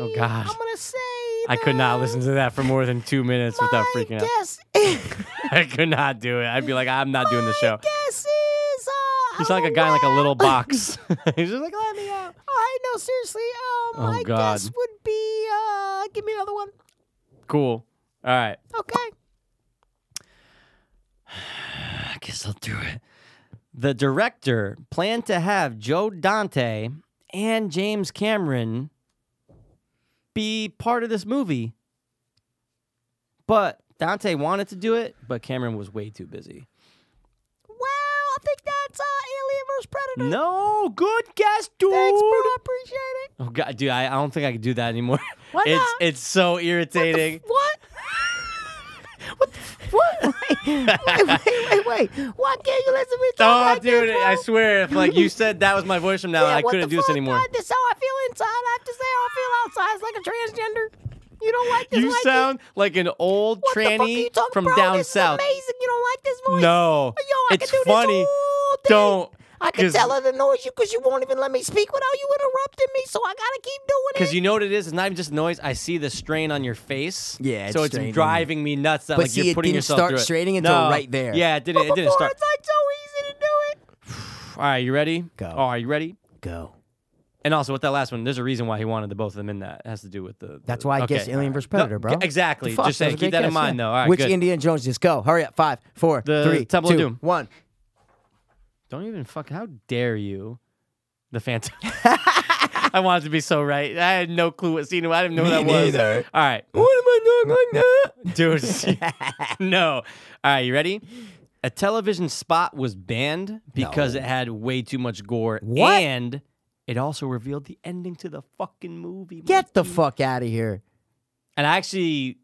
[SPEAKER 2] Oh God, I'm gonna say I could not listen to that for more than two minutes without freaking out. I could not do it. I'd be like, I'm not doing the show.
[SPEAKER 1] uh,
[SPEAKER 2] He's like a guy in like a little box. He's just like, let me out.
[SPEAKER 1] I know, seriously. Um,
[SPEAKER 2] Oh,
[SPEAKER 1] my
[SPEAKER 2] God.
[SPEAKER 1] guess would be uh, give me another one.
[SPEAKER 2] Cool. All right.
[SPEAKER 1] Okay.
[SPEAKER 2] I guess I'll do it. The director planned to have Joe Dante and James Cameron be part of this movie. But Dante wanted to do it, but Cameron was way too busy.
[SPEAKER 1] Well, I think that's uh, Alien vs Predator.
[SPEAKER 2] No, good guess, dude.
[SPEAKER 1] Thanks, bro. I appreciate it.
[SPEAKER 2] Oh god, dude, I, I don't think I can do that anymore.
[SPEAKER 1] Why
[SPEAKER 2] it's
[SPEAKER 1] not?
[SPEAKER 2] it's so irritating.
[SPEAKER 1] What? what? What? wait, wait, wait, wait. Why can't you listen to me talk
[SPEAKER 2] Oh,
[SPEAKER 1] like
[SPEAKER 2] dude,
[SPEAKER 1] this, bro?
[SPEAKER 2] I swear, if like you said that was my voice from now,
[SPEAKER 1] Yeah,
[SPEAKER 2] I
[SPEAKER 1] what
[SPEAKER 2] couldn't
[SPEAKER 1] the
[SPEAKER 2] do this
[SPEAKER 1] fuck,
[SPEAKER 2] anymore.
[SPEAKER 1] God? This is how I feel inside. I have to say how I feel outside. It's like a transgender. You don't like this
[SPEAKER 2] You
[SPEAKER 1] Mikey?
[SPEAKER 2] sound like an old
[SPEAKER 1] What the fuck are you
[SPEAKER 2] tranny
[SPEAKER 1] talking
[SPEAKER 2] from
[SPEAKER 1] about?
[SPEAKER 2] down
[SPEAKER 1] This is
[SPEAKER 2] south.
[SPEAKER 1] amazing. You don't like this voice?
[SPEAKER 2] No,
[SPEAKER 1] Yo, I
[SPEAKER 2] it's
[SPEAKER 1] could do
[SPEAKER 2] funny.
[SPEAKER 1] This all day.
[SPEAKER 2] Don't,
[SPEAKER 1] I can
[SPEAKER 2] 'cause-
[SPEAKER 1] tell it annoys you because you won't even let me speak without you interrupting me. So I gotta keep doing it.
[SPEAKER 2] Because you know what it is? It's not even just noise. I see the strain on your face.
[SPEAKER 1] Yeah, it's
[SPEAKER 2] so it's
[SPEAKER 1] straining.
[SPEAKER 2] driving me nuts. That
[SPEAKER 1] But
[SPEAKER 2] like
[SPEAKER 1] see,
[SPEAKER 2] you're
[SPEAKER 1] it
[SPEAKER 2] putting
[SPEAKER 1] didn't
[SPEAKER 2] yourself
[SPEAKER 1] start
[SPEAKER 2] through it.
[SPEAKER 1] straining until
[SPEAKER 2] No.
[SPEAKER 1] right there.
[SPEAKER 2] Yeah, it didn't. It didn't
[SPEAKER 1] Before,
[SPEAKER 2] start.
[SPEAKER 1] It's like so easy to do it.
[SPEAKER 2] All right, you ready?
[SPEAKER 1] Go.
[SPEAKER 2] All right, you ready?
[SPEAKER 1] Go.
[SPEAKER 2] And also with that last one, there's a reason why he wanted the both of them in that. It has to do with the. the-
[SPEAKER 1] That's why I
[SPEAKER 2] okay,
[SPEAKER 1] guess
[SPEAKER 2] all
[SPEAKER 1] Alien
[SPEAKER 2] right.
[SPEAKER 1] vs
[SPEAKER 2] No,
[SPEAKER 1] Predator, bro.
[SPEAKER 2] g- Exactly.
[SPEAKER 1] The fuck,
[SPEAKER 2] Just
[SPEAKER 1] that was a
[SPEAKER 2] saying, keep
[SPEAKER 1] great
[SPEAKER 2] that in
[SPEAKER 1] guess,
[SPEAKER 2] mind
[SPEAKER 1] yeah.
[SPEAKER 2] though. All right,
[SPEAKER 1] Which
[SPEAKER 2] good.
[SPEAKER 1] Indiana Jones just go? Hurry up. Five, four,
[SPEAKER 2] The
[SPEAKER 1] three,
[SPEAKER 2] Temple of
[SPEAKER 1] two,
[SPEAKER 2] Doom.
[SPEAKER 1] one.
[SPEAKER 2] Don't even fuck. How dare you? The Phantom. I wanted to be so right. I had no clue what scene. it was. I didn't know what that was.
[SPEAKER 1] neither.
[SPEAKER 2] All right. What am I doing like that? Dude, no. All right, you ready? A television spot was banned because it had way too much gore.
[SPEAKER 1] What?
[SPEAKER 2] And it also revealed the ending to the fucking movie.
[SPEAKER 1] Get the
[SPEAKER 2] Mikey.
[SPEAKER 1] fuck out of here.
[SPEAKER 2] And I actually,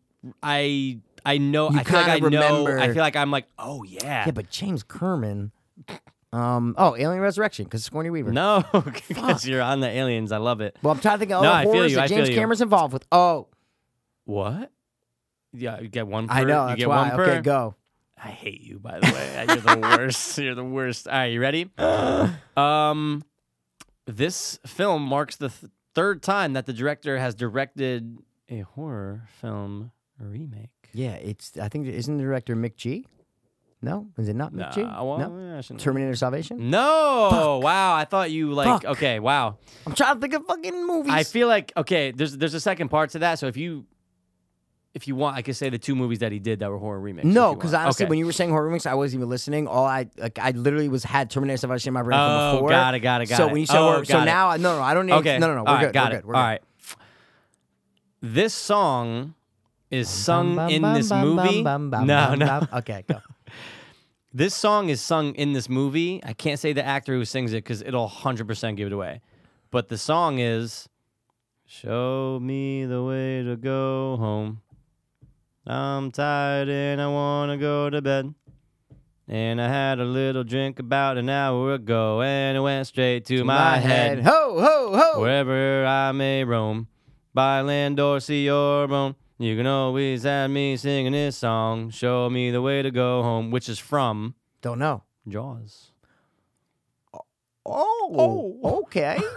[SPEAKER 2] I. I know.
[SPEAKER 1] You
[SPEAKER 2] I feel like I
[SPEAKER 1] kinda
[SPEAKER 2] know.
[SPEAKER 1] remember-
[SPEAKER 2] I feel like I'm like, oh yeah.
[SPEAKER 1] Yeah, but James Kerman. Um. Oh, Alien Resurrection because Sigourney Weaver.
[SPEAKER 2] no, because you're on the aliens. I love it.
[SPEAKER 1] Well, I'm trying to think of
[SPEAKER 2] No,
[SPEAKER 1] all
[SPEAKER 2] I
[SPEAKER 1] the
[SPEAKER 2] feel
[SPEAKER 1] horrors
[SPEAKER 2] you, I
[SPEAKER 1] that
[SPEAKER 2] feel
[SPEAKER 1] James
[SPEAKER 2] you.
[SPEAKER 1] Cameron's involved with. Oh,
[SPEAKER 2] What? Yeah, you get one. Per,
[SPEAKER 1] I know.
[SPEAKER 2] You
[SPEAKER 1] That's
[SPEAKER 2] get
[SPEAKER 1] why.
[SPEAKER 2] one per.
[SPEAKER 1] Okay, go.
[SPEAKER 2] I hate you, by the way. You're the worst. You're the worst. All right, you ready? um, this film marks the th- third time that the director has directed a horror film remake.
[SPEAKER 1] Yeah, it's. I think isn't the director Mick G? No, is it not Mick G?
[SPEAKER 2] Nah, well,
[SPEAKER 1] no.
[SPEAKER 2] yeah, I shouldn't-
[SPEAKER 1] Terminator Salvation.
[SPEAKER 2] No. Wow. I thought you like.
[SPEAKER 1] Fuck.
[SPEAKER 2] Okay. Wow.
[SPEAKER 1] I'm trying to think of fucking movies.
[SPEAKER 2] I feel like okay. There's there's a second part to that. So if you if you want, I could say the two movies that he did that were horror remakes. if
[SPEAKER 1] no,
[SPEAKER 2] you
[SPEAKER 1] because
[SPEAKER 2] want.
[SPEAKER 1] honestly,
[SPEAKER 2] Okay.
[SPEAKER 1] when you were saying horror remakes, I wasn't even listening. All I like, I literally was had Terminator Salvation in my brain
[SPEAKER 2] Oh,
[SPEAKER 1] from before.
[SPEAKER 2] got it, got it, got
[SPEAKER 1] so
[SPEAKER 2] it.
[SPEAKER 1] when you said
[SPEAKER 2] Oh,
[SPEAKER 1] horror, so
[SPEAKER 2] got it.
[SPEAKER 1] now I- no, no, I don't need.
[SPEAKER 2] Okay.
[SPEAKER 1] No, no, no. We're
[SPEAKER 2] All right,
[SPEAKER 1] good.
[SPEAKER 2] Got
[SPEAKER 1] we're
[SPEAKER 2] it.
[SPEAKER 1] good. We're
[SPEAKER 2] All
[SPEAKER 1] good.
[SPEAKER 2] right. This song is sung
[SPEAKER 1] Bum,
[SPEAKER 2] in
[SPEAKER 1] bum,
[SPEAKER 2] this
[SPEAKER 1] bum, bum,
[SPEAKER 2] movie.
[SPEAKER 1] bum, bum,
[SPEAKER 2] No,
[SPEAKER 1] bum,
[SPEAKER 2] no.
[SPEAKER 1] bum. Okay, go.
[SPEAKER 2] This song is sung in this movie. I can't say the actor who sings it because it'll 100% give it away. But the song is Show me the way to go home. I'm tired and I want to go to bed. And I had a little drink about an hour ago and it went straight to my, head.
[SPEAKER 1] Ho, ho, ho.
[SPEAKER 2] Wherever I may roam, by land or sea or bone, you can always have me singing this song. Show me the way to go home, which is from
[SPEAKER 1] Don't know.
[SPEAKER 2] Jaws.
[SPEAKER 1] Oh, okay.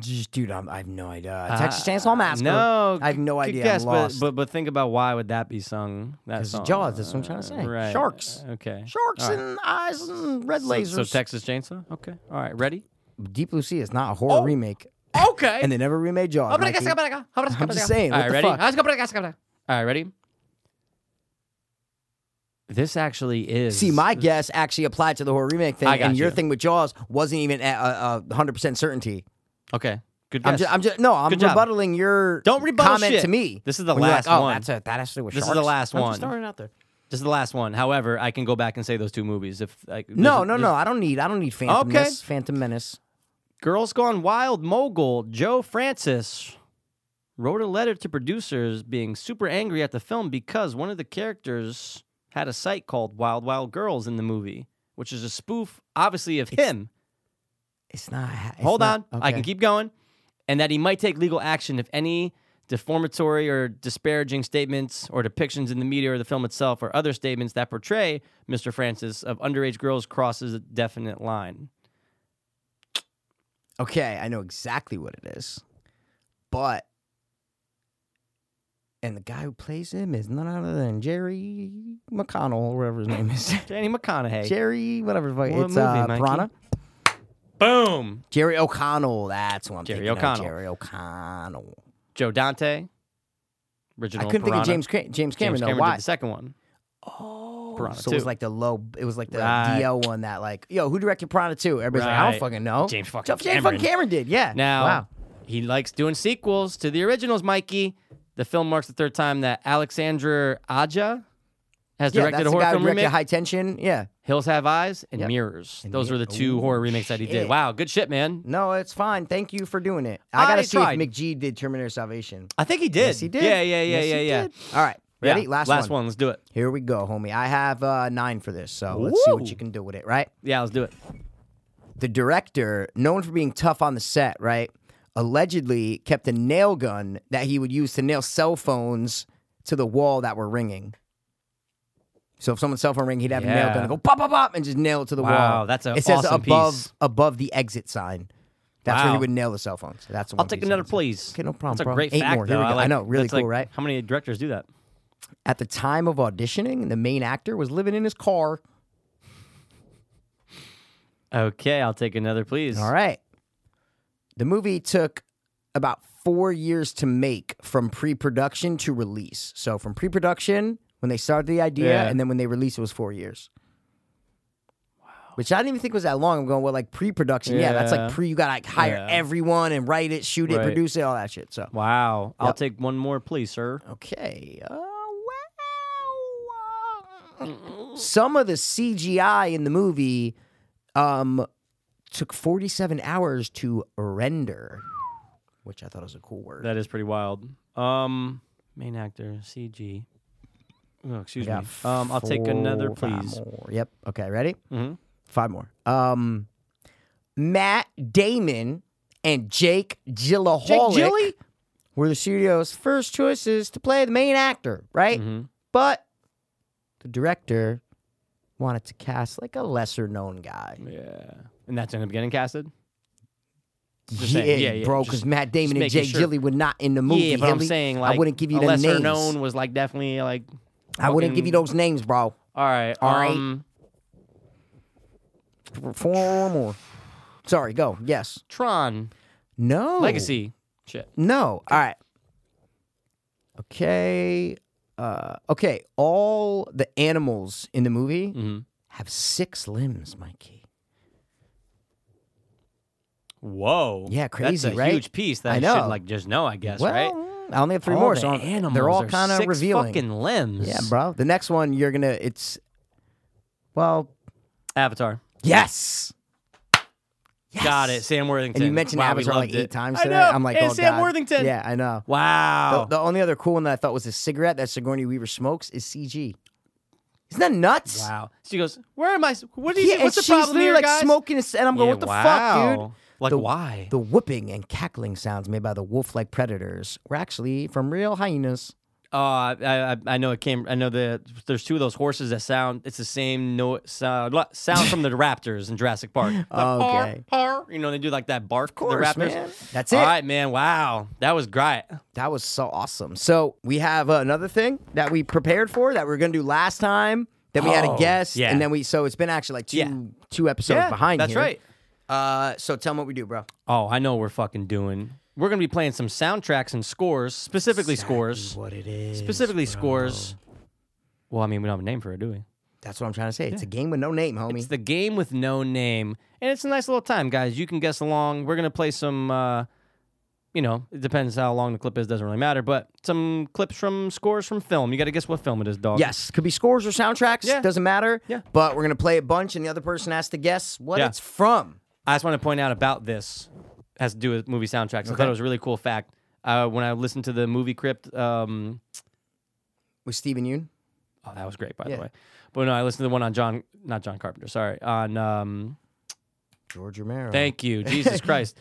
[SPEAKER 1] Just, dude, I'm, I have no idea. Texas Chainsaw Massacre.
[SPEAKER 2] Uh, Ah, No,
[SPEAKER 1] I have no
[SPEAKER 2] good
[SPEAKER 1] idea.
[SPEAKER 2] Guess,
[SPEAKER 1] I'm
[SPEAKER 2] but-
[SPEAKER 1] lost.
[SPEAKER 2] But, but think about why would that be sung? That
[SPEAKER 1] 'Cause
[SPEAKER 2] song. Uh,
[SPEAKER 1] Jaws, that's what I'm trying to say.
[SPEAKER 2] Right.
[SPEAKER 1] Sharks.
[SPEAKER 2] Okay.
[SPEAKER 1] Sharks
[SPEAKER 2] All right.
[SPEAKER 1] and eyes and red lasers.
[SPEAKER 2] So, so Texas Chainsaw. Okay. All right. Ready?
[SPEAKER 1] Deep Blue Sea is not a
[SPEAKER 2] Oh,
[SPEAKER 1] horror remake,
[SPEAKER 2] Okay.
[SPEAKER 1] and they never remade Jaws.
[SPEAKER 2] Oh,
[SPEAKER 1] Mikey. I'm just saying.
[SPEAKER 2] All
[SPEAKER 1] What
[SPEAKER 2] right,
[SPEAKER 1] the
[SPEAKER 2] ready?
[SPEAKER 1] fuck?
[SPEAKER 2] All right, ready? This actually is.
[SPEAKER 1] See, my guess actually applied to the horror remake thing,
[SPEAKER 2] I got
[SPEAKER 1] and your
[SPEAKER 2] you.
[SPEAKER 1] thing with Jaws wasn't even a- a a hundred percent certainty.
[SPEAKER 2] Okay. Good guess.
[SPEAKER 1] I'm just, I'm just, no, I'm
[SPEAKER 2] Good job.
[SPEAKER 1] rebuttaling your
[SPEAKER 2] Don't rebuttal
[SPEAKER 1] comment
[SPEAKER 2] shit.
[SPEAKER 1] to me.
[SPEAKER 2] This is the
[SPEAKER 1] When you're
[SPEAKER 2] last
[SPEAKER 1] like, oh,
[SPEAKER 2] one.
[SPEAKER 1] That's a, that actually was
[SPEAKER 2] This is
[SPEAKER 1] sharks.
[SPEAKER 2] the last
[SPEAKER 1] I'm just
[SPEAKER 2] one.
[SPEAKER 1] throwing it out there.
[SPEAKER 2] This is the last one. However, I can go back and say those two movies if like there's
[SPEAKER 1] No,
[SPEAKER 2] a-
[SPEAKER 1] no,
[SPEAKER 2] there's-
[SPEAKER 1] no. I don't need. I don't need Phantom.
[SPEAKER 2] Okay.
[SPEAKER 1] Menace, Phantom Menace.
[SPEAKER 2] Girls Gone Wild mogul Joe Francis wrote a letter to producers being super angry at the film because one of the characters had a site called Wild Wild Girls in the movie, which is a spoof, obviously, of him.
[SPEAKER 1] It's not. it's
[SPEAKER 2] Hold
[SPEAKER 1] not-
[SPEAKER 2] on, I can
[SPEAKER 1] okay.
[SPEAKER 2] keep going, and that he might take legal action if any defamatory or disparaging statements or depictions in the media or the film itself or other statements that portray Mr. Francis of underage girls crosses a definite line.
[SPEAKER 1] Okay, I know exactly what it is, but and the guy who plays him is none other than Jerry McConnell, or whatever his name is.
[SPEAKER 2] Danny McConaughey.
[SPEAKER 1] Jerry, whatever. the fuck-
[SPEAKER 2] What
[SPEAKER 1] it's
[SPEAKER 2] movie,
[SPEAKER 1] uh,
[SPEAKER 2] Mikey?
[SPEAKER 1] Piranha.
[SPEAKER 2] Boom.
[SPEAKER 1] Jerry O'Connell. That's what I'm
[SPEAKER 2] Jerry
[SPEAKER 1] thinking. of,
[SPEAKER 2] O'Connell.
[SPEAKER 1] Jerry O'Connell.
[SPEAKER 2] Joe Dante. Original
[SPEAKER 1] I couldn't think
[SPEAKER 2] Piranha.
[SPEAKER 1] of James Cra- James Cameron
[SPEAKER 2] James
[SPEAKER 1] though.
[SPEAKER 2] Cameron
[SPEAKER 1] Why?
[SPEAKER 2] did the second one.
[SPEAKER 1] Oh,
[SPEAKER 2] Piranha
[SPEAKER 1] so it was
[SPEAKER 2] 2.
[SPEAKER 1] like the low. It was like the
[SPEAKER 2] Right.
[SPEAKER 1] DL one that like, yo, who directed Piranha Two? Everybody's like, I
[SPEAKER 2] Right.
[SPEAKER 1] don't fucking know.
[SPEAKER 2] James fucking
[SPEAKER 1] James
[SPEAKER 2] Cameron.
[SPEAKER 1] fucking Cameron did. Yeah.
[SPEAKER 2] Now
[SPEAKER 1] wow.
[SPEAKER 2] he likes doing sequels to the originals, Mikey. The film marks the third time that Alexandra Aja has
[SPEAKER 1] Yeah,
[SPEAKER 2] directed
[SPEAKER 1] that's
[SPEAKER 2] a
[SPEAKER 1] the
[SPEAKER 2] horror
[SPEAKER 1] guy who
[SPEAKER 2] film
[SPEAKER 1] directed
[SPEAKER 2] remake.
[SPEAKER 1] High Tension. Yeah.
[SPEAKER 2] Hills Have Eyes and
[SPEAKER 1] Yep.
[SPEAKER 2] Mirrors.
[SPEAKER 1] And
[SPEAKER 2] Those were the
[SPEAKER 1] Mir-
[SPEAKER 2] two
[SPEAKER 1] Ooh,
[SPEAKER 2] horror remakes that he did.
[SPEAKER 1] shit.
[SPEAKER 2] Wow, good shit, man.
[SPEAKER 1] No, it's fine. Thank you for doing it. I gotta
[SPEAKER 2] I
[SPEAKER 1] see
[SPEAKER 2] tried.
[SPEAKER 1] if McGee did Terminator Salvation.
[SPEAKER 2] I think he did.
[SPEAKER 1] Yes, he did.
[SPEAKER 2] Yeah, yeah, yeah,
[SPEAKER 1] Yes,
[SPEAKER 2] yeah,
[SPEAKER 1] he
[SPEAKER 2] yeah.
[SPEAKER 1] did. All right. Ready?
[SPEAKER 2] Yeah,
[SPEAKER 1] Last,
[SPEAKER 2] last
[SPEAKER 1] one.
[SPEAKER 2] one. Let's do it.
[SPEAKER 1] Here we go, homie. I have uh, nine for this, so let's see
[SPEAKER 2] Woo.
[SPEAKER 1] what you can do with it, right?
[SPEAKER 2] Yeah, let's do it.
[SPEAKER 1] the director, known for being tough on the set, right, allegedly kept a nail gun that he would use to nail cell phones to the wall that were ringing. So if someone's cell phone rang, he'd have a nail
[SPEAKER 2] Yeah.
[SPEAKER 1] gun and go pop, pop, pop, and just nail it to the
[SPEAKER 2] Wow,
[SPEAKER 1] wall.
[SPEAKER 2] that's a
[SPEAKER 1] it says
[SPEAKER 2] awesome
[SPEAKER 1] above
[SPEAKER 2] piece.
[SPEAKER 1] above the exit sign. That's where
[SPEAKER 2] Wow.
[SPEAKER 1] he would nail the cell phones. That's the
[SPEAKER 2] I'll
[SPEAKER 1] one
[SPEAKER 2] take
[SPEAKER 1] piece
[SPEAKER 2] another,
[SPEAKER 1] of it.
[SPEAKER 2] please.
[SPEAKER 1] Okay, no problem,
[SPEAKER 2] That's a
[SPEAKER 1] bro.
[SPEAKER 2] great
[SPEAKER 1] Eight
[SPEAKER 2] fact,
[SPEAKER 1] more.
[SPEAKER 2] though.
[SPEAKER 1] Here we go. I
[SPEAKER 2] like-
[SPEAKER 1] know, really
[SPEAKER 2] that's
[SPEAKER 1] cool,
[SPEAKER 2] like-
[SPEAKER 1] right?
[SPEAKER 2] How many directors do that?
[SPEAKER 1] At the time of auditioning, the main actor was living in his car.
[SPEAKER 2] Okay, I'll take another, please.
[SPEAKER 1] All right. The movie took about four years to make from pre production to release. So from pre production, when they started the idea,
[SPEAKER 2] Yeah.
[SPEAKER 1] and then when they released, it was four years. Wow. Which I didn't even think was that long. I'm going, well, like pre production. Yeah. that's
[SPEAKER 2] Yeah.
[SPEAKER 1] like pre, you got to like hire
[SPEAKER 2] Yeah.
[SPEAKER 1] everyone and write it, shoot it,
[SPEAKER 2] Right.
[SPEAKER 1] produce it, all that shit. So,
[SPEAKER 2] Wow. I'll
[SPEAKER 1] Yep.
[SPEAKER 2] take one more, please, sir.
[SPEAKER 1] okay. Uh, wow. uh, Some of the CGI in the movie um, took 47 hours to render, which I thought was a cool word.
[SPEAKER 2] That is pretty wild. Um, main actor CG. Oh, excuse
[SPEAKER 1] Yeah,
[SPEAKER 2] me. Um, I'll take another,
[SPEAKER 1] four- five
[SPEAKER 2] please.
[SPEAKER 1] more. Yep. Okay. Ready?
[SPEAKER 2] Mhm.
[SPEAKER 1] Five more. Um, Matt Damon and Jake Gyllenhaal were the studio's first choices to play the main actor, right?
[SPEAKER 2] Mm-hmm.
[SPEAKER 1] But the director wanted to cast like a lesser known guy.
[SPEAKER 2] Yeah. And that's ended up getting casted? Just
[SPEAKER 1] Yeah,
[SPEAKER 2] saying. Yeah, yeah,
[SPEAKER 1] bro,
[SPEAKER 2] just-
[SPEAKER 1] because Matt Damon
[SPEAKER 2] just
[SPEAKER 1] and
[SPEAKER 2] making
[SPEAKER 1] Jake
[SPEAKER 2] sure.
[SPEAKER 1] Gyllenhaal were not in the movie.
[SPEAKER 2] yeah, but I'm
[SPEAKER 1] Hilly.
[SPEAKER 2] saying, like,
[SPEAKER 1] I wouldn't give you
[SPEAKER 2] a
[SPEAKER 1] them
[SPEAKER 2] lesser
[SPEAKER 1] names.
[SPEAKER 2] known was like definitely like.
[SPEAKER 1] I wouldn't give
[SPEAKER 2] fucking-
[SPEAKER 1] you those names, bro.
[SPEAKER 2] All right.
[SPEAKER 1] All right.
[SPEAKER 2] um,
[SPEAKER 1] Four more. Sorry, go. Yes.
[SPEAKER 2] Tron
[SPEAKER 1] No.
[SPEAKER 2] Legacy. Shit.
[SPEAKER 1] No. All right. Okay. Uh, okay. All the animals in the movie
[SPEAKER 2] Mm-hmm.
[SPEAKER 1] have six limbs, Mikey.
[SPEAKER 2] Whoa.
[SPEAKER 1] Yeah,
[SPEAKER 2] That's
[SPEAKER 1] crazy,
[SPEAKER 2] a
[SPEAKER 1] right?
[SPEAKER 2] Huge piece that
[SPEAKER 1] I
[SPEAKER 2] I,
[SPEAKER 1] know.
[SPEAKER 2] should like just know, I guess,
[SPEAKER 1] well, mm,
[SPEAKER 2] right?
[SPEAKER 1] I only have three
[SPEAKER 2] All
[SPEAKER 1] more,
[SPEAKER 2] the
[SPEAKER 1] so I'm-
[SPEAKER 2] animals
[SPEAKER 1] they're all
[SPEAKER 2] are
[SPEAKER 1] kind of
[SPEAKER 2] six
[SPEAKER 1] revealing.
[SPEAKER 2] Fucking limbs.
[SPEAKER 1] yeah, bro. The next one you're gonna. It's. Well,
[SPEAKER 2] Avatar.
[SPEAKER 1] yes. Yes.
[SPEAKER 2] Got it. Sam Worthington.
[SPEAKER 1] And you mentioned
[SPEAKER 2] wow, we
[SPEAKER 1] Avatar like
[SPEAKER 2] loved
[SPEAKER 1] eight
[SPEAKER 2] it.
[SPEAKER 1] times
[SPEAKER 2] I
[SPEAKER 1] today.
[SPEAKER 2] know.
[SPEAKER 1] I'm like,
[SPEAKER 2] and
[SPEAKER 1] oh
[SPEAKER 2] Sam
[SPEAKER 1] God.
[SPEAKER 2] Worthington. Oh.
[SPEAKER 1] Yeah, I know.
[SPEAKER 2] Wow.
[SPEAKER 1] The, the only other cool one that I thought was a cigarette that Sigourney Weaver smokes is CG. Isn't that nuts?
[SPEAKER 2] wow. She goes, "Where am I? What is
[SPEAKER 1] Yeah,
[SPEAKER 2] it? What's the
[SPEAKER 1] and she's
[SPEAKER 2] problem
[SPEAKER 1] literally,
[SPEAKER 2] here,
[SPEAKER 1] like
[SPEAKER 2] guys?"
[SPEAKER 1] smoking, a- and I'm going,
[SPEAKER 2] Yeah,
[SPEAKER 1] "What the fuck, dude?"
[SPEAKER 2] wow. Like,
[SPEAKER 1] the,
[SPEAKER 2] why?
[SPEAKER 1] The whooping and cackling sounds made by the wolf-like predators were actually from real hyenas.
[SPEAKER 2] Oh, I, I I know it came. I know the there's two of those horses that sound. It's the same no sound, la- sound from the raptors in Jurassic Park. Like,
[SPEAKER 1] Okay.
[SPEAKER 2] "Arr, arr," you know they do like that bark. Of
[SPEAKER 1] course,
[SPEAKER 2] the raptors.
[SPEAKER 1] man. That's it.
[SPEAKER 2] All right, man. Wow, that was great.
[SPEAKER 1] That was so awesome. So we have uh, another thing that we prepared for that we are gonna do last time. Then we had a
[SPEAKER 2] Oh,
[SPEAKER 1] guest,
[SPEAKER 2] yeah.
[SPEAKER 1] and then we. So it's been actually like two
[SPEAKER 2] Yeah.
[SPEAKER 1] two episodes
[SPEAKER 2] Yeah,
[SPEAKER 1] behind.
[SPEAKER 2] that's
[SPEAKER 1] here.
[SPEAKER 2] right.
[SPEAKER 1] Uh, so tell them what we do, bro.
[SPEAKER 2] Oh, I know what we're fucking doing. We're gonna be playing some soundtracks and scores, specifically scores,
[SPEAKER 1] What it is?
[SPEAKER 2] specifically scores. Well, I mean, we don't have a name for it, do we?
[SPEAKER 1] That's what I'm trying to say. It's a game with no name, homie.
[SPEAKER 2] It's the game with no name, and it's a nice little time, guys. You can guess along. We're gonna play some. Uh, you know, it depends how long the clip is. Doesn't really matter, but some clips from scores from film. You got to guess what film it is, dog.
[SPEAKER 1] Yes, could be scores or soundtracks.
[SPEAKER 2] Yeah.
[SPEAKER 1] Doesn't matter.
[SPEAKER 2] Yeah.
[SPEAKER 1] But we're gonna play a bunch, and the other person has to guess what
[SPEAKER 2] Yeah.
[SPEAKER 1] it's from.
[SPEAKER 2] I just want to point out about this has to do with movie soundtracks. I thought it was a really cool fact. Uh, when I listened to the movie crypt, um,
[SPEAKER 1] With Steven Yeun.
[SPEAKER 2] oh, that was great, by
[SPEAKER 1] Yeah.
[SPEAKER 2] the way. But no, I listened to the one on John, not John Carpenter, sorry, on um,
[SPEAKER 1] George Romero.
[SPEAKER 2] Thank you, Jesus Christ.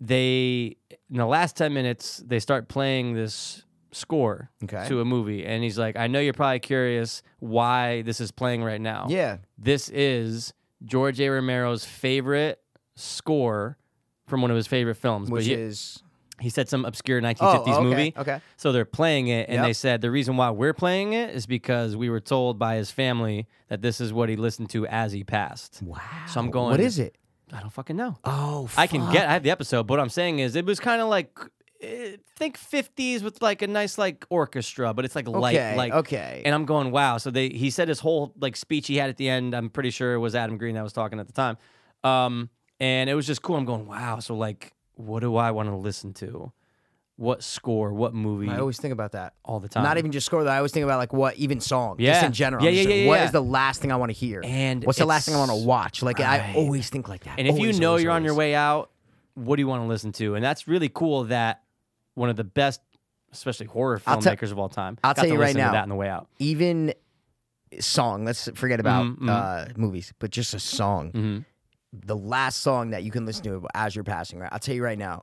[SPEAKER 2] they in the last ten minutes they start playing this score
[SPEAKER 1] Okay.
[SPEAKER 2] to a movie, and he's like, "I know you're probably curious why this is playing right now.
[SPEAKER 1] Yeah.
[SPEAKER 2] this is George A. Romero's favorite score from one of his favorite films,
[SPEAKER 1] Which
[SPEAKER 2] but he,
[SPEAKER 1] is Oh,
[SPEAKER 2] he said some obscure 1950s
[SPEAKER 1] okay,
[SPEAKER 2] movie.
[SPEAKER 1] Okay.
[SPEAKER 2] So they're playing it, and
[SPEAKER 1] Yep.
[SPEAKER 2] they said the reason why we're playing it is because we were told by his family that this is what he listened to as he passed.
[SPEAKER 1] Wow.
[SPEAKER 2] So I'm going.
[SPEAKER 1] What is it?
[SPEAKER 2] I don't fucking know.
[SPEAKER 1] Oh,
[SPEAKER 2] I can
[SPEAKER 1] fuck.
[SPEAKER 2] get. I have the episode, but what I'm saying is it was kind of like eh, think 50s with like a nice like orchestra, but it's like
[SPEAKER 1] Okay,
[SPEAKER 2] light, like
[SPEAKER 1] okay.
[SPEAKER 2] And I'm going, wow. So they he said his whole like speech he had at the end. I'm pretty sure it was Adam Green that was talking at the time, um, and it was just cool. I'm going, wow. So like, what do I want to listen to? What score? What movie?
[SPEAKER 1] I always think about that.
[SPEAKER 2] all the time.
[SPEAKER 1] Not even just score though. I always think about like what even song, just
[SPEAKER 2] Yeah.
[SPEAKER 1] in general.
[SPEAKER 2] Yeah,
[SPEAKER 1] I'm just
[SPEAKER 2] yeah,
[SPEAKER 1] like,
[SPEAKER 2] yeah,
[SPEAKER 1] What
[SPEAKER 2] yeah.
[SPEAKER 1] is the last thing I want to hear?
[SPEAKER 2] And
[SPEAKER 1] what's the last thing I want to
[SPEAKER 2] it's-
[SPEAKER 1] watch? Like I
[SPEAKER 2] Right.
[SPEAKER 1] always think like that.
[SPEAKER 2] And if
[SPEAKER 1] Always,
[SPEAKER 2] you know
[SPEAKER 1] always,
[SPEAKER 2] you're on your
[SPEAKER 1] always.
[SPEAKER 2] way out, what do you want to listen to? And that's really cool that one of the best, especially horror
[SPEAKER 1] I'll tell-
[SPEAKER 2] filmmakers of all time,
[SPEAKER 1] I'll
[SPEAKER 2] got
[SPEAKER 1] tell
[SPEAKER 2] to
[SPEAKER 1] you right
[SPEAKER 2] listen
[SPEAKER 1] now.
[SPEAKER 2] to that on the way out.
[SPEAKER 1] even song. Let's forget about
[SPEAKER 2] Mhm, mhm.
[SPEAKER 1] uh, movies, but just a song.
[SPEAKER 2] Mhm.
[SPEAKER 1] the last song that you can listen to as you're passing, right? I'll tell you right now,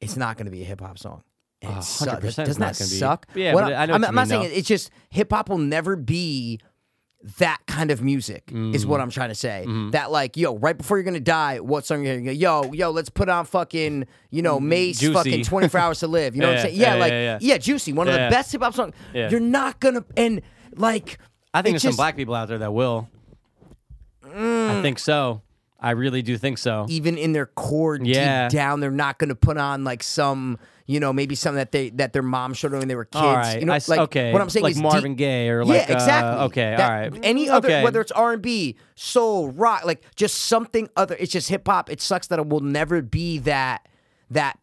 [SPEAKER 1] it's not going to be a hip hop song. And
[SPEAKER 2] Oh,
[SPEAKER 1] it sucks.
[SPEAKER 2] 100% it's
[SPEAKER 1] Doesn't
[SPEAKER 2] not
[SPEAKER 1] that
[SPEAKER 2] gonna be.
[SPEAKER 1] suck?
[SPEAKER 2] Yeah, but I know what
[SPEAKER 1] am
[SPEAKER 2] you
[SPEAKER 1] I'm not
[SPEAKER 2] mean,
[SPEAKER 1] saying
[SPEAKER 2] though.
[SPEAKER 1] it- it's just hip hop will never be that kind of music is
[SPEAKER 2] Mm.
[SPEAKER 1] what I'm trying to say.
[SPEAKER 2] Mm-hmm.
[SPEAKER 1] That like, yo, right before you're gonna die, what song you're gonna go, yo, yo, let's put on fucking, you know, Mace
[SPEAKER 2] Mm, Juicy.
[SPEAKER 1] fucking 24 hours to live. You know what
[SPEAKER 2] Yeah,
[SPEAKER 1] I'm saying? Yeah,
[SPEAKER 2] yeah,
[SPEAKER 1] like
[SPEAKER 2] yeah, yeah.
[SPEAKER 1] Juicy, one of
[SPEAKER 2] Yeah.
[SPEAKER 1] the best hip hop songs.
[SPEAKER 2] Yeah.
[SPEAKER 1] You're not gonna and like
[SPEAKER 2] I think
[SPEAKER 1] it
[SPEAKER 2] there's some
[SPEAKER 1] just- Mm.
[SPEAKER 2] black people out there that will. I think so. I really do think so.
[SPEAKER 1] even in their core
[SPEAKER 2] Yeah.
[SPEAKER 1] deep down, they're not going to put on like some, you know, maybe something that they that their mom showed them when they were kids.
[SPEAKER 2] all right.
[SPEAKER 1] You know,
[SPEAKER 2] I s-
[SPEAKER 1] like
[SPEAKER 2] okay.
[SPEAKER 1] what I'm saying
[SPEAKER 2] like
[SPEAKER 1] is
[SPEAKER 2] Marvin
[SPEAKER 1] deep-
[SPEAKER 2] Gaye or like
[SPEAKER 1] yeah, exactly.
[SPEAKER 2] uh, okay.
[SPEAKER 1] That-
[SPEAKER 2] all right.
[SPEAKER 1] Any other,
[SPEAKER 2] Okay.
[SPEAKER 1] whether it's R and B, soul, rock, like just something other. It's just hip hop. It sucks that it will never be that that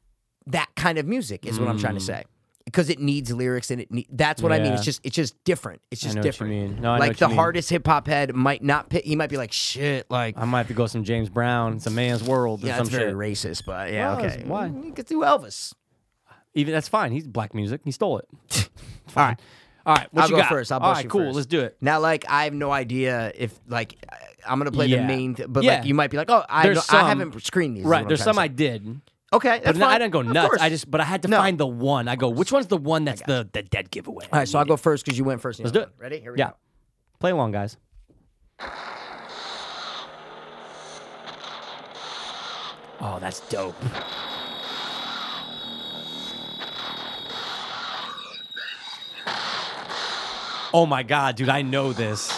[SPEAKER 1] that kind of music. Is what I'm trying to say. Because it needs lyrics and it need, that's what I mean.
[SPEAKER 2] Mm. Yeah.
[SPEAKER 1] It's just it's just different. It's just
[SPEAKER 2] know what you
[SPEAKER 1] different.
[SPEAKER 2] mean. No, I know
[SPEAKER 1] like
[SPEAKER 2] what
[SPEAKER 1] the
[SPEAKER 2] you mean.
[SPEAKER 1] hardest hip hop head might not pick. He might be like shit. Like
[SPEAKER 2] I might have to go some James Brown, some Man's World, or
[SPEAKER 1] yeah,
[SPEAKER 2] some
[SPEAKER 1] that's very
[SPEAKER 2] shit.
[SPEAKER 1] racist, but yeah,
[SPEAKER 2] Well,
[SPEAKER 1] okay.
[SPEAKER 2] it's- why?
[SPEAKER 1] You could do Elvis.
[SPEAKER 2] Even that's fine. He's black music. He stole it.
[SPEAKER 1] All right.
[SPEAKER 2] All right. What
[SPEAKER 1] I'll
[SPEAKER 2] you
[SPEAKER 1] go
[SPEAKER 2] got?
[SPEAKER 1] first. I'll
[SPEAKER 2] All
[SPEAKER 1] bust
[SPEAKER 2] right.
[SPEAKER 1] you
[SPEAKER 2] Cool.
[SPEAKER 1] first.
[SPEAKER 2] Let's do it.
[SPEAKER 1] Now, like, I have no idea if, like, I- I'm going to play
[SPEAKER 2] Yeah.
[SPEAKER 1] the main, th- but,
[SPEAKER 2] Yeah.
[SPEAKER 1] like, you might be like, oh, I,
[SPEAKER 2] There's
[SPEAKER 1] don't- I
[SPEAKER 2] some-
[SPEAKER 1] haven't screened these. is what
[SPEAKER 2] Right.
[SPEAKER 1] I'm
[SPEAKER 2] There's
[SPEAKER 1] trying
[SPEAKER 2] some
[SPEAKER 1] to
[SPEAKER 2] I did.
[SPEAKER 1] Okay,
[SPEAKER 2] But
[SPEAKER 1] that's
[SPEAKER 2] no,
[SPEAKER 1] fine.
[SPEAKER 2] I didn't go
[SPEAKER 1] Of
[SPEAKER 2] nuts.
[SPEAKER 1] course.
[SPEAKER 2] I just, but I had to
[SPEAKER 1] No.
[SPEAKER 2] find the one. I go, which one's the one that's the, the dead giveaway?
[SPEAKER 1] All right, so I'll go first because you went first.
[SPEAKER 2] Let's do it.
[SPEAKER 1] Ready? Here we
[SPEAKER 2] Yeah.
[SPEAKER 1] go.
[SPEAKER 2] Play along, guys. Oh, that's dope. Oh my god, dude, I know this.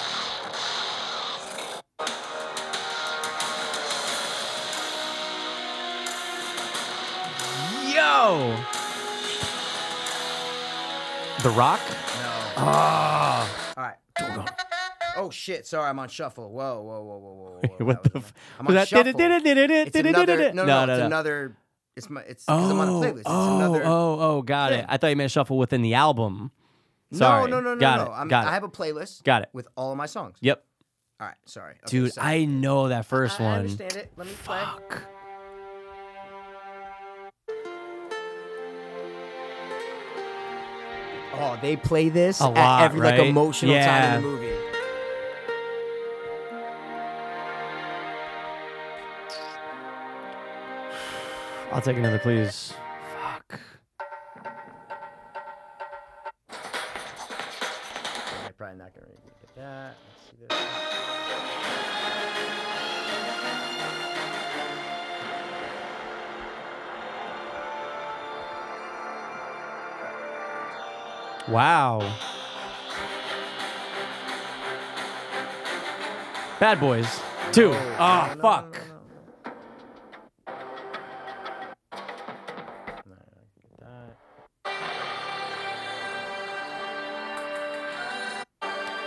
[SPEAKER 2] Yo! The Rock? Ah.
[SPEAKER 1] All right. Oh shit! Sorry, I'm on shuffle. Whoa, whoa, whoa, whoa, whoa, whoa.
[SPEAKER 2] What
[SPEAKER 1] That
[SPEAKER 2] the
[SPEAKER 1] was-
[SPEAKER 2] f-
[SPEAKER 1] I'm
[SPEAKER 2] was
[SPEAKER 1] on
[SPEAKER 2] that-
[SPEAKER 1] shuffle.
[SPEAKER 2] It's
[SPEAKER 1] It's another. No, no,
[SPEAKER 2] no,
[SPEAKER 1] it's
[SPEAKER 2] no.
[SPEAKER 1] another. It's my. It's. 'cause I'm on a playlist. It's
[SPEAKER 2] oh,
[SPEAKER 1] another.
[SPEAKER 2] oh, oh, got it.
[SPEAKER 1] thing.
[SPEAKER 2] I thought you meant shuffle within the album.
[SPEAKER 1] no,
[SPEAKER 2] Sorry.
[SPEAKER 1] no, no, no,
[SPEAKER 2] got
[SPEAKER 1] no.
[SPEAKER 2] It.
[SPEAKER 1] I'm,
[SPEAKER 2] got it.
[SPEAKER 1] I have a playlist.
[SPEAKER 2] Got it.
[SPEAKER 1] With all of my songs.
[SPEAKER 2] Yep.
[SPEAKER 1] All right. Sorry, Okay,
[SPEAKER 2] Dude,
[SPEAKER 1] so-
[SPEAKER 2] I know that first
[SPEAKER 1] I
[SPEAKER 2] one.
[SPEAKER 1] understand it. Let me play.
[SPEAKER 2] Fuck.
[SPEAKER 1] Oh, they play this
[SPEAKER 2] A lot,
[SPEAKER 1] at every
[SPEAKER 2] right?
[SPEAKER 1] like emotional time
[SPEAKER 2] Yeah.
[SPEAKER 1] in the movie.
[SPEAKER 2] I'll take another, please. Fuck.
[SPEAKER 1] I'm probably not gonna really get that. Let's see this.
[SPEAKER 2] Wow. Bad Boys. Two. Ah,
[SPEAKER 1] no, no, no,
[SPEAKER 2] fuck.
[SPEAKER 1] no, no.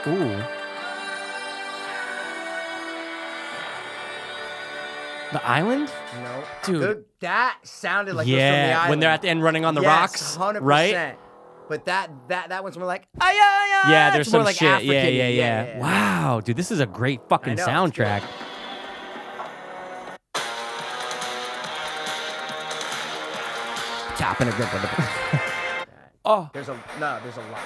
[SPEAKER 2] Ooh. The Island?
[SPEAKER 1] No,
[SPEAKER 2] Dude.
[SPEAKER 1] that sounded like it was from the
[SPEAKER 2] yeah,
[SPEAKER 1] island.
[SPEAKER 2] when they're at the end running on the rocks,
[SPEAKER 1] yes, 100%.
[SPEAKER 2] right?
[SPEAKER 1] But that that that one's more like ay, ay, ay.
[SPEAKER 2] Yeah, there's
[SPEAKER 1] Ah, it's
[SPEAKER 2] some
[SPEAKER 1] more like
[SPEAKER 2] shit. Yeah,
[SPEAKER 1] African-y.
[SPEAKER 2] yeah, yeah,
[SPEAKER 1] yeah.
[SPEAKER 2] Wow, dude, this is a great fucking
[SPEAKER 1] I know, it's good.
[SPEAKER 2] soundtrack.
[SPEAKER 1] Tapping a grip of the.
[SPEAKER 2] Oh,
[SPEAKER 1] There's a no. There's a lot.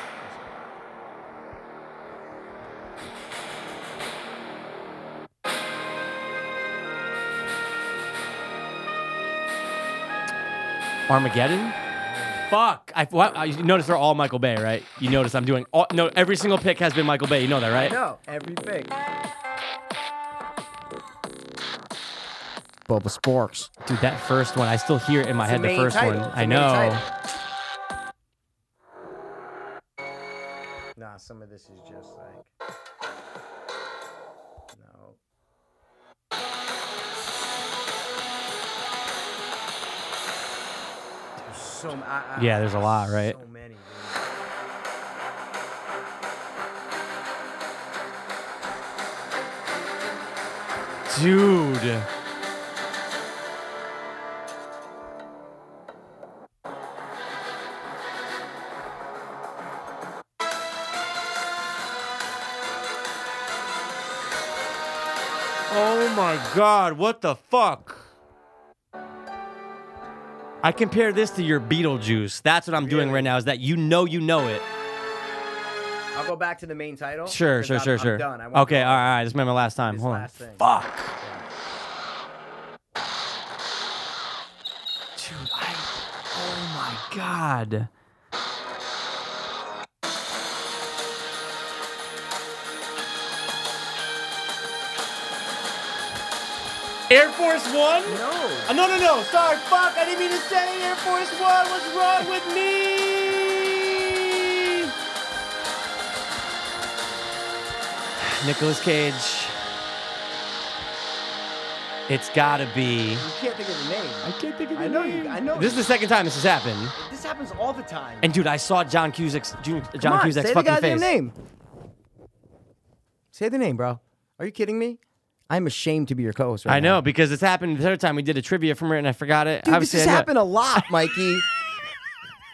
[SPEAKER 2] Armageddon. Fuck! I, what, I- you notice they're all Michael Bay, right? You notice I'm doing all, no every single pick has been Michael Bay. You know that, right?
[SPEAKER 1] No, everything. Bubble Sparks.
[SPEAKER 2] Dude, that first one, I still hear it in my
[SPEAKER 1] It's
[SPEAKER 2] head.
[SPEAKER 1] the
[SPEAKER 2] The
[SPEAKER 1] main
[SPEAKER 2] first
[SPEAKER 1] title.
[SPEAKER 2] one,
[SPEAKER 1] It's the
[SPEAKER 2] I
[SPEAKER 1] main
[SPEAKER 2] know.
[SPEAKER 1] title. Nah, some of this is just like. No. There's so m- I- I-
[SPEAKER 2] Yeah, there's a lot, right?
[SPEAKER 1] So many. Dude.
[SPEAKER 2] Dude. Oh my god, what the fuck? I compare this to your Beetlejuice. That's what I'm doing
[SPEAKER 1] Really?
[SPEAKER 2] right now is that you know you know it.
[SPEAKER 1] I'll go back to the main title.
[SPEAKER 2] Sure,
[SPEAKER 1] 'cause
[SPEAKER 2] sure,
[SPEAKER 1] I'm-
[SPEAKER 2] sure,
[SPEAKER 1] I'm
[SPEAKER 2] sure.
[SPEAKER 1] done. I won't
[SPEAKER 2] Okay,
[SPEAKER 1] go
[SPEAKER 2] all right, all right. This might be my last time.
[SPEAKER 1] This
[SPEAKER 2] Hold
[SPEAKER 1] last thing.
[SPEAKER 2] on. Fuck. Dude, I. Oh my god. Air Force One?
[SPEAKER 1] No.
[SPEAKER 2] Uh, no, no, no. Sorry, fuck. I didn't mean to say Air Force One. What's wrong with me? Nicolas Cage. It's gotta be.
[SPEAKER 1] You can't think of the name.
[SPEAKER 2] I can't think of
[SPEAKER 1] I
[SPEAKER 2] the
[SPEAKER 1] know you-
[SPEAKER 2] name.
[SPEAKER 1] I know
[SPEAKER 2] This is
[SPEAKER 1] you.
[SPEAKER 2] the second time this has happened.
[SPEAKER 1] This happens all the time.
[SPEAKER 2] And dude, I saw John Cusack's Ju-
[SPEAKER 1] Come
[SPEAKER 2] John
[SPEAKER 1] on,
[SPEAKER 2] Cusack's
[SPEAKER 1] say
[SPEAKER 2] fucking
[SPEAKER 1] the goddamn
[SPEAKER 2] face.
[SPEAKER 1] name. Say the name, bro. Are you kidding me? I'm ashamed to be your co-host. Right
[SPEAKER 2] I know
[SPEAKER 1] Now.
[SPEAKER 2] because it's happened the third time. We did a trivia from it and I forgot it.
[SPEAKER 1] Dude,
[SPEAKER 2] Obviously,
[SPEAKER 1] this
[SPEAKER 2] I
[SPEAKER 1] has
[SPEAKER 2] know it.
[SPEAKER 1] happened a lot, Mikey.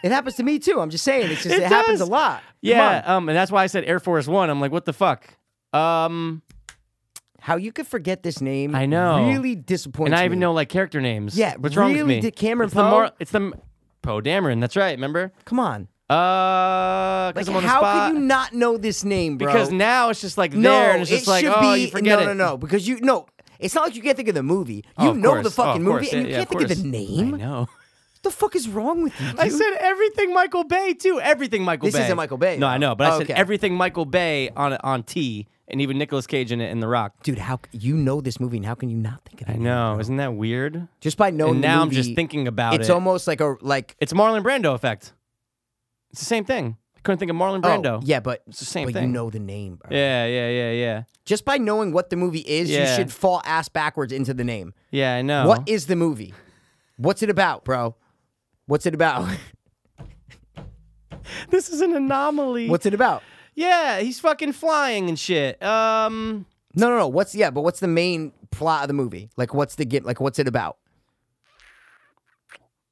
[SPEAKER 1] it happens to me too. I'm just saying. It's just
[SPEAKER 2] It
[SPEAKER 1] it, happens
[SPEAKER 2] does.
[SPEAKER 1] a lot. Come
[SPEAKER 2] Yeah,
[SPEAKER 1] on.
[SPEAKER 2] um, and that's why I said Air Force One. I'm like, what the fuck? Um,
[SPEAKER 1] How you could forget this name?
[SPEAKER 2] I know.
[SPEAKER 1] Really disappoints.
[SPEAKER 2] and I even
[SPEAKER 1] me.
[SPEAKER 2] know like character names.
[SPEAKER 1] Yeah,
[SPEAKER 2] what's wrong with
[SPEAKER 1] really
[SPEAKER 2] me?
[SPEAKER 1] did Cameron
[SPEAKER 2] it's the
[SPEAKER 1] Poe?
[SPEAKER 2] mor- it's the Poe Dameron. That's right. Remember?
[SPEAKER 1] Come on.
[SPEAKER 2] Uh,
[SPEAKER 1] Like,
[SPEAKER 2] because I'm on the
[SPEAKER 1] how
[SPEAKER 2] spot.
[SPEAKER 1] could you not know this name, bro?
[SPEAKER 2] because now it's just like
[SPEAKER 1] no,
[SPEAKER 2] there, and it's just
[SPEAKER 1] it
[SPEAKER 2] like
[SPEAKER 1] should
[SPEAKER 2] oh,
[SPEAKER 1] be
[SPEAKER 2] you forget
[SPEAKER 1] no,
[SPEAKER 2] it.
[SPEAKER 1] no, no. Because you no, It's not like you can't think of the movie. You
[SPEAKER 2] Oh, of
[SPEAKER 1] know the
[SPEAKER 2] course. Oh,
[SPEAKER 1] fucking
[SPEAKER 2] of
[SPEAKER 1] movie,
[SPEAKER 2] course.
[SPEAKER 1] and
[SPEAKER 2] Yeah,
[SPEAKER 1] you
[SPEAKER 2] yeah,
[SPEAKER 1] can't think of the name.
[SPEAKER 2] I know.
[SPEAKER 1] What the fuck is wrong with you? Dude?
[SPEAKER 2] I said everything Michael Bay too. Everything Michael
[SPEAKER 1] This
[SPEAKER 2] Bay.
[SPEAKER 1] isn't Michael Bay,
[SPEAKER 2] No, I
[SPEAKER 1] though.
[SPEAKER 2] know, but I
[SPEAKER 1] Oh,
[SPEAKER 2] said
[SPEAKER 1] okay.
[SPEAKER 2] everything Michael Bay on on T, and even Nicolas Cage in it in The Rock.
[SPEAKER 1] dude, how c- you know this movie, and how can you not think of it?
[SPEAKER 2] I know, isn't that weird?
[SPEAKER 1] Just by knowing.
[SPEAKER 2] And
[SPEAKER 1] the
[SPEAKER 2] now I'm
[SPEAKER 1] movie,
[SPEAKER 2] just thinking about
[SPEAKER 1] It's
[SPEAKER 2] it.
[SPEAKER 1] almost like a like.
[SPEAKER 2] It's Marlon Brando effect. It's the same thing. I couldn't think of Marlon
[SPEAKER 1] Oh,
[SPEAKER 2] Brando.
[SPEAKER 1] yeah, but
[SPEAKER 2] It's the same
[SPEAKER 1] but You
[SPEAKER 2] thing.
[SPEAKER 1] know the name. Bro.
[SPEAKER 2] Yeah, yeah, yeah, yeah.
[SPEAKER 1] Just by knowing what the movie is,
[SPEAKER 2] Yeah. Uh-huh.
[SPEAKER 1] you should fall ass backwards into the name.
[SPEAKER 2] Yeah, I know.
[SPEAKER 1] What is the movie? What's it about, bro? What's it about?
[SPEAKER 2] this is an anomaly.
[SPEAKER 1] What's it about?
[SPEAKER 2] Yeah, he's fucking flying and shit. Um,
[SPEAKER 1] No, no, no. What's yeah, but what's the main plot of the movie? Like, what's the get? Like, what's it about?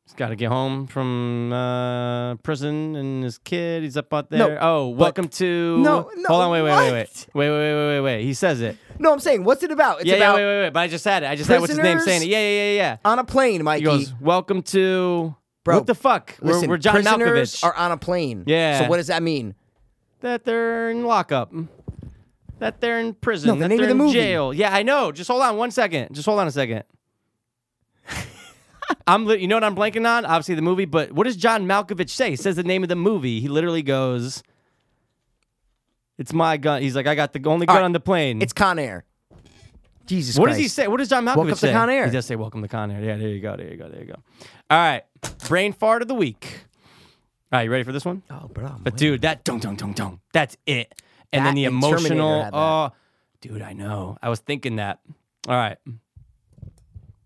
[SPEAKER 2] he's got to get home from uh, prison and his kid. He's up out
[SPEAKER 1] No,
[SPEAKER 2] there. oh,
[SPEAKER 1] but-
[SPEAKER 2] welcome to.
[SPEAKER 1] No, no,
[SPEAKER 2] Hold on, wait, wait, wait, wait,
[SPEAKER 1] what?
[SPEAKER 2] wait, wait, wait, wait, wait. He says it.
[SPEAKER 1] No, I'm saying, what's it about? It's
[SPEAKER 2] yeah,
[SPEAKER 1] about
[SPEAKER 2] yeah, wait, wait, wait. But I just had it. I just had what's his name saying it.
[SPEAKER 1] Prisoners?
[SPEAKER 2] Yeah, yeah, yeah, yeah.
[SPEAKER 1] on a plane, Mikey.
[SPEAKER 2] He goes, "Welcome to."
[SPEAKER 1] Bro,
[SPEAKER 2] what the fuck? We're-
[SPEAKER 1] Listen,
[SPEAKER 2] we're, John
[SPEAKER 1] prisoners
[SPEAKER 2] Malkovich.
[SPEAKER 1] are on a plane.
[SPEAKER 2] Yeah.
[SPEAKER 1] So what does that mean?
[SPEAKER 2] that they're in lockup, that they're in prison,
[SPEAKER 1] No, the
[SPEAKER 2] that
[SPEAKER 1] name of
[SPEAKER 2] they're
[SPEAKER 1] the
[SPEAKER 2] in
[SPEAKER 1] movie.
[SPEAKER 2] jail. Yeah, I know. Just hold on one second. Just hold on a second. I'm, lit you know what I'm blanking on? Obviously the movie, but what does John Malkovich say? He says the name of the movie. He literally goes, "It's my gun." He's like, "I got the only gun
[SPEAKER 1] right.
[SPEAKER 2] on the plane."
[SPEAKER 1] It's Con Air. Jesus.
[SPEAKER 2] what
[SPEAKER 1] Christ.
[SPEAKER 2] does he say? What does John Malkovich
[SPEAKER 1] Welcome to
[SPEAKER 2] say?
[SPEAKER 1] Con Air.
[SPEAKER 2] He does say, "Welcome to Con Air." Yeah, there you go. There you go. There you go. All right, brain fart of the week. All right, you ready for this one?
[SPEAKER 1] Oh, bro. I'm
[SPEAKER 2] But
[SPEAKER 1] waiting.
[SPEAKER 2] dude, that dong dong dong dong. That's it. And
[SPEAKER 1] That
[SPEAKER 2] then the
[SPEAKER 1] and Terminator
[SPEAKER 2] emotional.
[SPEAKER 1] had that.
[SPEAKER 2] Oh, dude, I know. I was thinking that. All right.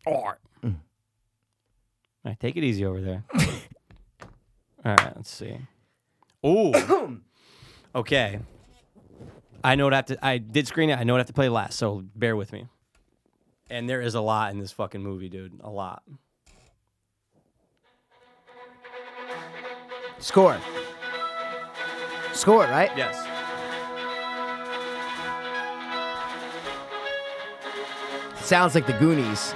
[SPEAKER 2] All right. All right, take it easy over there. All right, let's see. Oh. okay. I know what I have to. I did screen it. I know what I have to play last. So bear with me. And there is a lot in this fucking movie, dude. A lot.
[SPEAKER 1] score. Score, right?
[SPEAKER 2] Yes.
[SPEAKER 1] Sounds like the Goonies.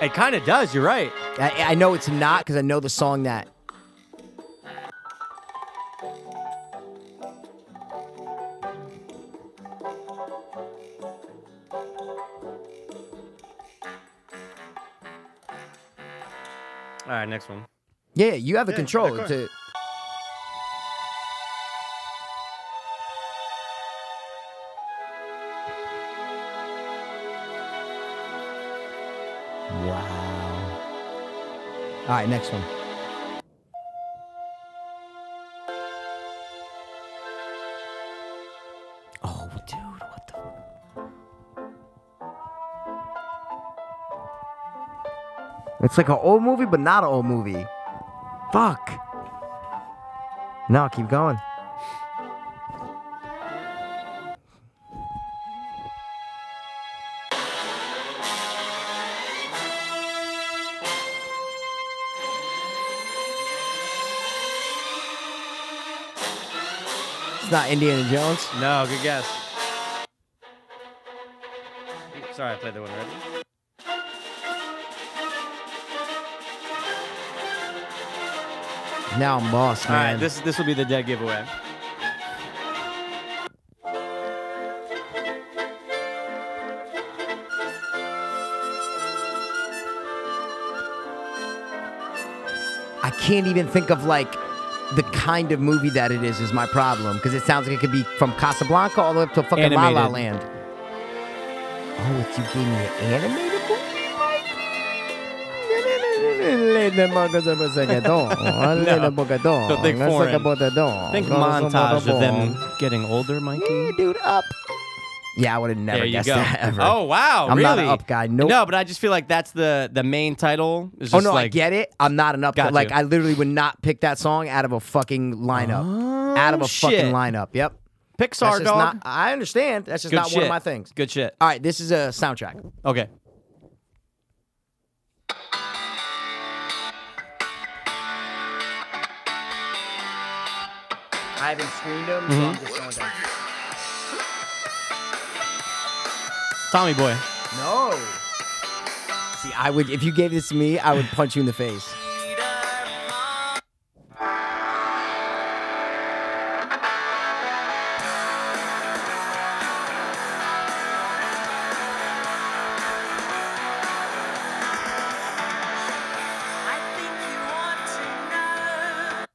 [SPEAKER 2] It kind of does. You're right.
[SPEAKER 1] I, I know it's not because I know the song that.
[SPEAKER 2] All right, next one.
[SPEAKER 1] Yeah, you have the control to. Wow. All right, next one. Oh, dude, what the? It's like an old movie, but not an old movie. Fuck. No, keep going. It's not Indiana Jones.
[SPEAKER 2] No, good guess. Sorry, I played that one right.
[SPEAKER 1] Now I'm lost,
[SPEAKER 2] All
[SPEAKER 1] man.
[SPEAKER 2] right, this this will be the dead giveaway.
[SPEAKER 1] I can't even think of like the kind of movie that it is is my problem because it sounds like it could be from Casablanca all the way up to fucking La La
[SPEAKER 2] Animated.
[SPEAKER 1] Land. Oh, it's you gave me an animated
[SPEAKER 2] Don't think foreign. Think montage of them getting older,
[SPEAKER 1] Yeah,
[SPEAKER 2] Mikey.
[SPEAKER 1] dude, up. Yeah, I would have
[SPEAKER 2] There
[SPEAKER 1] never
[SPEAKER 2] you
[SPEAKER 1] guessed
[SPEAKER 2] go.
[SPEAKER 1] that ever.
[SPEAKER 2] Oh wow,
[SPEAKER 1] I'm
[SPEAKER 2] really?
[SPEAKER 1] not an up guy, nope.
[SPEAKER 2] No, but I just feel like that's the the main title. It's
[SPEAKER 1] Oh
[SPEAKER 2] just
[SPEAKER 1] no,
[SPEAKER 2] like,
[SPEAKER 1] I get it. I'm not an up.
[SPEAKER 2] Got
[SPEAKER 1] Like
[SPEAKER 2] you.
[SPEAKER 1] I literally would not pick that song out of a fucking lineup. out of a
[SPEAKER 2] Oh, shit.
[SPEAKER 1] fucking lineup. Yep. That's
[SPEAKER 2] Pixar
[SPEAKER 1] just
[SPEAKER 2] dog.
[SPEAKER 1] not- I understand. That's just
[SPEAKER 2] Good
[SPEAKER 1] not
[SPEAKER 2] shit.
[SPEAKER 1] one of my things.
[SPEAKER 2] Good shit.
[SPEAKER 1] All right, this is a soundtrack.
[SPEAKER 2] Okay.
[SPEAKER 1] I haven't screened them, so I'm just going
[SPEAKER 2] Tommy Boy. Mm-hmm.
[SPEAKER 1] No. See, I would if you gave this to me, I would punch you in the face.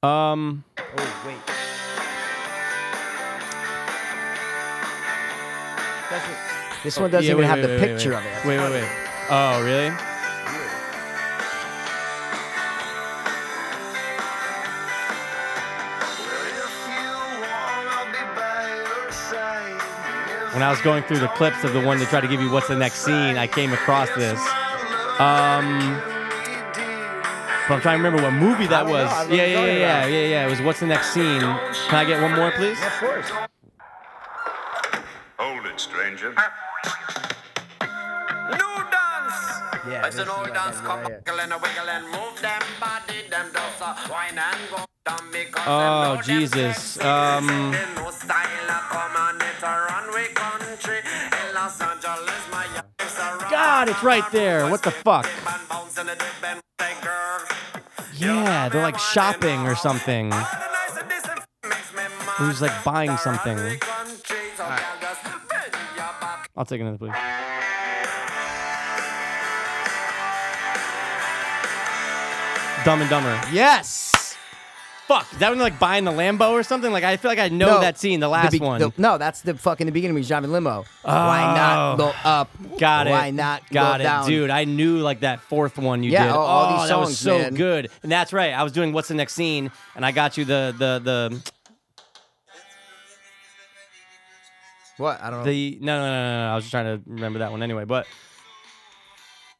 [SPEAKER 2] Um,
[SPEAKER 1] Oh wait. That's what- This one doesn't
[SPEAKER 2] yeah,
[SPEAKER 1] even
[SPEAKER 2] wait,
[SPEAKER 1] have
[SPEAKER 2] wait,
[SPEAKER 1] the
[SPEAKER 2] wait, wait,
[SPEAKER 1] picture
[SPEAKER 2] wait.
[SPEAKER 1] of it.
[SPEAKER 2] Wait, wait, wait. Oh, really? When I was going through the clips of the one to try to give you what's the next scene, I came across this. Um, but I'm trying to remember what movie that
[SPEAKER 1] don't
[SPEAKER 2] was.
[SPEAKER 1] know. I don't know
[SPEAKER 2] yeah,
[SPEAKER 1] what you're
[SPEAKER 2] yeah, yeah,
[SPEAKER 1] talking
[SPEAKER 2] yeah,
[SPEAKER 1] about.
[SPEAKER 2] yeah, yeah. It was what's the next scene? Can I get one more, please?
[SPEAKER 1] Of course.
[SPEAKER 5] Hold it, stranger.
[SPEAKER 6] New dance.
[SPEAKER 1] Yeah,
[SPEAKER 6] it's an
[SPEAKER 1] this is
[SPEAKER 6] old
[SPEAKER 1] like
[SPEAKER 6] dance.
[SPEAKER 1] that
[SPEAKER 6] Come
[SPEAKER 1] right here.
[SPEAKER 6] buckle and a wiggle and move them body, them does a wine and go down because
[SPEAKER 2] Oh,
[SPEAKER 6] them know them
[SPEAKER 2] Jesus.
[SPEAKER 6] sexy.
[SPEAKER 2] Um,
[SPEAKER 6] They know style, I come on it a runway country. In Los Angeles, my is a rock.
[SPEAKER 2] God, it's right there. What the fuck?
[SPEAKER 6] Man bounce in the dip and say, girl.
[SPEAKER 2] Yeah, they're like shopping or something.
[SPEAKER 6] all the nice and this makes me mad.
[SPEAKER 2] Who's like buying
[SPEAKER 6] The
[SPEAKER 2] something?
[SPEAKER 6] runway country, so girl, oh, just bend your back.
[SPEAKER 2] I'll take another, please. Dumb and Dumber.
[SPEAKER 1] Yes.
[SPEAKER 2] Fuck, is that when they're like buying the Lambo or something? Like I feel like I know that scene, the last
[SPEAKER 1] be-
[SPEAKER 2] one.
[SPEAKER 1] the- no, that's the fucking the beginning. when He's driving limo. Why not go up?
[SPEAKER 2] Oh. Got it.
[SPEAKER 1] Why not
[SPEAKER 2] Got
[SPEAKER 1] go
[SPEAKER 2] it,
[SPEAKER 1] down?
[SPEAKER 2] dude. I knew like that fourth one you
[SPEAKER 1] Yeah,
[SPEAKER 2] did.
[SPEAKER 1] all- all
[SPEAKER 2] oh,
[SPEAKER 1] these
[SPEAKER 2] that was
[SPEAKER 1] songs,
[SPEAKER 2] so
[SPEAKER 1] man.
[SPEAKER 2] good. And that's right. I was doing what's the next scene, and I got you the the the
[SPEAKER 1] What? I don't know.
[SPEAKER 2] the no no no no. no. I was just trying to remember that one anyway. But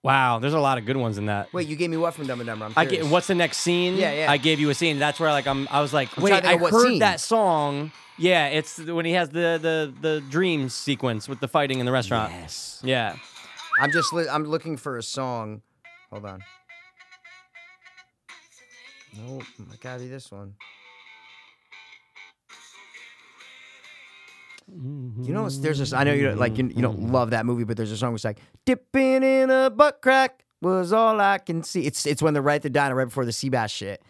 [SPEAKER 2] wow, there's a lot of good ones in that.
[SPEAKER 1] Wait, you gave me what from Dumb and Dumber? I'm
[SPEAKER 2] I
[SPEAKER 1] curious.
[SPEAKER 2] get what's the next scene?
[SPEAKER 1] Yeah, yeah.
[SPEAKER 2] I gave you a scene. That's where like I'm. I was like,
[SPEAKER 1] I'm
[SPEAKER 2] wait,
[SPEAKER 1] trying to
[SPEAKER 2] I
[SPEAKER 1] think of what
[SPEAKER 2] heard
[SPEAKER 1] scene.
[SPEAKER 2] that song. Yeah, it's when he has the the the dream sequence with the fighting in the restaurant.
[SPEAKER 1] Yes.
[SPEAKER 2] Yeah.
[SPEAKER 1] I'm just li- I'm looking for a song. Hold on. No, I gotta be this one. You know, it's- there's this. I know you don't, like you, you don't love that movie, but there's a song which like dipping in a butt crack was all I can see. It's it's when they're right at the diner right before the Seabass shit.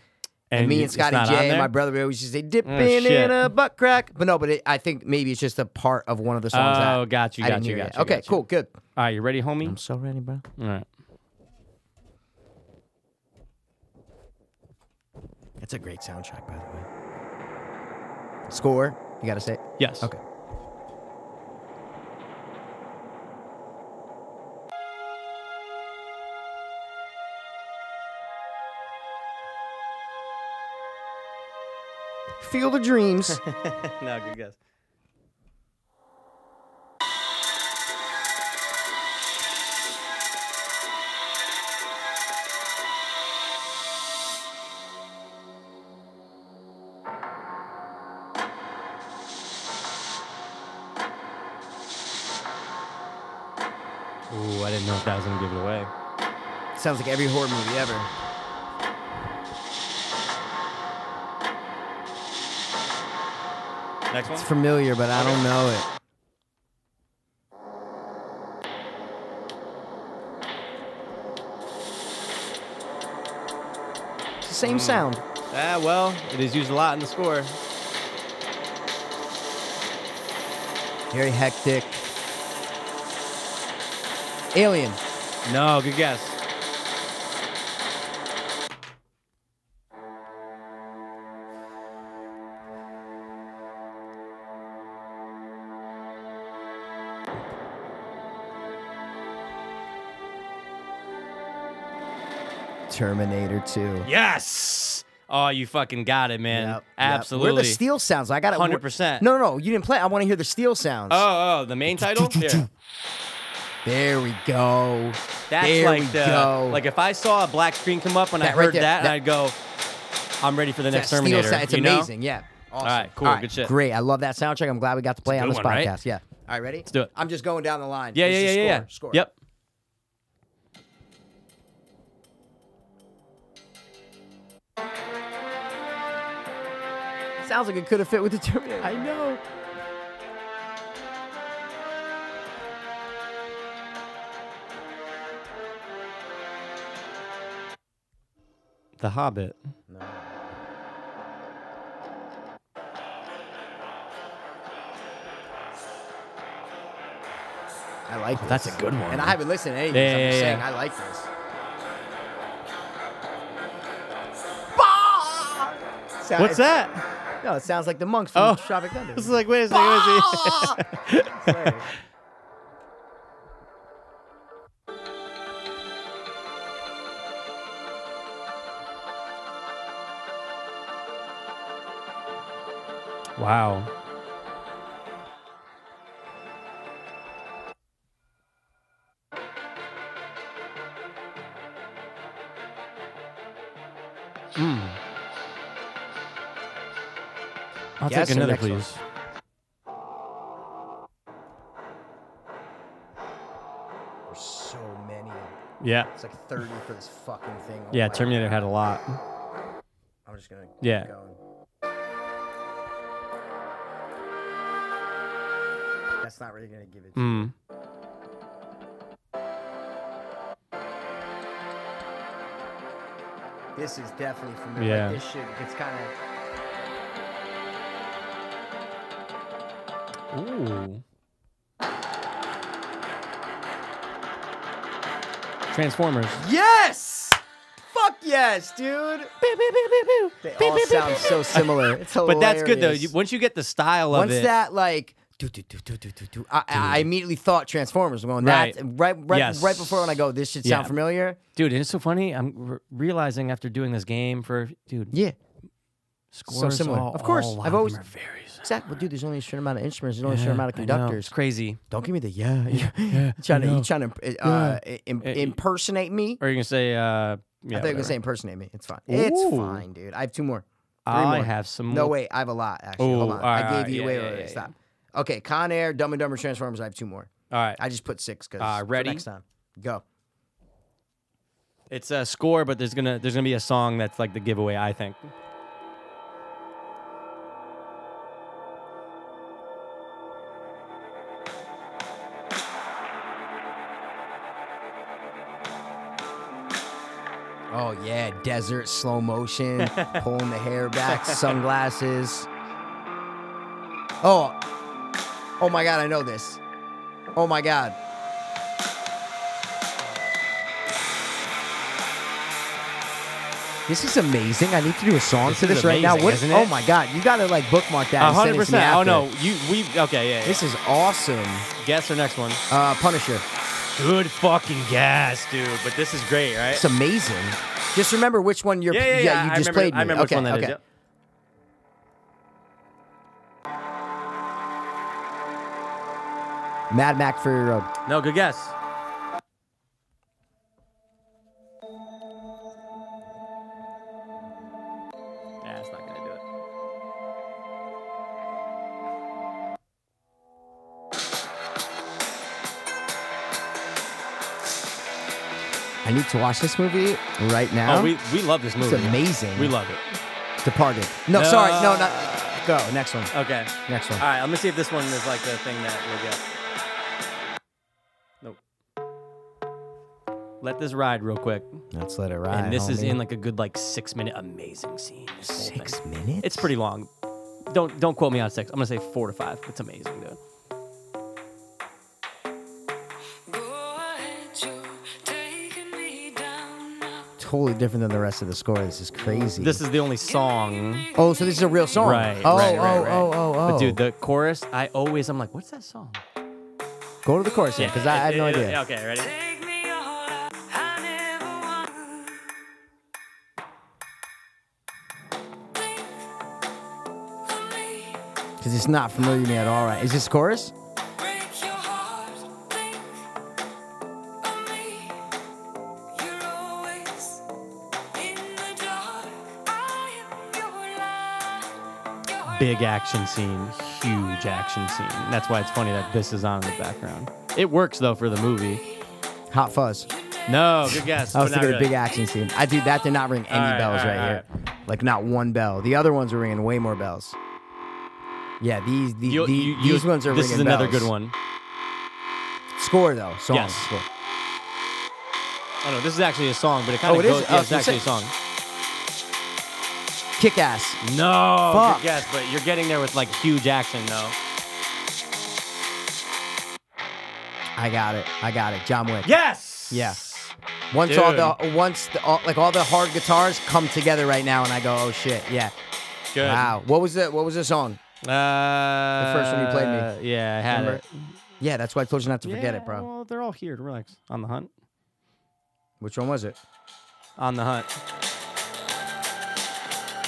[SPEAKER 1] And, me
[SPEAKER 2] you-
[SPEAKER 1] and
[SPEAKER 2] it's
[SPEAKER 1] Scotty
[SPEAKER 2] not on
[SPEAKER 1] J and
[SPEAKER 2] there? Oh,
[SPEAKER 1] my brother, we always used to say dipping
[SPEAKER 2] shit.
[SPEAKER 1] in a butt crack. But no, but it, I think maybe it's just a part of one of the songs. that
[SPEAKER 2] Oh, got you,
[SPEAKER 1] I
[SPEAKER 2] got
[SPEAKER 1] didn't
[SPEAKER 2] you,
[SPEAKER 1] hear
[SPEAKER 2] got
[SPEAKER 1] yet.
[SPEAKER 2] you,
[SPEAKER 1] Okay,
[SPEAKER 2] got you.
[SPEAKER 1] cool, good.
[SPEAKER 2] All right, you ready, homie?
[SPEAKER 1] I'm so ready, bro.
[SPEAKER 2] All right.
[SPEAKER 1] That's a great soundtrack, by the way. Score, you gotta say. it?
[SPEAKER 2] Yes.
[SPEAKER 1] Okay. Field of Dreams.
[SPEAKER 2] no, good guess. Ooh, I didn't know if that was gonna give it away.
[SPEAKER 1] Sounds like every horror movie ever.
[SPEAKER 2] Next one.
[SPEAKER 1] It's familiar, but I don't know it. It's the
[SPEAKER 2] Mm.
[SPEAKER 1] same sound.
[SPEAKER 2] Ah, well, it is used a lot in the score.
[SPEAKER 1] Very hectic. Alien.
[SPEAKER 2] No, good guess.
[SPEAKER 1] Terminator 2.
[SPEAKER 2] Yes. Oh, you fucking got it, man.
[SPEAKER 1] Yep, yep.
[SPEAKER 2] Absolutely.
[SPEAKER 1] Where the steel sounds? I got it.
[SPEAKER 2] 100%.
[SPEAKER 1] No, no, no. You didn't play. I want to hear the steel sounds.
[SPEAKER 2] oh, oh, the main title. yeah.
[SPEAKER 1] There we go.
[SPEAKER 2] That's
[SPEAKER 1] there
[SPEAKER 2] like
[SPEAKER 1] we
[SPEAKER 2] the
[SPEAKER 1] go.
[SPEAKER 2] like if I saw a black screen come up and I
[SPEAKER 1] That right
[SPEAKER 2] heard
[SPEAKER 1] there,
[SPEAKER 2] that, and
[SPEAKER 1] that-
[SPEAKER 2] I'd go, I'm ready for the
[SPEAKER 1] That
[SPEAKER 2] next
[SPEAKER 1] steel
[SPEAKER 2] Terminator.
[SPEAKER 1] sound- It's
[SPEAKER 2] you know?
[SPEAKER 1] amazing. Yeah. Awesome.
[SPEAKER 2] right, cool, good shit.
[SPEAKER 1] Great. I love that soundtrack. I'm glad we got to play
[SPEAKER 2] a
[SPEAKER 1] on
[SPEAKER 2] good
[SPEAKER 1] this
[SPEAKER 2] one, right?
[SPEAKER 1] podcast. Yeah. All right, ready? Let's
[SPEAKER 2] do it.
[SPEAKER 1] I'm just going down the line.
[SPEAKER 2] Yeah, yeah,
[SPEAKER 1] This
[SPEAKER 2] yeah,
[SPEAKER 1] is
[SPEAKER 2] yeah, yeah.
[SPEAKER 1] score, Score.
[SPEAKER 2] Yep.
[SPEAKER 1] Sounds like it could have fit with the Terminator. I know.
[SPEAKER 2] The Hobbit.
[SPEAKER 1] I like this.
[SPEAKER 2] Oh, that's a good one.
[SPEAKER 1] And I haven't listened to anything.
[SPEAKER 2] Yeah,
[SPEAKER 1] so I'm
[SPEAKER 2] yeah,
[SPEAKER 1] just
[SPEAKER 2] yeah.
[SPEAKER 1] saying I like this. sound-
[SPEAKER 2] What's that?
[SPEAKER 1] No, it sounds like the monks from
[SPEAKER 2] Oh.
[SPEAKER 1] Tropic Thunder.
[SPEAKER 2] It's like, wait a second. Wait a second. Wow. Mm. I'll
[SPEAKER 1] Guess
[SPEAKER 2] take
[SPEAKER 1] or
[SPEAKER 2] another,
[SPEAKER 1] next one?
[SPEAKER 2] please.
[SPEAKER 1] There's so many.
[SPEAKER 2] Yeah.
[SPEAKER 1] It's like 30 for this fucking thing. Oh
[SPEAKER 2] Yeah,
[SPEAKER 1] my
[SPEAKER 2] Terminator had a lot.
[SPEAKER 1] God. I'm just gonna. keep
[SPEAKER 2] Yeah.
[SPEAKER 1] going. That's not really gonna give it.
[SPEAKER 2] Mm.
[SPEAKER 1] This is definitely familiar.
[SPEAKER 2] Mm. Yeah.
[SPEAKER 1] Like this shit gets kind of.
[SPEAKER 2] Ooh. Transformers.
[SPEAKER 1] Yes. Fuck yes, dude. They all sound so similar. It's hilarious.
[SPEAKER 2] But that's good though. You, once you get the style of
[SPEAKER 1] Once
[SPEAKER 2] it,
[SPEAKER 1] that like do do do do do do do, I, I I immediately thought Transformers. I'm going
[SPEAKER 2] Right.
[SPEAKER 1] that right right
[SPEAKER 2] Yes.
[SPEAKER 1] right before when I go. This should sound
[SPEAKER 2] Yeah.
[SPEAKER 1] familiar.
[SPEAKER 2] dude, and it's so funny. I'm re- realizing after doing this game for dude,
[SPEAKER 1] Yeah,
[SPEAKER 2] scores
[SPEAKER 1] similar.
[SPEAKER 2] all-
[SPEAKER 1] Of course,
[SPEAKER 2] all a lot
[SPEAKER 1] I've
[SPEAKER 2] of
[SPEAKER 1] always-
[SPEAKER 2] them are very similar.
[SPEAKER 1] exactly. Well, dude, there's only a certain amount of instruments. There's only a certain amount of
[SPEAKER 2] I know.
[SPEAKER 1] conductors.
[SPEAKER 2] It's crazy.
[SPEAKER 1] Don't give me the yeah. yeah, you trying to you trying to uh, im- impersonate me?
[SPEAKER 2] Eh, Or you can say, uh, yeah,
[SPEAKER 1] I thought you were gonna
[SPEAKER 2] whatever.
[SPEAKER 1] say impersonate me. It's fine. It's
[SPEAKER 2] Ooh.
[SPEAKER 1] fine, dude. I have two more. Three
[SPEAKER 2] I
[SPEAKER 1] more.
[SPEAKER 2] have some.
[SPEAKER 1] No
[SPEAKER 2] more-
[SPEAKER 1] wait, I have a lot actually. Hold
[SPEAKER 2] Mm, Ooh,
[SPEAKER 1] on.
[SPEAKER 2] all
[SPEAKER 1] I
[SPEAKER 2] right,
[SPEAKER 1] gave you
[SPEAKER 2] yeah,
[SPEAKER 1] wait
[SPEAKER 2] yeah,
[SPEAKER 1] wait wait
[SPEAKER 2] yeah,
[SPEAKER 1] stop. Okay, Con Air, Dumb and Dumber, Transformers. I have two more.
[SPEAKER 2] All right,
[SPEAKER 1] I just put six because
[SPEAKER 2] Uh, ready?
[SPEAKER 1] next time. Go.
[SPEAKER 2] it's a score, but there's gonna there's gonna be a song that's like the giveaway. I think.
[SPEAKER 1] Oh yeah, desert, slow motion, pulling the hair back, sunglasses. Oh, oh my God, I know this. Oh my God. This is amazing. I need to do a song
[SPEAKER 2] This
[SPEAKER 1] to
[SPEAKER 2] is
[SPEAKER 1] this right now.
[SPEAKER 2] amazing,
[SPEAKER 1] What?
[SPEAKER 2] isn't
[SPEAKER 1] Oh
[SPEAKER 2] it?
[SPEAKER 1] my God, you gotta like bookmark that. and send
[SPEAKER 2] hundred
[SPEAKER 1] it to me
[SPEAKER 2] percent. Oh
[SPEAKER 1] after.
[SPEAKER 2] no, you we okay? Yeah. yeah.
[SPEAKER 1] This is awesome.
[SPEAKER 2] guess or next one.
[SPEAKER 1] Uh, Punisher.
[SPEAKER 2] Good fucking guess, dude. But this is great, right?
[SPEAKER 1] It's amazing. Just remember which one you're.
[SPEAKER 2] yeah, yeah, yeah.
[SPEAKER 1] you
[SPEAKER 2] I
[SPEAKER 1] just
[SPEAKER 2] remember,
[SPEAKER 1] played.
[SPEAKER 2] I
[SPEAKER 1] me.
[SPEAKER 2] remember
[SPEAKER 1] okay,
[SPEAKER 2] which one that is,
[SPEAKER 1] okay.
[SPEAKER 2] yep.
[SPEAKER 1] Mad Max Fury Road.
[SPEAKER 2] No, good guess. Yeah, it's not gonna do it.
[SPEAKER 1] I need to watch this movie right now.
[SPEAKER 2] Oh, we, we love this movie.
[SPEAKER 1] amazing.
[SPEAKER 2] We love it.
[SPEAKER 1] Departed. No,
[SPEAKER 2] No.
[SPEAKER 1] sorry, no, not. Go next one.
[SPEAKER 2] Okay.
[SPEAKER 1] Next
[SPEAKER 2] All
[SPEAKER 1] one.
[SPEAKER 2] right, let me see if this one is like the thing that we'll get. Nope. Let this ride real quick.
[SPEAKER 1] Let's let it ride.
[SPEAKER 2] And this is
[SPEAKER 1] homie.
[SPEAKER 2] in like a good like six minute amazing scene. this whole thing.
[SPEAKER 1] six minutes.
[SPEAKER 2] It's pretty long. Don't don't quote me on six. I'm gonna say four to five. It's amazing, dude.
[SPEAKER 1] totally different than the rest of the score. This is crazy.
[SPEAKER 2] This is the only song.
[SPEAKER 1] oh, so this is a real song.
[SPEAKER 2] Right.
[SPEAKER 1] Oh,
[SPEAKER 2] right, right,
[SPEAKER 1] oh,
[SPEAKER 2] right.
[SPEAKER 1] oh, oh, oh.
[SPEAKER 2] But dude, the chorus, I always I'm like, what's that song?
[SPEAKER 1] oh. go to the chorus because I, I have no idea.
[SPEAKER 2] Okay, ready?
[SPEAKER 1] Because it's not familiar to me at all. Right? Is this chorus?
[SPEAKER 2] Big action scene, huge action scene. That's why it's funny that this is on in the background. It works though for the movie.
[SPEAKER 1] Hot Fuzz.
[SPEAKER 2] No, good guess.
[SPEAKER 1] I was
[SPEAKER 2] but not
[SPEAKER 1] thinking of
[SPEAKER 2] really.
[SPEAKER 1] the big action scene. I dude, that did not ring any
[SPEAKER 2] Alright,
[SPEAKER 1] bells
[SPEAKER 2] alright,
[SPEAKER 1] right here. Like not one bell. The other ones were ringing way more bells. Yeah, these the,
[SPEAKER 2] You-
[SPEAKER 1] the-
[SPEAKER 2] you- you-
[SPEAKER 1] these ones are
[SPEAKER 2] This
[SPEAKER 1] ringing
[SPEAKER 2] is another
[SPEAKER 1] bells.
[SPEAKER 2] good one.
[SPEAKER 1] Score though, song.
[SPEAKER 2] Yes.
[SPEAKER 1] Score.
[SPEAKER 2] Oh no, this is actually a song, but it kind
[SPEAKER 1] Oh,
[SPEAKER 2] of
[SPEAKER 1] it is?
[SPEAKER 2] goes.
[SPEAKER 1] Oh,
[SPEAKER 2] Yeah, it's
[SPEAKER 1] so you
[SPEAKER 2] actually a
[SPEAKER 1] say-
[SPEAKER 2] song.
[SPEAKER 1] Kick ass.
[SPEAKER 2] No,
[SPEAKER 1] Fuck.
[SPEAKER 2] good guess, but you're getting there with like huge action though.
[SPEAKER 1] I got it. I got it. John Wick.
[SPEAKER 2] Yes.
[SPEAKER 1] Yeah. Once all
[SPEAKER 2] Dude.
[SPEAKER 1] the once the, all, like all the hard guitars come together right now, and I go, oh shit, yeah.
[SPEAKER 2] good.
[SPEAKER 1] Wow. What was the What was the song?
[SPEAKER 2] Uh,
[SPEAKER 1] The first one you played
[SPEAKER 2] me. Yeah, I had
[SPEAKER 1] Remember?
[SPEAKER 2] it.
[SPEAKER 1] Yeah, that's why I told you not to forget it,
[SPEAKER 2] Yeah,
[SPEAKER 1] bro.
[SPEAKER 2] Well, they're all here. Relax. On the hunt.
[SPEAKER 1] Which one was it?
[SPEAKER 2] On the hunt.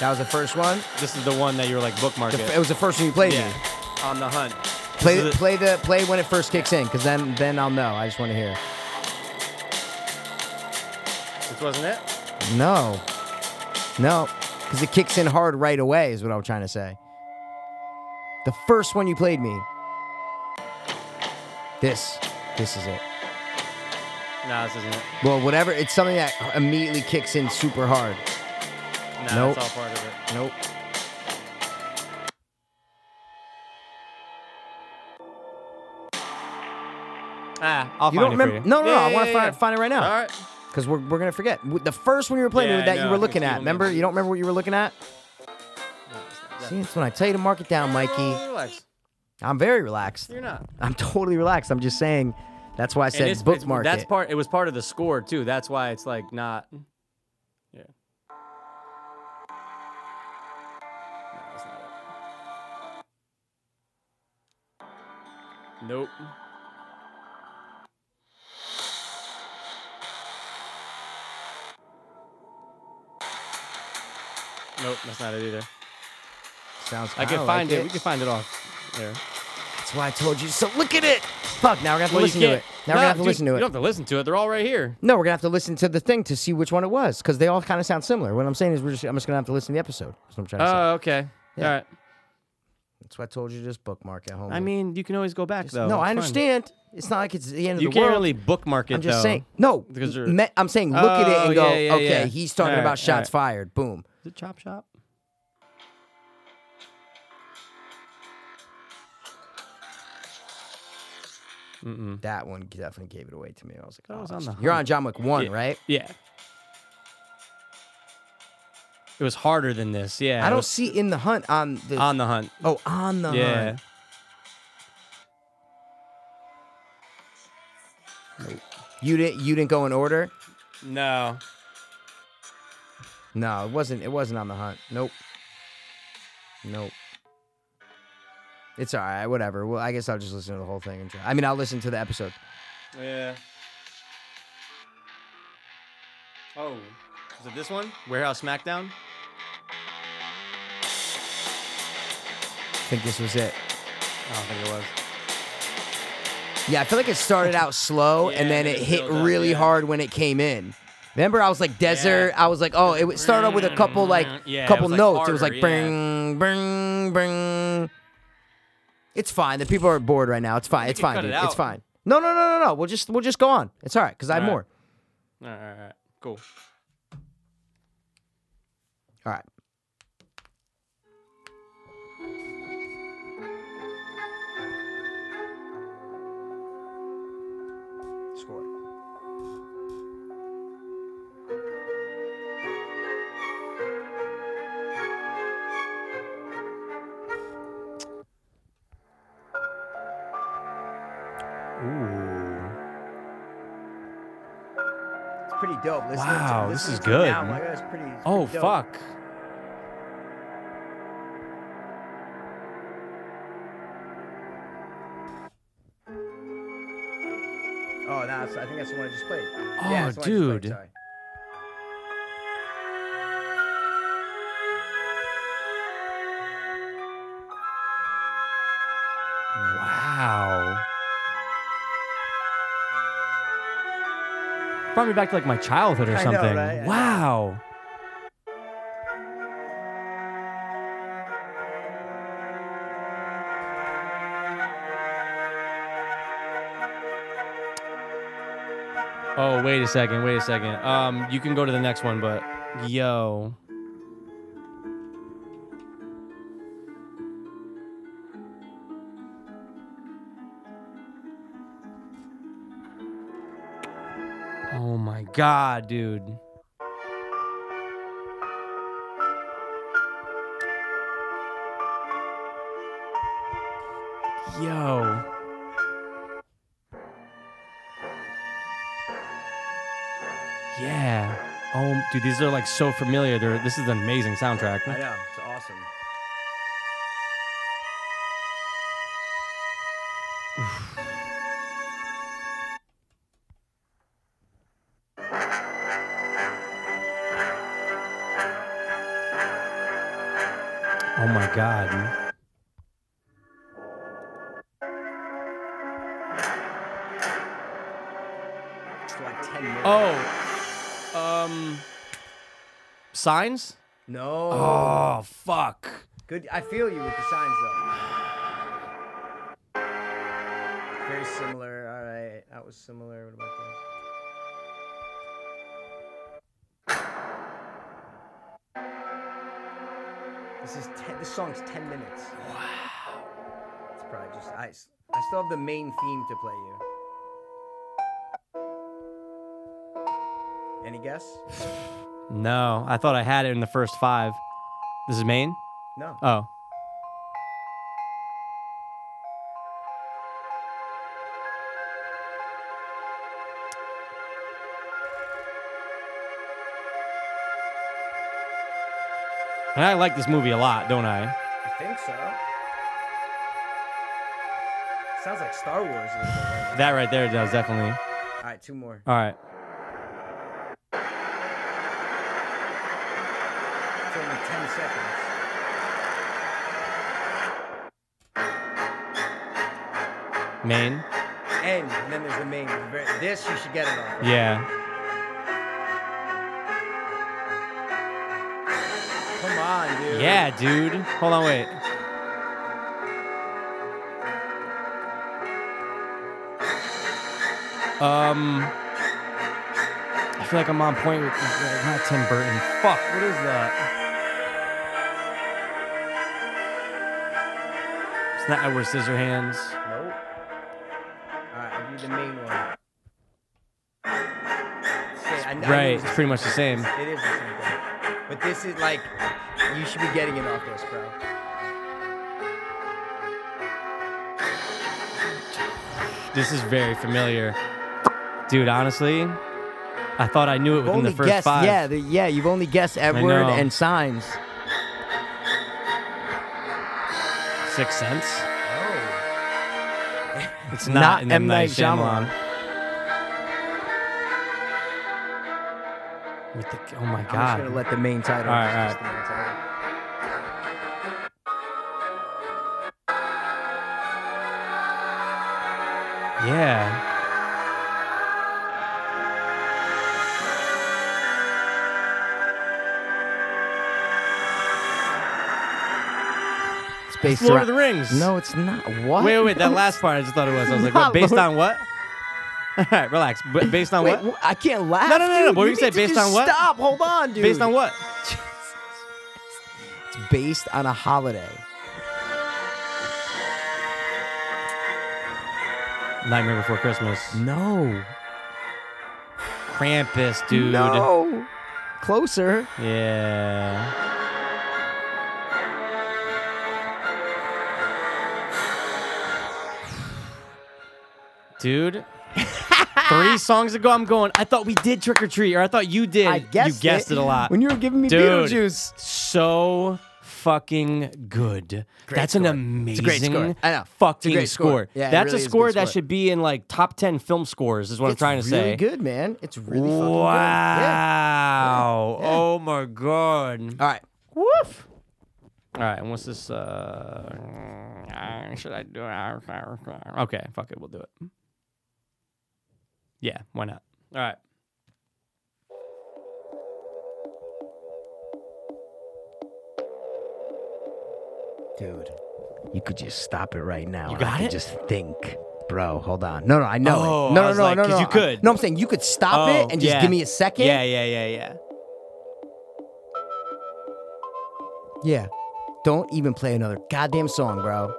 [SPEAKER 1] That was the first one.
[SPEAKER 2] This is the one that you were like bookmark
[SPEAKER 1] The,
[SPEAKER 2] it.
[SPEAKER 1] It was the first one you played.
[SPEAKER 2] yeah.
[SPEAKER 1] me.
[SPEAKER 2] On the hunt.
[SPEAKER 1] Play
[SPEAKER 2] This is
[SPEAKER 1] play the play when it first kicks in, because then then I'll know. I just want to hear. it.
[SPEAKER 2] This wasn't it.
[SPEAKER 1] No, no, because it kicks in hard right away. Is what I'm trying to say. The first one you played me. This this is it.
[SPEAKER 2] No, this isn't it.
[SPEAKER 1] Well, whatever. It's something that immediately kicks in super hard.
[SPEAKER 2] No,
[SPEAKER 1] Nope.
[SPEAKER 2] it's all part of it.
[SPEAKER 1] Nope.
[SPEAKER 2] Ah, I'll
[SPEAKER 1] You
[SPEAKER 2] find
[SPEAKER 1] don't
[SPEAKER 2] it
[SPEAKER 1] remember?
[SPEAKER 2] for you.
[SPEAKER 1] No, no, no.
[SPEAKER 2] Yeah,
[SPEAKER 1] I
[SPEAKER 2] yeah,
[SPEAKER 1] want to
[SPEAKER 2] yeah,
[SPEAKER 1] find,
[SPEAKER 2] yeah.
[SPEAKER 1] find it right now.
[SPEAKER 2] All right.
[SPEAKER 1] Because we're, we're going to forget. W- The first one you were playing
[SPEAKER 2] Yeah,
[SPEAKER 1] with
[SPEAKER 2] I
[SPEAKER 1] that
[SPEAKER 2] know.
[SPEAKER 1] you
[SPEAKER 2] I
[SPEAKER 1] were
[SPEAKER 2] think
[SPEAKER 1] looking at.
[SPEAKER 2] it's the only
[SPEAKER 1] Remember?
[SPEAKER 2] one.
[SPEAKER 1] You don't remember what you were looking at? See, that's when I tell you to mark it down, Mikey.
[SPEAKER 2] Oh, relax.
[SPEAKER 1] I'm very relaxed.
[SPEAKER 2] You're not.
[SPEAKER 1] I'm totally relaxed. I'm just saying. That's why I
[SPEAKER 2] And
[SPEAKER 1] said bookmark
[SPEAKER 2] That's
[SPEAKER 1] it.
[SPEAKER 2] part. It was part of the score too. That's why it's like not. Mm-hmm. Yeah. No, that's not it. Nope. Nope, that's not it either.
[SPEAKER 1] Sounds
[SPEAKER 2] I
[SPEAKER 1] kinda
[SPEAKER 2] can find
[SPEAKER 1] like
[SPEAKER 2] it. We can find it off there.
[SPEAKER 1] That's why I told you. So look at it. Fuck. Now we're gonna have to
[SPEAKER 2] Well,
[SPEAKER 1] listen
[SPEAKER 2] you
[SPEAKER 1] to
[SPEAKER 2] can't.
[SPEAKER 1] it. Now we're gonna
[SPEAKER 2] No,
[SPEAKER 1] have to
[SPEAKER 2] dude,
[SPEAKER 1] listen to
[SPEAKER 2] You
[SPEAKER 1] it.
[SPEAKER 2] don't have to listen to it. They're all right here.
[SPEAKER 1] No, we're gonna have to listen to the thing to see which one it was because they all kind of sound similar. What I'm saying is, we're just, I'm just gonna have to listen to the episode. That's what I'm trying to say.
[SPEAKER 2] Oh, okay.
[SPEAKER 1] Yeah.
[SPEAKER 2] All right.
[SPEAKER 1] That's why I told you to just bookmark at home.
[SPEAKER 2] I mean, you can always go back though.
[SPEAKER 1] no,
[SPEAKER 2] It's
[SPEAKER 1] I
[SPEAKER 2] fine.
[SPEAKER 1] understand. It's not like it's the end of
[SPEAKER 2] You
[SPEAKER 1] the world.
[SPEAKER 2] can't really bookmark it.
[SPEAKER 1] I'm just
[SPEAKER 2] though.
[SPEAKER 1] saying. No,
[SPEAKER 2] Because you're-
[SPEAKER 1] me- I'm saying look at it
[SPEAKER 2] Oh,
[SPEAKER 1] and go,
[SPEAKER 2] yeah, yeah,
[SPEAKER 1] okay,
[SPEAKER 2] yeah.
[SPEAKER 1] he's talking
[SPEAKER 2] Alright,
[SPEAKER 1] about shots
[SPEAKER 2] alright.
[SPEAKER 1] fired. Boom.
[SPEAKER 2] Is it Chop Shop?
[SPEAKER 1] That one definitely gave it away to me. I was like,
[SPEAKER 2] That
[SPEAKER 1] oh,
[SPEAKER 2] was on the
[SPEAKER 1] you're on John Wick one,
[SPEAKER 2] Yeah.
[SPEAKER 1] right?
[SPEAKER 2] Yeah. It was harder than this. Yeah.
[SPEAKER 1] I
[SPEAKER 2] it
[SPEAKER 1] don't
[SPEAKER 2] was
[SPEAKER 1] see in the hunt on the.
[SPEAKER 2] on the hunt.
[SPEAKER 1] oh, on the
[SPEAKER 2] yeah.
[SPEAKER 1] hunt. You didn't. You didn't go in order.
[SPEAKER 2] No.
[SPEAKER 1] No, it wasn't. It wasn't on the hunt. Nope. Nope. It's all right. Whatever. Well, I guess I'll just listen to the whole thing and try. I mean, I'll listen to the episode.
[SPEAKER 2] Yeah. Oh, is it this one? Warehouse SmackDown.
[SPEAKER 1] I think this was it.
[SPEAKER 2] I don't think it was.
[SPEAKER 1] Yeah, I feel like it started out slow
[SPEAKER 2] Yeah,
[SPEAKER 1] and then
[SPEAKER 2] and
[SPEAKER 1] it
[SPEAKER 2] it
[SPEAKER 1] hit
[SPEAKER 2] built up,
[SPEAKER 1] really
[SPEAKER 2] yeah.
[SPEAKER 1] hard when it came in. Remember, I was like desert. I was like, oh, it w- started out with a couple like
[SPEAKER 2] Mm, Yeah, it
[SPEAKER 1] couple
[SPEAKER 2] was, like,
[SPEAKER 1] notes. it was like
[SPEAKER 2] harder,
[SPEAKER 1] bring, bring, bring. It's fine. The people are bored right now. It's fine. It's
[SPEAKER 2] can
[SPEAKER 1] fine,
[SPEAKER 2] cut
[SPEAKER 1] dude.
[SPEAKER 2] it
[SPEAKER 1] it's
[SPEAKER 2] out.
[SPEAKER 1] fine. No, no, no, no, no. We'll just we'll just go on. It's all right because I have
[SPEAKER 2] All right.
[SPEAKER 1] more.
[SPEAKER 2] All right, all right, cool.
[SPEAKER 1] All right. Score. It's pretty dope. Listening
[SPEAKER 2] Wow,
[SPEAKER 1] to,
[SPEAKER 2] this
[SPEAKER 1] listening
[SPEAKER 2] is
[SPEAKER 1] to it
[SPEAKER 2] good.
[SPEAKER 1] now, I'm like, oh, it's pretty, it's
[SPEAKER 2] Oh
[SPEAKER 1] pretty dope.
[SPEAKER 2] fuck.
[SPEAKER 1] Oh, no, that's, I think that's the one I just played.
[SPEAKER 2] Oh,
[SPEAKER 1] yeah, that's the one I just played,
[SPEAKER 2] dude.
[SPEAKER 1] sorry.
[SPEAKER 2] Wow. Brought me back to like my childhood or
[SPEAKER 1] I know,
[SPEAKER 2] something.
[SPEAKER 1] right? I know.
[SPEAKER 2] Wow. Oh, wait a second, wait a second. Um, you can go to the next one, but yo. Oh my god, dude. Yo. Yeah. Oh, dude, these are like so familiar. They're, this is an amazing soundtrack.
[SPEAKER 1] I know. It's awesome.
[SPEAKER 2] Oh my god. Oh. Um. Signs?
[SPEAKER 1] No.
[SPEAKER 2] Oh fuck.
[SPEAKER 1] Good. I feel you with the signs though. Very similar. All right, that was similar. What about this? This is ten, this song's ten minutes. Wow. It's probably just I. s- I still have the main theme to play you. Any guess?
[SPEAKER 2] No, I thought I had it in the first five. This is Maine?
[SPEAKER 1] No.
[SPEAKER 2] Oh. And I like this movie a lot, don't I?
[SPEAKER 1] I think so. Sounds like Star Wars. A little bit right now.
[SPEAKER 2] That right there does definitely.
[SPEAKER 1] All right, two more.
[SPEAKER 2] All right.
[SPEAKER 1] It's only 10 seconds.
[SPEAKER 2] Maine?
[SPEAKER 1] And then there's the main. ver- This you should get it off. of.
[SPEAKER 2] Yeah.
[SPEAKER 1] Come on, dude.
[SPEAKER 2] Yeah, dude. Hold on, wait. Um, I feel like I'm on point with not Tim Burton. Fuck, what is that? It's not Edward Scissorhands.
[SPEAKER 1] Nope. All right, I'll give you the main one. Say, I- I knew it
[SPEAKER 2] Right,
[SPEAKER 1] was the
[SPEAKER 2] it's pretty much the same.
[SPEAKER 1] same- It is the same thing. But this is like, you should be getting it off this, bro.
[SPEAKER 2] This is very familiar, dude. Honestly, I thought I knew it within the first five.
[SPEAKER 1] yeah, the, yeah. You've only guessed Edward
[SPEAKER 2] know.
[SPEAKER 1] and Signs.
[SPEAKER 2] Sixth Sense.
[SPEAKER 1] Oh,
[SPEAKER 2] It's
[SPEAKER 1] Not
[SPEAKER 2] not, in
[SPEAKER 1] M.
[SPEAKER 2] M
[SPEAKER 1] Night
[SPEAKER 2] Night
[SPEAKER 1] Shyamalan.
[SPEAKER 2] Shyamalan. With the, oh my
[SPEAKER 1] I'm just gonna
[SPEAKER 2] god!
[SPEAKER 1] let the main title.
[SPEAKER 2] All right,
[SPEAKER 1] it's
[SPEAKER 2] all
[SPEAKER 1] just the main title.
[SPEAKER 2] yeah.
[SPEAKER 1] It's based
[SPEAKER 2] Lord
[SPEAKER 1] around-
[SPEAKER 2] of the Rings.
[SPEAKER 1] No, it's not. What?
[SPEAKER 2] Wait, wait, wait. That
[SPEAKER 1] No,
[SPEAKER 2] last part I just thought it was. I was like,
[SPEAKER 1] not
[SPEAKER 2] what, based
[SPEAKER 1] Lord-
[SPEAKER 2] on what? All right, relax. B- based on
[SPEAKER 1] Wait,
[SPEAKER 2] what?
[SPEAKER 1] wh- I can't laugh.
[SPEAKER 2] No, no, no, no,
[SPEAKER 1] dude.
[SPEAKER 2] but
[SPEAKER 1] You
[SPEAKER 2] you said
[SPEAKER 1] need to
[SPEAKER 2] based
[SPEAKER 1] just
[SPEAKER 2] on what?
[SPEAKER 1] Stop. Hold on, dude.
[SPEAKER 2] Based on what?
[SPEAKER 1] It's based on a holiday.
[SPEAKER 2] Nightmare Before Christmas.
[SPEAKER 1] No.
[SPEAKER 2] Krampus, dude.
[SPEAKER 1] No. Closer.
[SPEAKER 2] Yeah. Dude. Three songs ago, I'm going. I thought we did trick or treat, or I thought you did.
[SPEAKER 1] I guessed
[SPEAKER 2] you guessed it, a lot.
[SPEAKER 1] When you were giving me
[SPEAKER 2] Dude.
[SPEAKER 1] Beetlejuice.
[SPEAKER 2] so fucking good. That's an
[SPEAKER 1] score.
[SPEAKER 2] amazing
[SPEAKER 1] a great score. I know. It's a
[SPEAKER 2] fucking
[SPEAKER 1] great score. Yeah, it
[SPEAKER 2] That's
[SPEAKER 1] really is
[SPEAKER 2] a
[SPEAKER 1] a
[SPEAKER 2] score
[SPEAKER 1] good
[SPEAKER 2] that
[SPEAKER 1] score.
[SPEAKER 2] should be in like top ten film scores. Is what I'm
[SPEAKER 1] It's
[SPEAKER 2] trying to
[SPEAKER 1] really
[SPEAKER 2] say.
[SPEAKER 1] good, man. It's really fucking good. Yeah.
[SPEAKER 2] Wow. Oh my god.
[SPEAKER 1] All right.
[SPEAKER 2] Woof. All right, and what's this? Uh, should I do it? Okay, fuck it, we'll do it. Yeah, why not? All right.
[SPEAKER 1] Dude, you could just stop it right now. You
[SPEAKER 2] got
[SPEAKER 1] I could
[SPEAKER 2] it?
[SPEAKER 1] Just think. Bro, hold on. No, no, I know
[SPEAKER 2] Oh,
[SPEAKER 1] it. No,
[SPEAKER 2] I
[SPEAKER 1] no,
[SPEAKER 2] was
[SPEAKER 1] no,
[SPEAKER 2] like,
[SPEAKER 1] no,
[SPEAKER 2] 'cause
[SPEAKER 1] no.
[SPEAKER 2] you
[SPEAKER 1] I-
[SPEAKER 2] could.
[SPEAKER 1] no, I'm saying you could stop
[SPEAKER 2] Oh,
[SPEAKER 1] it and just
[SPEAKER 2] yeah.
[SPEAKER 1] give me a second.
[SPEAKER 2] Yeah, yeah, yeah, yeah.
[SPEAKER 1] Yeah. Don't even play another goddamn song, bro.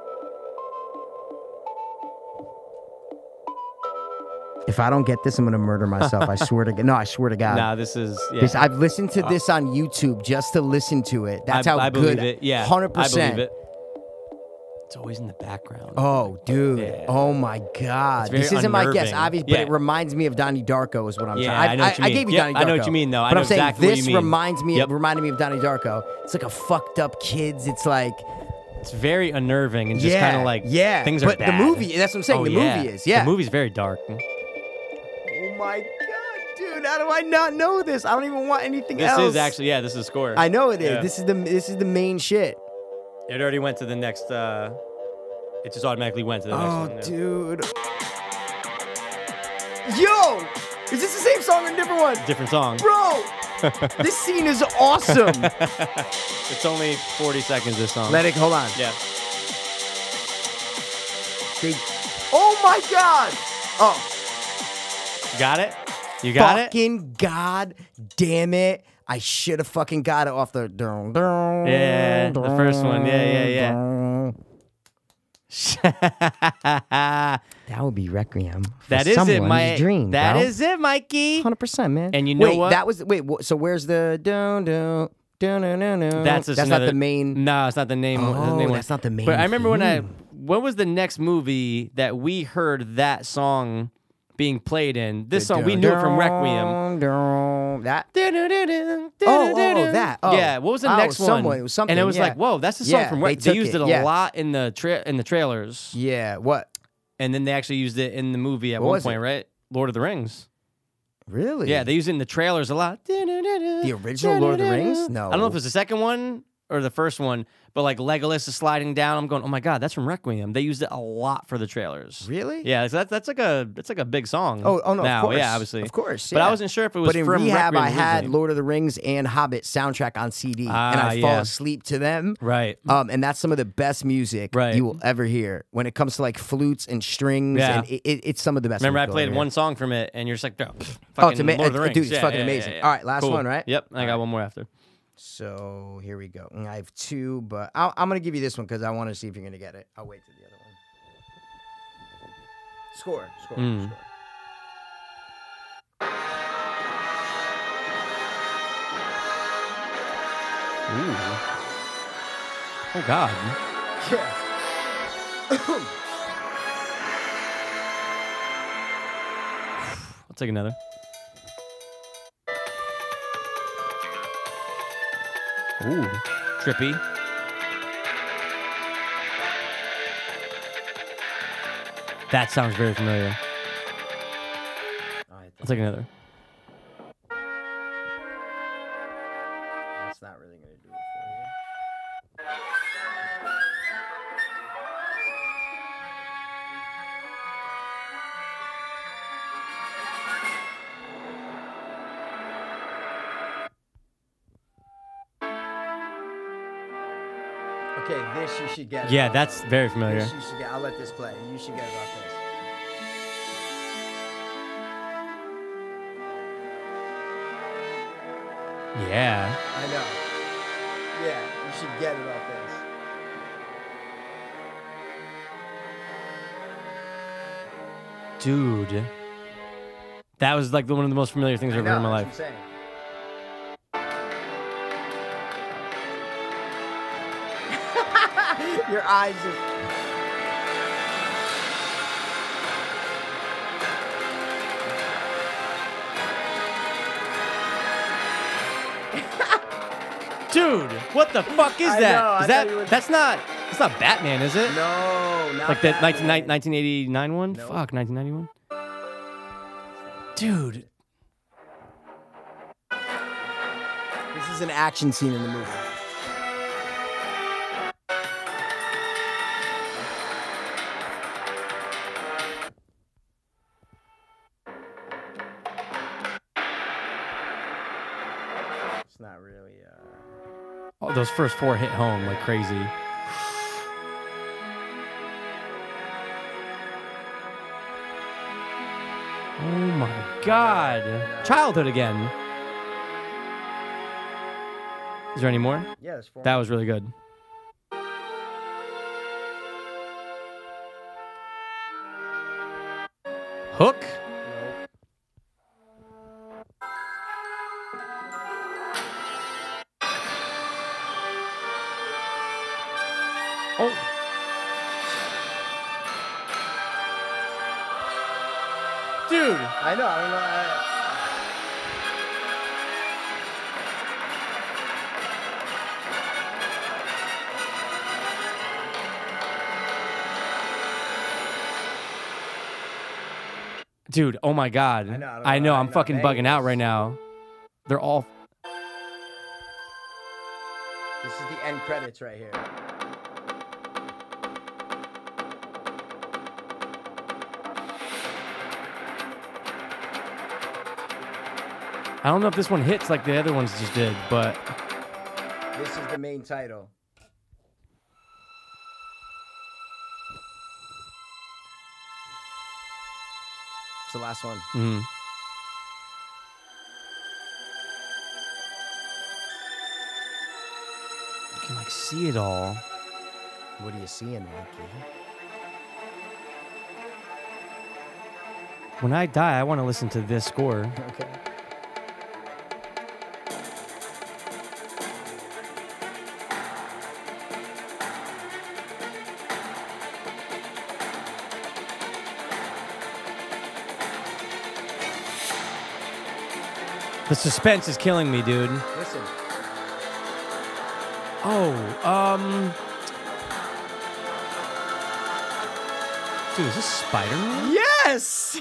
[SPEAKER 1] If I don't get this, I'm gonna murder myself. I swear to God. No, I swear to God.
[SPEAKER 2] Nah, this is yeah.
[SPEAKER 1] Um, This, I've listened to this on YouTube just to listen to it. That's
[SPEAKER 2] I,
[SPEAKER 1] how
[SPEAKER 2] I
[SPEAKER 1] good.
[SPEAKER 2] believe it. Yeah,
[SPEAKER 1] hundred
[SPEAKER 2] I believe
[SPEAKER 1] percent.
[SPEAKER 2] it. It's always in the background.
[SPEAKER 1] Oh, dude.
[SPEAKER 2] Yeah.
[SPEAKER 1] Oh my God.
[SPEAKER 2] very
[SPEAKER 1] This isn't my guess,
[SPEAKER 2] unnerving.
[SPEAKER 1] obviously, but it
[SPEAKER 2] Yeah.
[SPEAKER 1] reminds me of Donnie Darko, is what I'm
[SPEAKER 2] Yeah,
[SPEAKER 1] saying.
[SPEAKER 2] I know what you
[SPEAKER 1] I,
[SPEAKER 2] mean.
[SPEAKER 1] gave you
[SPEAKER 2] Yep,
[SPEAKER 1] Donnie Darko.
[SPEAKER 2] I know what you mean, though. I
[SPEAKER 1] But
[SPEAKER 2] know
[SPEAKER 1] I'm saying
[SPEAKER 2] exactly what
[SPEAKER 1] this
[SPEAKER 2] you mean.
[SPEAKER 1] reminds me.
[SPEAKER 2] Yep.
[SPEAKER 1] Reminded me of Donnie Darko. It's like a fucked up kids. It's like
[SPEAKER 2] It's very unnerving and just
[SPEAKER 1] Yeah,
[SPEAKER 2] kind of like
[SPEAKER 1] yeah.
[SPEAKER 2] things are
[SPEAKER 1] But the
[SPEAKER 2] bad.
[SPEAKER 1] movie- that's what I'm saying,
[SPEAKER 2] Oh,
[SPEAKER 1] the
[SPEAKER 2] yeah.
[SPEAKER 1] movie is, yeah.
[SPEAKER 2] the movie's very dark.
[SPEAKER 1] Oh my god, dude! How do I not know this? I don't even want anything
[SPEAKER 2] This
[SPEAKER 1] else.
[SPEAKER 2] is actually yeah, this is score.
[SPEAKER 1] I know it is.
[SPEAKER 2] Yeah.
[SPEAKER 1] This is the this is the main shit.
[SPEAKER 2] It already went to the next. Uh, it just automatically went to the next
[SPEAKER 1] Oh,
[SPEAKER 2] one. yeah.
[SPEAKER 1] dude. Yo, is this the same song or a different one?
[SPEAKER 2] Different song.
[SPEAKER 1] Bro, this scene is awesome.
[SPEAKER 2] Um, It's only 40 seconds. This song.
[SPEAKER 1] Let it. Hold on.
[SPEAKER 2] Yeah.
[SPEAKER 1] They- oh my God. Oh,
[SPEAKER 2] Got it. You got it.
[SPEAKER 1] fucking god damn it. I should have fucking got it off the.
[SPEAKER 2] Yeah, the first one. Yeah,
[SPEAKER 1] yeah.
[SPEAKER 2] that
[SPEAKER 1] That would be Requiem. for
[SPEAKER 2] is it,
[SPEAKER 1] someone's
[SPEAKER 2] Mike.
[SPEAKER 1] Dream,
[SPEAKER 2] That
[SPEAKER 1] bro.
[SPEAKER 2] is it, Mikey.
[SPEAKER 1] Hundred percent, man.
[SPEAKER 2] And you know
[SPEAKER 1] wait,
[SPEAKER 2] what?
[SPEAKER 1] That was wait. wh- So where's the dun dun dun dun dun? dun.
[SPEAKER 2] That's just
[SPEAKER 1] that's not
[SPEAKER 2] another-
[SPEAKER 1] the main.
[SPEAKER 2] No, it's not the name. the
[SPEAKER 1] Oh,
[SPEAKER 2] name
[SPEAKER 1] that's not the main
[SPEAKER 2] But I remember when I. What was the next movie that we heard that song being played in? This song we knew it from
[SPEAKER 1] Dun,
[SPEAKER 2] Requiem.
[SPEAKER 1] dun, That
[SPEAKER 2] Oh,
[SPEAKER 1] Oh, oh, that. Oh.
[SPEAKER 2] Yeah. What was the
[SPEAKER 1] Oh,
[SPEAKER 2] next one?
[SPEAKER 1] someone- it was
[SPEAKER 2] And it
[SPEAKER 1] something,
[SPEAKER 2] was
[SPEAKER 1] yeah.
[SPEAKER 2] like, whoa, that's the song
[SPEAKER 1] Yeah,
[SPEAKER 2] from.
[SPEAKER 1] they
[SPEAKER 2] Re- they
[SPEAKER 1] took
[SPEAKER 2] used it,
[SPEAKER 1] it,
[SPEAKER 2] a
[SPEAKER 1] yeah.
[SPEAKER 2] lot in the tra- in the trailers,
[SPEAKER 1] yeah. What
[SPEAKER 2] and then they actually used it in the movie at
[SPEAKER 1] What
[SPEAKER 2] one
[SPEAKER 1] was
[SPEAKER 2] point,
[SPEAKER 1] it?
[SPEAKER 2] right? Lord of the Rings.
[SPEAKER 1] really?
[SPEAKER 2] Yeah, they use it in the trailers a lot. The
[SPEAKER 1] original Lord of the Rings? No.
[SPEAKER 2] I don't know if it's the second one or the first one, but like Legolas is sliding down. I'm going, oh my god, that's from Requiem. They used it a lot for the trailers.
[SPEAKER 1] really.
[SPEAKER 2] Yeah, so that's that's like a that's like a big song.
[SPEAKER 1] Oh, oh no.
[SPEAKER 2] now.
[SPEAKER 1] of course.
[SPEAKER 2] yeah, obviously,
[SPEAKER 1] Of course.
[SPEAKER 2] But I
[SPEAKER 1] yeah.
[SPEAKER 2] wasn't sure if it was
[SPEAKER 1] But in
[SPEAKER 2] from
[SPEAKER 1] rehab,
[SPEAKER 2] Requiem
[SPEAKER 1] I had
[SPEAKER 2] originally.
[SPEAKER 1] Lord of the Rings and Hobbit soundtrack on CD, and
[SPEAKER 2] Ah,
[SPEAKER 1] I fall
[SPEAKER 2] yeah.
[SPEAKER 1] asleep to them.
[SPEAKER 2] right.
[SPEAKER 1] Um, and that's some of the best music
[SPEAKER 2] Right.
[SPEAKER 1] you will ever hear when it comes to like flutes and strings.
[SPEAKER 2] Yeah.
[SPEAKER 1] And it, it, it's some of the best.
[SPEAKER 2] Remember, I
[SPEAKER 1] music you'll
[SPEAKER 2] played
[SPEAKER 1] ever hear.
[SPEAKER 2] one song from it, and you're just like, oh, pff,
[SPEAKER 1] Oh, it's
[SPEAKER 2] fucking
[SPEAKER 1] ama-
[SPEAKER 2] Lord of the
[SPEAKER 1] uh,
[SPEAKER 2] Rings.
[SPEAKER 1] dude, it's
[SPEAKER 2] Yeah,
[SPEAKER 1] fucking
[SPEAKER 2] yeah, yeah,
[SPEAKER 1] amazing.
[SPEAKER 2] yeah.
[SPEAKER 1] All right, last
[SPEAKER 2] Cool.
[SPEAKER 1] one, right?
[SPEAKER 2] Yep, I got one more after.
[SPEAKER 1] So here we go. I have two, but I'll, I'm gonna give you this one because I want to see if you're gonna get it. I'll wait till the other one. Score, score, score.
[SPEAKER 2] Oh God.
[SPEAKER 1] Yeah.
[SPEAKER 2] I'll take another. Ooh, trippy. That sounds very familiar.
[SPEAKER 1] All right,
[SPEAKER 2] I'll take another.
[SPEAKER 1] that's not really gonna do it for you. Okay, this you should get.
[SPEAKER 2] Yeah,
[SPEAKER 1] off
[SPEAKER 2] that's
[SPEAKER 1] of.
[SPEAKER 2] very familiar.
[SPEAKER 1] This you should get. I'll let this play. You should get it off this.
[SPEAKER 2] Yeah.
[SPEAKER 1] I know. Yeah, you should get it off this.
[SPEAKER 2] Dude. That was like the- one of the most familiar things I've ever heard in my life.
[SPEAKER 1] Your eyes just.
[SPEAKER 2] Dude, what the fuck is
[SPEAKER 1] I
[SPEAKER 2] that?
[SPEAKER 1] know, I
[SPEAKER 2] Is
[SPEAKER 1] thought you
[SPEAKER 2] that
[SPEAKER 1] would-
[SPEAKER 2] that's not that's not Batman, is it?
[SPEAKER 1] No, not
[SPEAKER 2] Like that 19, 1989 one?
[SPEAKER 1] Nope.
[SPEAKER 2] Fuck, 1991? Dude.
[SPEAKER 1] This is an action scene in the movie. It's not really. Uh...
[SPEAKER 2] Oh, those first four hit home like crazy. Oh my god. Childhood again. Is there any more?
[SPEAKER 1] Yeah, there's four.
[SPEAKER 2] That was really good. Hook? Oh. Dude.
[SPEAKER 1] I know. I don't know. I...
[SPEAKER 2] Dude, oh my god.
[SPEAKER 1] know,
[SPEAKER 2] I
[SPEAKER 1] I
[SPEAKER 2] know,
[SPEAKER 1] don't
[SPEAKER 2] I
[SPEAKER 1] know, I
[SPEAKER 2] am
[SPEAKER 1] know,
[SPEAKER 2] fucking bugging out
[SPEAKER 1] bangers.
[SPEAKER 2] right now. They're all
[SPEAKER 1] This is the end credits right here.
[SPEAKER 2] I don't know if this one hits like the other ones just did, but
[SPEAKER 1] This is the main title. It's the last one.
[SPEAKER 2] mm, you can like see it all.
[SPEAKER 1] What are you seeing, Mikey?
[SPEAKER 2] When I die, I want to listen to this score.
[SPEAKER 1] Okay.
[SPEAKER 2] The suspense is killing me, dude.
[SPEAKER 1] Listen.
[SPEAKER 2] Oh, um. Dude, is this Spider Man?
[SPEAKER 1] Yes.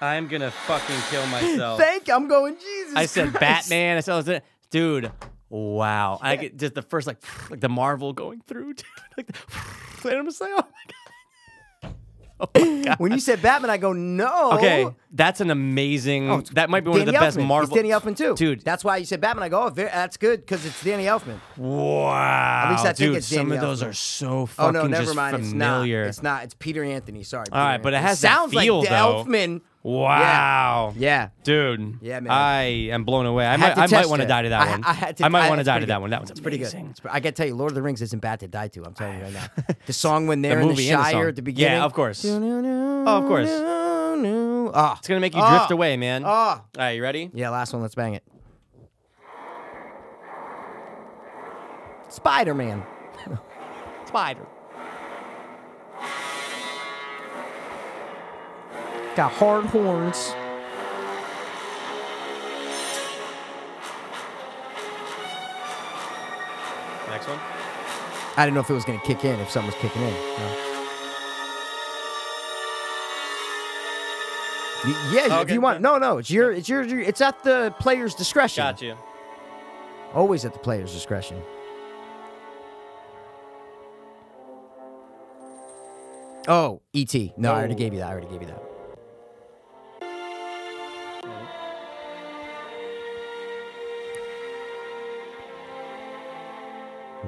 [SPEAKER 2] I'm gonna fucking kill myself.
[SPEAKER 1] Thank. I'm going Jesus.
[SPEAKER 2] I said
[SPEAKER 1] Christ.
[SPEAKER 2] Batman. I said, I said- dude, wow. I get just the first like, like the Marvel going through, dude. Like, the, and I'm just like, oh my god. Oh my god.
[SPEAKER 1] When you said Batman, I go no.
[SPEAKER 2] Okay, Oh. that's an amazing.
[SPEAKER 1] Oh, it's
[SPEAKER 2] that might be one of
[SPEAKER 1] Danny
[SPEAKER 2] the best
[SPEAKER 1] Elfman.
[SPEAKER 2] Marvel.
[SPEAKER 1] It's Danny Elfman too,
[SPEAKER 2] dude.
[SPEAKER 1] That's why you said Batman. I go, oh, ve- that's good because it's Danny Elfman.
[SPEAKER 2] wow.
[SPEAKER 1] least I think
[SPEAKER 2] dude,
[SPEAKER 1] it's
[SPEAKER 2] some
[SPEAKER 1] Danny
[SPEAKER 2] of those
[SPEAKER 1] Elfman.
[SPEAKER 2] are so
[SPEAKER 1] Oh
[SPEAKER 2] fucking
[SPEAKER 1] no, never
[SPEAKER 2] just
[SPEAKER 1] mind.
[SPEAKER 2] familiar.
[SPEAKER 1] It's not. It's not. It's Peter Anthony. Sorry. All
[SPEAKER 2] right,
[SPEAKER 1] right,
[SPEAKER 2] but it has that
[SPEAKER 1] sounds
[SPEAKER 2] feel,
[SPEAKER 1] like the
[SPEAKER 2] though.
[SPEAKER 1] Elfman.
[SPEAKER 2] Wow.
[SPEAKER 1] Yeah.
[SPEAKER 2] Dude,
[SPEAKER 1] Yeah, man.
[SPEAKER 2] I am blown away. I
[SPEAKER 1] Had
[SPEAKER 2] might,
[SPEAKER 1] to
[SPEAKER 2] I might
[SPEAKER 1] test
[SPEAKER 2] want to
[SPEAKER 1] it.
[SPEAKER 2] die to that
[SPEAKER 1] I-
[SPEAKER 2] one.
[SPEAKER 1] I, had to,
[SPEAKER 2] I might
[SPEAKER 1] I-
[SPEAKER 2] want to
[SPEAKER 1] it's
[SPEAKER 2] die
[SPEAKER 1] pretty
[SPEAKER 2] to that
[SPEAKER 1] good.
[SPEAKER 2] one. That one's
[SPEAKER 1] It's pretty good.
[SPEAKER 2] amazing.
[SPEAKER 1] It's pre- I gotta tell you, Lord of the Rings isn't bad to die to. I'm telling you right now. The song when they're
[SPEAKER 2] The
[SPEAKER 1] in the
[SPEAKER 2] movie and the
[SPEAKER 1] Shire
[SPEAKER 2] song.
[SPEAKER 1] at the beginning.
[SPEAKER 2] Yeah, of course.
[SPEAKER 1] Oh,
[SPEAKER 2] of course.
[SPEAKER 1] Ah,
[SPEAKER 2] It's gonna make you
[SPEAKER 1] Ah.
[SPEAKER 2] drift away, man. All
[SPEAKER 1] Ah.
[SPEAKER 2] right, you ready?
[SPEAKER 1] Yeah, last one. Let's bang it. Spider Man.
[SPEAKER 2] Spider.
[SPEAKER 1] Got hard horns.
[SPEAKER 2] Next one.
[SPEAKER 1] I didn't know if it was going to kick in, if something was kicking in. No. Y- Yeah, if
[SPEAKER 2] Okay.
[SPEAKER 1] you want. No, no, it's your, it's your, your- it's at the player's discretion.
[SPEAKER 2] Got you.
[SPEAKER 1] Always at the player's discretion. Oh, ET. No, I already
[SPEAKER 2] Oh.
[SPEAKER 1] gave you that. I already gave you that.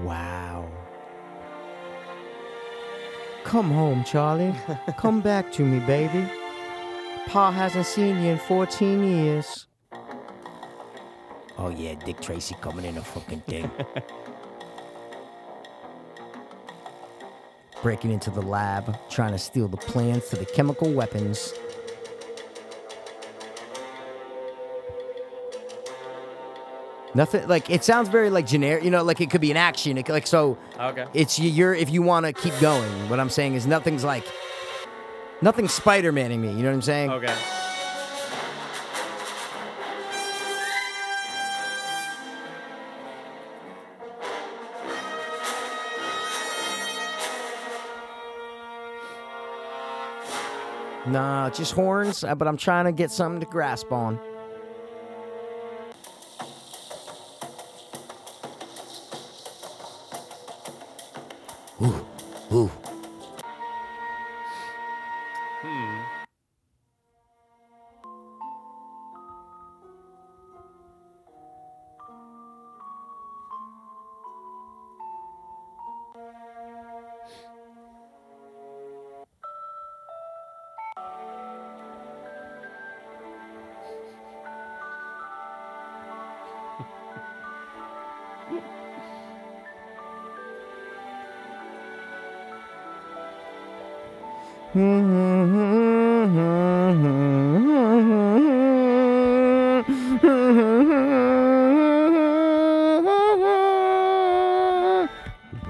[SPEAKER 1] Wow. Come home, Charlie. Come back to me, baby. Pa hasn't seen you in 14 years. Oh, yeah, Dick Tracy coming in a fucking thing. Breaking into the lab, trying to steal the plans to the chemical weapons. Nothing like it sounds very like generic, you know, like it could be an action. It, could- like so,
[SPEAKER 2] Okay.
[SPEAKER 1] it's y- you're if you want to keep going. What I'm saying is nothing's like nothing's Spider-Maning me. You know what I'm saying?
[SPEAKER 2] Okay.
[SPEAKER 1] Nah, just horns. uh, But I'm trying to get something to grasp on. Ooh, ooh.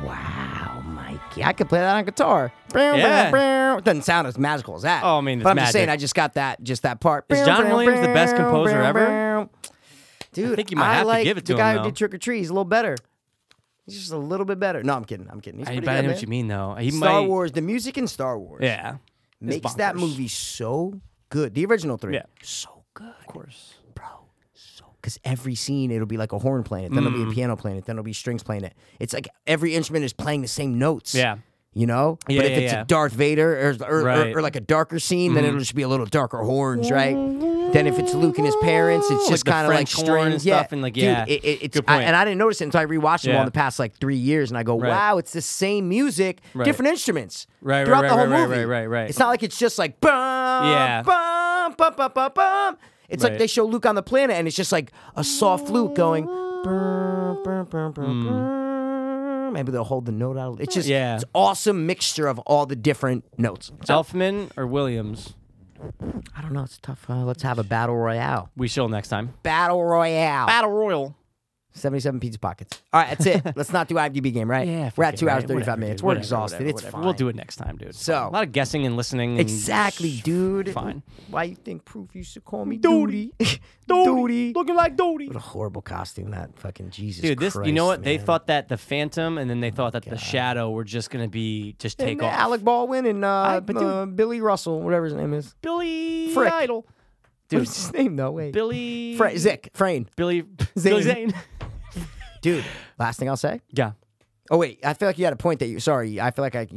[SPEAKER 1] Wow, Mikey. I could play that on guitar.
[SPEAKER 2] Yeah.
[SPEAKER 1] It doesn't sound as magical as that.
[SPEAKER 2] Oh, I mean, it's
[SPEAKER 1] but I'm just
[SPEAKER 2] magic.
[SPEAKER 1] saying, I just got that, just that part.
[SPEAKER 2] Is John Williams the best composer ever?
[SPEAKER 1] Dude,
[SPEAKER 2] think you might have to
[SPEAKER 1] like
[SPEAKER 2] give it
[SPEAKER 1] the
[SPEAKER 2] to him,
[SPEAKER 1] guy
[SPEAKER 2] though.
[SPEAKER 1] who did Trick or Treat. He's a little better. He's just a little bit better. No, I'm kidding. I'm kidding. He's
[SPEAKER 2] I,
[SPEAKER 1] pretty
[SPEAKER 2] but I
[SPEAKER 1] good,
[SPEAKER 2] know
[SPEAKER 1] man.
[SPEAKER 2] what you mean, though. He
[SPEAKER 1] Star
[SPEAKER 2] might.
[SPEAKER 1] Wars, the music in Star Wars
[SPEAKER 2] Yeah. It's
[SPEAKER 1] makes that
[SPEAKER 2] bonkers.
[SPEAKER 1] movie so good. The original three.
[SPEAKER 2] Yeah.
[SPEAKER 1] So good,
[SPEAKER 2] Of course.
[SPEAKER 1] bro. So because every scene it'll be like a horn playing it, then
[SPEAKER 2] Mm.
[SPEAKER 1] it'll be a piano playing it, then it'll be strings playing it. It's like every instrument is playing the same notes.
[SPEAKER 2] Yeah.
[SPEAKER 1] You know?
[SPEAKER 2] Yeah,
[SPEAKER 1] but if
[SPEAKER 2] yeah,
[SPEAKER 1] it's
[SPEAKER 2] yeah.
[SPEAKER 1] a Darth Vader or or, or-
[SPEAKER 2] Right. Mm-hmm.
[SPEAKER 1] or like a darker scene, then it'll just be a little darker horns, right? Then if it's Luke and his parents, it's
[SPEAKER 2] Like
[SPEAKER 1] just
[SPEAKER 2] the
[SPEAKER 1] kind of like
[SPEAKER 2] French horn
[SPEAKER 1] string
[SPEAKER 2] and
[SPEAKER 1] yeah.
[SPEAKER 2] stuff and like,
[SPEAKER 1] Dude,
[SPEAKER 2] yeah.
[SPEAKER 1] it- it- it's
[SPEAKER 2] Good
[SPEAKER 1] I-
[SPEAKER 2] point.
[SPEAKER 1] and I didn't notice it until I rewatched them all
[SPEAKER 2] Yeah.
[SPEAKER 1] in the past like three years, and I go,
[SPEAKER 2] Right.
[SPEAKER 1] wow, it's the same music,
[SPEAKER 2] Right.
[SPEAKER 1] different instruments
[SPEAKER 2] Right, right,
[SPEAKER 1] throughout the
[SPEAKER 2] right,
[SPEAKER 1] whole
[SPEAKER 2] right,
[SPEAKER 1] movie.
[SPEAKER 2] right, right, right.
[SPEAKER 1] It's not like it's just like bum,
[SPEAKER 2] Yeah.
[SPEAKER 1] bum, bum, bum, bum, bum. It's like
[SPEAKER 2] Right.
[SPEAKER 1] they show Luke on the planet, and it's just like a soft flute going. Bum, bum, bum, bum, bum. Maybe they'll hold the note out. It's just
[SPEAKER 2] Hmm. Yeah.
[SPEAKER 1] it's awesome mixture of all the different notes.
[SPEAKER 2] Elfman or Williams?
[SPEAKER 1] I don't know. It's tough. Uh, let's have a battle royale.
[SPEAKER 2] We shall next time.
[SPEAKER 1] Battle royale.
[SPEAKER 2] Battle Royal.
[SPEAKER 1] 77 pizza pockets. All right, that's it. Let's not do IMDb game, right?
[SPEAKER 2] Yeah, fuck
[SPEAKER 1] We're at
[SPEAKER 2] it,
[SPEAKER 1] two hours,
[SPEAKER 2] right?
[SPEAKER 1] 35
[SPEAKER 2] Whatever,
[SPEAKER 1] minutes.
[SPEAKER 2] dude.
[SPEAKER 1] We're
[SPEAKER 2] Whatever,
[SPEAKER 1] exhausted.
[SPEAKER 2] whatever,
[SPEAKER 1] it's
[SPEAKER 2] whatever.
[SPEAKER 1] fine.
[SPEAKER 2] We'll do it next time, dude.
[SPEAKER 1] So-
[SPEAKER 2] a lot of guessing and listening. and-
[SPEAKER 1] Exactly, dude.
[SPEAKER 2] Fine.
[SPEAKER 1] Why you think Proof used to call me
[SPEAKER 2] Duty.
[SPEAKER 1] Duty? Duty. What
[SPEAKER 2] Looking like Doty.
[SPEAKER 1] a horrible costume, that fucking Jesus.
[SPEAKER 2] Dude, this you
[SPEAKER 1] Christ,
[SPEAKER 2] know what? They
[SPEAKER 1] man.
[SPEAKER 2] thought that the Phantom and then they thought that the Shadow were just gonna be just take
[SPEAKER 1] And, uh,
[SPEAKER 2] off.
[SPEAKER 1] Alec Baldwin and uh,
[SPEAKER 2] but
[SPEAKER 1] uh, Billy Russell, whatever his name is.
[SPEAKER 2] Billy
[SPEAKER 1] Frick.
[SPEAKER 2] Idol.
[SPEAKER 1] Dude.
[SPEAKER 2] Dude.
[SPEAKER 1] What's his name, though? Wait.
[SPEAKER 2] Billy
[SPEAKER 1] Fra- Zick. Frayne.
[SPEAKER 2] Billy
[SPEAKER 1] Zane.
[SPEAKER 2] Billy Zane.
[SPEAKER 1] Dude, last thing I'll say.
[SPEAKER 2] yeah.
[SPEAKER 1] Oh, wait. I feel like you had a point that you. Sorry. I feel like I.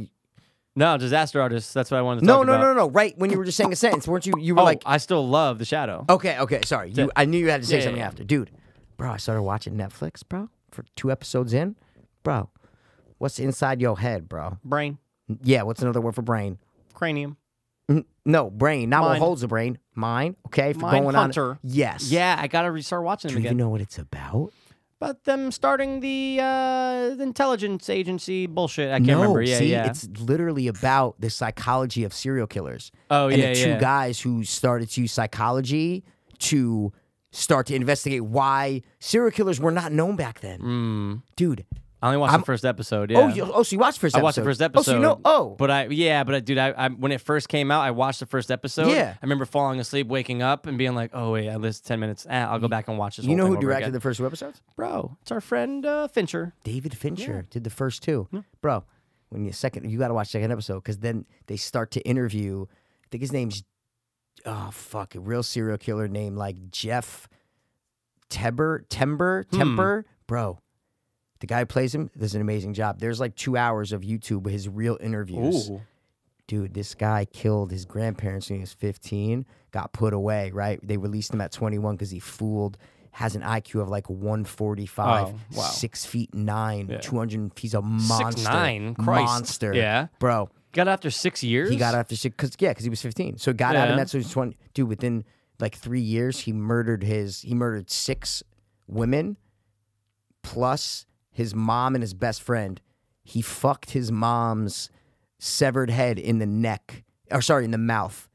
[SPEAKER 2] No, disaster artist. That's what I wanted to
[SPEAKER 1] No,
[SPEAKER 2] talk
[SPEAKER 1] no,
[SPEAKER 2] about.
[SPEAKER 1] no, no. Right when you were just saying a sentence, weren't you? You were
[SPEAKER 2] Oh,
[SPEAKER 1] like, Oh.
[SPEAKER 2] I still love the Shadow.
[SPEAKER 1] Okay, okay, sorry. You, I knew you had to say
[SPEAKER 2] yeah,
[SPEAKER 1] something
[SPEAKER 2] yeah.
[SPEAKER 1] after, dude. Bro, I started watching Netflix, bro. For two episodes in, bro. What's inside your head, bro?
[SPEAKER 2] Brain,
[SPEAKER 1] Yeah, what's another word for brain?
[SPEAKER 2] cranium.
[SPEAKER 1] N- No, brain. Not what
[SPEAKER 2] Mind.
[SPEAKER 1] holds the brain. Mind. Okay, for
[SPEAKER 2] Mind
[SPEAKER 1] going on.
[SPEAKER 2] Hunter.
[SPEAKER 1] Yes.
[SPEAKER 2] Yeah, I gotta re- start watching them
[SPEAKER 1] Do you
[SPEAKER 2] again.
[SPEAKER 1] know what it's about?
[SPEAKER 2] But them starting the uh, intelligence agency bullshit. I can't
[SPEAKER 1] no.
[SPEAKER 2] remember. Yeah,
[SPEAKER 1] see,
[SPEAKER 2] yeah.
[SPEAKER 1] it's literally about the psychology of serial killers.
[SPEAKER 2] Oh,
[SPEAKER 1] and the
[SPEAKER 2] yeah,
[SPEAKER 1] two
[SPEAKER 2] yeah.
[SPEAKER 1] guys who started to use psychology to start to investigate why serial killers were not known back then.
[SPEAKER 2] Mm.
[SPEAKER 1] Dude,
[SPEAKER 2] I only watched
[SPEAKER 1] I'm-
[SPEAKER 2] the first episode. Yeah.
[SPEAKER 1] Oh, you, oh, so you watched the first
[SPEAKER 2] I
[SPEAKER 1] episode.
[SPEAKER 2] watched the first episode.
[SPEAKER 1] Oh, so you know, oh.
[SPEAKER 2] but I yeah, but I, dude, I, I when it first came out, I watched the first episode.
[SPEAKER 1] Yeah.
[SPEAKER 2] I remember falling asleep, waking up, and being like, "Oh wait, I missed ten minutes. Eh, I'll go back and watch this."
[SPEAKER 1] you know who directed the first two episodes?
[SPEAKER 2] bro? It's our friend uh, Fincher.
[SPEAKER 1] David Fincher did the first two. Bro, when you second, you got to watch second episode because then they start to interview, I think his name's, oh, fuck, a real serial killer named like Jeff Teber, Tember,
[SPEAKER 2] Hmm.
[SPEAKER 1] Temper. Bro, the guy who plays him does an amazing job. There's like two hours of YouTube with his real interviews.
[SPEAKER 2] Ooh,
[SPEAKER 1] dude, this guy killed his grandparents when he was 15, got put away, right? They released him at 21 because he fooled, has an IQ of like 145,
[SPEAKER 2] Oh, wow.
[SPEAKER 1] six feet nine, 200, he's a monster.
[SPEAKER 2] six nine, Christ,
[SPEAKER 1] Monster.
[SPEAKER 2] Yeah,
[SPEAKER 1] Bro,
[SPEAKER 2] got it after six years.
[SPEAKER 1] he got after six, cause, yeah, because he was 15. So got out of
[SPEAKER 2] Yeah.
[SPEAKER 1] that, so he's 20. Dude, within like three years, he murdered his, he murdered six women plus his mom and his best friend. He fucked his mom's severed head in the neck, or sorry, in the mouth.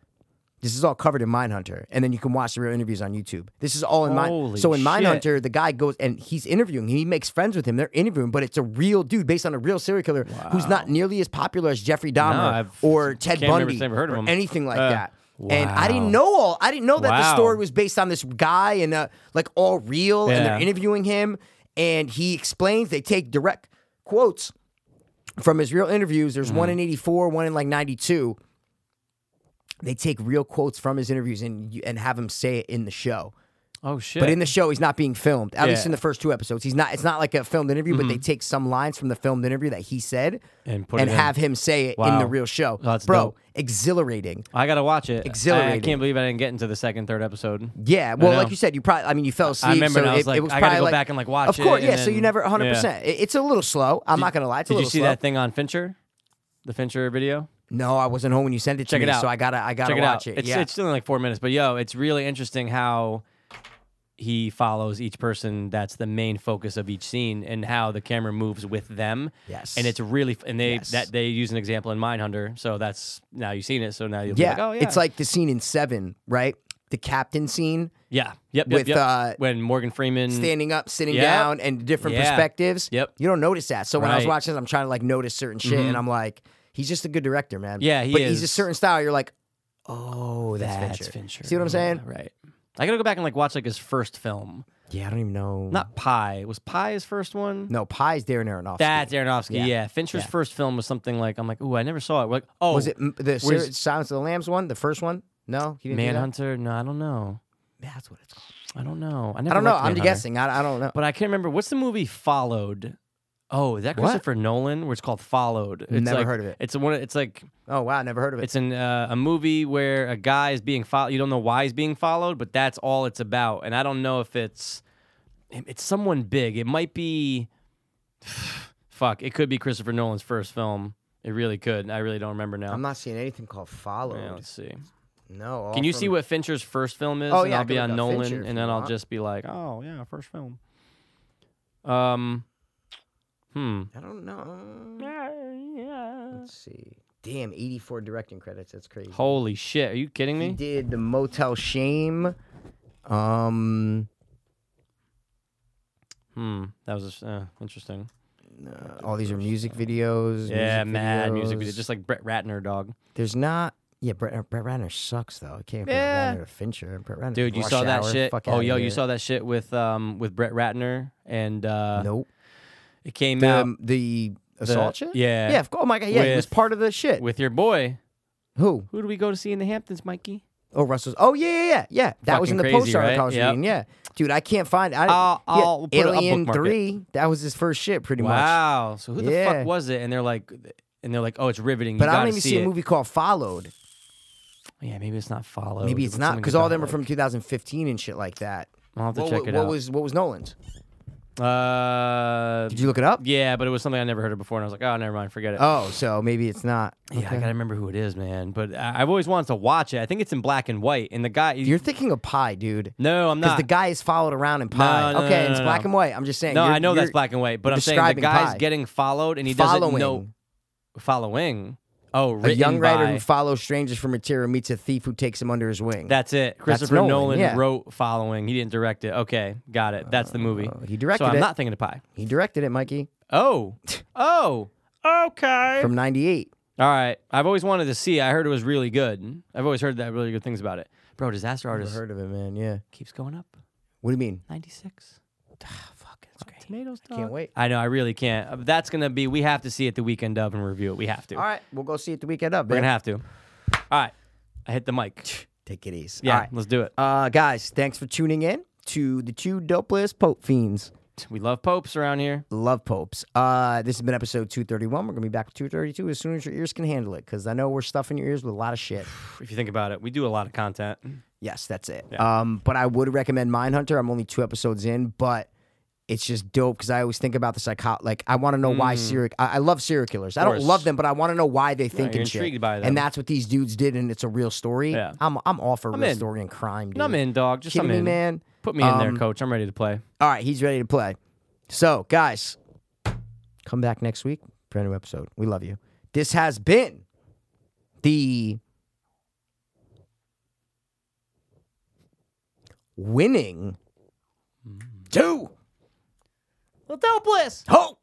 [SPEAKER 1] This is all covered in Mindhunter, and then you can watch the real interviews on YouTube. This is all in Mind.
[SPEAKER 2] Holy
[SPEAKER 1] So in
[SPEAKER 2] shit.
[SPEAKER 1] Mindhunter, the guy goes and he's interviewing. He makes friends with him. They're interviewing, but it's a real dude based on a real serial killer who's not nearly as popular as Jeffrey Dahmer
[SPEAKER 2] I've-
[SPEAKER 1] or Ted
[SPEAKER 2] can't remember-
[SPEAKER 1] Bundy
[SPEAKER 2] never heard of
[SPEAKER 1] or
[SPEAKER 2] him.
[SPEAKER 1] anything like
[SPEAKER 2] Uh,
[SPEAKER 1] that. And I
[SPEAKER 2] wow.
[SPEAKER 1] didn't know all. I didn't know that the
[SPEAKER 2] Wow.
[SPEAKER 1] story was based on this guy and uh, like all real, and they're
[SPEAKER 2] Yeah.
[SPEAKER 1] interviewing him, and he explains. They take direct quotes from his real interviews. There's one
[SPEAKER 2] Mm-hmm.
[SPEAKER 1] in '84, one in like '92. They take real quotes from his interviews and you- and have him say it in the show.
[SPEAKER 2] Oh shit!
[SPEAKER 1] But in the show, he's not being filmed. At least
[SPEAKER 2] Yeah. Mm-hmm.
[SPEAKER 1] in the first two episodes, he's not. It's not like a filmed interview, but they take some lines from the filmed interview that he said
[SPEAKER 2] And put it in.
[SPEAKER 1] have him say it in
[SPEAKER 2] Wow.
[SPEAKER 1] the real show.
[SPEAKER 2] That's
[SPEAKER 1] Bro,
[SPEAKER 2] dope.
[SPEAKER 1] exhilarating.
[SPEAKER 2] I gotta watch it. I- I
[SPEAKER 1] Exhilarating.
[SPEAKER 2] can't believe I didn't get into the second, third episode.
[SPEAKER 1] Yeah, well,
[SPEAKER 2] know.
[SPEAKER 1] like you said, you probably. I mean, you fell asleep.
[SPEAKER 2] remember
[SPEAKER 1] so
[SPEAKER 2] and I was
[SPEAKER 1] it,
[SPEAKER 2] like,
[SPEAKER 1] it was
[SPEAKER 2] I gotta
[SPEAKER 1] probably
[SPEAKER 2] go
[SPEAKER 1] like-
[SPEAKER 2] back and, like, watch
[SPEAKER 1] Of course,
[SPEAKER 2] it,
[SPEAKER 1] yeah.
[SPEAKER 2] and
[SPEAKER 1] so you
[SPEAKER 2] then-
[SPEAKER 1] never 100. percent It's a little slow. I'm not gonna lie. It's a
[SPEAKER 2] Did you
[SPEAKER 1] little
[SPEAKER 2] see
[SPEAKER 1] slow.
[SPEAKER 2] that thing on Fincher? The Fincher video.
[SPEAKER 1] No, I wasn't home when you sent it to
[SPEAKER 2] Check
[SPEAKER 1] me,
[SPEAKER 2] it out.
[SPEAKER 1] so I gotta, I gotta
[SPEAKER 2] Check it
[SPEAKER 1] watch
[SPEAKER 2] out.
[SPEAKER 1] it.
[SPEAKER 2] It's,
[SPEAKER 1] yeah,
[SPEAKER 2] it's still in like four minutes, but yo, it's really interesting how he follows each person. That's the main focus of each scene, and how the camera moves with them.
[SPEAKER 1] Yes.
[SPEAKER 2] and it's really f- and they
[SPEAKER 1] Yes.
[SPEAKER 2] that they use an example in Mindhunter. So that's now you've seen it. So now you'll
[SPEAKER 1] yeah.
[SPEAKER 2] be like, oh yeah,
[SPEAKER 1] It's like the scene in Seven, right? The captain scene,
[SPEAKER 2] yeah, yep, yep,
[SPEAKER 1] with,
[SPEAKER 2] yep.
[SPEAKER 1] uh,
[SPEAKER 2] when Morgan Freeman
[SPEAKER 1] standing up, sitting
[SPEAKER 2] Mm. Yep.
[SPEAKER 1] down, and different
[SPEAKER 2] Yeah.
[SPEAKER 1] perspectives.
[SPEAKER 2] Yep.
[SPEAKER 1] You don't notice that. So when I was
[SPEAKER 2] Right. Mm-hmm.
[SPEAKER 1] watching, this, I'm trying to like notice certain shit, and I'm like, he's just a good director, man.
[SPEAKER 2] Yeah, he
[SPEAKER 1] but he's a
[SPEAKER 2] is.
[SPEAKER 1] certain style. You're like, oh, that's,
[SPEAKER 2] That's
[SPEAKER 1] Fincher.
[SPEAKER 2] Fincher.
[SPEAKER 1] See what I'm saying?
[SPEAKER 2] Yeah, right. I gotta go back and like watch like his first film.
[SPEAKER 1] Yeah, I don't even know.
[SPEAKER 2] Not Pie. Was Pie his first one?
[SPEAKER 1] no, Pie's there and Aronofsky.
[SPEAKER 2] That's Aronofsky.
[SPEAKER 1] Yeah.
[SPEAKER 2] Yeah. Fincher's
[SPEAKER 1] Yeah.
[SPEAKER 2] first film was something like I'm like, ooh, I never saw it. We're like, oh,
[SPEAKER 1] Was it m- the Sir-
[SPEAKER 2] where's-
[SPEAKER 1] Silence of the Lambs one? The first one? No, he didn't. do that?
[SPEAKER 2] Manhunter? No, I don't know.
[SPEAKER 1] That's what it's called.
[SPEAKER 2] I don't know. I,
[SPEAKER 1] I
[SPEAKER 2] never
[SPEAKER 1] don't know.
[SPEAKER 2] liked
[SPEAKER 1] I'm
[SPEAKER 2] Manhunter.
[SPEAKER 1] guessing. I, I don't know.
[SPEAKER 2] But I can't remember. What's the movie followed? Oh, is that Christopher Nolan? Where it's called Followed. It's
[SPEAKER 1] Never
[SPEAKER 2] like-
[SPEAKER 1] heard of it.
[SPEAKER 2] It's one. It's like
[SPEAKER 1] Oh wow, never heard of it.
[SPEAKER 2] it's an uh, a movie where a guy is being followed. You don't know why he's being followed, but that's all it's about. And I don't know if it's it's someone big. It might be fuck. It could be Christopher Nolan's first film. It really could. I really don't remember now.
[SPEAKER 1] I'm not seeing anything called Follow.
[SPEAKER 2] uh, Yeah, let's see.
[SPEAKER 1] No. all
[SPEAKER 2] Can you
[SPEAKER 1] from-
[SPEAKER 2] see what Fincher's first film is?
[SPEAKER 1] Oh,
[SPEAKER 2] and
[SPEAKER 1] yeah, I
[SPEAKER 2] I'll
[SPEAKER 1] can
[SPEAKER 2] be
[SPEAKER 1] look
[SPEAKER 2] on
[SPEAKER 1] up
[SPEAKER 2] Nolan,
[SPEAKER 1] Fincher if
[SPEAKER 2] and
[SPEAKER 1] you
[SPEAKER 2] then I'll
[SPEAKER 1] want.
[SPEAKER 2] just be like, oh yeah, first film. Um, hmm.
[SPEAKER 1] I don't know. Let's see. Damn, 84 directing credits. That's crazy.
[SPEAKER 2] Holy shit! Are you kidding
[SPEAKER 1] He
[SPEAKER 2] me?
[SPEAKER 1] did the Motel Shame. Um,
[SPEAKER 2] Hmm. That was just, uh, interesting.
[SPEAKER 1] uh, all these are music videos.
[SPEAKER 2] Yeah,
[SPEAKER 1] music
[SPEAKER 2] mad music
[SPEAKER 1] videos.
[SPEAKER 2] video, just like Brett Ratner, dog.
[SPEAKER 1] There's not. Yeah, Brett, Brett Ratner sucks though. I can't
[SPEAKER 2] Yeah.
[SPEAKER 1] Brett Ratner to Fincher. Brett Ratner.
[SPEAKER 2] Dude, you
[SPEAKER 1] Rush
[SPEAKER 2] saw that
[SPEAKER 1] Hour,
[SPEAKER 2] shit?
[SPEAKER 1] fuck
[SPEAKER 2] Oh,
[SPEAKER 1] outta
[SPEAKER 2] yo, you
[SPEAKER 1] here.
[SPEAKER 2] saw that shit with um with Brett Ratner and uh
[SPEAKER 1] Nope.
[SPEAKER 2] it came out
[SPEAKER 1] The, the assault shit.
[SPEAKER 2] yeah.
[SPEAKER 1] Yeah. Of course. Oh my god. Yeah, he was
[SPEAKER 2] With-
[SPEAKER 1] part of the shit.
[SPEAKER 2] with your boy.
[SPEAKER 1] Who?
[SPEAKER 2] Who do we go to see in the Hamptons, Mikey?
[SPEAKER 1] Oh, Russell's. Oh yeah, yeah, yeah. yeah. That was
[SPEAKER 2] Fucking
[SPEAKER 1] in the post
[SPEAKER 2] crazy, right?
[SPEAKER 1] college
[SPEAKER 2] Yep.
[SPEAKER 1] reunion. Yeah. Dude, I can't find. I,
[SPEAKER 2] I'll-
[SPEAKER 1] yeah,
[SPEAKER 2] I'll put it- I'll
[SPEAKER 1] Alien
[SPEAKER 2] bookmark it.
[SPEAKER 1] Three. That was his first shit, pretty much.
[SPEAKER 2] Wow. So who the
[SPEAKER 1] Yeah.
[SPEAKER 2] fuck was it? And they're like and they're like, "Oh, it's riveting."
[SPEAKER 1] But
[SPEAKER 2] you
[SPEAKER 1] I
[SPEAKER 2] gotta
[SPEAKER 1] don't even see,
[SPEAKER 2] it. Oh,
[SPEAKER 1] a movie called Followed.
[SPEAKER 2] Yeah, maybe it's not followed.
[SPEAKER 1] Maybe
[SPEAKER 2] It
[SPEAKER 1] it's
[SPEAKER 2] was
[SPEAKER 1] not
[SPEAKER 2] something
[SPEAKER 1] because all them are
[SPEAKER 2] about,
[SPEAKER 1] from
[SPEAKER 2] like-
[SPEAKER 1] 2015 and shit like that.
[SPEAKER 2] I'll have to
[SPEAKER 1] what,
[SPEAKER 2] check
[SPEAKER 1] wa-
[SPEAKER 2] it
[SPEAKER 1] what
[SPEAKER 2] out.
[SPEAKER 1] was what was Nolan's?
[SPEAKER 2] uh,
[SPEAKER 1] Did you look it up?
[SPEAKER 2] yeah, but it was something I never heard of before, and I was like, "Oh, never mind, forget it."
[SPEAKER 1] Oh, so maybe it's not.
[SPEAKER 2] Yeah, I gotta remember who it is, man. But I- I've always wanted to watch it. I think it's in black and white. And the guy,
[SPEAKER 1] You're thinking of Pie, dude.
[SPEAKER 2] no, I'm
[SPEAKER 1] Because
[SPEAKER 2] not.
[SPEAKER 1] the guy is followed around in Pie.
[SPEAKER 2] no, no,
[SPEAKER 1] okay,
[SPEAKER 2] no,
[SPEAKER 1] it's
[SPEAKER 2] no,
[SPEAKER 1] black
[SPEAKER 2] no.
[SPEAKER 1] and white. I'm just saying.
[SPEAKER 2] no,
[SPEAKER 1] you're-
[SPEAKER 2] I know that's
[SPEAKER 1] you're
[SPEAKER 2] black and white, but
[SPEAKER 1] you're
[SPEAKER 2] I'm saying the
[SPEAKER 1] describing
[SPEAKER 2] guy's
[SPEAKER 1] Pi.
[SPEAKER 2] getting followed, and he doesn't
[SPEAKER 1] Following.
[SPEAKER 2] know following. Oh,
[SPEAKER 1] A
[SPEAKER 2] written
[SPEAKER 1] young writer
[SPEAKER 2] by-
[SPEAKER 1] who follows strangers for material meets a thief who takes him under his wing.
[SPEAKER 2] That's it. Christopher
[SPEAKER 1] Nolan, yeah.
[SPEAKER 2] wrote following. He didn't direct it. Okay, got it. That's the movie.
[SPEAKER 1] Oh, he directed
[SPEAKER 2] So I'm
[SPEAKER 1] it.
[SPEAKER 2] not thinking of pie.
[SPEAKER 1] he directed it, Mikey,
[SPEAKER 2] Oh, oh, okay.
[SPEAKER 1] from '98.
[SPEAKER 2] All right. I've always wanted to see. it. I heard it was really good. I've always heard that really good things about it. Bro, Disaster Artist
[SPEAKER 1] Heard of it, man? Yeah.
[SPEAKER 2] keeps going up.
[SPEAKER 1] What do you mean?
[SPEAKER 2] 96.
[SPEAKER 1] Ah,
[SPEAKER 2] Fuck, it's great. Tomatoes, dog.
[SPEAKER 1] Can't wait.
[SPEAKER 2] I know, I really can't. Uh, That's gonna be. We have to see it the weekend of and review it. We have to.
[SPEAKER 1] All right, we'll go see it the weekend up.
[SPEAKER 2] We're
[SPEAKER 1] man.
[SPEAKER 2] gonna have to. All right. I hit the mic.
[SPEAKER 1] Take it easy.
[SPEAKER 2] Yeah,
[SPEAKER 1] All right.
[SPEAKER 2] let's do it.
[SPEAKER 1] Uh, guys, thanks for tuning in to the two dopeless Pope Fiends.
[SPEAKER 2] We love popes around here.
[SPEAKER 1] Love popes. Uh, this has been episode 231. We're gonna be back with 232 as soon as your ears can handle it, because I know we're stuffing your ears with a lot of shit.
[SPEAKER 2] If you think about it, we do a lot of content.
[SPEAKER 1] Mm-hmm. Yes, that's it. Um, but I would recommend Mindhunter. I'm only two episodes in, but it's just dope because I always think about the psycho. Like, I want to know why serial. I, I love serial killers. I don't
[SPEAKER 2] Mm-hmm. course.
[SPEAKER 1] love them, but I want to know why they think
[SPEAKER 2] you're
[SPEAKER 1] and shit.
[SPEAKER 2] intrigued by them.
[SPEAKER 1] And that's what these dudes did, and it's a real story.
[SPEAKER 2] Yeah.
[SPEAKER 1] I'm I'm all for real
[SPEAKER 2] in.
[SPEAKER 1] story and crime. Dude.
[SPEAKER 2] No, I'm in, dog. Just
[SPEAKER 1] Kidding
[SPEAKER 2] I'm
[SPEAKER 1] me,
[SPEAKER 2] in.
[SPEAKER 1] man.
[SPEAKER 2] Put me in there,
[SPEAKER 1] Um,
[SPEAKER 2] coach. I'm ready to play.
[SPEAKER 1] All right, he's ready to play. So, guys, come back next week for a new episode. We love you. This has been the winning two.
[SPEAKER 2] Well, dopeless.
[SPEAKER 1] Ho!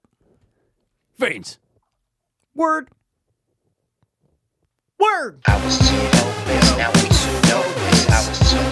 [SPEAKER 2] Fiends.
[SPEAKER 1] Word. Word.
[SPEAKER 3] I was too hopeless, now we too hopeless. I was too